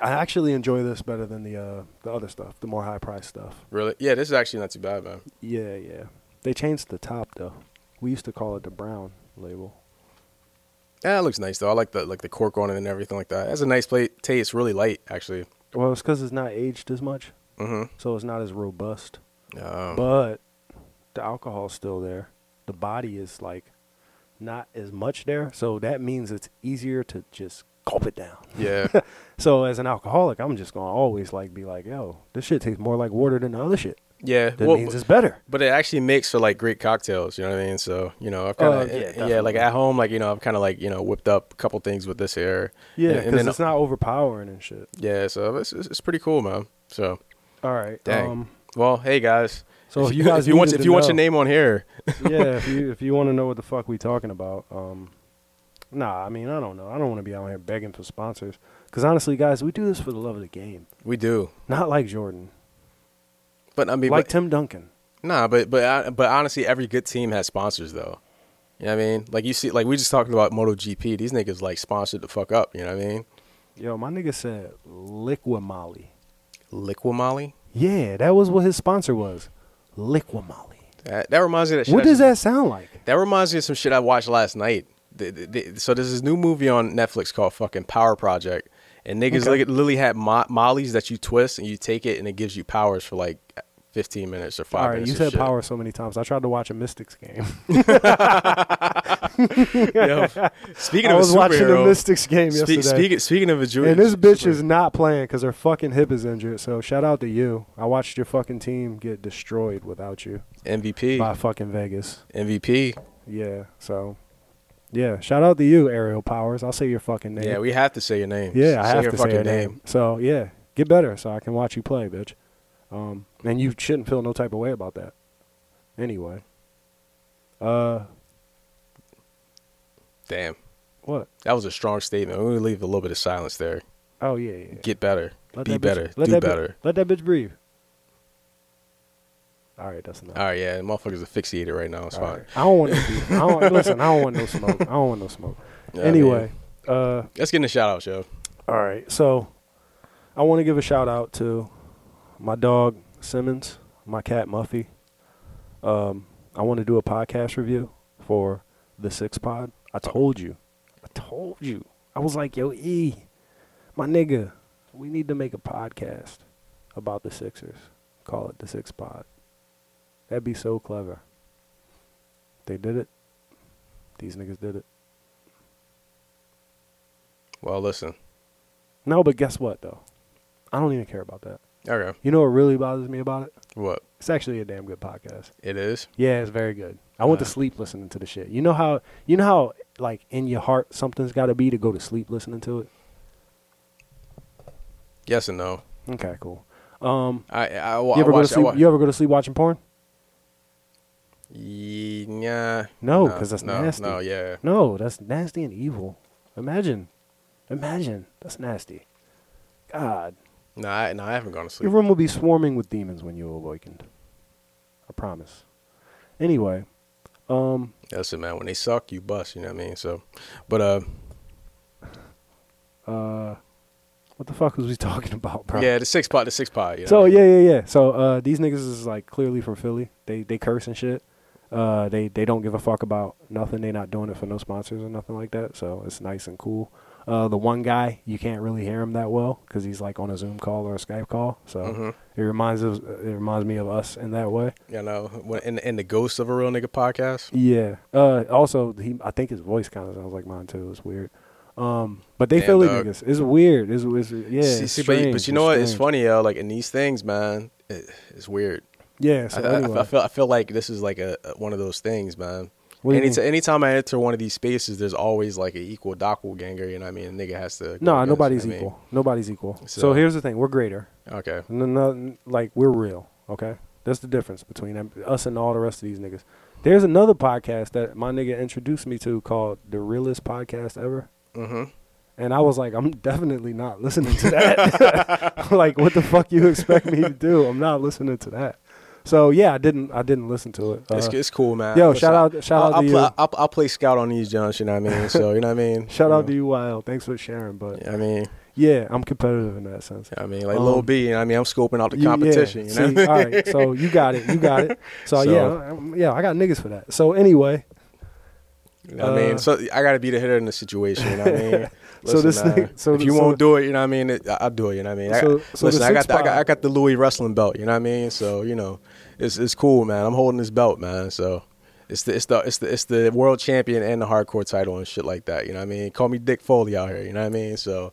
Speaker 1: I actually enjoy this better than the uh, the other stuff, the more high priced stuff.
Speaker 2: Really? Yeah. This is actually not too bad, man.
Speaker 1: Yeah, yeah. They changed the top though. We used to call it the brown label.
Speaker 2: Yeah, it looks nice though. I like the like the cork on it and everything like that. That's a nice plate. Tastes really light, actually.
Speaker 1: Well, it's because it's not aged as much,
Speaker 2: Mm-hmm.
Speaker 1: so it's not as robust.
Speaker 2: Um,
Speaker 1: But the alcohol's still there. The body is like not as much there, so that means it's easier to just gulp it down.
Speaker 2: yeah.
Speaker 1: So as an alcoholic, I'm just gonna always like be like, "Yo, this shit tastes more like water than the other shit."
Speaker 2: Yeah.
Speaker 1: That
Speaker 2: well,
Speaker 1: means it's better.
Speaker 2: but it actually makes for like great cocktails. You know what I mean? So you know, I've kind
Speaker 1: Oh,
Speaker 2: of
Speaker 1: yeah,
Speaker 2: yeah, like
Speaker 1: definitely.
Speaker 2: at home, like you know, I've kind of like you know whipped up a couple things with this here.
Speaker 1: Yeah,
Speaker 2: and- and
Speaker 1: because
Speaker 2: then-
Speaker 1: it's not overpowering and shit.
Speaker 2: Yeah. So it's it's it's pretty cool, man. So
Speaker 1: All right.
Speaker 2: Dang.
Speaker 1: Um,
Speaker 2: well, hey guys.
Speaker 1: So if you guys
Speaker 2: if you want
Speaker 1: needed
Speaker 2: if
Speaker 1: to
Speaker 2: you want
Speaker 1: know-
Speaker 2: your name on here,
Speaker 1: yeah, if you if you want to know what the fuck we talking about, um, nah, I mean I don't know. I don't want to be out here begging for sponsors because honestly, guys, we do this for the love of the game,
Speaker 2: we do.
Speaker 1: not like Jordan,
Speaker 2: But I mean,
Speaker 1: like
Speaker 2: but-
Speaker 1: Tim Duncan.
Speaker 2: Nah, but but uh, but honestly, every good team has sponsors though. You know what I mean? Like you see, like we just talking about MotoGP. These niggas like sponsored the fuck up. You know what I mean?
Speaker 1: Yo, my nigga said Liquimolly.
Speaker 2: Liquimolly.
Speaker 1: Yeah, that was what his sponsor was, Liquimolly.
Speaker 2: That, that reminds me of that. Shit
Speaker 1: What
Speaker 2: I-
Speaker 1: does that sound like?
Speaker 2: That reminds me of some shit I watched last night. The- the- the- So there's this new movie on Netflix called fucking Power Project, and niggas
Speaker 1: Okay.
Speaker 2: li- literally had mo- mollies that you twist and you take it and it gives you powers for like 15 minutes or five
Speaker 1: All right,
Speaker 2: minutes.
Speaker 1: you
Speaker 2: or
Speaker 1: said
Speaker 2: shit.
Speaker 1: power so many times. I tried to watch a Mystics game.
Speaker 2: Yo, speaking
Speaker 1: I
Speaker 2: of
Speaker 1: was
Speaker 2: a
Speaker 1: watching
Speaker 2: superhero,
Speaker 1: a Mystics game
Speaker 2: spe-
Speaker 1: yesterday.
Speaker 2: speaking speaking of a Jewish,
Speaker 1: And this bitch is not playing because her fucking hip is injured. So shout out to you. I watched your fucking team get destroyed without you
Speaker 2: MVP,
Speaker 1: by fucking Vegas.
Speaker 2: MVP.
Speaker 1: Yeah. So, yeah. Shout out to you, Ariel Powers. I'll say your fucking name.
Speaker 2: Yeah, we have to say your name.
Speaker 1: yeah. I
Speaker 2: say
Speaker 1: have
Speaker 2: your
Speaker 1: to say
Speaker 2: fucking
Speaker 1: your name. So yeah, get better so I can watch you play, bitch. Um, and you shouldn't feel no type of way about that. Anyway. Uh,
Speaker 2: Damn,
Speaker 1: what?
Speaker 2: that was a strong statement. We're gonna leave a little bit of silence there.
Speaker 1: Oh yeah, yeah. yeah.
Speaker 2: Get better,
Speaker 1: Let
Speaker 2: be
Speaker 1: that bitch-
Speaker 2: better,
Speaker 1: let
Speaker 2: do
Speaker 1: that bi-
Speaker 2: better.
Speaker 1: let that bitch breathe. All right, that's enough.
Speaker 2: All right, yeah, the motherfuckers asphyxiated right now. It's
Speaker 1: All
Speaker 2: fine.
Speaker 1: right. I don't want no beef. I don't, listen, I don't want no smoke. I don't want no smoke.
Speaker 2: Yeah, I
Speaker 1: anyway,
Speaker 2: mean-
Speaker 1: uh,
Speaker 2: Let's get in the shout out, yo.
Speaker 1: all right. So I want to give a shout out to my dog Simmons, my cat Muffy. Um, I want to do a podcast review for the Six Pod. I told you. I told you. I was like, yo, E, my nigga, we need to make a podcast about the Sixers. Call it the Six Pod. That'd be so clever. They did it. These niggas did it.
Speaker 2: Well, listen.
Speaker 1: No, but guess what though? I don't even care about that.
Speaker 2: Okay,
Speaker 1: You know what really bothers me about it?
Speaker 2: what
Speaker 1: It's actually a damn good podcast.
Speaker 2: it is?
Speaker 1: Yeah, it's very good. I went to
Speaker 2: Uh.
Speaker 1: sleep listening to the shit. You know how you know how like in your heart something's got to be to go to sleep listening to it.
Speaker 2: Yes and no.
Speaker 1: Okay, cool. Um,
Speaker 2: I I, I,
Speaker 1: you ever
Speaker 2: I
Speaker 1: go to
Speaker 2: watched. I
Speaker 1: sleep?
Speaker 2: wa-
Speaker 1: You ever go to sleep watching porn?
Speaker 2: Ye- nah.
Speaker 1: No,
Speaker 2: Nah,
Speaker 1: 'cause that's
Speaker 2: no,
Speaker 1: nasty.
Speaker 2: No, yeah.
Speaker 1: No, that's nasty and evil. Imagine, imagine that's nasty. God,
Speaker 2: No, I, no, I haven't gone to sleep.
Speaker 1: Your room will be swarming with demons when you awakened. I promise. Anyway, um,
Speaker 2: Listen, man, when they suck, you bust. You know what I mean? So, but uh,
Speaker 1: uh, what the fuck was we talking about, bro?
Speaker 2: yeah, the six pot, the six pot. You know
Speaker 1: So
Speaker 2: what I mean?
Speaker 1: yeah, yeah, yeah. So uh, these niggas is like clearly from Philly. They they curse and shit. Uh, they they don't give a fuck about nothing. They not doing it for no sponsors or nothing like that. So it's nice and cool. Uh, the one guy you can't really hear him that well because he's like on a Zoom call or a Skype call. So
Speaker 2: Mhm.
Speaker 1: it reminds us it reminds me of us in that way.
Speaker 2: You know, when, in in the ghost of a real nigga podcast.
Speaker 1: Yeah. Uh, also, he I think his voice kind of sounds like mine too. It's weird. Um, but they
Speaker 2: Damn,
Speaker 1: Philly
Speaker 2: dog.
Speaker 1: niggas. It's weird. It's, it's yeah.
Speaker 2: See-
Speaker 1: it's
Speaker 2: see, but, you-
Speaker 1: strange.
Speaker 2: but you know what? It's
Speaker 1: strange.
Speaker 2: funny, yo. Like in these things, man, it, it's weird.
Speaker 1: Yeah. So
Speaker 2: I, I-
Speaker 1: anyway.
Speaker 2: I, feel I feel like this is like a, a one of those things, man.
Speaker 1: What do you
Speaker 2: Any,
Speaker 1: mean?
Speaker 2: anytime I enter one of these spaces, there's always like an equal doppelganger. You know what I mean? A nigga has to. go
Speaker 1: No, nobody's
Speaker 2: against, you know what I mean?
Speaker 1: equal. Nobody's equal. So,
Speaker 2: So-
Speaker 1: here's the thing: we're greater.
Speaker 2: Okay.
Speaker 1: No, no, like we're real. Okay, that's the difference between them- us and all the rest of these niggas. There's another podcast that my nigga introduced me to called "The Realest Podcast Ever,"
Speaker 2: Mm-hmm.
Speaker 1: and I was like, I'm definitely not listening to that. like, what the fuck you expect me to do? I'm not listening to that. So yeah, I didn't. I didn't listen to it. Uh,
Speaker 2: it's, it's cool, man.
Speaker 1: yo,
Speaker 2: Listen,
Speaker 1: shout out- shout
Speaker 2: I'll,
Speaker 1: out
Speaker 2: I'll
Speaker 1: to
Speaker 2: play,
Speaker 1: you.
Speaker 2: I'll, I'll play scout on these Johns. You know what I mean? So you know what I mean? Mm.
Speaker 1: shout out to
Speaker 2: know,
Speaker 1: you, Wild. Thanks for sharing. But yeah,
Speaker 2: I mean,
Speaker 1: I'm competitive in that sense.
Speaker 2: I mean, like
Speaker 1: Um,
Speaker 2: Lil B. You know what I mean? I'm scoping out the
Speaker 1: You- yeah,
Speaker 2: competition. You know.
Speaker 1: see, all right, so you got it, you got it. So,
Speaker 2: So-
Speaker 1: yeah, um, yeah, I got niggas for that. So anyway,
Speaker 2: You know what I
Speaker 1: Uh,
Speaker 2: mean? So I gotta be the hitter in the situation. You know what I mean?
Speaker 1: So this
Speaker 2: man,
Speaker 1: thing- so
Speaker 2: if
Speaker 1: th-
Speaker 2: you
Speaker 1: so-
Speaker 2: won't do it, you know what I mean? It, I- I'll do it. You know what I mean? I,
Speaker 1: So- so
Speaker 2: listen,
Speaker 1: the
Speaker 2: I got,
Speaker 1: six
Speaker 2: the, I got
Speaker 1: pod-
Speaker 2: I got the Louis wrestling belt. You know what I mean? So you know, it's it's cool, man. I'm holding this belt, man. So. It's the it's the it's the it's the world champion and the hardcore title and shit like that. You know what I mean? Call me Dick Foley out here. You know what I mean? So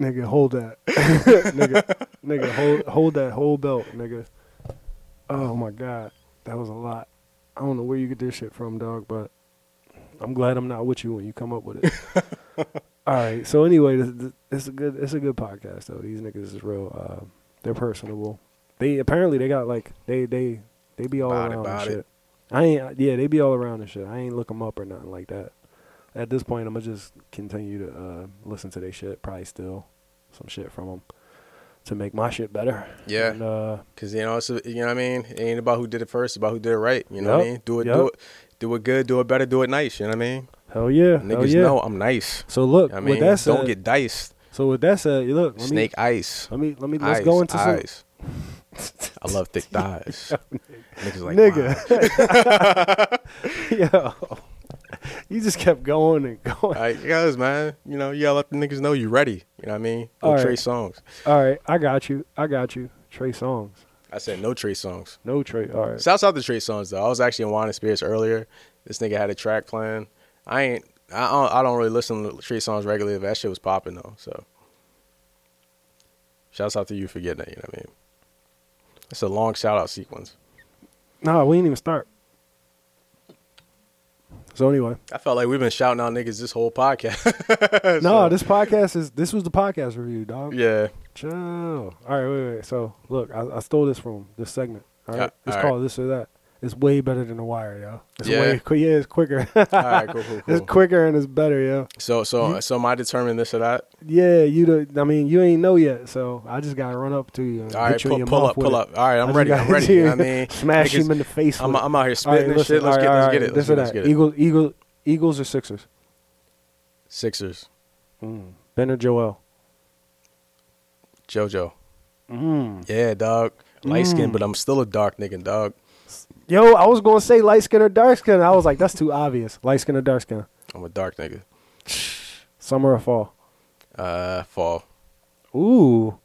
Speaker 1: nigga, hold that, nigga, nigga, hold hold that whole belt, nigga. Oh my god, that was a lot. I don't know where you get this shit from, dog, but I'm glad I'm not with you when you come up with it. all right, so anyway, this, this, it's a good it's a good podcast though. These niggas is real. Uh, they're personable. They apparently they got like they they they be all
Speaker 2: About it,
Speaker 1: around and
Speaker 2: about it.
Speaker 1: shit. I ain't yeah they be all around and shit. I ain't look 'em up or nothing like that. At this point, I'm gonna just continue to uh, listen to their shit. Probably steal some shit from them to make my shit better.
Speaker 2: Yeah.
Speaker 1: And, uh,
Speaker 2: Cause you know, it's a, you know what I mean. It ain't about who did it first; it's about who did it right. You know what I
Speaker 1: Yup,
Speaker 2: mean. Do it, do
Speaker 1: yup.
Speaker 2: it, do it good, do it better, do it nice. You know what I mean.
Speaker 1: hell yeah, hell
Speaker 2: Niggas
Speaker 1: yeah.
Speaker 2: know I'm nice.
Speaker 1: So look,
Speaker 2: I
Speaker 1: with
Speaker 2: mean,
Speaker 1: that said,
Speaker 2: don't get diced.
Speaker 1: so with that said, look, let me-
Speaker 2: Snake ice.
Speaker 1: Let me let me
Speaker 2: ice,
Speaker 1: let's go into some
Speaker 2: ice. I love thick thighs. Niggas like mine.
Speaker 1: nigga. Yo, you just kept going and going.
Speaker 2: Like, guys, man, you know, you gotta let the niggas know you ready. You know what I mean? No
Speaker 1: All
Speaker 2: Trey
Speaker 1: right.
Speaker 2: songs.
Speaker 1: All right, I got you. I got you. Trey Songs.
Speaker 2: I said no Trey songs.
Speaker 1: No Trey. All right.
Speaker 2: Shouts out to Trey songs though. I was actually in Wine and Spirits earlier. This nigga had a track plan. I ain't. I don't, I don't really listen to Trey songs regularly. But that shit was popping though. So, shouts out to you for getting that. You know what I mean? It's a long shout out sequence.
Speaker 1: No, we didn't even start. So anyway,
Speaker 2: I felt like we've been shouting out niggas this whole podcast.
Speaker 1: no,
Speaker 2: So,
Speaker 1: this podcast is this was the podcast review, dog.
Speaker 2: Yeah.
Speaker 1: Chill. All right, wait, wait. So look, I, I stole this from this segment. All right,
Speaker 2: Yeah,
Speaker 1: it's
Speaker 2: all right.
Speaker 1: called this or that. It's way better than the wire, yo. It's
Speaker 2: Yeah.
Speaker 1: way, yeah, it's quicker.
Speaker 2: All right. Cool. Cool. Cool.
Speaker 1: It's quicker and it's better, yo.
Speaker 2: So so so am I determining this or that?
Speaker 1: Yeah, you. The, I mean, you ain't know yet, so I just gotta run up to you. And
Speaker 2: All right,
Speaker 1: hit you in
Speaker 2: pull,
Speaker 1: your
Speaker 2: pull
Speaker 1: mouth
Speaker 2: up,
Speaker 1: with
Speaker 2: pull
Speaker 1: it.
Speaker 2: up. All right, I'm
Speaker 1: I just
Speaker 2: ready. I'm
Speaker 1: gotta
Speaker 2: ready.
Speaker 1: hit
Speaker 2: You know
Speaker 1: you-
Speaker 2: what I mean,
Speaker 1: smash
Speaker 2: Niggas-
Speaker 1: him in the face.
Speaker 2: I'm,
Speaker 1: with
Speaker 2: I'm out here
Speaker 1: it. All right,
Speaker 2: spitting this shit. Let's
Speaker 1: all
Speaker 2: get,
Speaker 1: right,
Speaker 2: let's
Speaker 1: all
Speaker 2: get
Speaker 1: right,
Speaker 2: it.
Speaker 1: This
Speaker 2: Let's
Speaker 1: or
Speaker 2: get, it. let's
Speaker 1: that.
Speaker 2: get it.
Speaker 1: Eagles, Eagles, Eagles or Sixers?
Speaker 2: Sixers, Mm.
Speaker 1: Ben or Joel?
Speaker 2: JoJo.
Speaker 1: Mm.
Speaker 2: Yeah, dog. Light skin, but I'm still a dark nigga, dog.
Speaker 1: Yo, I was gonna say light skin or dark skin. I was like, that's too obvious. Light skin or dark skin?
Speaker 2: I'm a dark nigga.
Speaker 1: Summer or fall?
Speaker 2: Uh, fall.
Speaker 1: Ooh.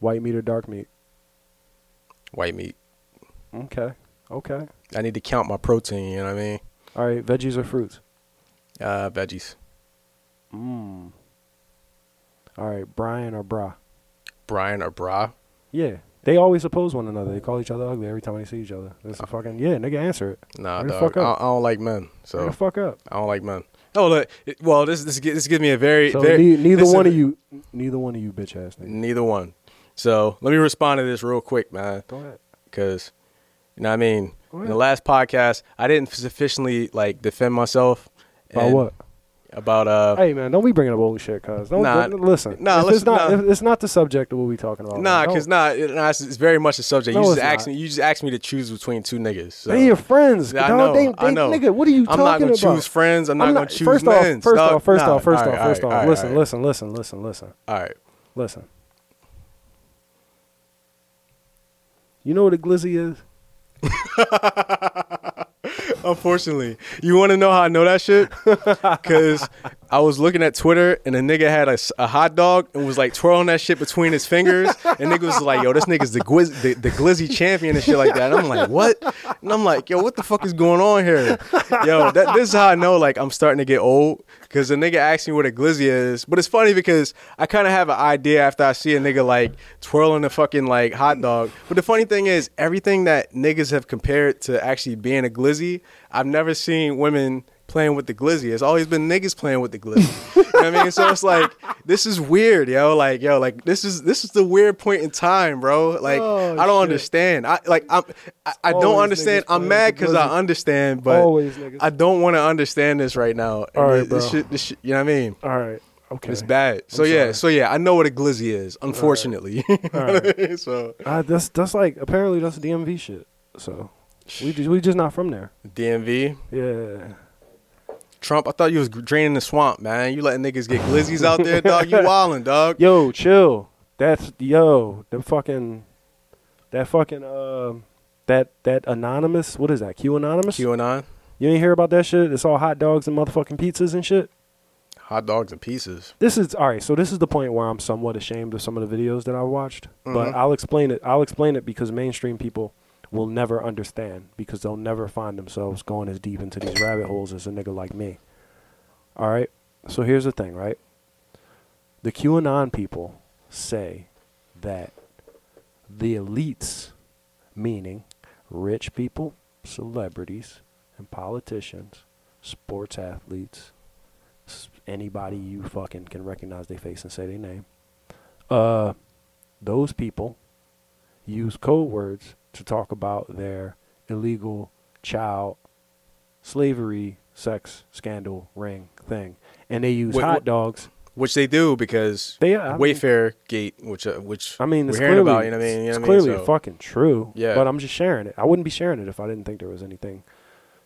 Speaker 1: White meat or dark meat?
Speaker 2: White meat.
Speaker 1: Okay. Okay.
Speaker 2: I need to count my protein. You know what I mean?
Speaker 1: All right. Veggies or fruits?
Speaker 2: Uh, veggies.
Speaker 1: Mm. All right. Brian or Bra?
Speaker 2: Brian or bra?
Speaker 1: Yeah. They always oppose one another. They call each other ugly every time they see each other. It's a fucking yeah, nigga answer it.
Speaker 2: Nah,
Speaker 1: Hurry the
Speaker 2: dog.
Speaker 1: fuck
Speaker 2: I,
Speaker 1: up.
Speaker 2: I don't like men. So
Speaker 1: Shut the fuck up.
Speaker 2: I don't like men. Oh, look. it- Well, this this gi- this gives me a very
Speaker 1: So
Speaker 2: very
Speaker 1: ne- neither
Speaker 2: this is-
Speaker 1: one of you, neither one of you bitch ass niggas.
Speaker 2: Neither one. So let me respond to this real quick, man.
Speaker 1: Go ahead.
Speaker 2: because you know what I mean.
Speaker 1: Go
Speaker 2: In the
Speaker 1: ahead.
Speaker 2: last podcast, I didn't sufficiently like defend myself
Speaker 1: About
Speaker 2: and
Speaker 1: what?
Speaker 2: About uh,
Speaker 1: Hey man, don't be bringing up old shit, cuz. Don't
Speaker 2: Nah,
Speaker 1: don't- listen.
Speaker 2: nah,
Speaker 1: If it's
Speaker 2: listen,
Speaker 1: not.
Speaker 2: nah.
Speaker 1: if it's not the subject of what we talking about.
Speaker 2: nah,
Speaker 1: man,
Speaker 2: cause
Speaker 1: don't-
Speaker 2: nah, it, nah, it's, it's very much a subject.
Speaker 1: No,
Speaker 2: you just
Speaker 1: it's
Speaker 2: asked
Speaker 1: not.
Speaker 2: me, you just asked me to choose between two niggas. So.
Speaker 1: they your friends.
Speaker 2: I
Speaker 1: dog.
Speaker 2: know,
Speaker 1: They,
Speaker 2: I
Speaker 1: they-
Speaker 2: know.
Speaker 1: Nigga, what are you
Speaker 2: I'm
Speaker 1: talking
Speaker 2: not gonna
Speaker 1: about?
Speaker 2: choose friends. I'm not,
Speaker 1: I'm
Speaker 2: gonna choose
Speaker 1: first
Speaker 2: men's.
Speaker 1: Off, first
Speaker 2: dog.
Speaker 1: off, first
Speaker 2: Nah,
Speaker 1: off, first
Speaker 2: all
Speaker 1: off,
Speaker 2: right,
Speaker 1: first
Speaker 2: all
Speaker 1: off.
Speaker 2: right,
Speaker 1: listen,
Speaker 2: all right.
Speaker 1: listen, listen, listen, listen,
Speaker 2: All right,
Speaker 1: listen. You know what a glizzy is?
Speaker 2: Unfortunately, you want to know how I know that shit? Because I was looking at Twitter and a nigga had a, s- a hot dog and was like twirling that shit between his fingers. And nigga was like, yo, this nigga's the, gliz- the, the glizzy champion and shit like that. And I'm like, what? And I'm like, yo, what the fuck is going on here? Yo, that, this is how I know like I'm starting to get old. Because the nigga asked me what a glizzy is. But it's funny because I kind of have an idea after I see a nigga like twirling a fucking like hot dog. But the funny thing is, everything that niggas have compared to actually being a glizzy, I've never seen women playing with the glizzy. It's always been niggas playing with the glizzy. you know what I mean? So it's like this is weird, yo. Like yo, like this is this is the weird point in time, bro. Like
Speaker 1: Oh,
Speaker 2: I don't
Speaker 1: shit.
Speaker 2: understand. I like I'm, I, I don't
Speaker 1: Always
Speaker 2: understand.
Speaker 1: niggas
Speaker 2: I'm
Speaker 1: playing
Speaker 2: mad
Speaker 1: with the
Speaker 2: because I
Speaker 1: glizzy.
Speaker 2: understand, but
Speaker 1: Always niggas.
Speaker 2: I don't want to understand this right now. And
Speaker 1: All right,
Speaker 2: this- this
Speaker 1: bro.
Speaker 2: shit- this shit- you know what I mean?
Speaker 1: All right. Okay.
Speaker 2: It's bad. So yeah,
Speaker 1: sorry.
Speaker 2: so yeah, I know what a glizzy is. Unfortunately,
Speaker 1: All right.
Speaker 2: so
Speaker 1: Uh, that's that's like apparently that's DMV shit. So we just, we just not from there.
Speaker 2: DMV.
Speaker 1: Yeah.
Speaker 2: Trump, I thought you was draining the swamp, man. You letting niggas get glizzies out there, dog. You wildin', dog.
Speaker 1: Yo, chill. That's yo the fucking that fucking um that that anonymous what is that Q anonymous?
Speaker 2: QAnon,
Speaker 1: you ain't hear about that shit? It's all hot dogs and motherfucking pizzas and shit.
Speaker 2: hot dogs and pieces.
Speaker 1: This is all right. So this is the point where I'm somewhat ashamed of some of the videos that I watched,
Speaker 2: Mhm.
Speaker 1: but I'll explain it. I'll explain it because mainstream people will never understand because they'll never find themselves going as deep into these rabbit holes as a nigga like me. All right. So here's the thing, right? The QAnon people say that the elites, meaning rich people, celebrities, and politicians, sports athletes, s- anybody you fucking can recognize their face and say their name. Uh, those people use code words to talk about their illegal child slavery sex scandal ring thing, and they use
Speaker 2: Wait,
Speaker 1: hot
Speaker 2: wh-
Speaker 1: dogs.
Speaker 2: which they do because
Speaker 1: They I mean-
Speaker 2: Wayfair Gate, which uh, which
Speaker 1: I mean,
Speaker 2: we're
Speaker 1: it's
Speaker 2: hearing
Speaker 1: clearly,
Speaker 2: about. You know what I mean? You know
Speaker 1: it's
Speaker 2: what I mean?
Speaker 1: clearly
Speaker 2: So-
Speaker 1: fucking true.
Speaker 2: Yeah.
Speaker 1: But I'm just sharing it. I wouldn't be sharing it if I didn't think there was anything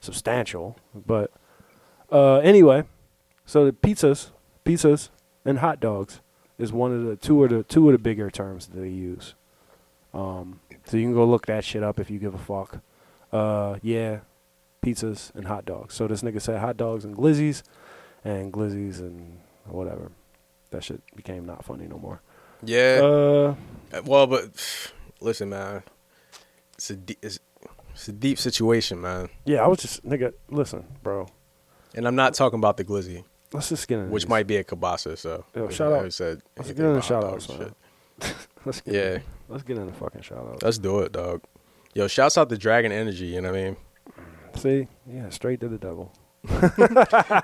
Speaker 1: substantial. But uh, anyway, so the pizzas, pizzas, and hot dogs is one of the two of the two of the bigger terms that they use. Um, so you can go look that shit up if you give a fuck. Uh, yeah, pizzas and hot dogs. So this nigga said hot dogs and glizzies, and glizzies and whatever. That shit became not funny no more.
Speaker 2: Yeah.
Speaker 1: Uh,
Speaker 2: Well, but listen, man, it's a de- it's, it's a deep situation, man,
Speaker 1: Yeah, I was just nigga. Listen, bro.
Speaker 2: and I'm not talking about the glizzy,
Speaker 1: Let's just get in.
Speaker 2: which
Speaker 1: this.
Speaker 2: might be a kielbasa. So
Speaker 1: Yo,
Speaker 2: if
Speaker 1: shout
Speaker 2: I
Speaker 1: out-
Speaker 2: ever Said
Speaker 1: Let's
Speaker 2: anything
Speaker 1: get in the
Speaker 2: about
Speaker 1: shout outs.
Speaker 2: dogs and
Speaker 1: man.
Speaker 2: shit.
Speaker 1: Let's get
Speaker 2: Yeah,
Speaker 1: Let's get in the fucking shout out.
Speaker 2: let's do it, dog. Yo, shouts out to Dragon Energy. You know what I mean?
Speaker 1: See, yeah, straight to the devil.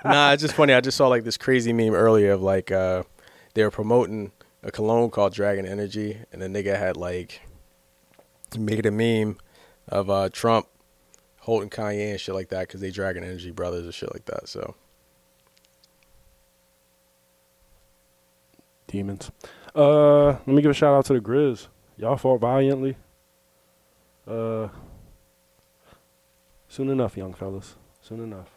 Speaker 2: nah, it's just funny. I just saw like this crazy meme earlier of like uh they were promoting a cologne called Dragon Energy, and the nigga had like made a meme of uh Trump holding Kanye and shit like that because they Dragon Energy brothers and shit like that. So
Speaker 1: Demons. Uh, let me give a shout out to the Grizz. Y'all fought valiantly. Uh, soon enough, young fellas. Soon enough.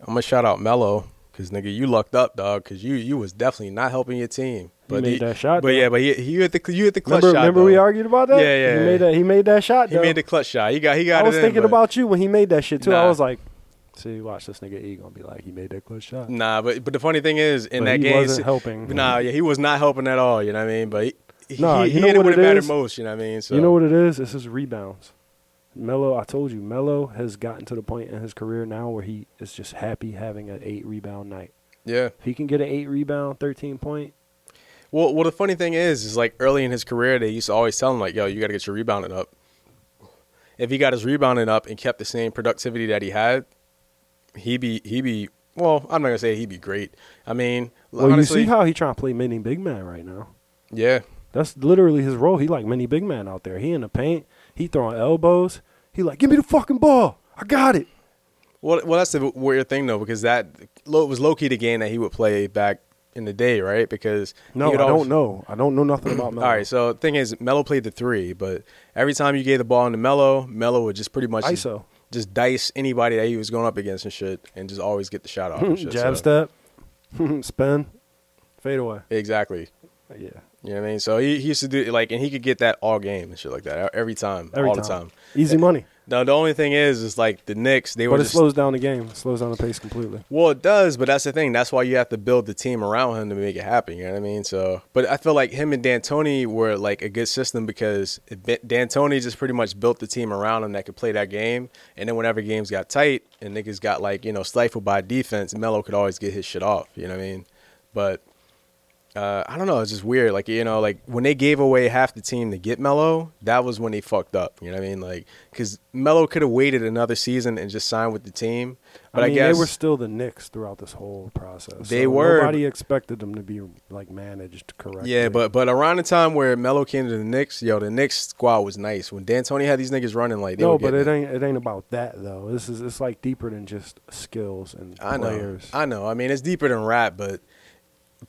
Speaker 2: I'm gonna shout out Mello because nigga, you lucked up, dog, because you you was definitely not helping your team. But
Speaker 1: made
Speaker 2: he-
Speaker 1: that shot,
Speaker 2: But
Speaker 1: though.
Speaker 2: yeah, but he, he hit the you hit the clutch
Speaker 1: Remember,
Speaker 2: shot.
Speaker 1: remember we
Speaker 2: though.
Speaker 1: argued about that.
Speaker 2: Yeah, yeah,
Speaker 1: He
Speaker 2: yeah.
Speaker 1: made that. He made that shot.
Speaker 2: He
Speaker 1: though.
Speaker 2: made the clutch shot. He got he got
Speaker 1: I
Speaker 2: it.
Speaker 1: was
Speaker 2: in,
Speaker 1: thinking
Speaker 2: but-
Speaker 1: about you when he made that shit too. I
Speaker 2: Nah.
Speaker 1: was like, see, watch this nigga E gonna be like, he made that clutch shot.
Speaker 2: Nah, but but the funny thing is in
Speaker 1: But
Speaker 2: that
Speaker 1: he
Speaker 2: game,
Speaker 1: wasn't helping.
Speaker 2: Mm-hmm. Nah, yeah, he was not helping at all. You know what I mean? But he, he,
Speaker 1: Nah,
Speaker 2: he
Speaker 1: you know
Speaker 2: hit it
Speaker 1: what
Speaker 2: when it
Speaker 1: it
Speaker 2: mattered
Speaker 1: is?
Speaker 2: most. You know what I mean? So
Speaker 1: You know what it is? It's his rebounds. Melo, I told you, Melo has gotten to the point in his career now where he is just happy having an eight rebound night.
Speaker 2: Yeah.
Speaker 1: If he can get an eight rebound, thirteen point,
Speaker 2: Well, well, the funny thing is, is like early in his career, they used to always tell him like, "Yo, you got to get your rebounding up." If he got his rebounding up and kept the same productivity that he had, he be he be well. I'm not gonna say he'd be great. I mean,
Speaker 1: well,
Speaker 2: honestly,
Speaker 1: you see how he trying to play mini big man right now.
Speaker 2: yeah,
Speaker 1: That's literally his role. He like mini big man out there. He in the paint. He throwing elbows. He like, give me the fucking ball. I got it.
Speaker 2: Well, well, that's the weird thing though, because that low, it was low key the game that he would play back in the day, right? Because he
Speaker 1: No, I
Speaker 2: could always-
Speaker 1: don't know. I don't know nothing about Melo.
Speaker 2: All right, so the thing is, Melo played the three, but every time you gave the ball into Melo, Melo would just pretty much just,
Speaker 1: ISO.
Speaker 2: just dice anybody that he was going up against and shit, and just always get the shot off. and shit,
Speaker 1: Jab
Speaker 2: so-
Speaker 1: step, spin, fade away.
Speaker 2: Exactly.
Speaker 1: Yeah.
Speaker 2: You know what I mean? So he, he used to do like, and he could get that all game and shit like that every time,
Speaker 1: Every
Speaker 2: all
Speaker 1: time.
Speaker 2: the time.
Speaker 1: Easy money.
Speaker 2: Now the only thing is, is like the Knicks, they were
Speaker 1: But it
Speaker 2: just
Speaker 1: slows down the game. It slows down the pace completely.
Speaker 2: Well, it does, but that's the thing. That's why you have to build the team around him to make it happen. You know what I mean? So, but I feel like him and D'Antoni were like a good system because it, be- D'Antoni just pretty much built the team around him that could play that game. And then whenever games got tight and niggas got like you know stifled by defense, Melo could always get his shit off. You know what I mean? But uh, I don't know. It's just weird. Like you know, like when they gave away half the team to get Melo, that was when they fucked up. You know what I mean? Like because Melo could have waited another season and just signed with the team. But I,
Speaker 1: I mean,
Speaker 2: guess
Speaker 1: they were still the Knicks throughout this whole process.
Speaker 2: They
Speaker 1: so
Speaker 2: were.
Speaker 1: Nobody expected them to be like managed correctly.
Speaker 2: Yeah, but but around the time where Melo came to the Knicks, yo, the Knicks squad was nice. When D'Antoni had these niggas running, like they
Speaker 1: no,
Speaker 2: were
Speaker 1: but
Speaker 2: getting
Speaker 1: it ain't it ain't about that though. This is it's like deeper than just skills and
Speaker 2: I know,
Speaker 1: players.
Speaker 2: I know. I mean, it's deeper than rap, but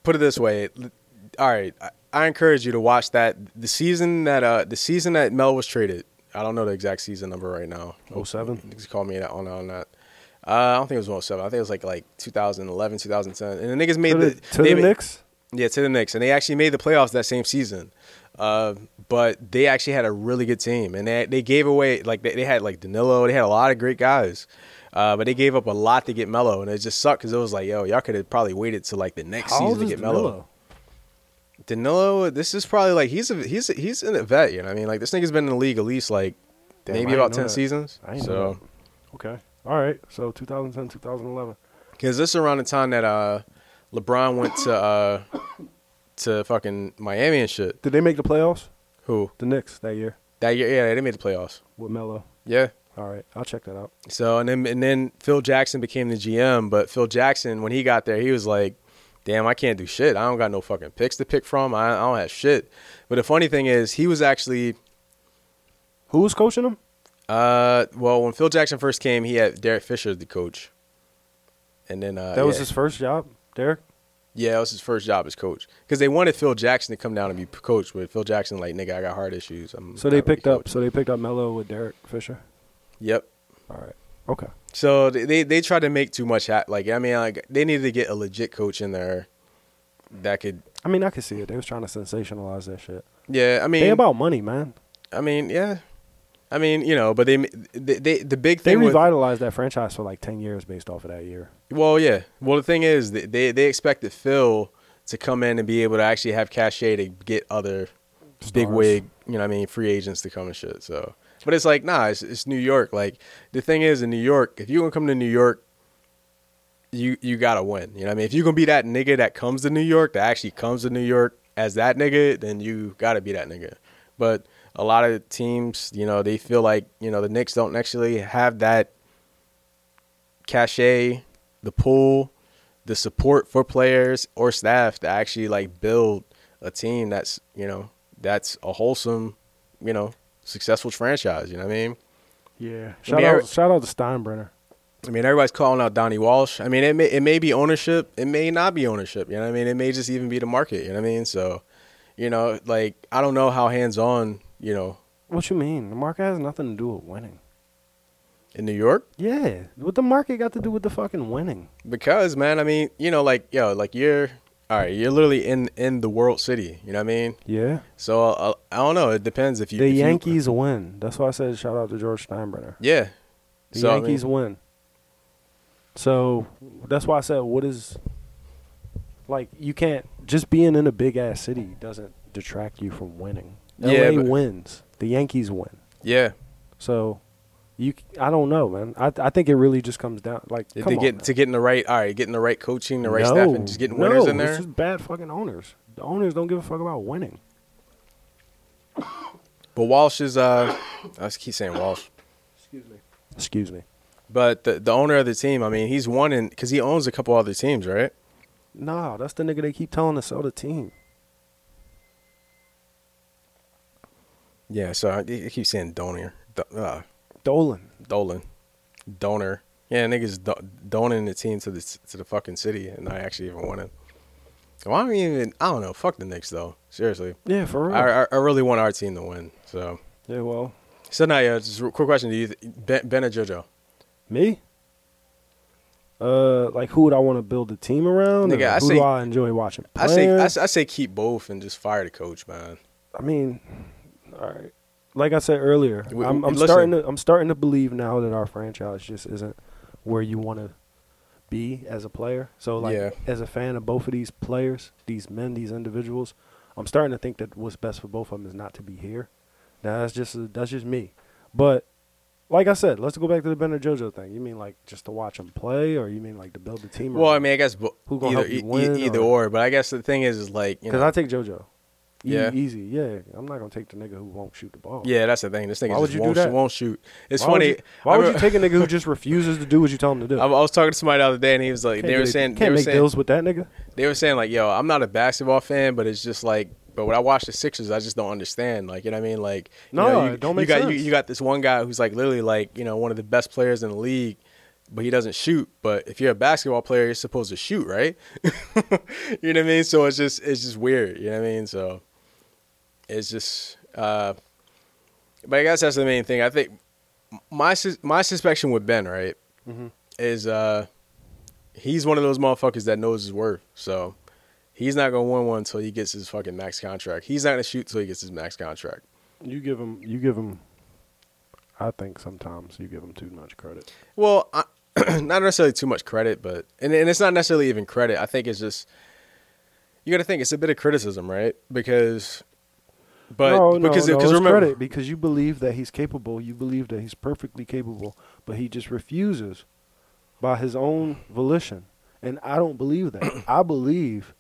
Speaker 2: put it this way. l- All right, I, I encourage you to watch that the season that uh the season that Mel was traded. I don't know the exact season number right now.
Speaker 1: Oh, seven?
Speaker 2: Niggas call me that on on that. Uh, I don't think it was 07. I think it was like like 2011, 2010. And the niggas made
Speaker 1: to the,
Speaker 2: the
Speaker 1: to
Speaker 2: they
Speaker 1: the
Speaker 2: ma-
Speaker 1: Knicks,
Speaker 2: Yeah, to the Knicks, and they actually made the playoffs that same season. Uh, but they actually had a really good team, and they they gave away like they, they had like Danilo, they had a lot of great guys, uh, but they gave up a lot to get Melo, and it just sucked because it was like, yo, y'all could have probably waited till like the next
Speaker 1: how
Speaker 2: season
Speaker 1: old
Speaker 2: to
Speaker 1: is
Speaker 2: get Melo.
Speaker 1: Melo?
Speaker 2: Danilo, this is probably like he's a he's a, he's an vet, you know. what I mean, like this nigga's been in the league at least like
Speaker 1: Damn, I
Speaker 2: maybe
Speaker 1: didn't
Speaker 2: about
Speaker 1: know
Speaker 2: ten
Speaker 1: that.
Speaker 2: seasons.
Speaker 1: I didn't know
Speaker 2: So
Speaker 1: Okay, all right. So 2010, 2011.
Speaker 2: because this is around the time that uh, LeBron went to uh, to fucking Miami and shit.
Speaker 1: Did they make the playoffs?
Speaker 2: Who
Speaker 1: The Knicks that year
Speaker 2: that year? Yeah, they made the playoffs.
Speaker 1: with Melo.
Speaker 2: Yeah.
Speaker 1: All right, I'll check that out.
Speaker 2: So and then and then Phil Jackson became the GM, but Phil Jackson when he got there, he was like, "Damn, I can't do shit. I don't got no fucking picks to pick from. I, I don't have shit." But the funny thing is, he was actually
Speaker 1: Who was coaching him?
Speaker 2: Uh, well, when Phil Jackson first came, he had Derek Fisher as the coach, and then uh,
Speaker 1: that was
Speaker 2: yeah.
Speaker 1: his first job, Derek.
Speaker 2: Yeah, that was his first job as coach because they wanted Phil Jackson to come down and be p- coach, but Phil Jackson like nigga, I got heart issues. I'm
Speaker 1: So they
Speaker 2: not really
Speaker 1: picked up.
Speaker 2: coaching."
Speaker 1: So they picked up Melo with Derek Fisher.
Speaker 2: Yep.
Speaker 1: All right. Okay.
Speaker 2: So they they, they tried to make too much. Ha- like I mean, like they needed to get a legit coach in there that could.
Speaker 1: I mean, I could see it. They was trying to sensationalize that shit.
Speaker 2: Yeah, I mean,
Speaker 1: They about money, man.
Speaker 2: I mean, yeah, I mean, you know, but they they, they the big
Speaker 1: They
Speaker 2: thing with-
Speaker 1: revitalized that franchise for like ten years based off of that year.
Speaker 2: Well, yeah. Well, the thing is, th- they they expected Phil to come in and be able to actually have cachet to get other big
Speaker 1: Stars.
Speaker 2: wig, you know, what I mean, free agents to come and shit. So, but it's like, nah, it's, it's New York. Like the thing is, in New York, if you gonna come to New York, you you gotta win. You know, what I mean, if you gonna be that nigga that comes to New York, that actually comes to New York as that nigga, then you gotta be that nigga. But a lot of teams, you know, they feel like you know the Knicks don't actually have that cachet, the pool, the support for players or staff to actually like build a team that's you know that's a wholesome, you know, successful franchise. You know what I mean?
Speaker 1: Yeah.
Speaker 2: I
Speaker 1: Shout
Speaker 2: mean,
Speaker 1: out,
Speaker 2: every-
Speaker 1: shout out to Steinbrenner.
Speaker 2: I mean, everybody's calling out Donnie Walsh. I mean, it may it may be ownership, it may not be ownership. You know what I mean? It may just even be the market. You know what I mean? So, you know, like I don't know how hands on you know
Speaker 1: What you mean? The market has nothing to do with winning.
Speaker 2: in New York
Speaker 1: Yeah. What the market got to do with the fucking winning?
Speaker 2: Because man, I mean, you know, like yo, like you're all right. You're literally in in the world city. You know what I mean?
Speaker 1: Yeah.
Speaker 2: So uh, I don't know. It depends if you
Speaker 1: The
Speaker 2: if you-
Speaker 1: Yankees win. That's why I said shout out to George Steinbrenner.
Speaker 2: yeah.
Speaker 1: The
Speaker 2: So, I mean-
Speaker 1: Yankees win. So that's why I said, what is like? You can't just being in a big ass city doesn't detract you from winning.
Speaker 2: Yeah,
Speaker 1: LA
Speaker 2: but-
Speaker 1: wins. The Yankees win.
Speaker 2: Yeah.
Speaker 1: So you, c- I don't know, man. I I think it really just comes down like
Speaker 2: If
Speaker 1: come
Speaker 2: they
Speaker 1: on,
Speaker 2: get
Speaker 1: man.
Speaker 2: to getting the right, all right, getting the right coaching, the right staff, and just getting winners
Speaker 1: no,
Speaker 2: in there.
Speaker 1: It's just bad fucking owners. The owners don't give a fuck about winning.
Speaker 2: But Walsh is uh, I just keep saying Walsh,
Speaker 1: Excuse me.
Speaker 2: but the the owner of the team. I mean, he's one in because he owns a couple other teams, right?
Speaker 1: No, that's the nigga they keep telling to sell the team.
Speaker 2: Yeah. So I, I keep saying Doner, Do- uh,
Speaker 1: Dolan.
Speaker 2: Dolan, Donor. Yeah, niggas do- doning the team to the to the fucking city, and I actually even want it. Well, I don't even. I don't know. Fuck the Knicks though. Seriously,
Speaker 1: Yeah, for real.
Speaker 2: I, I I really want our team to win. So
Speaker 1: Yeah, well,
Speaker 2: so now yeah, just a quick question. Do you th- ben, ben or JoJo?
Speaker 1: Me? Uh, like who would I want to build a team around?
Speaker 2: Nigga,
Speaker 1: Or
Speaker 2: I
Speaker 1: who
Speaker 2: say-
Speaker 1: do I enjoy watching? Play?
Speaker 2: I say I, say- I say keep both and just fire the coach, man.
Speaker 1: mean, all right. Like I said earlier,
Speaker 2: We-
Speaker 1: I'm,
Speaker 2: we-
Speaker 1: I'm
Speaker 2: listen.
Speaker 1: starting to I'm starting to believe now that our franchise just isn't where you want to be as a player. So like
Speaker 2: Yeah.
Speaker 1: as a fan of both of these players, these men, these individuals, I'm starting to think that what's best for both of them is not to be here. Now that's just that's just me. But like I said, let's go back to the Ben or JoJo thing. You mean like just to watch them play, or you mean like to build the team?
Speaker 2: Well, I
Speaker 1: around?
Speaker 2: mean, I guess bo-
Speaker 1: Who gonna
Speaker 2: either
Speaker 1: help you
Speaker 2: e- e-
Speaker 1: win,
Speaker 2: either
Speaker 1: or-
Speaker 2: or? But I guess the thing is, is like you
Speaker 1: Because
Speaker 2: know,
Speaker 1: I take JoJo. E-
Speaker 2: Yeah.
Speaker 1: Easy. Yeah. I'm not going to take the nigga who won't shoot the ball.
Speaker 2: yeah, that's the thing. This thing
Speaker 1: Why
Speaker 2: just
Speaker 1: would you do
Speaker 2: won't,
Speaker 1: that?
Speaker 2: won't shoot. It's
Speaker 1: Why would
Speaker 2: funny.
Speaker 1: you- why
Speaker 2: I
Speaker 1: would you
Speaker 2: remember-
Speaker 1: take a nigga who just refuses to do what you tell him to do?
Speaker 2: I I was talking to somebody the other day, and he was like,
Speaker 1: Can't
Speaker 2: they were
Speaker 1: do-
Speaker 2: saying, they
Speaker 1: can't
Speaker 2: were
Speaker 1: make
Speaker 2: saying,
Speaker 1: deals with that nigga.
Speaker 2: they were saying like, yo, I'm not a basketball fan, but it's just like, but when I watch the Sixers, I just don't understand. Like, you know what I mean? Like, you
Speaker 1: No,
Speaker 2: know, you,
Speaker 1: it don't
Speaker 2: you
Speaker 1: make
Speaker 2: got, You,
Speaker 1: sense.
Speaker 2: you got this one guy who's like literally like, you know, one of the best players in the league, but he doesn't shoot. But if you're a basketball player, you're supposed to shoot, right? you know what I mean? So it's just, it's just weird. You know what I mean? So it's just, uh, but I guess that's the main thing. I think my sus- my suspicion with Ben, right,
Speaker 1: Mm-hmm.
Speaker 2: is uh, he's one of those motherfuckers that knows his worth. So he's not gonna win one until he gets his fucking max contract. He's not gonna shoot till he gets his max contract.
Speaker 1: You give him. You give him. I think sometimes you give him too much credit.
Speaker 2: Well, I, not necessarily too much credit, but and, and it's not necessarily even credit. I think it's just you got to think it's a bit of criticism, right? Because, but
Speaker 1: no, no,
Speaker 2: because
Speaker 1: no,
Speaker 2: because
Speaker 1: it's
Speaker 2: remember,
Speaker 1: credit because you believe that he's capable. You believe that he's perfectly capable, but he just refuses by his own volition. And I don't believe that. I believe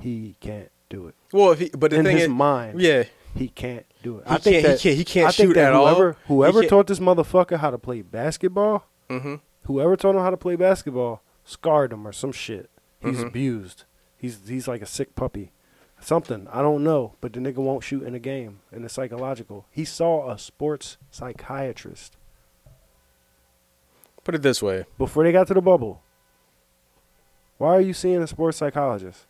Speaker 1: he can't do it.
Speaker 2: well, if he, but the
Speaker 1: in
Speaker 2: thing
Speaker 1: his
Speaker 2: is,
Speaker 1: mind,
Speaker 2: yeah,
Speaker 1: he can't do it.
Speaker 2: He can't- he can't- he can't
Speaker 1: I think
Speaker 2: shoot
Speaker 1: that
Speaker 2: at all.
Speaker 1: whoever,
Speaker 2: He
Speaker 1: Whoever
Speaker 2: can't-
Speaker 1: taught this motherfucker how to play basketball,
Speaker 2: hmm
Speaker 1: whoever taught him how to play basketball, scarred him or some shit. He's abused. He's he's like a sick puppy something. I don't know, but the nigga won't shoot in a game, and it's psychological. He saw a sports psychiatrist
Speaker 2: Put it this way.
Speaker 1: before they got to the bubble. Why are you seeing a sports psychologist?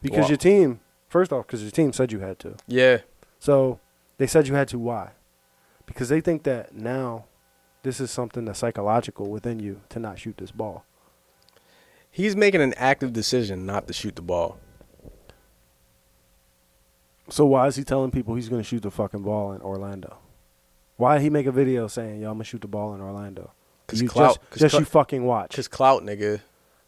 Speaker 1: Because
Speaker 2: Why?
Speaker 1: your team, first off, because your team said you had to.
Speaker 2: Yeah.
Speaker 1: So they said you had to. Why? Because they think that now this is something that's psychological within you to not shoot this ball.
Speaker 2: He's making an active decision not to shoot the ball.
Speaker 1: So why is he telling people he's going to shoot the fucking ball in Orlando? Why did he make a video saying, yo, I'm going to shoot the ball in Orlando?
Speaker 2: 'Cause
Speaker 1: You
Speaker 2: clout-
Speaker 1: just,
Speaker 2: 'cause
Speaker 1: just
Speaker 2: clou-
Speaker 1: you fucking watch.
Speaker 2: Cause clout, nigga.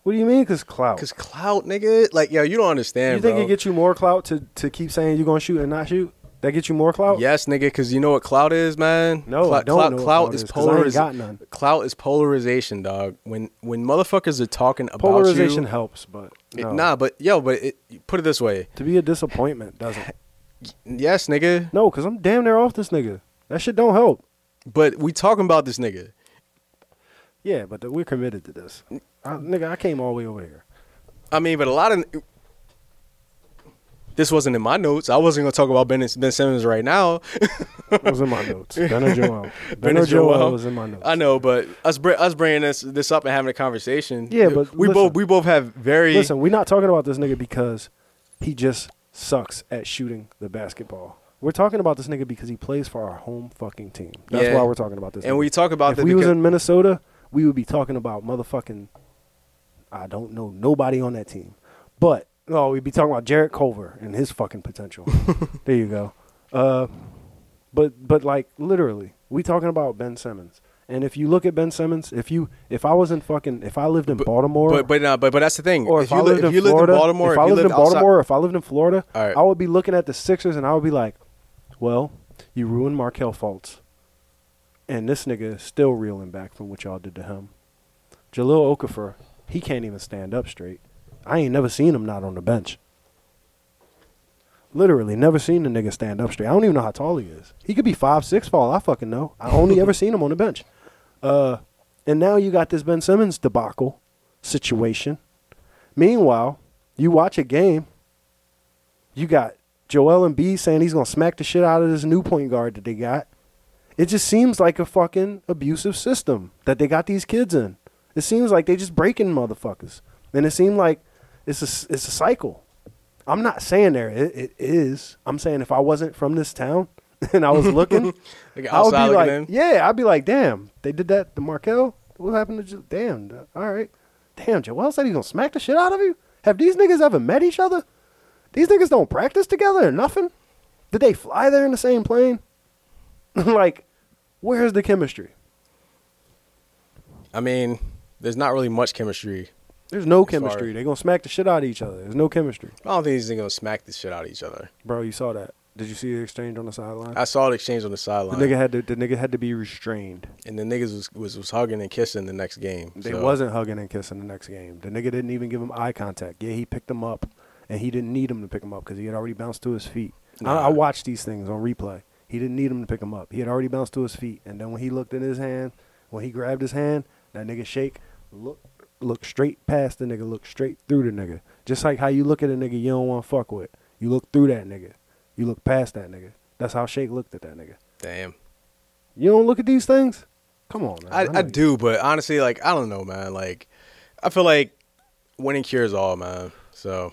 Speaker 1: What do you mean, because clout?
Speaker 2: Cause clout, nigga. Like, yo, you don't understand,
Speaker 1: you think
Speaker 2: bro.
Speaker 1: it gets you more clout to, to keep saying you're going to shoot and not shoot? That gets you more clout?
Speaker 2: Yes, nigga. Cause you know what clout is, man.
Speaker 1: Oh. No,
Speaker 2: clout,
Speaker 1: I don't
Speaker 2: clout,
Speaker 1: know what clout
Speaker 2: is
Speaker 1: is, 'cause I ain't got
Speaker 2: polarization.
Speaker 1: none.
Speaker 2: Clout is polarization, dog. When when motherfuckers are talking about
Speaker 1: Polarization
Speaker 2: you,
Speaker 1: helps, but
Speaker 2: it-
Speaker 1: no.
Speaker 2: nah. But yo, but it, put it this way.
Speaker 1: to be a disappointment doesn't.
Speaker 2: Yes, nigga.
Speaker 1: No, because I'm damn near off this nigga. That shit don't help.
Speaker 2: But we talking about this nigga.
Speaker 1: Yeah, but th- we're committed to this. I, nigga, I came all the way over here.
Speaker 2: I mean, but a lot of this wasn't in my notes. I wasn't gonna talk about Ben, ben Simmons right now.
Speaker 1: It was in my notes. Benner Joel.
Speaker 2: Ben
Speaker 1: Benner
Speaker 2: Joel.
Speaker 1: Joel was in my notes.
Speaker 2: I know, but us br- us bringing this this up and having a conversation.
Speaker 1: Yeah, but
Speaker 2: we
Speaker 1: listen.
Speaker 2: both we both have very
Speaker 1: Listen, we're not talking about this nigga because he just sucks at shooting the basketball. We're talking about this nigga because he plays for our home fucking team. That's
Speaker 2: Yeah.
Speaker 1: why we're talking about this.
Speaker 2: and
Speaker 1: nigga.
Speaker 2: we talk about
Speaker 1: if
Speaker 2: that
Speaker 1: we was
Speaker 2: because-
Speaker 1: in Minnesota, we would be talking about motherfucking. I don't know nobody on that team, but no, we'd be talking about Jarrett Culver and his fucking potential. there you go. Uh, but but like literally, we talking about Ben Simmons. And if you look at Ben Simmons, if you if I was in fucking if I lived in Baltimore,
Speaker 2: but but nah, but but that's the thing.
Speaker 1: or if, I
Speaker 2: you, li-
Speaker 1: lived,
Speaker 2: if
Speaker 1: in
Speaker 2: you
Speaker 1: Florida,
Speaker 2: lived in Baltimore,
Speaker 1: if I
Speaker 2: you
Speaker 1: lived in
Speaker 2: outside-
Speaker 1: Baltimore, or if I lived in Florida,
Speaker 2: All right.
Speaker 1: I would be looking at the Sixers and I would be like, "Well, you ruined Markel Fultz, and this nigga is still reeling back from what y'all did to him." Jalil Okafor, he can't even stand up straight. I ain't never seen him not on the bench. Literally, never seen the nigga stand up straight. I don't even know how tall he is. He could be five six fall. I fucking know. I only ever seen him on the bench. Uh, and now you got this Ben Simmons debacle situation. Meanwhile, you watch a game. You got Joel Embiid saying he's gonna smack the shit out of this new point guard that they got. It just seems like a fucking abusive system that they got these kids in. It seems like they just breaking motherfuckers, and it seemed like it's a s- it's a cycle. I'm not saying there it, it is. I'm saying if I wasn't from this town and I was looking,
Speaker 2: Like
Speaker 1: I would
Speaker 2: outside
Speaker 1: be
Speaker 2: looking
Speaker 1: like,
Speaker 2: in?
Speaker 1: yeah, I'd be like, damn, they did that to Markel. What happened to jo- damn? th- All right, damn, Joel said he's gonna smack the shit out of you. Have these niggas ever met each other? These niggas don't practice together or nothing. Did they fly there in the same plane? like, where's the chemistry?
Speaker 2: I mean, there's not really much chemistry.
Speaker 1: There's no
Speaker 2: far-
Speaker 1: chemistry. They gonna smack the shit out of each other. There's no chemistry,
Speaker 2: I don't think these niggas gonna smack the shit out of each other.
Speaker 1: bro. You saw that? Did you see the exchange on the sideline?
Speaker 2: I saw the exchange on the
Speaker 1: The
Speaker 2: sideline,
Speaker 1: nigga had to. The nigga had to be restrained.
Speaker 2: and the niggas was, was was hugging and kissing the next game.
Speaker 1: They
Speaker 2: so.
Speaker 1: wasn't hugging and kissing the next game. The nigga didn't even give him eye contact. Yeah, he picked him up, and he didn't need him to pick him up because he had already bounced to his feet.
Speaker 2: Nah.
Speaker 1: I, I watched these things on replay. He didn't need him to pick him up. He had already bounced to his feet, and then when he looked in his hand, when he grabbed his hand, that nigga shake look look straight past the nigga, look straight through the nigga. Just like how you look at a nigga you don't want to fuck with. You look through that nigga. You look past that nigga. That's how Shake looked at that nigga.
Speaker 2: Damn.
Speaker 1: You don't look at these things? Come on, man. know
Speaker 2: I, I
Speaker 1: you-
Speaker 2: do, but honestly, like I don't know, man. Like I feel like winning cures all, man. So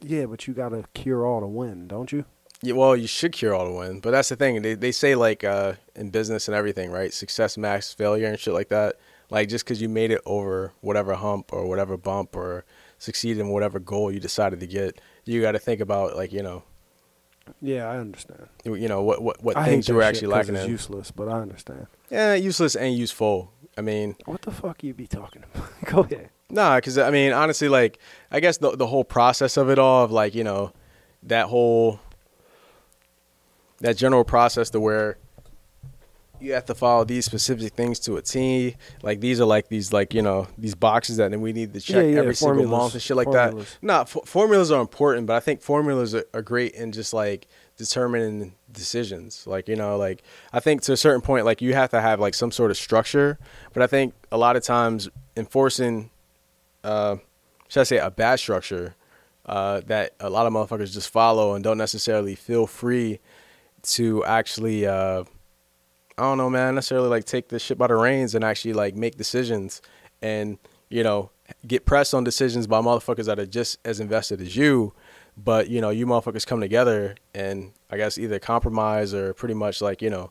Speaker 1: Yeah, but you gotta cure all to win, don't you?
Speaker 2: yeah, well, you should cure all to win, but that's the thing. They they say like uh, in business and everything, right? Success max failure and shit like that. Like just because you made it over whatever hump or whatever bump or succeeded in whatever goal you decided to get, you got to think about like you know
Speaker 1: Yeah, I understand.
Speaker 2: you you know what what, what
Speaker 1: I
Speaker 2: things
Speaker 1: hate
Speaker 2: you were
Speaker 1: that
Speaker 2: actually
Speaker 1: shit 'cause
Speaker 2: lacking
Speaker 1: It's
Speaker 2: in.
Speaker 1: useless, but I understand.
Speaker 2: yeah, useless and useful. I mean,
Speaker 1: What the fuck you be talking about? Go ahead.
Speaker 2: Nah, because I mean, honestly, like I guess the the whole process of it all of like you know that whole that general process to where you have to follow these specific things to a T. Like these are like these like you know these boxes that then we need to check
Speaker 1: Yeah, yeah,
Speaker 2: every single
Speaker 1: formulas.
Speaker 2: month and shit like
Speaker 1: Formulas.
Speaker 2: that. Nah, f- formulas are important, but I think formulas are, are great in just like determining decisions. Like you know, like I think to a certain point, like you have to have like some sort of structure. But I think a lot of times enforcing, uh, should I say, a bad structure uh, that a lot of motherfuckers just follow and don't necessarily feel free to actually uh, I don't know, man, necessarily like take this shit by the reins and actually like make decisions and you know get pressed on decisions by motherfuckers that are just as invested as you. But you know, you motherfuckers come together and I guess either compromise or pretty much like you know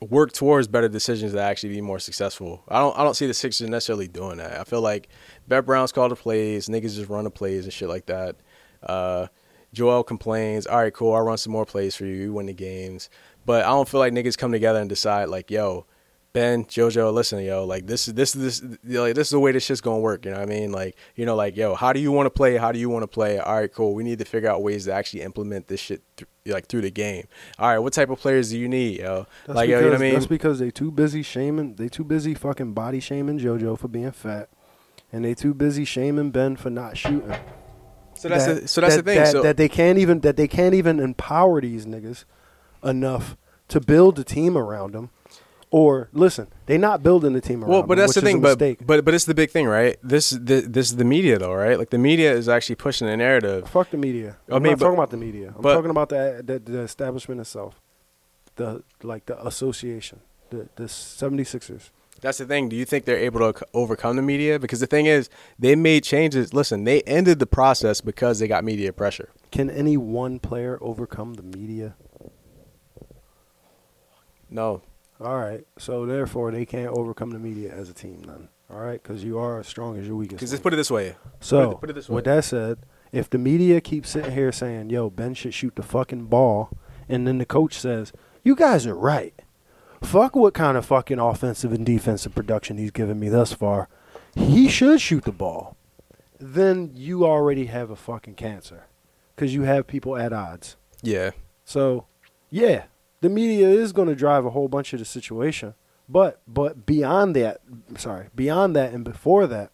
Speaker 2: work towards better decisions that actually be more successful. I don't I don't see the Sixers necessarily doing that. I feel like Bet Brown's call the plays, niggas just run the plays and shit like that. Uh, Joel complains, all right, cool, I'll run some more plays for you. You win the games. But I don't feel like niggas come together and decide like, yo, Ben, Jojo, listen, yo, like this is this is this you know, like this is the way this shit's gonna work. You know what I mean? Like, you know, like, yo, how do you want to play? How do you want to play? All right, cool. We need to figure out ways to actually implement this shit th- like through the game. All right, what type of players do you need, yo?
Speaker 1: That's
Speaker 2: like, yo,
Speaker 1: because,
Speaker 2: you know what I mean?
Speaker 1: That's because they too busy shaming. They too busy fucking body shaming JoJo for being fat, and they too busy shaming Ben for not shooting.
Speaker 2: So that's
Speaker 1: that-
Speaker 2: the, so that's
Speaker 1: that-
Speaker 2: the thing.
Speaker 1: That,
Speaker 2: so
Speaker 1: that they can't even that they can't even empower these niggas enough to build a team around them. Or listen, they not building a team around.
Speaker 2: well, but
Speaker 1: them,
Speaker 2: that's the
Speaker 1: which is
Speaker 2: thing.
Speaker 1: a
Speaker 2: But
Speaker 1: mistake.
Speaker 2: but but it's the big thing, right? This this, this is the media though, right? Like the media is actually pushing the narrative.
Speaker 1: fuck the media.
Speaker 2: I
Speaker 1: I'm
Speaker 2: mean,
Speaker 1: not
Speaker 2: but-
Speaker 1: talking about the media. I'm
Speaker 2: but-
Speaker 1: talking about the, the the establishment itself, the like the association, the the 76ers.
Speaker 2: That's the thing. Do you think they're able to c- overcome the media? Because the thing is, they made changes. Listen, they ended the process because they got media pressure.
Speaker 1: Can any one player overcome the media?
Speaker 2: No,
Speaker 1: All right. So therefore, they can't overcome the media as a team then. All right, because you are as strong as your weakest.
Speaker 2: because just
Speaker 1: link.
Speaker 2: put it this way.
Speaker 1: so
Speaker 2: put it- put it this
Speaker 1: with
Speaker 2: way.
Speaker 1: that said, if the media keeps sitting here saying, "Yo, Ben should shoot the fucking ball," and then the coach says, "You guys are right. Fuck what kind of fucking offensive and defensive production he's given me thus far. He should shoot the ball." Then you already have a fucking cancer, because you have people at odds.
Speaker 2: Yeah,
Speaker 1: So, yeah, the media is going to drive a whole bunch of the situation. But but beyond that, sorry, beyond that and before that,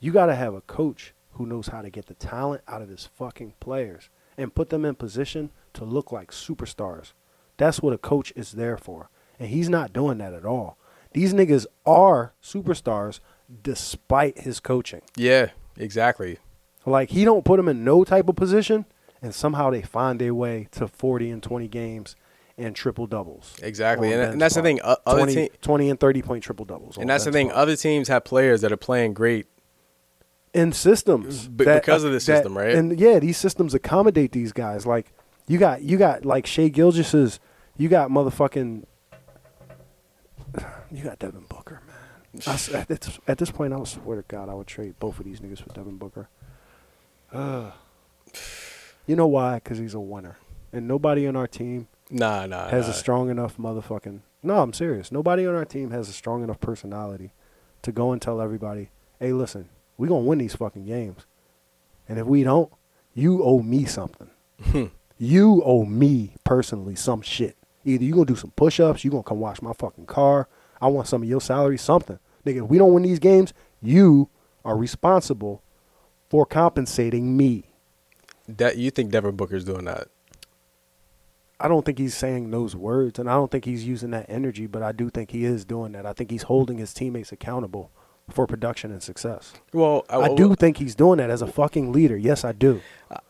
Speaker 1: you got to have a coach who knows how to get the talent out of his fucking players and put them in position to look like superstars. That's what a coach is there for. And he's not doing that at all. These niggas are superstars despite his coaching.
Speaker 2: yeah, exactly.
Speaker 1: Like he don't put them in no type of position, and somehow they find their way to forty and twenty games and triple doubles.
Speaker 2: Exactly,
Speaker 1: on
Speaker 2: and-
Speaker 1: Ben's
Speaker 2: and that's the
Speaker 1: part.
Speaker 2: thing, o- other
Speaker 1: 20,
Speaker 2: team-
Speaker 1: 20 and thirty point triple doubles. on
Speaker 2: And that's the
Speaker 1: Ben's
Speaker 2: thing.
Speaker 1: part.
Speaker 2: Other teams have players that are playing great.
Speaker 1: in systems
Speaker 2: Be- because of the system, right?
Speaker 1: And yeah, these systems accommodate these guys. Like you got you got like Shea Gilgis's, you got motherfucking, you got Devin Booker, man. I s at, this, at this point, I would swear to God, I would trade both of these niggas for Devin Booker. Ugh. you know why? Because he's a winner, and nobody on our team
Speaker 2: Nah, nah.
Speaker 1: has
Speaker 2: nah.
Speaker 1: a strong enough motherfucking. No, I'm serious. Nobody on our team has a strong enough personality to go and tell everybody, "Hey, listen, we gonna win these fucking games, and if we don't, you owe me something. you owe me personally some shit. Either you gonna do some push-ups, you gonna come wash my fucking car. I want some of your salary, something, nigga. If we don't win these games, you are responsible for compensating me."
Speaker 2: That you think Devin Booker's doing that?
Speaker 1: I don't think he's saying those words, and I don't think he's using that energy, but I do think he is doing that. I think he's holding his teammates accountable for production and success.
Speaker 2: Well,
Speaker 1: I, do think he's doing that as a fucking leader. Yes, I do.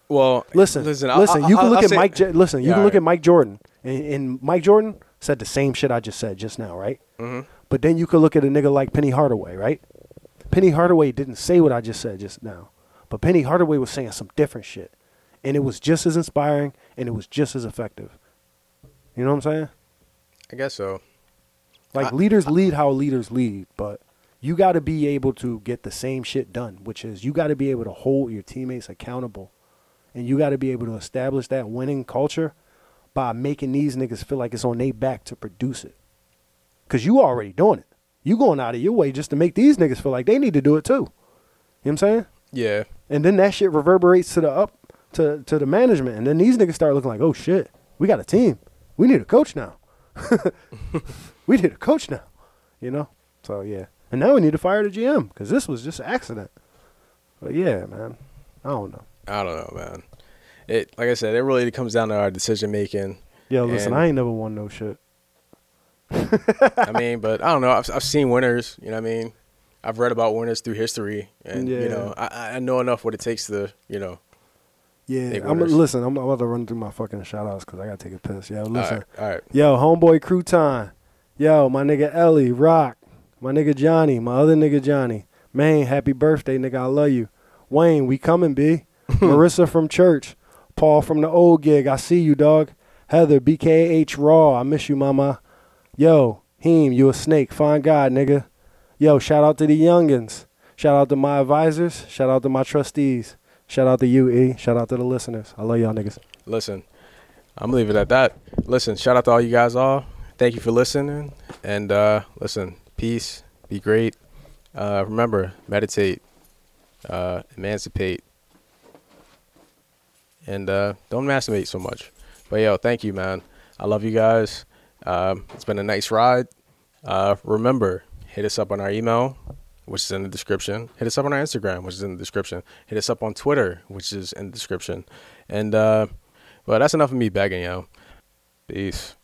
Speaker 2: Well,
Speaker 1: Listen, listen,
Speaker 2: listen, I- I-
Speaker 1: you
Speaker 2: I-
Speaker 1: can
Speaker 2: I'll
Speaker 1: look at
Speaker 2: say-
Speaker 1: Mike. J- listen, you
Speaker 2: Yeah,
Speaker 1: can look
Speaker 2: all
Speaker 1: at Mike Jordan, and, and Mike Jordan said the same shit I just said just now, right? Mm-hmm. But then you could look at a nigga like Penny Hardaway, right? Penny Hardaway didn't say what I just said just now, but Penny Hardaway was saying some different shit, and it was just as inspiring and it was just as effective. You know what I'm saying?
Speaker 2: I guess so.
Speaker 1: Like leaders lead how leaders lead, but you got to be able to get the same shit done, which is you got to be able to hold your teammates accountable, and you got to be able to establish that winning culture by making these niggas feel like it's on their back to produce it. Cause you already doing it. You going out of your way just to make these niggas feel like they need to do it too. You know what I'm saying?
Speaker 2: Yeah,
Speaker 1: And then that shit reverberates to the up to to the management, and then these niggas start looking like, oh shit, we got a team. We need a coach now. we need a coach now. You know. So yeah, and now we need to fire the GM because this was just an accident. But yeah, man, I don't know.
Speaker 2: I don't know, man. It like I said, it really comes down to our decision making.
Speaker 1: Yo, listen,
Speaker 2: And-
Speaker 1: I ain't never won no shit.
Speaker 2: I mean, but I don't know. I've, I've seen winners. You know what I mean? I've read about winners through history, and
Speaker 1: Yeah.
Speaker 2: you know, I, I know enough what it takes to, you know.
Speaker 1: Yeah,
Speaker 2: They
Speaker 1: I'm
Speaker 2: winners.
Speaker 1: listen. I'm about to run through my fucking shout outs because I gotta take a piss. Yo,
Speaker 2: All
Speaker 1: listen.
Speaker 2: right, all right.
Speaker 1: Yo, homeboy crouton. Yo, my nigga Ellie Rock. My nigga Johnny. My other nigga Johnny. Man, happy birthday, nigga. I love you. Wayne, we coming, b. Marissa from church. Paul from the old gig. I see you, dog. Heather BKH Raw. I miss you, mama. Yo, Heem, you a snake. Fine God, nigga. Yo, shout out to the youngins. Shout out to my advisors. Shout out to my trustees. Shout out to you, E. Shout out to the listeners. I love y'all niggas.
Speaker 2: Listen, I'm leaving it at that. Listen, shout out to all you guys all. Thank you for listening. And uh, listen, peace, be great. Uh, remember, meditate, uh, emancipate, and uh, don't masturbate so much. But yo, thank you, man. I love you guys. Um, it's been a nice ride. Uh, remember, hit us up on our email, which is in the description. Hit us up on our Instagram, which is in the description. Hit us up on Twitter, which is in the description. And uh, well, that's enough of me begging, yo. Peace.